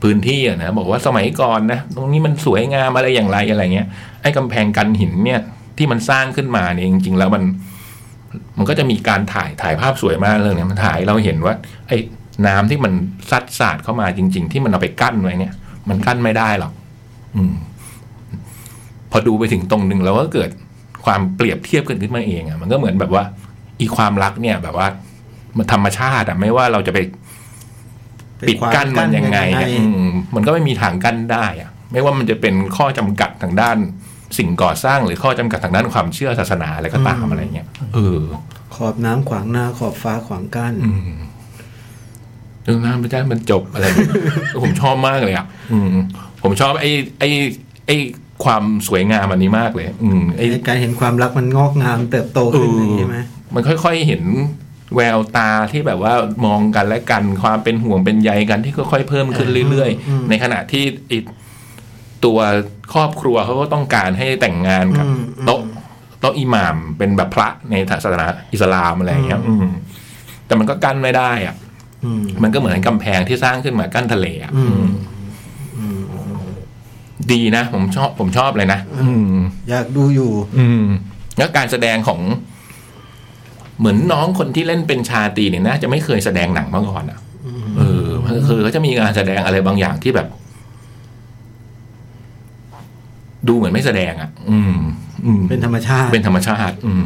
[SPEAKER 3] พื้นที่อะนะบอกว่าสมัยก่อนนะตรงนี้มันสวยงามอะไรอย่างไรอะไรเงี้ยไอ้กำแพงกันหินเนี่ย ที่มันสร้างขึ้นมาเนี่ยจริง ๆ แล้วมัน มันก็จะมีการถ่ายถ่ายภาพสวยมากเรื่องเนี้ยมันถ่ายให้เราเห็นว่า ไอ้น้ำที่มันซัดสาดเข้ามาจริง ๆ ที่มันเอาไปกั้นไว้เนี่ย มันกั้นไม่ได้หรอกอืม พอดูไปถึงตรงหนึ่งแล้วก็เกิดความเปรียบเทียบกันขึ้นมาเองอะมันก็เหมือนแบบว่า อีความรักเนี่ย แบบว่า มันธรรมชาติอะไม่ว่าเราจะไปปิดกั้นมันยังไงอะอืมมันก็ไม่มีทางกั้นได้อะไม่ว่ามันจะเป็นข้อจำกัดทางด้าน สิ่งก่อสร้างหรือข้อจำกัดทางด้านความเชื่อศาสนาอะไรก็ตามอะไรเงี้ยเออ
[SPEAKER 5] ขอบน้ำขวางหน้าขอบฟ้าขวางกั้น
[SPEAKER 3] อืมเรื่องน้ำพระเจ้ามันจบ อะไร ผมชอบมากเลยอ่ะอืม ผมชอบไอ้ไอ้ไอ้ความสวยงามอันนี้มากเลย อืมไอ้
[SPEAKER 5] ในการเห็นความรักมันงอกงามเติบโต
[SPEAKER 3] เอ
[SPEAKER 5] ขึ้น
[SPEAKER 3] อ
[SPEAKER 5] ใช่ไหม
[SPEAKER 3] มันค่อยๆเห็นแววตาที่แบบว่ามองกันและกันความเป็นห่วงเป็นใยกันที่ค่อยๆเพิ่มขึ้นเรื่อยๆ ในขณะที่ไอ้ตัวครอบครัวเขาก็ต้องการให้แต่งงานกับโต๊ะโต๊ะอิหม่ามเป็นแบบพระในศาสนาอิสลามอะไรอย่างเงี้ย อืม แต่มันก็กั้นไม่ได้อ่ะ
[SPEAKER 5] อืม
[SPEAKER 3] มันก็เหมือนกำแพงที่สร้างขึ้นมากั้นทะเลอ่ะ
[SPEAKER 5] อืม
[SPEAKER 3] อืมดีนะผมชอบผมชอบเลยนะอืม
[SPEAKER 5] อยากดูอยู่
[SPEAKER 3] อืม แล้วการแสดงของ เหมือนน้องคนที่เล่นเป็นชาตรีเนี่ยน่าจะไม่เคยแสดงหนังมาก่อนอ่ะเออคือเขาจะมีงานแสดงอะไรบางอย่างที่แบบ ดูเหมือนไม่แสดงอ่ะ อืม อืม
[SPEAKER 7] เป็นธรรมชาติ
[SPEAKER 3] เป็นธรรมชาติ อืม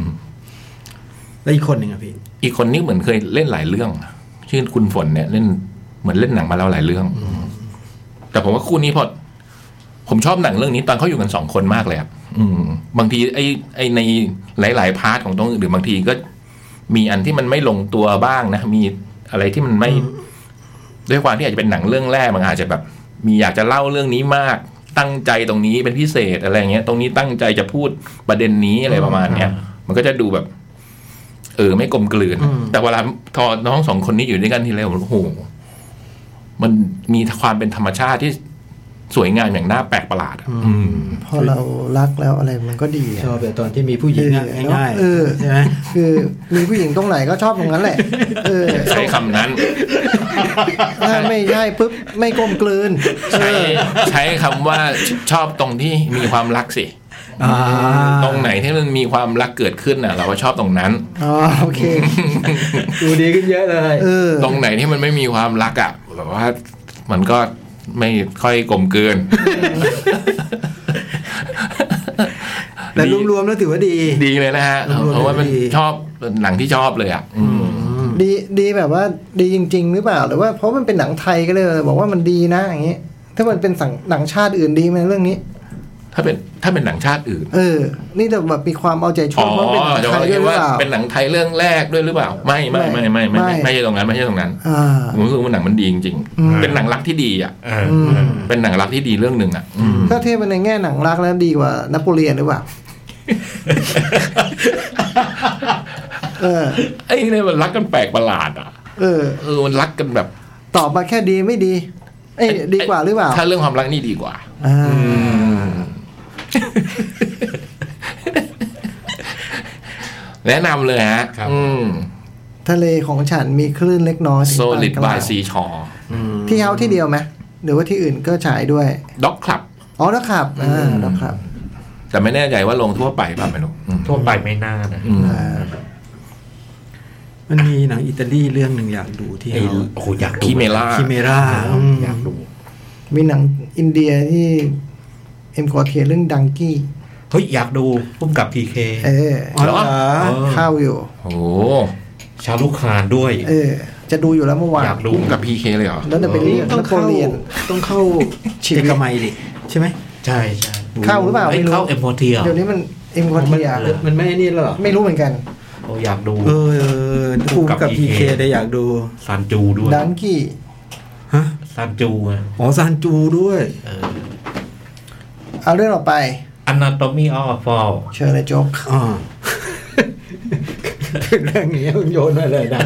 [SPEAKER 7] แล้วอีกคนหนึ่งอะพี่
[SPEAKER 3] อีกคนนี้เหมือนเคยเล่นหลายเรื่องอะชื่อคุณฝนเนี่ยเล่นเหมือนเล่นหนังมาแล้วหลายเรื่อง แต่ผมว่าคู่นี้พอผมชอบหนังเรื่องนี้ตอนเขาอยู่กันสองคนมากเลยอะอืม บางทีไอ้ไอ้ในหลาย ๆ พาร์ทของตรงอื่นหรือบางทีก็ มีอันที่มันไม่ลงตัวบ้างนะ มีอะไรที่มันไม่ ด้วยความที่อาจจะเป็นหนังเรื่องแรกมันอาจจะแบบ มีอยากจะเล่าเรื่องนี้มาก ตั้งใจตรงนี้เป็นพิเศษอะไรอย่างเงี้ย ตรงนี้ตั้งใจจะพูดประเด็นนี้อะไรประมาณเนี้ยมันก็จะดูแบบ เออ ไม่กลมกลืน
[SPEAKER 7] อืม
[SPEAKER 3] แต่เวลาทอน้องสองคนนี้อยู่ด้วยกันทีไรผมโอ้โหมันมีความเป็นธรรมชาติที่สวยงามอย่างน่าแปลกประหลาดอะอืม
[SPEAKER 2] พอเรารักแล้วอะไรมันก็ดีอะ
[SPEAKER 7] ชอบแบบตอนที่มีผู้หญิงอะ
[SPEAKER 2] เออ
[SPEAKER 7] ง่าย
[SPEAKER 2] เออ
[SPEAKER 7] ๆใช่ไหม
[SPEAKER 2] คือมีผู้หญิงตรงไหนก็ชอบตรงนั้นแหละ เออ
[SPEAKER 3] ใช้คำนั้น
[SPEAKER 2] ถ้าไม่ใช่ปุ๊บไม่กลมกลืน
[SPEAKER 3] ใช้ใช้คำว่าชอบตรงที่มีความรักสิ
[SPEAKER 7] อ่า
[SPEAKER 3] ตรงไหนที่มันมีความรักเกิดขึ้นน่ะ เราก็ชอบตรงนั้น
[SPEAKER 2] อ๋อโอเค
[SPEAKER 7] ดูดีขึ้นเยอะเลย
[SPEAKER 2] เออ
[SPEAKER 3] ตรงไหนที่มันไม่มีความรักอ่ะแบบว่ามันก็ไม่ค่อยกลมเกิน
[SPEAKER 7] แต่รวมๆแล้วถือว่าดี
[SPEAKER 3] ดีเลยนะฮะ
[SPEAKER 7] รวมๆ
[SPEAKER 3] เพราะว่ามัน
[SPEAKER 7] ดี
[SPEAKER 3] ชอบหนังที่ชอบเลยอ่ะ อืม
[SPEAKER 2] ดีดีแบบว่าดีจริง ๆ หรือเปล่าหรือว่าเพราะมันเป็นหนังไทยก็เลย บอกว่ามันดีนะอย่างนี้ถ้ามันเป็นสังหนังชาติอื่นดีไหมเรื่องนี้
[SPEAKER 3] ถ้าเป็นถ้าเป็นหนังชาติอื่น
[SPEAKER 2] เออ นี่แต่แบบมีความเอาใจช่ว
[SPEAKER 3] อ๋อ
[SPEAKER 2] ยเพราะเป็นหนั
[SPEAKER 3] จะ
[SPEAKER 2] ง
[SPEAKER 3] ว่าย
[SPEAKER 2] ไทด้
[SPEAKER 3] คิ
[SPEAKER 2] วย
[SPEAKER 3] ด
[SPEAKER 2] หรือ
[SPEAKER 3] ว่า
[SPEAKER 2] เปล่า
[SPEAKER 3] เป็นหนังไทยเรื่องแรกด้วยหรือเปล่า ไม่ไม่ไม่ไม่ไม่
[SPEAKER 2] ไม่
[SPEAKER 3] ไม่ไม่ใช่ตรงนั้นไม่ใช่ตรงนั้น
[SPEAKER 2] อ่า
[SPEAKER 3] ผมรู้สึกว่าหนังมันดีจริง
[SPEAKER 2] อืม
[SPEAKER 3] ๆเป็นหนังรักที่ดีอ่ะ
[SPEAKER 2] อืม
[SPEAKER 3] เป็นหนังรักที่ดีเรื่องหนึ่งอ่ะอืม
[SPEAKER 2] ถ้าเทียบเป็นในแง่หนังรักแล้วดีกว่านโปเลียนหรือเปล่าเออ
[SPEAKER 3] ไอ้เนี่ยมันรักกันแปลกประหลาดอ่ะ
[SPEAKER 2] เออ
[SPEAKER 3] เออมันรักกันแบบ
[SPEAKER 2] ตอบมาแค่ดีไม่ดี เอ้ยดีกว่าหรือเปล่า
[SPEAKER 3] ถ้าเรื่องความรักนี่ดีกว่า
[SPEAKER 2] อ่า
[SPEAKER 3] แนะนำเลยฮะ
[SPEAKER 8] ครับ
[SPEAKER 3] อืม
[SPEAKER 2] ทะเลของฉันมีคลื่นเล็กน้อยถึงปาน
[SPEAKER 3] solid
[SPEAKER 2] กลาง
[SPEAKER 3] by sea shore
[SPEAKER 2] ที่เฮาที่เดียวไหมหรือว่าที่อื่นก็ฉายด้วย
[SPEAKER 3] ด็อกคลับ
[SPEAKER 2] อ๋อนะครับอ่านะครับ
[SPEAKER 3] แต่ไม่แน่ใจว่าลงทั่วไปป่ะไม่รู้อืม
[SPEAKER 4] ทั่วไปไม่น่านะ
[SPEAKER 3] อืม
[SPEAKER 2] อ่า
[SPEAKER 7] มันมีหนังอิตาลีเรื่องหนึ่งอยากดูที่
[SPEAKER 4] ไอ้
[SPEAKER 7] เรา
[SPEAKER 4] โอ้โหอยากดู
[SPEAKER 3] คิเมล่า
[SPEAKER 7] คิเมรา
[SPEAKER 4] อยากดู
[SPEAKER 2] มีหนังอินเดียที่เอ็มกอเทียเรื่องดังกี้
[SPEAKER 4] เฮ้ยอยากดูพุ่มกับพีเค
[SPEAKER 2] เออ
[SPEAKER 7] อ๋อเหรอ
[SPEAKER 2] เข้าอยู่
[SPEAKER 3] โอ้
[SPEAKER 4] ชาลูกคานด้วย
[SPEAKER 2] เออ จะดูอยู่แล้วเมื่อวาน
[SPEAKER 4] อยากดู
[SPEAKER 3] รุ่มกับพีเคเลยเหรอ
[SPEAKER 2] แล้วจะไปเรียน
[SPEAKER 7] ต้อ
[SPEAKER 2] น
[SPEAKER 7] ง
[SPEAKER 2] โป
[SPEAKER 7] เข้า
[SPEAKER 2] เลียน
[SPEAKER 7] ต้องเข้า
[SPEAKER 2] ชีวิ
[SPEAKER 7] เอ
[SPEAKER 2] ต
[SPEAKER 7] กมัยดิใช่ไหม
[SPEAKER 4] ใช่ใช่
[SPEAKER 2] เข้าหรือเปล่า
[SPEAKER 4] ไอ้
[SPEAKER 2] ไม่รู้
[SPEAKER 4] เข้าเอ็มพอเทีย
[SPEAKER 2] เดี๋ยวนี้มันเอ็มกอเทีย
[SPEAKER 7] มันไม่นี่หรอ
[SPEAKER 2] ไม่รู้เหมือนกัน
[SPEAKER 4] โอ้อยากดู
[SPEAKER 7] เออเออภูมิกับ
[SPEAKER 4] ภูมิกับ
[SPEAKER 7] พีเค
[SPEAKER 4] PK
[SPEAKER 7] ได้อยากดู
[SPEAKER 4] ซานจูด้วย
[SPEAKER 2] ดังกี้
[SPEAKER 7] ฮะ
[SPEAKER 4] ซานจูอะ
[SPEAKER 7] อ๋อซานจูด้วย
[SPEAKER 4] เออ
[SPEAKER 2] เอาเรื่องต่อไป
[SPEAKER 4] อันนาโตมีออฟฟอล
[SPEAKER 2] เชิญเลยโจ๊ก
[SPEAKER 7] อ๋อเป็นเรื่องนี้โยนมาเลยนะ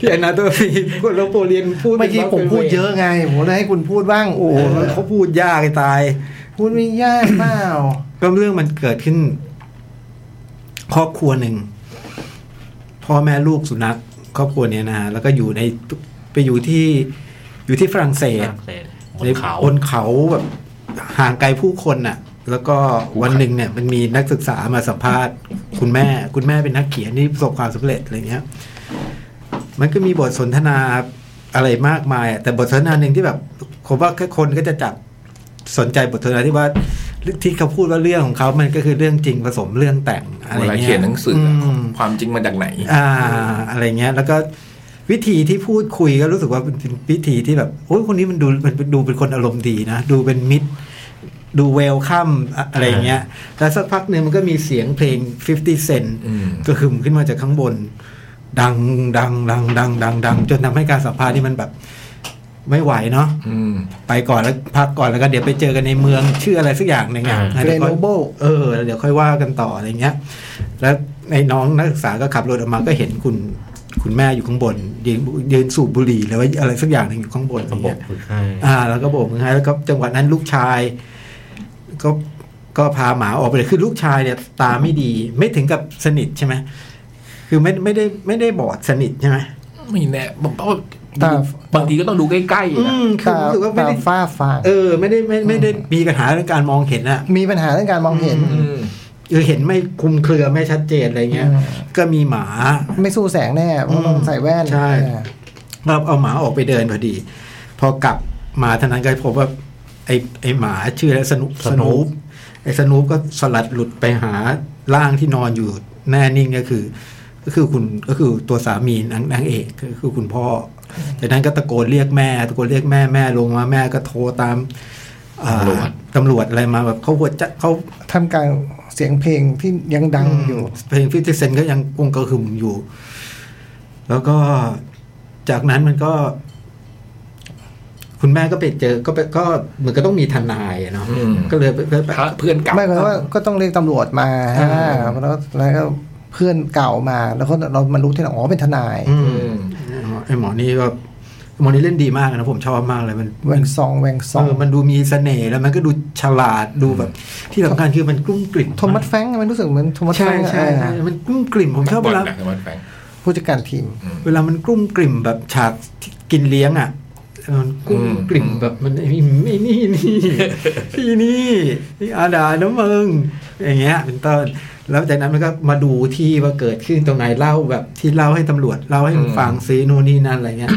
[SPEAKER 7] ที่อนาโตมีคนเราโปเรียนพูด
[SPEAKER 2] เมื่อกี้ผมพูดเยอะไง ผมเลยให้คุณพูดบ้าง โอ้
[SPEAKER 7] โอ้
[SPEAKER 2] โห
[SPEAKER 7] โหมันเขาพูดยากไอ้ตาย
[SPEAKER 2] พูดไม่ยากเปล่า
[SPEAKER 7] ก็เรื่องมันเกิดขึ้น ครอบครัวหนึ่งพ่อแม่ลูกสุนัขครอบครัวเนี้ยนะฮะแล้วก็อยู่ในไปอยู่ที่อยู่ที่ฝรั่งเศส
[SPEAKER 4] ฝรั่งเศสบนเขา
[SPEAKER 7] บนเขาแบบห่างไกลผู้คนน่ะ แล้วก็วันหนึ่งเนี่ย มันมีนักศึกษามาสัมภาษณ์ คุณแม่ คุณแม่เป็นนักเขียนที่ประสบความสำเร็จอะไรเงี้ย มันก็มีบทสนทนาอะไรมากมายอะแต่บทสนทนาหนึ่งที่แบบผมว่าคนก็จะจับสนใจบทสนทนาที่ว่าที่เขาพูดว่าเรื่องของเขา มันก็คือเรื่องจริงผสมเรื่องแต่งอะไร
[SPEAKER 3] เวลา
[SPEAKER 7] เงี้ย
[SPEAKER 3] เขียนหนังสืออะ
[SPEAKER 7] ม
[SPEAKER 3] ความจริงมาจากไหน
[SPEAKER 7] อ่าอะไรเงี้ย แล้วก็วิธีที่พูดคุยก็รู้สึกว่าเป็นเป็นวิธีที่แบบโอ้ยคนนี้มันดูมันดูเป็นคนอารมณ์ดีนะ ดูเป็นมิตร ดูเวลคัมอะไรเงี้ยแล้วสักพักหนึ่งมันก็มีเสียงเพลง 50 Cent
[SPEAKER 3] อืม
[SPEAKER 7] ก็คือขึ้นมาจากข้างบน ดังดังดังดังดังดังจนทำให้การสัมภาษณ์นี่มันแบบไม่ไหวเนาะ
[SPEAKER 3] อืม
[SPEAKER 7] ไปก่อนแล้วพักก่อนแล้วก็เดี๋ยวไปเจอกันในเมืองชื่ออะไรสักอย่างหนึ่งอะ
[SPEAKER 4] อ่า
[SPEAKER 2] เรโนโบ
[SPEAKER 7] เออแล้วเดี๋ยวค่อยว่ากันต่ออะไรเงี้ย แล้วในน้องนักศึกษาก็ขับรถออกมาก็เห็นคุณ คุณแม่อยู่ข้างบนยืนยืนสูบบุหรี่หรือว่าอะไรสักอย่างหนึ่งอยู่ข้างบนอะไร
[SPEAKER 4] ระบบ
[SPEAKER 7] เงี้ย
[SPEAKER 4] คือใคร
[SPEAKER 7] อ่า แล้วก็โบกมือให้แล้วก็จังหวะนั้นลูกชาย ก็ก็พาหมาออกไปเลยคือลูกชายเนี่ย ตาไม่ดีไม่ถึงกับสนิทใช่ไหมคือไม่ไม่ได้ไม่ได้บอดสนิทใช่ไหม
[SPEAKER 3] ไม่แน่ผมว่า
[SPEAKER 2] ตา
[SPEAKER 3] บางทีก็ต้องดูใกล้
[SPEAKER 7] อื
[SPEAKER 3] ๆนะ
[SPEAKER 7] มคือ
[SPEAKER 2] ตา
[SPEAKER 7] รู้สึกว่าไม่
[SPEAKER 2] ตา
[SPEAKER 7] ได้
[SPEAKER 2] ฝ้าฟาง
[SPEAKER 7] เออ ไม่ได้ไม่ไม่ได้มีปัญหาเรื่องการมองเห็นอะ
[SPEAKER 2] มีปัญหาเรื่องการมองเห็น
[SPEAKER 3] อืม
[SPEAKER 7] คือเห็นไม่คลุมเครือไม่ชัดเจนอะไรเงี้ย
[SPEAKER 2] อืม
[SPEAKER 7] ก็มีหมา
[SPEAKER 2] ไม่สู้แสงแน่เพราะต้องใส่แว่น
[SPEAKER 7] ใช่
[SPEAKER 2] อ่า
[SPEAKER 7] เราเอาหมาออกไปเดินพอดี พอกลับมาเท่านั้นก็พบว่าไอไอหมาชื่ออะไรสนุปสนุป ไอ้สนูปก็สลัดหลุดไปหาร่างที่นอนอยู่แน่นิ่งก็คือ ก็คือคุณก็คือตัวสามีนางนางเอกก็คือคุณพ่อจากนั้นก็ตะโกนเรียกแม่ ตะโกนเรียกแม่แม่ลงมาแม่ก็โทรตามอ่า
[SPEAKER 3] ตำรวจ
[SPEAKER 7] ตำรวจอะไรมาแบบเขาหัวจะเขา
[SPEAKER 2] ท่ามกลางเสียงเพลงที่ยังดังอยู่
[SPEAKER 7] เพลงฟิฟตี้เซนก็ยังกงกระหึ่มอยู่ แล้วก็จากนั้นมันก็ คุณแม่ก็ไปเจอ ก็ไปก็เหมือนก็ต้องมีทนายอะเนาะ
[SPEAKER 3] อืม
[SPEAKER 7] ก็เลยไปไป
[SPEAKER 3] พระเพื่อนเก่า
[SPEAKER 2] ไม่เพราะว่าก็ต้องเรียกตำรวจมาแล้วแล้วก็เพื่อนเก่ามา แล้วก็เรามารู้ที่หลังอ๋อเป็นทนาย
[SPEAKER 7] อื
[SPEAKER 3] อื
[SPEAKER 7] ม
[SPEAKER 3] ม
[SPEAKER 7] ไอหมอนี่ก็หมอนี่เล่นดีมากนะผมชอบมากเลยมัน
[SPEAKER 2] แวงซองแวงซ
[SPEAKER 7] เอ
[SPEAKER 2] อง
[SPEAKER 7] อมันดูมีเสน่ห์แล้วมันก็ดูฉลาดดูแบบ ที่สำคัญคือมันกลุ้มกลิ่ม
[SPEAKER 2] โทมัสแฟรงค์มันรู้สึกเหมือนโทมัสแฟ
[SPEAKER 7] ใช่
[SPEAKER 2] รงค์อะ
[SPEAKER 7] ใช่ใช่
[SPEAKER 2] อ่า
[SPEAKER 7] มันกลุ้มกลิ่มผมชอบเวลา
[SPEAKER 3] นะวัดแฝง
[SPEAKER 2] ผู้จัดการทีม
[SPEAKER 7] เวลามันกลุ้มกลิ่มแบบฉากที่กินเลี้ยงอ่ะ มันกลุ้มกลิ่มแบบมันไอ้นี่ไอ้นี่นี่ที่นี่นี่อาดานะมึงอย่างเงี้ยเป็นต้นแล้วจากนั้นมันก็มาดูที่ว่าเกิดขึ้นตรงไหนเล่าแบบที่เล่าให้ตำรวจเล่าให้มันฟังซีนู่นนี่นั่นอะไรเงี้ย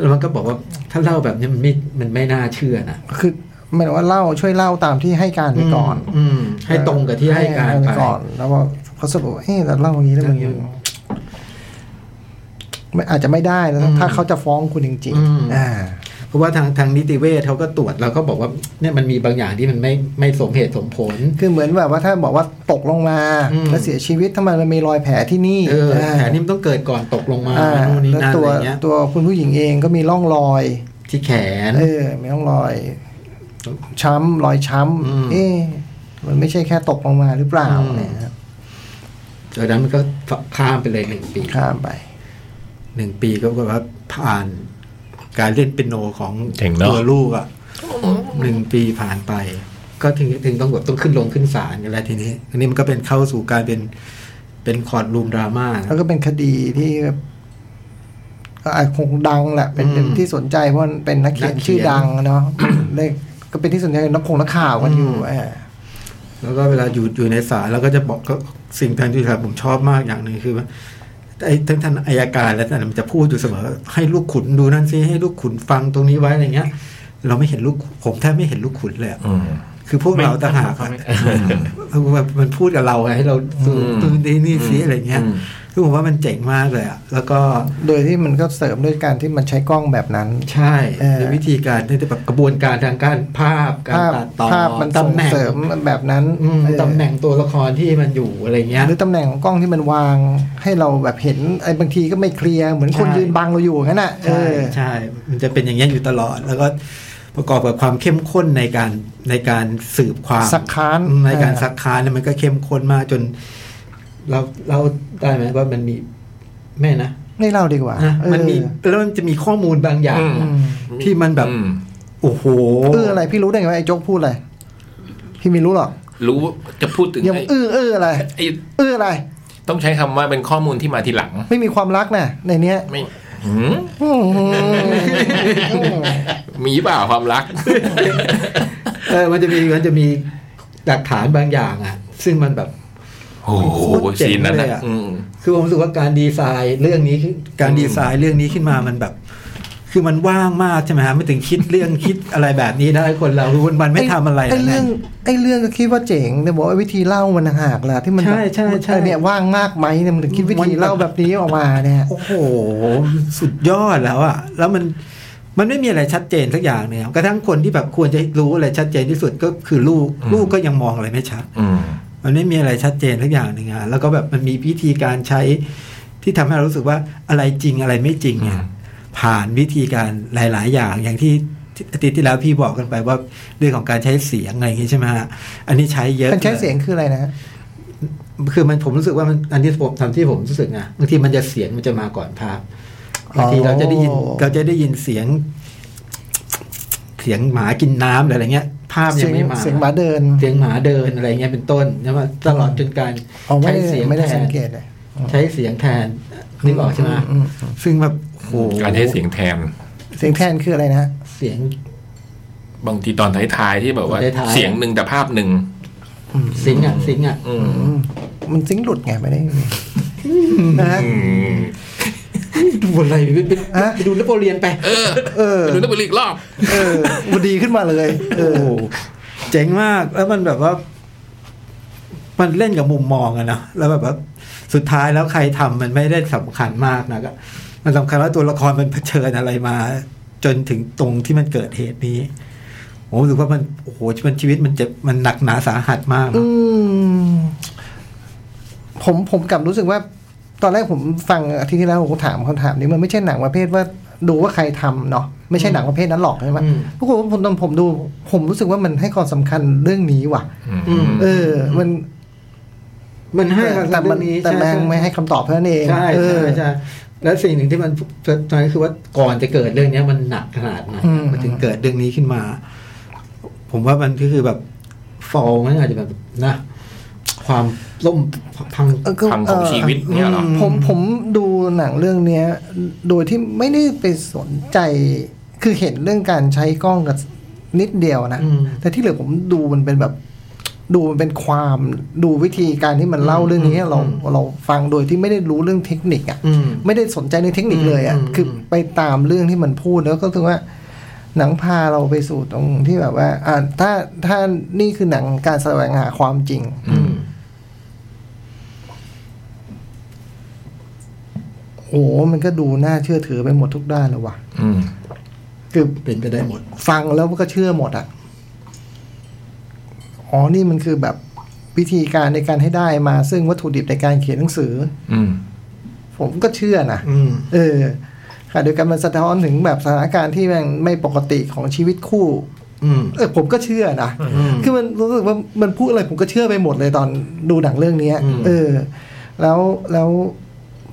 [SPEAKER 7] แล้วมันก็บอกว่าถ้าเล่าแบบเนี้ยมันไม่มันไม่น่าเชื่อนะ
[SPEAKER 2] คือหมายถึงว่าเล่าช่วยเล่าตามที่ให้การไปก่อน
[SPEAKER 7] อืมให้ตรงกับที่ให้การ
[SPEAKER 2] ไป
[SPEAKER 7] ไป
[SPEAKER 2] ก่อน แล้วก็เขาสรุปว่าเฮ้ยเราเล่าอย่างนี้แล้วมัน
[SPEAKER 7] เออ
[SPEAKER 2] ไม่อาจจะไม่ได้นะถ้าเขาจะฟ้องคุณจริง
[SPEAKER 7] อืม
[SPEAKER 2] ๆอ่า
[SPEAKER 7] เพราะว่าทางทางนิติเวชเขาก็ตรวจแล้วก็บอกว่าเนี่ยมันมีบางอย่างที่มันไม่ไม่สมเหตุสมผล
[SPEAKER 2] คือเหมือนแบบว่าถ้าบอกว่าตกลงมา
[SPEAKER 7] อืม
[SPEAKER 2] แล้วเสียชีวิตทำไมมันมีรอยแผลที่นี่
[SPEAKER 7] เออ
[SPEAKER 2] อ่า
[SPEAKER 7] แผลนี่มันต้องเกิดก่อนตกลงมา
[SPEAKER 2] อ่า
[SPEAKER 7] โน่นนี่
[SPEAKER 2] แล้ว
[SPEAKER 7] นั่น
[SPEAKER 2] ตั
[SPEAKER 7] อะ
[SPEAKER 2] ว
[SPEAKER 7] ไรเงี้ย
[SPEAKER 2] ตัวคุณผู้หญิงเองก็มีร่องรอย
[SPEAKER 7] ที่แขน
[SPEAKER 2] เออ มีร่องรอย ช้ำรอยช้
[SPEAKER 7] อืม
[SPEAKER 2] ำเอ๊ะมันไม่ใช่แค่ตกลงมาหรือเปล่า
[SPEAKER 7] อืม
[SPEAKER 2] เนี่ยครับ
[SPEAKER 7] จากนั้นมันก็ข้ามไปเลยหนึ่งปี
[SPEAKER 2] ข้ามไป
[SPEAKER 7] หนึ่งปีก็ปรากฏว่าผ่านการเล่นเปียโนของ
[SPEAKER 3] เจ๋งเนอะ
[SPEAKER 7] ตัวลูกอ่ะหนึ่งปีผ่านไป ก็ถึงถึงต้องแบบต้องขึ้นลงขึ้นศาลกันแล้วทีนี้อันนี้มันก็เป็นเข้าสู่การเป็นเป็นคอร์ดรูมดราม่า
[SPEAKER 2] แล้วก็เป็นคดีที่แบบก็อาจคงดังแหละ เป็น
[SPEAKER 7] อืม
[SPEAKER 2] เป็นที่สนใจเพราะมันเป็นนักเขียน
[SPEAKER 7] นักเขียน
[SPEAKER 2] ชื่อดังอะเนาะ ได้ก็เป็นที่สนใจของนักคงนักข่าวกันอยู่
[SPEAKER 7] อืม
[SPEAKER 2] เออ
[SPEAKER 7] แล้วก็เวลาอยู่อยู่ในศาลแล้วก็จะบอกก็สิ่งทางที่ผมชอบมากอย่างหนึ่งคือว่าไอ้ทั้งท่านอายการและท่านมันจะพูดอยู่เสมอ ให้ลูกขุนดูนั่นสิให้ลูกขุนฟังตรงนี้ไว้อะไรเงี้ย เราไม่เห็นลูกผมแทบไม่เห็นลูกขุนเลยอะ
[SPEAKER 3] อืม
[SPEAKER 7] คือพวกเราต่างหากอะแบบมันพูดกับเราไงให้เราดู
[SPEAKER 3] อืม
[SPEAKER 7] ดูนี่นี่สิอะไรเงี้ย
[SPEAKER 3] อืม
[SPEAKER 7] คือผมว่ามันเจ๋งมากเลยอะแล้วก็
[SPEAKER 2] โดยที่มันก็เสริมด้วยการที่มันใช้กล้องแบบนั้น
[SPEAKER 7] ใช่
[SPEAKER 2] เออ
[SPEAKER 7] ในวิธีการที่แบบกระบวนการทางการภาพการ
[SPEAKER 2] ภาพ
[SPEAKER 7] ตัดต่อ
[SPEAKER 2] ภาพมันส่
[SPEAKER 7] ตำ
[SPEAKER 2] ง
[SPEAKER 7] แหน่ง
[SPEAKER 2] เสริมแบบนั้น
[SPEAKER 7] อืม
[SPEAKER 2] เออ
[SPEAKER 7] ตำแหน่งตัวละครที่มันอยู่อะไรเงี้ย
[SPEAKER 2] หรือตำแหน่งของกล้องที่มันวาง ให้เราแบบเห็นไอ้บางทีก็ไม่เคลียร์เหมือนคน
[SPEAKER 7] ใช่
[SPEAKER 2] ยืนบังเราอยู่อย่างนั้นอ่ะเอ
[SPEAKER 7] ใช่
[SPEAKER 2] อ
[SPEAKER 7] ใช่ มันจะเป็นอย่างนี้ยอยู่ตลอด แล้วก็ประกอบกับความเข้มข้นในการในการสืบความ
[SPEAKER 2] ซักค้าน
[SPEAKER 7] อืมในการ
[SPEAKER 2] อ่า
[SPEAKER 7] ซักค้านเนี่ยมันก็เข้มข้นมากจน เราเราได้ไหมว่ามันมีแม่นะ
[SPEAKER 2] ไม่เล่าดีกว่า
[SPEAKER 7] นะ
[SPEAKER 2] เออ
[SPEAKER 7] มันมีแล้วมันจะมีข้อมูลบางอย่าง
[SPEAKER 3] อื
[SPEAKER 2] อืม
[SPEAKER 7] ที่มันแบบ
[SPEAKER 3] อืม
[SPEAKER 7] โอ้โห
[SPEAKER 2] เอออะไรพี่รู้ได้ไงว่าไอ้โจ๊กพูดอะไรพี่ไม่รู้หรอก
[SPEAKER 3] รู้ว่าจะพูดถึง
[SPEAKER 2] ยัง
[SPEAKER 3] ไอ้
[SPEAKER 2] เออเอออะไร
[SPEAKER 3] ไอ้
[SPEAKER 2] เอออะไร
[SPEAKER 3] ต้องใช้คำว่าเป็นข้อมูลที่มาทีหลัง
[SPEAKER 2] ไม่มีความรักนะในเนี้ ย
[SPEAKER 3] ไม่หืม
[SPEAKER 2] อืม
[SPEAKER 3] มีเปล่าความรัก
[SPEAKER 7] เออมันจะมีมันจะมีหลักฐานบางอย่างอ่ะ ซึ่งมันแบบ
[SPEAKER 3] โอ้โห
[SPEAKER 7] โคตรเจ๋ง
[SPEAKER 3] ซีนนั้น
[SPEAKER 7] เลยอะ
[SPEAKER 3] นะอืม
[SPEAKER 7] คือผมรู้สึกว่าการดีไซน์เรื่องนี้คือการ
[SPEAKER 3] อืม
[SPEAKER 7] ดีไซน์เรื่องนี้ขึ้นมามันแบบ คือมันว่างมากใช่ไหมฮะไม่ถึงคิดเรื่อง คิดอะไรแบบนี้ได้คนเราคือวันๆไม่ทำอะไร
[SPEAKER 2] ไอ้
[SPEAKER 7] นะ
[SPEAKER 2] เรื่องไอ้เรื่องก็คิดว่าเจ๋งแต่บอกว่าวิธีเล่ามันต่างหากล่ะที่มันแบบ
[SPEAKER 7] ใช่ใช่ใช่
[SPEAKER 2] เออเนี่ยว่างมากไหมเนี่ยมันถึงคิดวิธีเล่าแบบนี้ออกมาเนี่ย
[SPEAKER 7] โอ้โห สุดยอดแล้วอะแล้วมันมันไม่มีอะไรชัดเจนสักอย่างเนี่ยกระทั่งคนที่แบบควรจะรู้อะไรชัดเจนที่สุดก็คือลูกลูกก็ยังมองอะไรไม่ชัด
[SPEAKER 3] อืม
[SPEAKER 7] มันไม่มีอะไรชัดเจนสักอย่างหนึ่งอะแล้วก็แบบมันมีวิธีการใช้ที่ทำให้เรารู้สึกว่าอะไรจริงอะไรไม่จริงเนี่ย
[SPEAKER 3] อืม
[SPEAKER 7] ผ่านวิธีการหลาย ๆ อย่างอย่างที่ที่อาทิตย์ที่แล้วพี่บอกกันไปว่าเรื่องของการใช้เสียงอะไรอย่างงี้ใช่ไหมฮะอันนี้ใช้เยอะ
[SPEAKER 2] การใช้
[SPEAKER 7] ล
[SPEAKER 2] เสียงคืออะไรนะฮะ
[SPEAKER 7] คือมันผมรู้สึกว่ามันอันนี้ผมทำที่ผมรู้สึกนะบางทีมันจะเสียงมันจะมาก่อนภาพบางทีเราจะได้ยินเราจะได้ยินเสียง เสียงหมากินน้ำหรืออะไรเงี้ย ภาพยั
[SPEAKER 2] เสีย
[SPEAKER 7] ง
[SPEAKER 2] ง
[SPEAKER 7] ไม่มา
[SPEAKER 2] เสียงหมาเดิน
[SPEAKER 7] เสียงหมาเดินอะไรเงี้ยเป็นต้นนะว่าตลอดจนการ
[SPEAKER 2] อ๋อไม่
[SPEAKER 7] ใช้
[SPEAKER 2] ได้
[SPEAKER 7] เสียง
[SPEAKER 2] ไม่ได้
[SPEAKER 7] แท
[SPEAKER 2] สั
[SPEAKER 7] น
[SPEAKER 2] งเกตเลย
[SPEAKER 7] ใช้เสียงแทนนึกออกใช่ไหม
[SPEAKER 2] อืมอืม
[SPEAKER 7] ซึ่งแบบโอ้โห
[SPEAKER 3] การใช้เสียงแทน
[SPEAKER 2] เสียงแทนคืออะไรนะฮะ
[SPEAKER 7] เสียง
[SPEAKER 3] บางทีตอนท้ายๆที่แบบว่า
[SPEAKER 7] ตอนท้ายๆ
[SPEAKER 3] เสียงหนึ่งแต่ภาพหนึ่ง
[SPEAKER 7] สิงค์อ่ะสิงค์อ่ะ
[SPEAKER 3] อืม
[SPEAKER 2] อืมมันซิงค์หลุดไงไม่ได้นะฮะ
[SPEAKER 3] อืม
[SPEAKER 7] ดูอะไรไปไป
[SPEAKER 2] ฮะ
[SPEAKER 7] ไปดูนโปเลียนไป
[SPEAKER 2] เออ
[SPEAKER 3] ดูนักบุรีอีกรอบ
[SPEAKER 2] เออมันดีขึ้นมาเลย เอ
[SPEAKER 7] โอ้
[SPEAKER 2] อ
[SPEAKER 7] โหเจ๋งมากแล้วมันแบบว่า มันเล่นกับมุมมองอะเนาะแล้วแบบว่าสุดท้ายแล้วใครทำมันไม่ได้สำคัญมากนะก็มันสำคัญว่าตัวละครมันเผชิญอะไรมา จนถึงตรงที่มันเกิดเหตุนี้ ผมรู้สึกว่ามันโอ้โหมันชีวิตมันเจ็บมันหนักหนาสาหัสมาก
[SPEAKER 2] อื
[SPEAKER 7] เนาะ
[SPEAKER 2] มผมผมกลับรู้สึกว่า ตอนแรกผมฟังอาทิตย์ที่แล้วผมถามคำถามนี้มันไม่ใช่หนังประเภทว่าดูว่าใครทำเนาะไม่ใช่หนังประเภทนั้นหรอกใช่ไหมปรากฏว่าผมตอนผมดู ผมรู้สึกว่ามันให้ความสำคัญเรื่องนี้ว่ะ
[SPEAKER 3] อืม
[SPEAKER 2] เออ มัน
[SPEAKER 7] มันให้
[SPEAKER 2] แต่แต่มันแต่แม่งไม่ให้คำตอบเท่านั้นเอง
[SPEAKER 7] ใช่
[SPEAKER 2] เอ
[SPEAKER 7] ใช่
[SPEAKER 2] อ
[SPEAKER 7] ใช่แล้วสิ่งหนึ่งที่มันตอนนี้คือว่าก่อนจะเกิดเรื่องเนี้ยมันหนักขนาดไหน
[SPEAKER 2] อืม
[SPEAKER 7] มันถึงเกิดเรื่องนี้ขึ้นมา ผมว่ามันก็คือแบบฟอลมันอาจจะแบบนะ ความล่มพัง
[SPEAKER 2] เออก็
[SPEAKER 3] ทางของชีวิตเนี่ยเหรอ
[SPEAKER 2] ผมผมดูหนังเรื่องเนี้ย โดยที่ไม่ได้ไปสนใจคือเห็นเรื่องการใช้กล้องกับนิดเดียวนะ
[SPEAKER 7] อืม
[SPEAKER 2] แต่ที่เหลือผมดูมันเป็นแบบ ดูมันเป็นความดูวิธีการที่มันเล่าเรื่องนี้ให้เราเราฟังโดยที่ไม่ได้รู้เรื่องเทคนิคอ่ะ
[SPEAKER 7] อืม
[SPEAKER 2] ไม่ได้สนใจในเทคนิคเลยอ่ะ
[SPEAKER 7] อืม
[SPEAKER 2] คือไปตามเรื่องที่มันพูดแล้วก็ถือว่า หนังพาเราไปสู่ตรงที่แบบว่า อ่าถ้าถ้านี่คือหนังการแสวงหาความจริง โอ้โหมันก็ดูน่าเชื่อถือไปหมดทุกด้านเลยว่ะ
[SPEAKER 3] อืม
[SPEAKER 2] คือ
[SPEAKER 7] เป็นไปได้หมด
[SPEAKER 2] ฟังแล้วก็เชื่อหมดอ่ะ อ๋อ นี่มันคือแบบวิธีการในการให้ได้มา ซึ่งวัตถุดิบในการเขียนหนังสือ
[SPEAKER 3] อืม
[SPEAKER 2] ผมก็เชื่อนะ
[SPEAKER 7] อืม
[SPEAKER 2] เออ ค่ะโดยการมันสะท้อนถึงแบบสถานการณ์ที่แม่งไม่ปกติของชีวิตคู่
[SPEAKER 7] อืม
[SPEAKER 2] เออผมก็เชื่อนะ
[SPEAKER 7] อืม
[SPEAKER 2] คือมันรู้สึกว่ามันพูดอะไรผมก็เชื่อไปหมดเลยตอนดูหนังเรื่องเนี้ย
[SPEAKER 7] อืม
[SPEAKER 2] เออ แล้วแล้ว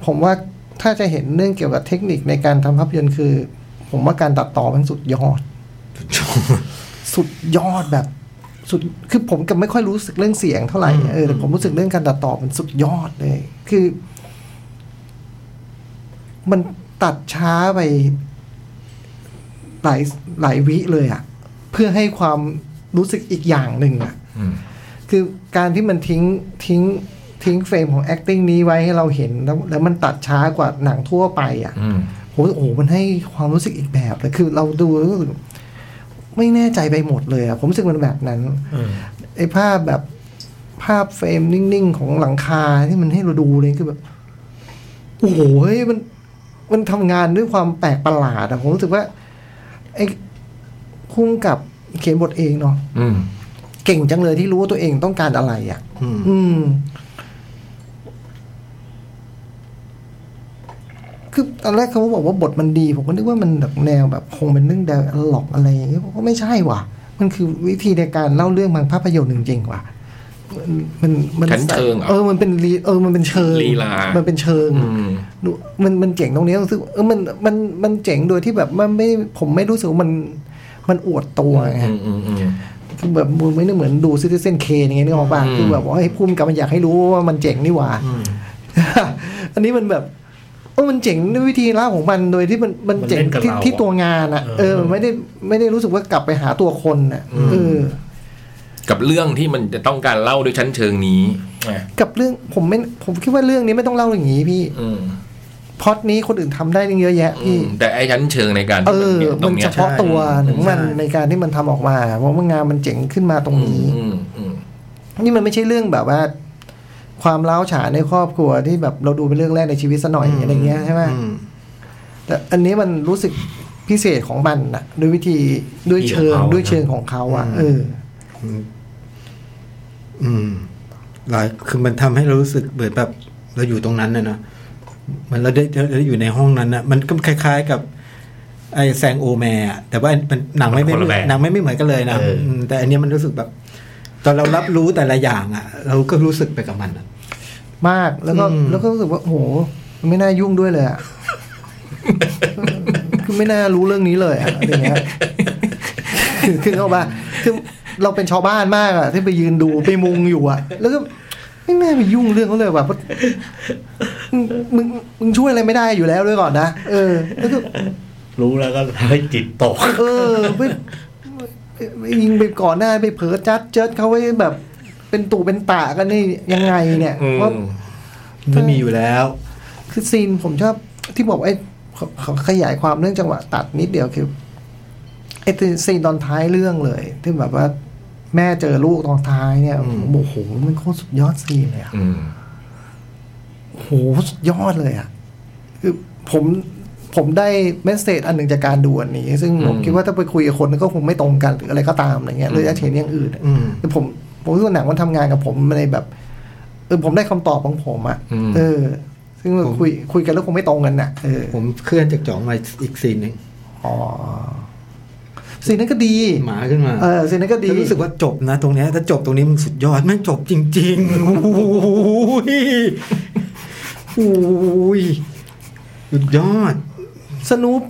[SPEAKER 2] ผมว่าถ้าจะเห็นเรื่องเกี่ยวกับเทคนิคในการทำภาพยนตร์คือ ผมว่าการตัดต่อมันสุดยอด สุดยอดแบบ สุดคือผมกับไม่ค่อยรู้สึกเรื่องเสียงเท่าไหร่เออแต่ผมรู้สึกเรื่องการตัดต่อมันสุดยอดเลย คือ มันตัดช้าไป หลายหลายวิเลยอะ่ะ เพื่อให้ความรู้สึกอีกอย่างหนึ่งอะ่ะ
[SPEAKER 3] อืม
[SPEAKER 2] คือการที่มันทิ้งทิ้งทิ้งเฟรมของ acting นี้ไว้ให้เราเห็นแล้ว แล้วมันตัดช้ากว่าหนังทั่วไปอะ่ะ
[SPEAKER 3] อืม
[SPEAKER 2] โหโอ้โหมันให้ความรู้สึกอีกแบบเลยคือเราดูแล้วรู้สึกไม่แน่ใจไปหมดเลยอะ่ะผมรู้สึกมันแบบนั้นไอ้ภาพแบบภาพเฟรมนิ่งๆ ของหลังคาที่มันให้เราดูเลยคือแบบ โอ้โหเฮ้ยมันมันทำงานด้วยความแปลกประหลาดอะผมรู้สึกว่า ไอ้คุ้มกับเขียนบทเองเนาะ
[SPEAKER 3] อืม
[SPEAKER 2] เก่งจังเลยที่รู้ว่าตัวเองต้องการอะไรอะ่ะ
[SPEAKER 7] อืม
[SPEAKER 2] อืม คือตอนแรกเขาบอกว่าบทมันดี ผมก็นึกว่ามันแบบแนวแบบคงเป็นเรื่องแดวหลอกอะไรอย่างเงี้ยผมก็ไม่ใช่ว่ะ มันคือวิธีในการเล่าเรื่องบางภาพยนตร์จริงๆว่ะ มันมัน
[SPEAKER 3] ชั้นเชิงเหรอ
[SPEAKER 2] เออมันเป็นลีเออมันเป็นเชิง
[SPEAKER 3] ลีลามั
[SPEAKER 2] นเป็นเชิง
[SPEAKER 3] อืม
[SPEAKER 2] ดูมันมันเจ๋งตรงนี้รู้สึกเออมันมันมันเจ๋งโดยที่แบบมันไม่ผมไม่รู้สึกว่ามันมันอวดตัวไง
[SPEAKER 3] อืมอืมอืม
[SPEAKER 2] คือแบบมันไม่ได้เหมือนดูซิติเซนเคอย่างเงี้ยนึกออกป่ะ
[SPEAKER 3] อืม
[SPEAKER 2] คือแบบว่าให้พุ่มกับมันอยากให้รู้ว่ามันเจ๋งนี่หว่า อันนี้มันแบบเออมันเจ๋งด้วยวิธีเล่าของมันโดยที่มันมันเจ๋ง
[SPEAKER 4] มันเล่นกับ
[SPEAKER 2] ที่
[SPEAKER 4] เรา
[SPEAKER 2] ที่
[SPEAKER 4] อะ
[SPEAKER 2] ตัวงานอ่ะ เออมันไม่ได้ไม่ได้รู้สึกว่ากลับไปหาตัวคนอ่ะเออ
[SPEAKER 3] กับเรื่องที่มันจะต้องการเล่าด้วยชั้นเชิงนี้อ่ะ
[SPEAKER 2] กับเรื่องผมไม่ผมคิดว่าเรื่องนี้ไม่ต้องเล่าอย่างนี้พี่
[SPEAKER 3] อืม
[SPEAKER 2] พล็อดนี้คนอื่นทำได้ตั้งเยอะแยะ
[SPEAKER 3] อื
[SPEAKER 2] พี่
[SPEAKER 3] มแต่ไอ้ชั้นเชิงในการ
[SPEAKER 2] เอ
[SPEAKER 3] ที่มัน
[SPEAKER 2] อ
[SPEAKER 3] เนี่ยตร
[SPEAKER 2] มั
[SPEAKER 3] ง
[SPEAKER 2] น
[SPEAKER 3] เนี้
[SPEAKER 2] เฉ
[SPEAKER 3] ย
[SPEAKER 2] พาะตัวถึงมัน
[SPEAKER 7] ใช่
[SPEAKER 2] ในการที่มันทำออกมา เพราะว่างานมันเจ๋งขึ้นมาตรง
[SPEAKER 3] อืม
[SPEAKER 2] นี้
[SPEAKER 3] อืมอืม
[SPEAKER 2] นี่มันไม่ใช่เรื่องแบบว่า ความเล้าวฉานในครอบครัวที่แบบเราดูเป็นเรื่องแรกในชีวิตซะหน่อยอะไรเงี้ยใช่ไหมแต่อันนี้มันรู้สึกพิเศษของมันนะด้วยวิธีด้วยเชิงด้วยเชิงของเขาอ่ะเออ
[SPEAKER 7] อืมหลายคือมันทำให้เรารู้สึกเหมือนแบบเราอยู่ตรงนั้นนะเนาะมันเราได้เราได้อยู่ในห้องนั้นนะมันก็คล้าย ๆกับ ไอแซงโอแมร์อะแต่ว่ามันหนังไม่
[SPEAKER 4] มัน
[SPEAKER 7] ไม่
[SPEAKER 4] คนละแบบ
[SPEAKER 7] หนังไม่ไม่เหมือนกันเลยนะ
[SPEAKER 4] เอออื
[SPEAKER 7] มแต่อันเนี้ยมันรู้สึกแบบ ตอนเรารับรู้แต่ละอย่างอ่ะ เราก็รู้สึกไปกับมันอะ
[SPEAKER 2] มากแล้วก็
[SPEAKER 7] อืม
[SPEAKER 2] แล้วก็รู้สึกว่าโหมันไม่น่ายุ่งด้วยเลยอ่ะ คือไม่น่ารู้เรื่องนี้เลยอ่ะอะไรเงี้ยคือคือเขาบ้าคือเราเป็นชาวบ้านมากอ่ะ ที่ไปยืนดูไปมุงอยู่อ่ะ แล้วก็ไม่น่าไปยุ่งเรื่องเขาเลยว่ะเพราะมึงมึงมึงช่วยอะไรไม่ได้อยู่แล้วด้วยก่อนนะเออ แล้วก็
[SPEAKER 4] รู้แล้วก็ทำให้จิตตก
[SPEAKER 2] เออไปไปยิงไปก่อนหน้าไปเผลอจัดเจิดเขาไว้แบบ เป็นตู่เป็นตากันนี่ยังไงเนี่ย
[SPEAKER 3] อืม
[SPEAKER 2] เพราะ
[SPEAKER 7] มันมีอยู่แล้ว
[SPEAKER 2] คือซีนผมชอบที่บอกไอ้ขอขอขยายความเรื่องจังหวะตัดนิดเดียวคือไอ้ซีนตอนท้ายเรื่องเลย ที่แบบว่า แม่เจอลูกตอนท้ายเนี่ย
[SPEAKER 7] อืม
[SPEAKER 2] โอ้โหมันโคตรสุดยอดซีนเลยอะ
[SPEAKER 3] อืม
[SPEAKER 2] โอ้โหสุดยอดเลยอ่ะ คือผมผมได้เมสเซจอันหนึ่งจากการดูอันนี้ ซึ่งผม
[SPEAKER 3] อืม
[SPEAKER 2] คิดว่าถ้าไปคุยกับคนก็คงไม่ตรงกันหรืออะไรก็ตามอะไรเงี้ยหรือจะเห็นอย่างอื่นอะ
[SPEAKER 7] อืม
[SPEAKER 2] คือผมผมรู้สึกว่าหนังมันทำงานกับผมในแบบเออผมได้คำตอบของผมอ่ะเออ ซึ่ง
[SPEAKER 7] ผม
[SPEAKER 2] คุยคุยกันแล้วคงไม่ตรงกันน่ะเออ
[SPEAKER 7] ผมเคลื่อนจากจ่องมาอีกซีนหนึ่ง
[SPEAKER 2] อ๋อสิ่งนั้นก็ดี
[SPEAKER 7] หมาขึ้นมา
[SPEAKER 2] เออสิ่งนั้นก็ดี
[SPEAKER 7] แล้วรู้สึกว่าจบนะ ตรงเนี้ยถ้าจบตรงนี้มันสุดยอดแม่งจบจริงๆโอ้ยโอ้ยสุดยอด
[SPEAKER 2] สนุป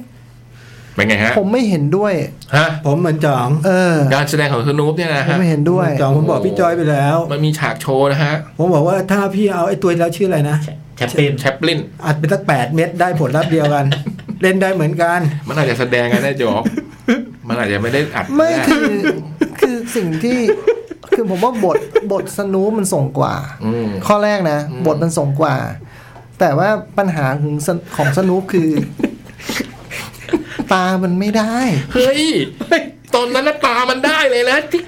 [SPEAKER 3] เป็นไงฮะ
[SPEAKER 2] ผมไม่เห็นด้วย
[SPEAKER 3] ฮะ
[SPEAKER 7] ผมเหมือนจ่อง
[SPEAKER 2] เออ
[SPEAKER 3] การแสดงของสนูปเนี่ยนะ
[SPEAKER 2] ผม
[SPEAKER 3] ฮะ
[SPEAKER 2] ไม่เห็นด้วย
[SPEAKER 7] จ่องผมบอกพี่จอยไปแล้ว
[SPEAKER 3] มันมีฉากโชว์นะฮะ
[SPEAKER 7] ผมบอกว่าถ้าพี่เอาไอ้ตัวแล้วชื่ออะไรนะ
[SPEAKER 4] แชปปิน
[SPEAKER 3] แชปลิน
[SPEAKER 7] อัดไปสักแปดเม็ดได้ผลลัพธ์เดียว กัน เล่นได้เหมือนกัน
[SPEAKER 3] มันอาจจะแสดงกันได้จบ มันอาจจะไม่ได้อัด
[SPEAKER 2] ไม่
[SPEAKER 3] ก็ด้
[SPEAKER 2] คือ คือสิ่งที่คือผมว่าบทบทสนุปมันส่งกว่า
[SPEAKER 3] ม
[SPEAKER 2] ข้อแรกนะ
[SPEAKER 3] อืม
[SPEAKER 2] บทมันส่งกว่า แต่ว่าปัญหาของสนของสนุปคือ ตามันไม่ได้
[SPEAKER 3] เฮ้ยตอนนั้นน่ะตามันได้เลยนะที่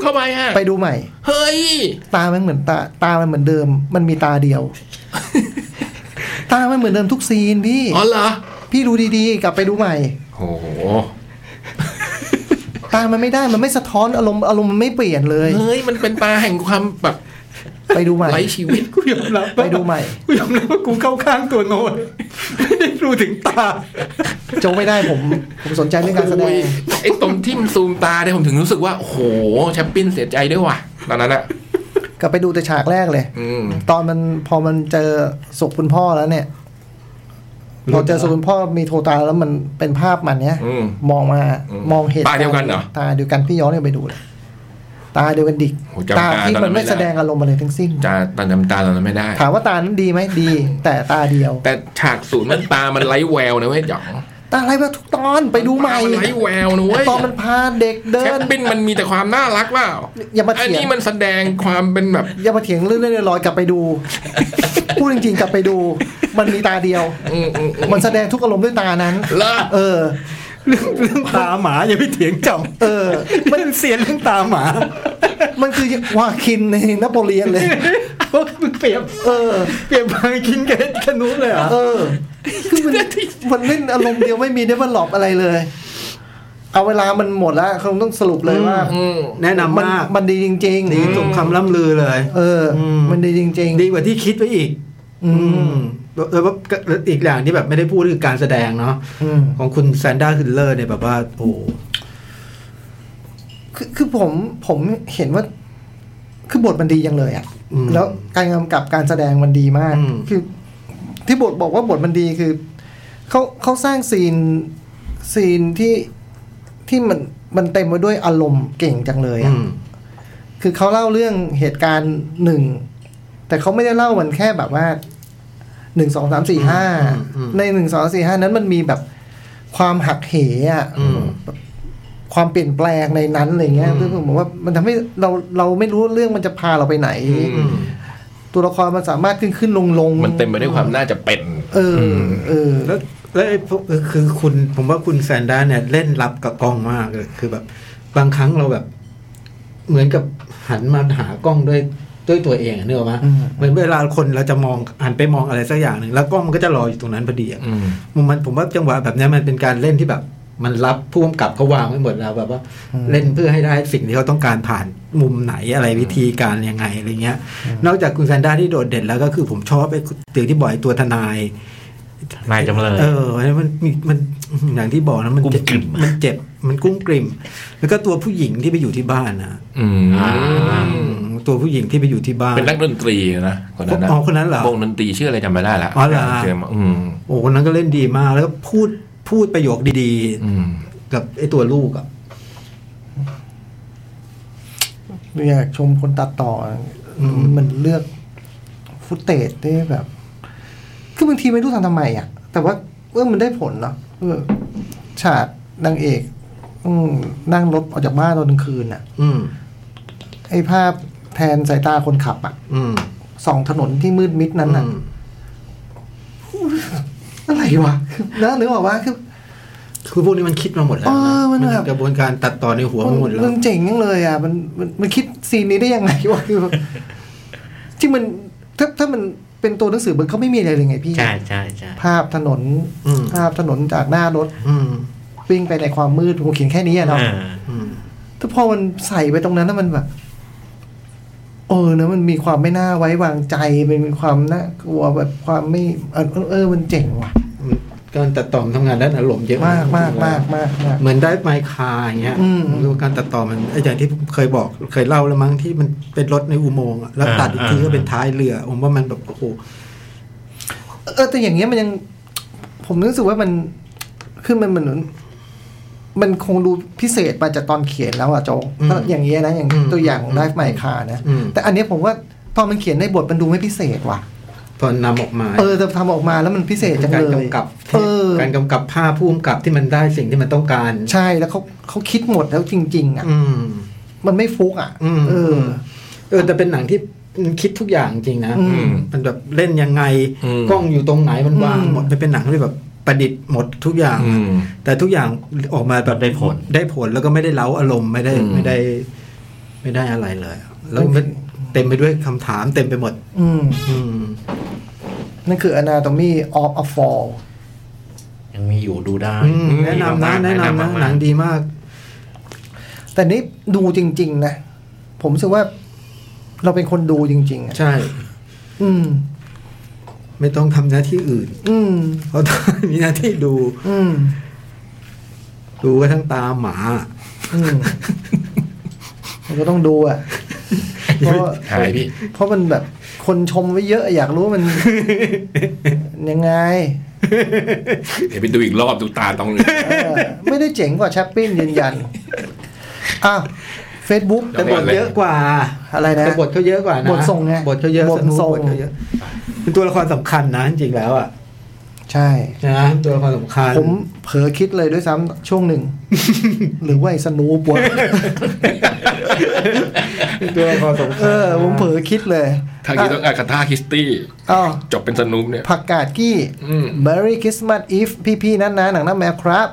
[SPEAKER 3] เข้าไปฮะ
[SPEAKER 2] ไปดูใหม่
[SPEAKER 3] เฮ้ย
[SPEAKER 2] ตามันเหมือนตา ตามันเหมือนเดิม มันมีตาเดียว ตามันเหมือนเดิมทุกซีนพี่
[SPEAKER 3] อ๋อเหรอ
[SPEAKER 2] พี่ดูดีๆ กลับไปดูใหม่
[SPEAKER 3] โอ้โห
[SPEAKER 2] ตามันไม่ได้มันไม่สะท้อนอารมณ์อารมณ์มันไม่เปลี่ยนเลย
[SPEAKER 3] เฮ้ยมันเป็นตาแห่งความแบบ
[SPEAKER 2] ไปดูใหม่
[SPEAKER 3] ไร้ชีวิต
[SPEAKER 7] กูยอมรับ
[SPEAKER 2] ไปดูใหม่
[SPEAKER 7] กูยอมรับว่ากูเข้าข้างตัวโนนไม่ได้รู้ถึงตา
[SPEAKER 2] โจกไม่ได้ผม ผมสนใจเรื่องการแสด
[SPEAKER 3] โอ้ย
[SPEAKER 2] ง
[SPEAKER 3] ไอ้ตรงที่มันซูมตาเนี่ยผมถึงรู้สึกว่าโอ้โหแชปปินเสียใจด้วยว่ะตอนนั้นอะ
[SPEAKER 2] กลับไปดูแต่ฉากแรกเลย
[SPEAKER 3] อืม
[SPEAKER 2] ตอนมันพอมันเจอศพคุณพ่อแล้วเนี่ย พอเจอศพคุณพ่อมีโทรตาแล้วมันเป็นภาพมันเนี้ย
[SPEAKER 3] อืม
[SPEAKER 2] มองมา
[SPEAKER 3] อืม
[SPEAKER 2] มองเห็น
[SPEAKER 3] ตาเดียวกันเหรอ
[SPEAKER 2] ตาเดียวกันพี่ย้อนกลับไปดูเลยตาเดียวกันดิก
[SPEAKER 3] โหจำตา
[SPEAKER 2] ตาที่
[SPEAKER 3] ตอนนั้
[SPEAKER 2] มัน
[SPEAKER 3] นไม่
[SPEAKER 2] ไม่
[SPEAKER 3] ได้
[SPEAKER 2] แสดงอารมณ์อะไรทั้งสิ้น
[SPEAKER 3] จะตอนจำตาตอนนั้นไม่ได้
[SPEAKER 2] ถามว่าตานั้นดีไหมดี แต่ตาเดียว
[SPEAKER 3] แต่ฉากศูนย์มันตามันไร้แววนะเว้ยจ๋อง
[SPEAKER 2] ตาอะไรวะทุกตอนไปดูใหม่
[SPEAKER 3] ตามันไร้แววนะเว้ย
[SPEAKER 2] ตอนมันพาเด็กเดิ
[SPEAKER 3] แชป
[SPEAKER 2] น
[SPEAKER 3] ปินมันมีแต่ความน่ารักเปล่า
[SPEAKER 2] อย่ามาเถียง
[SPEAKER 3] นนี้มันแสดงความเป็นแบบ
[SPEAKER 2] อย่ามาเถียงเรื่องเรื่องลอยๆกลับไป ดู พูดจริงๆกลับไปดู มันมีตาเดียว
[SPEAKER 3] อืมอืมอืม
[SPEAKER 2] มันแสดงทุกอารมณ์ด้วยตานั้น
[SPEAKER 3] เหรอ
[SPEAKER 2] เออ
[SPEAKER 7] เรื่องเรื่องตาหมาอย่าไปเถียงจ่อง
[SPEAKER 2] เออ
[SPEAKER 7] มันเสียเรื่องตาหมา
[SPEAKER 2] มันคือวาคินในนโปเลียนเลย
[SPEAKER 7] เพราะมึงเปรียบ
[SPEAKER 2] เออ
[SPEAKER 7] เปรียบพางกินกับขนุนเลยเหรอ
[SPEAKER 2] เออ คือมันมันเล่นอารมณ์เดียวไม่มีเดเวลลอปอะไรเลย เอาเวลามันหมดแล้วคงต้องสรุปเลยว่า
[SPEAKER 3] อืม
[SPEAKER 7] แนะนำ
[SPEAKER 2] น
[SPEAKER 7] มาก
[SPEAKER 2] มันดีจริง
[SPEAKER 7] ดีสมคำล่ำลือเลย
[SPEAKER 2] ๆ เอออ
[SPEAKER 7] ม
[SPEAKER 2] มันดีจริง
[SPEAKER 7] ดีกว่าที่คิดไว้อีก
[SPEAKER 2] อืม
[SPEAKER 7] อืมแล้วก็อีกอย่างที่แบบไม่ได้พูดคือการแสดงเนาะ
[SPEAKER 2] ๆ อืม
[SPEAKER 7] ของคุณแซนด้าฮิลเลอร์เนี่ยแบบว่าโอ้โห
[SPEAKER 2] คือคือผมผมเห็นว่า คือบทมันดียังเลยอ่ะ
[SPEAKER 7] อืม
[SPEAKER 2] แล้วการกำกับการแสดงมันดีมาก
[SPEAKER 7] อืม
[SPEAKER 2] คือ ที่บทบอกว่าบทมันดีคือเขาเขาสร้างซีนซีนที่ที่มันมันเต็มไปด้วยอารมณ์เก่งจังเลย
[SPEAKER 7] อื
[SPEAKER 2] อ่ะ
[SPEAKER 7] ม
[SPEAKER 2] คือเขาเล่าเรื่องเหตุการณ์หนึ่ง แต่เขาไม่ได้เล่ามันแค่แบบว่าหนึ่งสองสามสี่ห้า
[SPEAKER 7] อืมอืม
[SPEAKER 2] ในหนึ่งสองสี่ห้านั้นมันมีแบบความหักเหอ่ะ
[SPEAKER 7] อืม
[SPEAKER 2] ความเปลี่ยนแปลงในนั้นอะไรเงี้ย
[SPEAKER 7] อืม
[SPEAKER 2] ซึ่งผมบอกว่ามันทำให้เราเราไม่รู้เรื่องมันจะพาเราไปไหน
[SPEAKER 7] อืม
[SPEAKER 2] ตัวละครมันสามารถขึ้นขึ้นลงลง
[SPEAKER 3] มันเต็มไปด้วยความน่าจะเป็น
[SPEAKER 2] เอออเออ
[SPEAKER 7] แล้วแล้วไอ้พวกคือคุณผมว่าคุณแซนด้าเนี่ยเล่นรับกับกล้องมากเลยคือแบบ บางครั้งเราแบบ เหมือนกับหันมาหากล้องด้วยด้วยตัวเองอะนึกออกไหม
[SPEAKER 2] อืม
[SPEAKER 7] เหมือนเวลาคนเราจะมองหันไปมองอะไรสักอย่างหนึ่งแล้วกล้องมันก็จะรออยู่ตรงนั้นพอดีอะ
[SPEAKER 3] อืม
[SPEAKER 7] มันผมว่าจังหวะแบบเนี้ยมันเป็นการเล่นที่แบบ มันรับผู้กำกับเขาวางไว้หมดแล้วแบบว่า เล่นเพื่อให้ได้สิ่งที่เขาต้องการผ่านมุมไหนอะไรวิธีการยังไงอะไรเงี้ย นอกจากคุณแซนด้าที่โดดเด่นแล้วก็คือผมชอบไอ้ตื่นที่บ่อยตัวทนาย
[SPEAKER 4] นายจำเลย
[SPEAKER 7] เออแล้วมันมีมันอย่างที่บอกนะมันเจ็บ
[SPEAKER 4] กุ้มกลิ่มอะ
[SPEAKER 7] มันเจ็บมันกุ้มกลิ่ม แล้วก็ตัวผู้หญิงที่ไปอยู่ที่บ้านนะ
[SPEAKER 3] อืม
[SPEAKER 7] อืมตัวผู้หญิงที่ไปอยู่ที่บ้าน
[SPEAKER 3] เป็นนักดนตรีนะคนนั้นนะ
[SPEAKER 7] อ๋อคนนั้นเหรอ
[SPEAKER 3] วงดนตรีชื่ออะไรจำไม่ได้ละ
[SPEAKER 7] อ๋อเหรอ
[SPEAKER 3] จมาอืม
[SPEAKER 7] โอ้คนนั้นก็เล่นดีมาก แล้วก็พูดพูดประโยคดี
[SPEAKER 3] อืม
[SPEAKER 7] ๆ กับไอ้ตัวลูกอ่ะ
[SPEAKER 2] อยากชมคนตัดต่ออมันเลือกฟุตเตจได้แบบ คือบางทีไม่รู้ทำทำไมอ่ะ แต่ว่าเออมันได้ผลเนาะเออฉากนางเอกอืมนั่งรถออกจากบ้านตอนกลางคืนอ่ะ
[SPEAKER 7] อืม
[SPEAKER 2] ไอ้ภาพแทนสายตาคนขับอ่ะ
[SPEAKER 7] อืม
[SPEAKER 2] สองถนนที่มืดมิดนั้นอ่ะ
[SPEAKER 7] อืม
[SPEAKER 2] อะไรวะคือนะนึกออกว่าคือ
[SPEAKER 7] คือพวกนี้มันคิดมาหมดแล้วนะ
[SPEAKER 2] เออมันแบบ
[SPEAKER 7] กระบวนการตัดต่อในหัวมันหมดแล้ว
[SPEAKER 2] มันเจ๋งยังเลยอ่ะมันมันมันคิดซีนนี้ได้ยังไงวะคือแบบที่มันถ้าถ้ามันเป็นตัวหนังสือมันก็ไม่มีอะไรเลยไงพี่
[SPEAKER 4] ใช่ใช่ใช่
[SPEAKER 2] ภาพถนน
[SPEAKER 7] อืม
[SPEAKER 2] ภาพถนนจากหน้ารถ
[SPEAKER 7] อืม
[SPEAKER 2] วิ่งไปในความมืดผมเขียนแค่นี้อะเนาะ
[SPEAKER 4] เออ
[SPEAKER 7] อืม
[SPEAKER 2] แต่พอมันใส่ไปตรงนั้นแล้วมันแบบเออนะมันมีความไม่น่าไว้วางใจมันมีความน่ากลัวแบบความไม่เออเออเออมันเจ๋งว่ะ
[SPEAKER 7] การตัดต่อมันทำงานด้านอารมณ์เยอะ
[SPEAKER 2] มากมากมากมากมาก
[SPEAKER 7] เหมือนได้ไมค์คาร์อย่างเงี้ย
[SPEAKER 2] อืม
[SPEAKER 7] ดูการตัดต่อมันไอ้อย่างที่ผมเคยบอกเคยเล่าแล้วมั้งที่มันเป็นรถในอุโมงค์อะแล้วตัดอีกที
[SPEAKER 4] อ่า
[SPEAKER 7] ก็เป็นท้ายเรือผมว่ามันแบบโอ้โห
[SPEAKER 2] เออแต่อย่างเงี้ยมันยัง ผมรู้สึกว่ามันคือมันเหมือนมันคงดูพิเศษมาจากตอนเขียนแล้วอะโจง
[SPEAKER 7] อืม
[SPEAKER 2] ถ้าอย่างเงี้ยนะอย่าง
[SPEAKER 7] อืม
[SPEAKER 2] ตัวอย่างไลฟ์ไมค์คานะ
[SPEAKER 7] อืม
[SPEAKER 2] แต่อันเนี้ยผมว่าตอนมันเขียนในบทมันดูไม่พิเศษว่ะ
[SPEAKER 7] ตอนนำออกมา
[SPEAKER 2] เออแต่ทำออกมาแล้วมันพิเศษจัง
[SPEAKER 7] การ
[SPEAKER 2] เลย
[SPEAKER 7] กำกับ
[SPEAKER 2] เออ
[SPEAKER 7] การกำกับภาพผู้กำกับที่มันได้สิ่งที่มันต้องการ
[SPEAKER 2] ใช่แล้วเขาเขาคิดหมดแล้วจริง ๆ อ่ะ
[SPEAKER 7] อืม
[SPEAKER 2] มันไม่ฟุกอ่ะ
[SPEAKER 7] อืม
[SPEAKER 2] เออ
[SPEAKER 7] เออแต่เป็นหนังที่มันคิดทุกอย่างจริงนะ
[SPEAKER 2] อืม
[SPEAKER 7] มันแบบเล่นยังไง
[SPEAKER 3] อืม
[SPEAKER 7] กล้องอยู่ตรงไหนมันวาง
[SPEAKER 2] อืม
[SPEAKER 7] หมดมันเป็นหนังที่แบบประดิษฐ์หมดทุกอย่าง
[SPEAKER 3] อืม
[SPEAKER 7] แต่ทุกอย่างออกมาแบบ
[SPEAKER 4] ได้ผล
[SPEAKER 7] ได้ผลแล้วก็ไม่ได้เล้าอารมณ์ไม่ได้
[SPEAKER 3] อืม
[SPEAKER 7] ไม่ได้ ไม่ได้อะไรเลยอะแล้วมันเต็มไปด้วยคำถามเต็มไปหมด
[SPEAKER 2] อืม
[SPEAKER 7] อืม
[SPEAKER 2] นั่นคือ anatomy of a fall
[SPEAKER 4] ยังมีอยู่ดูได้
[SPEAKER 7] อืมแนะนำนะแนะนำนะหนังดีมาก
[SPEAKER 2] แต่นี่ดูจริง ๆ นะ ผมรู้สึกว่า เราเป็นคนดูจริง ๆ อ่ะ
[SPEAKER 7] ใช่
[SPEAKER 2] อืม
[SPEAKER 7] ไม่ต้องทำหน้าที่อื่น
[SPEAKER 2] อืม
[SPEAKER 7] เพราะต้องมีหน้าที่ดู
[SPEAKER 2] อืม
[SPEAKER 7] ดูกระทั้งตาหมา
[SPEAKER 2] อืมมันก็ต้องดูอ่ะ เพราะ
[SPEAKER 3] หายพี่
[SPEAKER 2] เพราะมันแบบคนชมไว้เยอะอยากรู้ว่ามัน ยังไง
[SPEAKER 3] เดี๋ยวไปดูอีกรอบดูตาต้องเลย
[SPEAKER 2] เออไม่ได้เจ๋งกว่าแชปปิ้นยืน ยัน อ้าวเฟซบุ๊ก
[SPEAKER 3] แต่บ
[SPEAKER 7] แต่
[SPEAKER 3] บ ท
[SPEAKER 7] ท
[SPEAKER 3] เย
[SPEAKER 7] เย
[SPEAKER 3] อะ
[SPEAKER 7] อะ
[SPEAKER 3] ก
[SPEAKER 7] ก
[SPEAKER 3] ว่า
[SPEAKER 7] ว่า
[SPEAKER 2] อะไรนะ
[SPEAKER 7] แต่บทเขาเยอะกว่านะ
[SPEAKER 2] บทส่งไง
[SPEAKER 7] บทเขาเยอะ
[SPEAKER 2] บทมัน
[SPEAKER 7] สนุก
[SPEAKER 2] ส่ง
[SPEAKER 7] บทเขาเยอะเป็นตัวละครสำคัญนะจริงๆแล้วอ่ะ
[SPEAKER 2] ใช่
[SPEAKER 7] นะเป็นตัวละครสำคัญ
[SPEAKER 2] ผมเผลอคิดเลยด้วยซ้ำช่วงห นึ่ง หรือว่าไอ้สนูปวะ
[SPEAKER 7] เป็นตัวละครสำคัญ
[SPEAKER 2] เออ ผมเผลอคิดเลย
[SPEAKER 3] ถ้าคิดต้องอากาธาคิสตี้
[SPEAKER 2] อ้าว
[SPEAKER 3] จบเป็นสนุปเนี่ย
[SPEAKER 2] ผักกาดกี้
[SPEAKER 3] อืม
[SPEAKER 2] Merry Christmas Eve พี่ๆนั้นนะหนังหน้าแมวครับ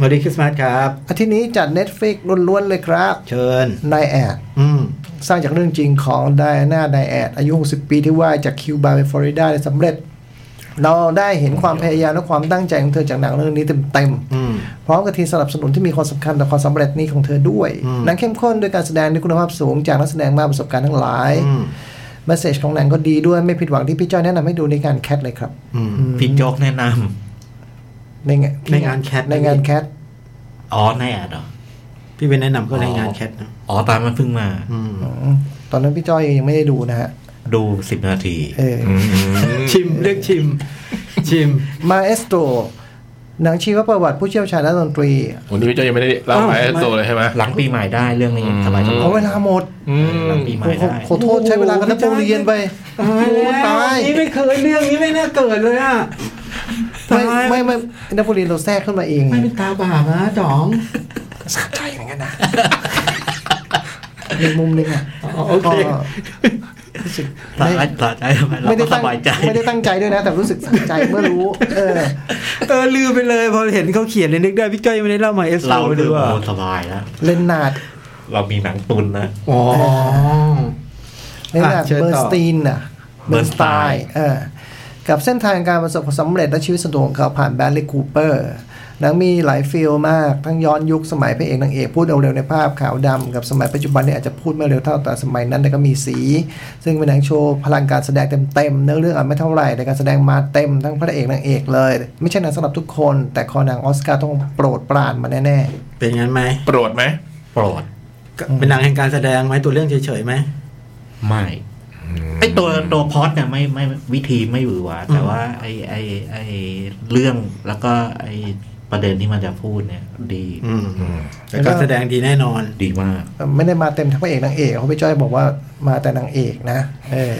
[SPEAKER 7] มาดีคริสต์มาสครับ
[SPEAKER 2] อาทิตย์นี้จัด Netflix ล้วนๆเลยครับ
[SPEAKER 7] เชิญ
[SPEAKER 2] นายแอด
[SPEAKER 7] อืม
[SPEAKER 2] สร้างจากเรื่องจริงของไดอาน่าไดแอดอายุ 60 ปีที่ว่ายจากคิวบาไปฟลอริดาได้สำเร็จ เราได้เห็นความพยายามและความตั้งใจของเธอจากหนังเรื่องนี้เต็ม
[SPEAKER 7] อืม
[SPEAKER 2] ๆพร้อมกับทีมสนับสนุนที่มีความสำคัญต่อความสำเร็จนี้ของเธอด้วย
[SPEAKER 7] อืม
[SPEAKER 2] หนังเข้มข้นด้วยการแสดงด้วยคุณภาพสูงจากนักแสดงมากประสบการณ์ทั้งหลาย
[SPEAKER 7] อืม
[SPEAKER 2] เมสเซจของหนังก็ดีด้วยไม่ผิดหวังที่พี่จ้อยแนะนำให้ดูในงานแคทเลยครับ
[SPEAKER 7] อืม
[SPEAKER 4] พี่โจ๊กแนะน
[SPEAKER 2] ในงาน
[SPEAKER 7] ในงาน Cat
[SPEAKER 2] ในงานแคท
[SPEAKER 4] ำอ๋อในแอดเหรอ
[SPEAKER 7] พี่เป็นแนะนำก็ในงาน
[SPEAKER 4] อ๋อ
[SPEAKER 7] แคทนะ
[SPEAKER 4] อ๋อตามมันเพิ่งมา
[SPEAKER 7] อืม
[SPEAKER 2] ตอนนั้นพี่จ้อยยังไม่ได้ดูนะฮะ
[SPEAKER 4] ดูสิบนาที
[SPEAKER 2] เอออ
[SPEAKER 7] ชิมเรียกชิม ชิม
[SPEAKER 2] มาเอสโตรหนังชีวประวัติผู้เชี่ยวชาญด้านดนตรี
[SPEAKER 3] วันนี้พี่เจ้ายังไม่ได้เล่า
[SPEAKER 7] อ้าว
[SPEAKER 3] ไปไอ้โตเลยใช่ไหม
[SPEAKER 4] หลังปีใหม่ได้เรื่องนี้
[SPEAKER 3] อืม
[SPEAKER 4] สบายๆ
[SPEAKER 2] เอาเวลาหมด
[SPEAKER 3] อืม
[SPEAKER 4] หลังปีใหม่
[SPEAKER 2] ขอ
[SPEAKER 4] ได้
[SPEAKER 2] ขอโทษใช้เวลากันทั้งโรงเรียนไป
[SPEAKER 7] ตายแล้ว
[SPEAKER 2] ตาย
[SPEAKER 7] นี่ไม่เคยเรื่องนี้ไม่น่าเกิดเลยอ่ะตา
[SPEAKER 2] ไม่
[SPEAKER 7] ย
[SPEAKER 2] ไม่ไม่นักเรียนเราแทรกขึ้นมาเอง
[SPEAKER 7] ไม่เป็นตาบาปนะจ๋อง
[SPEAKER 2] ในมุมหนึงอ่ะ
[SPEAKER 7] อ๋อโอเค
[SPEAKER 2] ก็รู้สึก
[SPEAKER 4] สะ
[SPEAKER 2] ได้
[SPEAKER 4] ใจสะใจเรา
[SPEAKER 2] ไม่
[SPEAKER 4] ก็
[SPEAKER 2] ได้
[SPEAKER 4] ส
[SPEAKER 2] ตั้ง
[SPEAKER 4] บายใจ
[SPEAKER 2] ไม่ได้ตั้งใจด้วยนะ แต่รู้สึกสะใจเมื่อรู้ เออ
[SPEAKER 7] เออลืมไปเลยพอเห็นเขาเขียนเลยนึกได้พี่จ้อยยังไม่ได้เล่ามาเอส
[SPEAKER 4] เรา
[SPEAKER 7] ไป
[SPEAKER 4] ดู
[SPEAKER 7] ดูอ่ะ
[SPEAKER 4] โอ้สบายแล้ว
[SPEAKER 2] เลนนาร์ด
[SPEAKER 4] เรามีหนังตุนนะ
[SPEAKER 7] อ๋อ
[SPEAKER 2] เลนนาร์ด
[SPEAKER 7] อ่ะเชิญต่อ
[SPEAKER 2] เบอร์สตีนอ่ะเบอร์สไตน์เออกับเส้นทางการประสบความสำเร็จและชีวิตส่วนตัวของเขาผ่านแบรดลีย์คูเปอร์หนังมีหลายฟิลมาก ทั้งย้อนยุคสมัยพระเอกนางเอกพูดเร็วๆในภาพขาวดำกับสมัยปัจจุบันเนี่ยอาจจะพูดไม่เร็วเท่าแต่สมัยนั้นแต่ก็มีสี ซึ่งเป็นหนังโชว์พลังการแสดงเต็มๆเนื้อเรื่องอาจไม่เท่าไหร่แต่การแสดงมาเต็มทั้งพระเอกนางเอกเลย ไม่ใช่หนังสำหรับทุกคน แต่คอหนังออสการ์ต้องโปรดปรานมาแน่
[SPEAKER 7] เป็นงั้นไหม
[SPEAKER 3] โปรดไหม
[SPEAKER 4] โปรด
[SPEAKER 7] เป็นหนังแห่งการแสดงไหมตัวเรื่องเฉยๆไหม
[SPEAKER 4] ไม่ไอตัวตัวพล็อดเนี่ยไม่ไม่วิธีไม่หวือหวาแต่ว่าไอไอไอเรื่องแล้วก็ไอประเด็นที่มันจะพูดเนี่ย ดี
[SPEAKER 7] อืมแต่การแสดงดีแน่นอน
[SPEAKER 4] ดีมาก
[SPEAKER 2] ๆไม่ได้มาเต็มทั้งพระเอกนางเอกเขาะพี่จ้อยบอกว่ามาแต่นางเอกนะเออ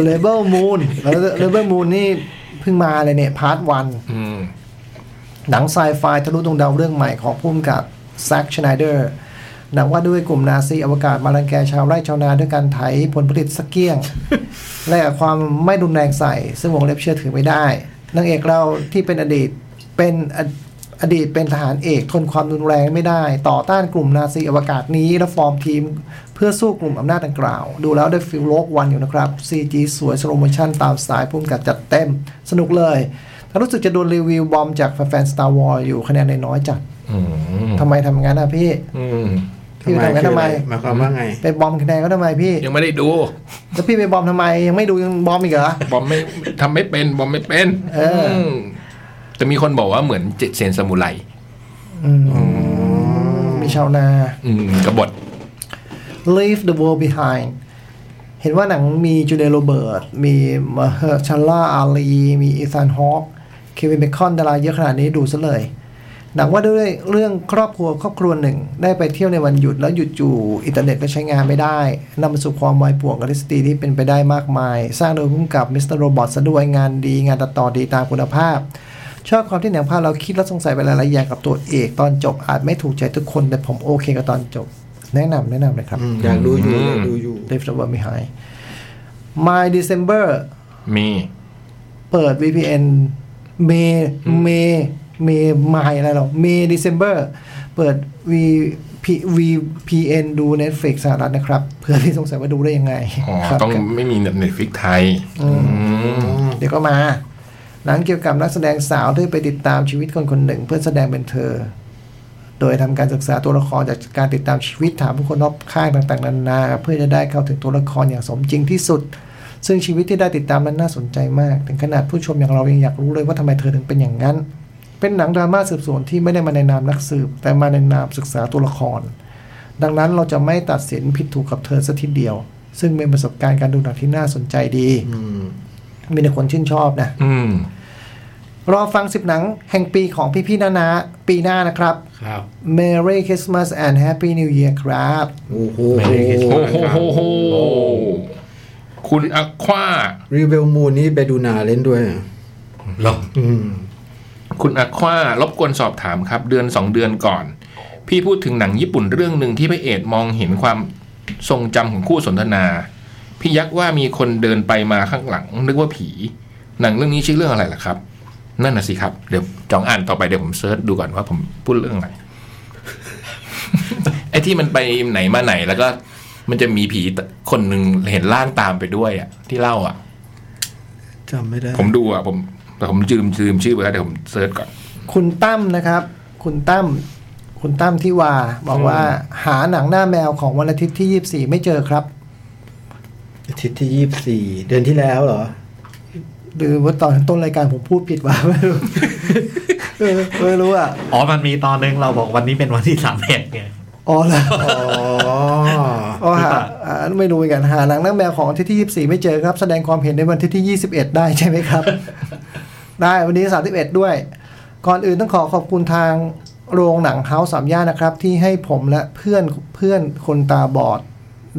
[SPEAKER 2] เลเบลมูนแล้วเลเบลมูนนี่เพิ่งมาเลยเนี่ยพาร์ทวัน
[SPEAKER 3] อืม
[SPEAKER 2] หนังไซไฟทะลุดวงดาวเรื่องใหม่ของผู้กำกับแซคชไนเดอร์หนังว่าด้วยกลุ่มนาซีอวกาศมารังแกชาวไร่ชาวนาด้วยการไถผลผลิตสกเกี้ยง และความไม่รุนแรงใส่ ซึ่งวงเล็บเชื่อถือไม่ได้นางเอกเราที่เป็นอดีตเป็นอ อดีตเป็นทหารเอกทนความรุนแรงไม่ได้ ต่อต้านกลุ่มนาซีอวกาศนี้ และฟอร์มทีมเพื่อสู้กลุ่มอำนาจดังกล่าว ดูแล้วได้ฟิลโลกวันอยู่นะครับ CG สวยสโลโมชั่นตามสไตล์พุ่มกับจัดเต็ม สนุกเลยแต่รู้สึกจะโดนรีวิวบอมจากแฟนๆ Star Wars อยู่คะแนนน้อยๆจัด
[SPEAKER 3] อืม
[SPEAKER 2] ทำไมทำงั้นนะพี่
[SPEAKER 3] อืม
[SPEAKER 2] พี่ไปทำงั้นทำไม
[SPEAKER 5] หมายความว่าไง
[SPEAKER 2] ไปบอมคะแนนก็ทำไมพี่
[SPEAKER 3] ยังไม่ได้ดู
[SPEAKER 2] แล้วพี่ไปบอมทำไมยังไม่ดูยังบอมอีกเหรอ
[SPEAKER 3] บอมไม่ทำไม่เป็นบอมไม่เป็น
[SPEAKER 2] เอออื
[SPEAKER 3] มแต่มีคนบอกว่าเหมือนเจเซนซามูไร
[SPEAKER 2] อืมมีชาวนา
[SPEAKER 3] อืมกบฏ
[SPEAKER 2] Leave the World Behind เห็นว่าหนังมีจูเดโรเบิร์ต มีมาเฮอร์ชัลล่าอาลี มีอีธานฮอคเควินเบคอนดาราเยอะขนาดนี้ดูซะเลย หนังว่าด้วยเรื่องครอบครัวครอบครัวหนึ่ง ได้ไปเที่ยวในวันหยุดแล้วหยุดจู่อินเทอร์เน็ตก็ใช้งานไม่ได้นำมาสู่ความวายป่วงกับทฤษฎีที่เป็นไปได้มากมาย สร้างโดยผู้กำกับมิสเตอร์โรบอทซะด้วยงานดีงานตัดต่อดีตามคุณภาพ ชอบความที่หนังพาเราคิดและสงสัยไปหลายๆอย่างกับตัวเอกตอนจบอาจไม่ถูกใจทุกคนแต่ผมโอเคกับตอนจบ แนะนำแนะนำเลยครับ
[SPEAKER 5] อยากดูอยู่อยากดูอยู่
[SPEAKER 2] Leave the world behind My December
[SPEAKER 3] มี
[SPEAKER 2] เปิด VPN เมเมเมไมอะไรหรอเม December เปิด V P VPN ดู Netflix สหรัฐนะครับ เพื่อที่สงสัยว่าดูได้ยังไง
[SPEAKER 3] อ๋อ
[SPEAKER 2] ครับ
[SPEAKER 3] ต้องไม่มีเน็ตฟิกไทย อืม
[SPEAKER 2] เดี๋ยวก็มา หนังเกี่ยวกับนักแสดงสาวที่ไปติดตามชีวิตคนคนหนึ่ง เพื่อแสดงเป็นเธอ โดยทำการศึกษาตัวละครจากการติดตามชีวิตถามผู้คนรอบข้างต่างๆนานา เพื่อจะได้เข้าถึงตัวละครอย่างสมจริงที่สุด ซึ่งชีวิตที่ได้ติดตามนั้นน่าสนใจมาก ถึงขนาดผู้ชมอย่างเรายังอยากรู้เลยว่าทำไมเธอถึงเป็นอย่างนั้น เป็นหนังดราม่าสืบสวนที่ไม่ได้มาในนามนักสืบ แต่มาในนามศึกษาตัวละคร ดังนั้นเราจะไม่ตัดสินผิดถูกกับเธอสัทีเดียว ซึ่งเป็นประสบการณ์การดูหนังที่น่าสนใจดีมีแต่คนชื่นชอบนะ
[SPEAKER 3] อืม
[SPEAKER 2] รอฟังสิบหนังแห่งปีของพี่ๆนานาปีหน้านะครับ
[SPEAKER 1] ครับ
[SPEAKER 2] Merry Christmas and Happy New Year ครับ
[SPEAKER 5] โอ้โห
[SPEAKER 4] ไม่ได้คิด
[SPEAKER 3] โอ้โหโหโหโหคุณอควา
[SPEAKER 5] รีเวลมูนนี่ไปดูนาเล่นด้วยเหรอ
[SPEAKER 1] หรอ
[SPEAKER 5] อืม
[SPEAKER 3] คุณอควารบกวนสอบถามครับ เดือนสองเดือนก่อน พี่พูดถึงหนังญี่ปุ่นเรื่องหนึ่งที่พระเอกมองเห็นความทรงจำของคู่สนทนา พี่ยักษ์ว่ามีคนเดินไปมาข้างหลัง นึกว่าผี หนังเรื่องนี้ชื่อเรื่องอะไรล่ะครับ นั่นน่ะสิครับ เดี๋ยวจองอ่านต่อไปเดี๋ยวผมเซิร์ชดูก่อนว่าผมพูดเรื่อง อะไร ไอ้ที่มันไปไหนมาไหนแล้วก็ มันจะมีผีคนหนึ่งเห็นร่างตามไปด้วยอ่ะ ที่เล่าอ่ะ
[SPEAKER 5] จำไม่ได้
[SPEAKER 3] ผมดูอ่ะผมแต่ผมจืมจืมชื่อไปแล้วเดี๋ยวผมเซิร์ชก่อน
[SPEAKER 2] คุณตั้มนะครับ คุณตั้ม คุณตั้มที่ว่า บอกว่าหาหนังหน้าแมวของวันอาทิตย์ที่ 24 ไม่เจอครับ
[SPEAKER 5] อาทิตย์ที่ยี่สี่เดือนที่แล้วเหรอ
[SPEAKER 2] หรือว่าตอนต้นรายการผมพูดผิดว่า ไม่รู้เออไม่รู้อ่ะ
[SPEAKER 4] อ๋อมันมีตอนนึงเราบอกวันนี้เป็นวันที่สามเอ็ดไง
[SPEAKER 2] อ๋อเหรอ
[SPEAKER 5] อ๋อ
[SPEAKER 2] อ๋อหาอ่าไม่รู้เหมือนกันหาหนังหน้าแมวของวันอาทิตย์ที่ 24 ไม่เจอครับ แสดงความเห็นในวันอาทิตย์ที่ 21 ได้ ใช่ไหมครับ ได้วันนี้ 31 ด้วย ก่อนอื่นต้องขอขอบคุณทางโรงหนังเฮาสามย่านนะครับ ที่ให้ผมและเพื่อนเพื่อนคนตาบอด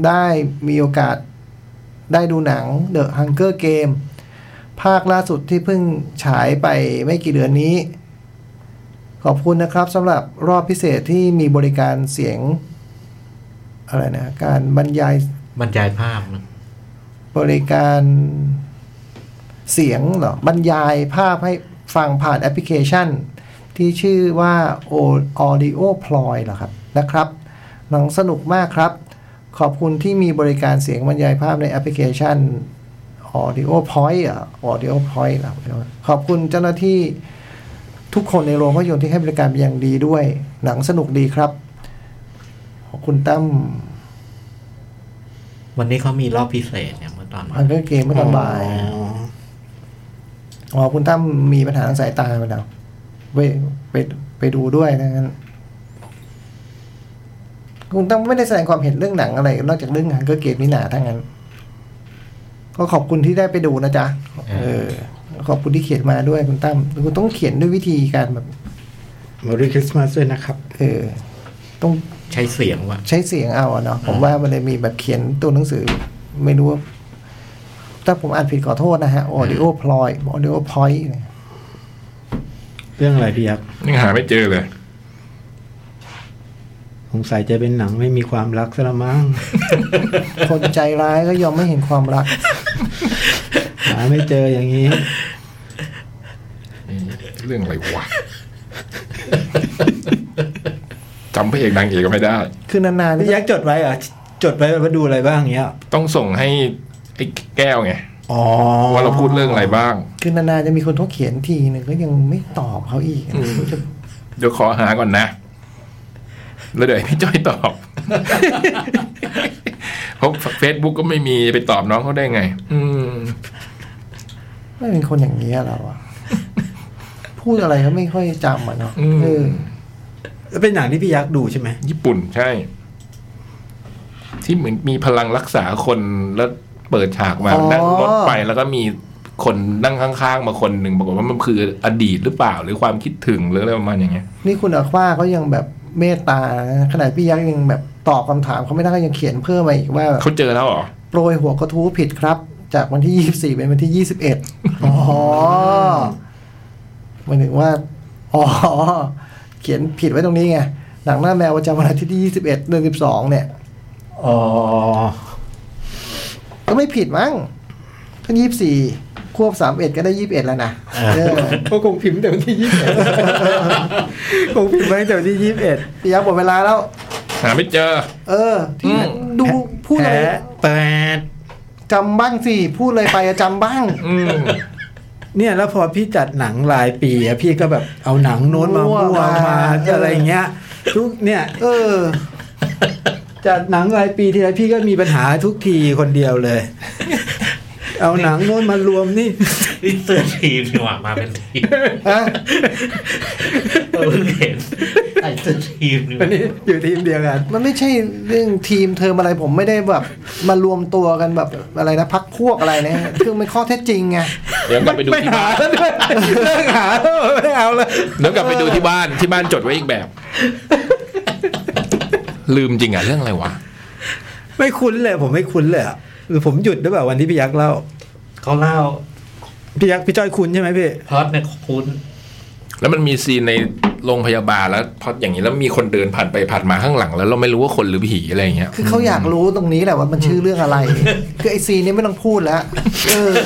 [SPEAKER 2] ได้มีโอกาสได้ดูหนัง The Hunger Game ภาคล่าสุดที่เพิ่งฉายไปไม่กี่เดือนนี้ ขอบคุณนะครับสำหรับรอบพิเศษที่มีบริการเสียง อะไรนะ การบรรยาย
[SPEAKER 4] บรรยายภาพนะ
[SPEAKER 2] บริการเสียงเหรอบรรยายภาพให้ฟังผ่านแอปพลิเคชัน ที่ชื่อว่า O- Audio Ploy เหรอครับนะครับ หนังสนุกมากครับ ขอบคุณที่มีบริการเสียงบรรยายภาพในแอปพลิเคชัน Audio Point อ่ะ Audio Point เหรอขอบคุณเจ้าหน้าที่ ทุกคนในโรงภาพยนตร์ที่ให้บริการเป็นอย่างดีด้วย หนังสนุกดีครับ ขอบคุณตั้ม
[SPEAKER 4] วันนี้เขามีรอบพิเศษเนี่ยเมื่อตอน
[SPEAKER 2] อันเกอร์เกมเมื่อตอนบ่าย
[SPEAKER 5] อ๋อ
[SPEAKER 2] อ๋อคุณตั้มมีปัญหาทางสายตาไปแล้วไปไปไปดูด้วยนะงั้นคุณตั้มไม่ได้แสดงความเห็นเรื่องหนังอะไร นอกจากเรื่องฮังเกอร์เกมนี่หนาทั้งนั้น ก็ขอบคุณที่ได้ไปดูนะจ๊ะเออ ขอบคุณที่เขียนมาด้วยคุณตั้มคุณต้องเขียนด้วยวิธีการแบบ
[SPEAKER 5] มารีคริสต์มาสด้วยนะครับ
[SPEAKER 2] เออ ต้อง
[SPEAKER 4] ใช้เสียงว่ะ
[SPEAKER 2] ใช้เสียงเอาอะเนาะผมว่ามันเลยมีแบบเขียนตัวหนังสือ ไม่รู้ว่าถ้าผมอ่านผิดขอโทษนะฮะ audio ploy audio point เนี่ย
[SPEAKER 5] เรื่องอะไรพี่ยักษ์
[SPEAKER 3] ยังหาไม่เจอเลย
[SPEAKER 5] สงสัยจะเป็นหนังไม่มีความรักซะละมั้ง
[SPEAKER 2] คนใจร้ายก็ยอมไม่เห็นความรัก
[SPEAKER 5] หาไม่เจออย่างนี้
[SPEAKER 3] เรื่องอะไรวะ จำพระเอกนางเอกก็ไม่ได้
[SPEAKER 2] คือนานๆนี่
[SPEAKER 7] พี่ยักษ์จดไว้เหรอ่ะจดไว้ว่าดูอะไรบ้างเงี้ย
[SPEAKER 3] ต้องส่งให้ไอ้แก้วไง
[SPEAKER 7] อ๋อ
[SPEAKER 3] ว่าเราพูดเรื่องอะไรบ้าง
[SPEAKER 2] คือนานๆจะมีคนเขาเขียนทีหนึ่งก็ยังไม่ตอบเขาอีก
[SPEAKER 3] อืม เดี๋ยวขอหาก่อนนะ แล้วเดี๋ยวให้พี่จ้อยตอบเพราะเฟซบุ๊กก็ไม่มีไปตอบน้องเขาได้ไง อืม
[SPEAKER 2] ไม่เป็นคนอย่างนี้ยเราอะพูดอะไรก็ไม่ค่อยจำอ่ะเนาะ
[SPEAKER 3] อืม
[SPEAKER 2] เออ
[SPEAKER 7] แล้วเป็นหนังที่พี่ยักษ์ดู ใช่ไหม
[SPEAKER 3] ญี่ปุ่นใช่ ที่เหมือนมีพลังรักษาคนแล้วเปิดฉากมานั่งรถไปแล้วก็มีคนนั่งข้างๆมาคนหนึ่งบอกฏว่ามันคืออดีตหรือเปล่า หรือความคิดถึงหรืออะไรประมาณอย่างเงี้ย
[SPEAKER 2] นี่คุณอาคว้าก็ยังแบบเมตตานะขนาดพี่ยักษ์ยังแบบตอบคำถามเขาไม่ได้ก็ยังเขียนเพิ่มมาอีกว่า
[SPEAKER 3] เขาเจอแล้วเหรอ
[SPEAKER 2] โปรยหัวกระทู้ผิดครับ จากวันที่ยี่สี่เป็นวันที่ยี่สิบเอ็ดอ๋อหมายถึงว่า อ๋อ เขียนผิดไว้ตรงนี้ไง หลังหน้าแมวประจำวันอาทิตย์ที่ยี่สิบเอ็ดเดือนสิบสองเนี่ย
[SPEAKER 7] อ๋อ
[SPEAKER 2] ก็ไม่ผิดมั้งก็ยี่สี่ควบสามเอ็ดก็ได้ยี่สิบเอ็ดแล้วนะเออ
[SPEAKER 7] ก็คงพิมพ์แต่วันที่ยี่สิบ คงพิมพ์ไว้แต่วันที่ยี่สิบเอ็ด
[SPEAKER 2] พี่ยักษ์หมดเวลาแล้ว
[SPEAKER 3] หาไม่เจอ
[SPEAKER 2] เออ ที่
[SPEAKER 3] อืม
[SPEAKER 2] ดูพูดอะไร
[SPEAKER 7] แปด
[SPEAKER 2] จำบ้างสิ พูดอะไรไปอะจำบ้าง
[SPEAKER 3] อืม
[SPEAKER 7] เนี่ยแล้วพอพี่จัดหนังรายปีอะพี่ก็แบบเอาหนังโน้นมา
[SPEAKER 2] มั่ว
[SPEAKER 7] มั่วมา
[SPEAKER 2] เอออ
[SPEAKER 7] อะไรเงี้ย ทุกเนี่ย
[SPEAKER 2] เออ
[SPEAKER 7] จัดหนังรายปีทีไรพี่ก็มีปัญหาทุกทีคนเดียวเลย เอาหนังโน้นมารวมนี่
[SPEAKER 4] นี่เสื้อทีมดีกว่ามาเป็นทีม
[SPEAKER 2] ฮะ
[SPEAKER 4] เออเพิ่งเห็นใส่เสื้อทีมดีก
[SPEAKER 7] อัน
[SPEAKER 4] ว่า
[SPEAKER 7] นี้อยู่ทีมเดียวกัน
[SPEAKER 2] มันไม่ใช่เรื่องทีมเทอมอะไรผมไม่ได้แบบ มารวมตัวกันแบบอะไรนะพักพวกอะไรนะคือมันข้อเท็จจริงไง
[SPEAKER 3] เดี๋ยวกลับไปดูที่บ้าน
[SPEAKER 7] เลิกหาแล้วไม่เอาเลย
[SPEAKER 3] เดี๋ยวกลับไปดูที่บ้านที่บ้านจดไว้อีกแบบ ลืมจริงอ่ะเรื่องอะไรวะ
[SPEAKER 7] ไม่คุ้นเลย ผมไม่คุ้นเลยอะหรือผมหยุดหรือเปล่าวันที่พี่ยักษ์เล่า
[SPEAKER 4] เขาเล่า
[SPEAKER 7] พี่ยักษ์พี่จ้อยคุ้นใช่ไหมพี่
[SPEAKER 4] พล็อตเนี่ยคุ้น
[SPEAKER 3] แล้วมันมีซีนในโรงพยาบาลแล้วพออย่างนี้แล้วมีคนเดินผ่านไปผ่านมาข้างหลัง แล้วเราไม่รู้ว่าคนหรือผีอะไรอย่างเงี้ย
[SPEAKER 2] คือเขาอยากรู้ตรงนี้แหละว่ามันชื่อเรื่องอะไร คือไอซีนนี้ไม่ต้องพูดแล้วเออ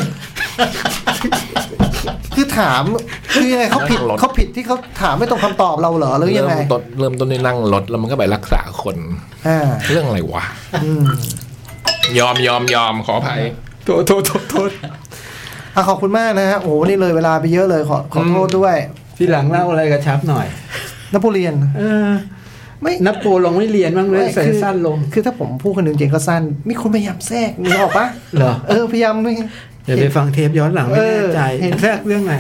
[SPEAKER 2] คือถามคือยังไงเขาผิด
[SPEAKER 3] นั่งรถ
[SPEAKER 2] เขาผิดที่เขาถามไม่ตรงคำตอบเราเหรอหรือยังไง
[SPEAKER 3] เริ่มต้นเริ่มต้นด้วยนั่งรถแล้วมันก็ไปรักษาคน
[SPEAKER 2] อ่า
[SPEAKER 3] เรื่องอะไรวะ
[SPEAKER 2] อืม
[SPEAKER 3] ยอมยอมยอมขออภัย
[SPEAKER 7] โทษโทษโทษโทษ
[SPEAKER 2] อ่ะขอบคุณมากนะฮะโอ้โหนี่เลยเวลาไปเยอะเลยขอขอโทษด้วย
[SPEAKER 7] พี่หลังเล่าอะไรกระชับหน่อย
[SPEAKER 2] นโปเลียน
[SPEAKER 7] เออ
[SPEAKER 2] ไม่
[SPEAKER 7] นับโปรลงไม่เรียนบ้างเลยใส่
[SPEAKER 2] คือ
[SPEAKER 7] สั้นลง
[SPEAKER 2] คือถ้าผมพูดคนหนึ่งเจริงก็สั้น มีคนพยายามแทรกนึกออกปะ
[SPEAKER 7] เหรอ
[SPEAKER 2] เออ พยายามไม่
[SPEAKER 7] เดี๋ยวไปฟังเทปย้อนหลังไม่แน่ใจ
[SPEAKER 2] เออเห็น
[SPEAKER 7] แทรกเรื่องไหน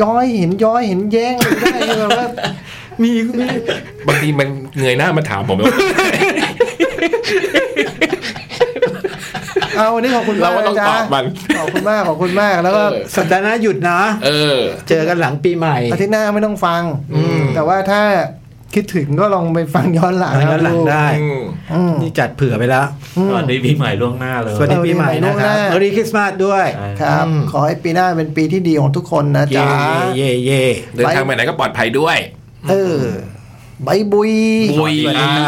[SPEAKER 2] ย้อยเห็นย้อยเห็นแย้งอะไรได้คือแบบว่า
[SPEAKER 7] มีมี
[SPEAKER 3] บางทีมันเงยหน้ามาถามผมว่า
[SPEAKER 2] เอาวันนี้ขอบคุณ
[SPEAKER 3] เรา
[SPEAKER 2] มา
[SPEAKER 3] ก็
[SPEAKER 2] ก
[SPEAKER 3] ต้อง
[SPEAKER 2] นะ
[SPEAKER 3] ต
[SPEAKER 2] จ๊ะ
[SPEAKER 3] อบมัน
[SPEAKER 2] ขอบคุณมากขอบคุณมากแล้วก็
[SPEAKER 3] เออ
[SPEAKER 7] สัปดาห์หน้าหยุดนะ
[SPEAKER 3] เออ
[SPEAKER 7] เจอกันหลังปีใหม่
[SPEAKER 2] อาทิตย์หน้าไม่ต้องฟัง
[SPEAKER 3] อืม
[SPEAKER 2] แต่ว่าถ้าคิดถึงก็ลองไปฟังย้อนหลัง
[SPEAKER 7] ฟังย้อนหลังได้
[SPEAKER 3] อ
[SPEAKER 7] ใช่
[SPEAKER 3] อืม
[SPEAKER 2] อืม
[SPEAKER 7] นี่จัดเผื่อไปแล้ว
[SPEAKER 4] สวัสดีปีใหม่ล่วงหน้าเลย
[SPEAKER 7] สวัสดีปีใหม่นะ
[SPEAKER 2] สวัสดีปี
[SPEAKER 7] ค
[SPEAKER 2] ใหม่ล่วงห
[SPEAKER 7] รั
[SPEAKER 2] น้า
[SPEAKER 7] บสวัสดีคริสต์มาสด้วย
[SPEAKER 2] ครับ
[SPEAKER 7] อืม
[SPEAKER 2] ขอให้ปีหน้าเป็นปีที่ดีของทุกคนนะ
[SPEAKER 7] เย่
[SPEAKER 2] จ๊ะ
[SPEAKER 7] เย่เย่
[SPEAKER 3] เดินทางไปไหนก็ปลอดภัยด้วย
[SPEAKER 2] เออ บายบุย
[SPEAKER 3] บุย
[SPEAKER 7] สวัสดี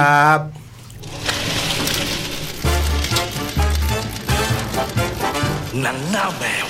[SPEAKER 7] ค
[SPEAKER 9] หนั
[SPEAKER 3] นะ
[SPEAKER 7] รับ
[SPEAKER 9] งหน้าแมว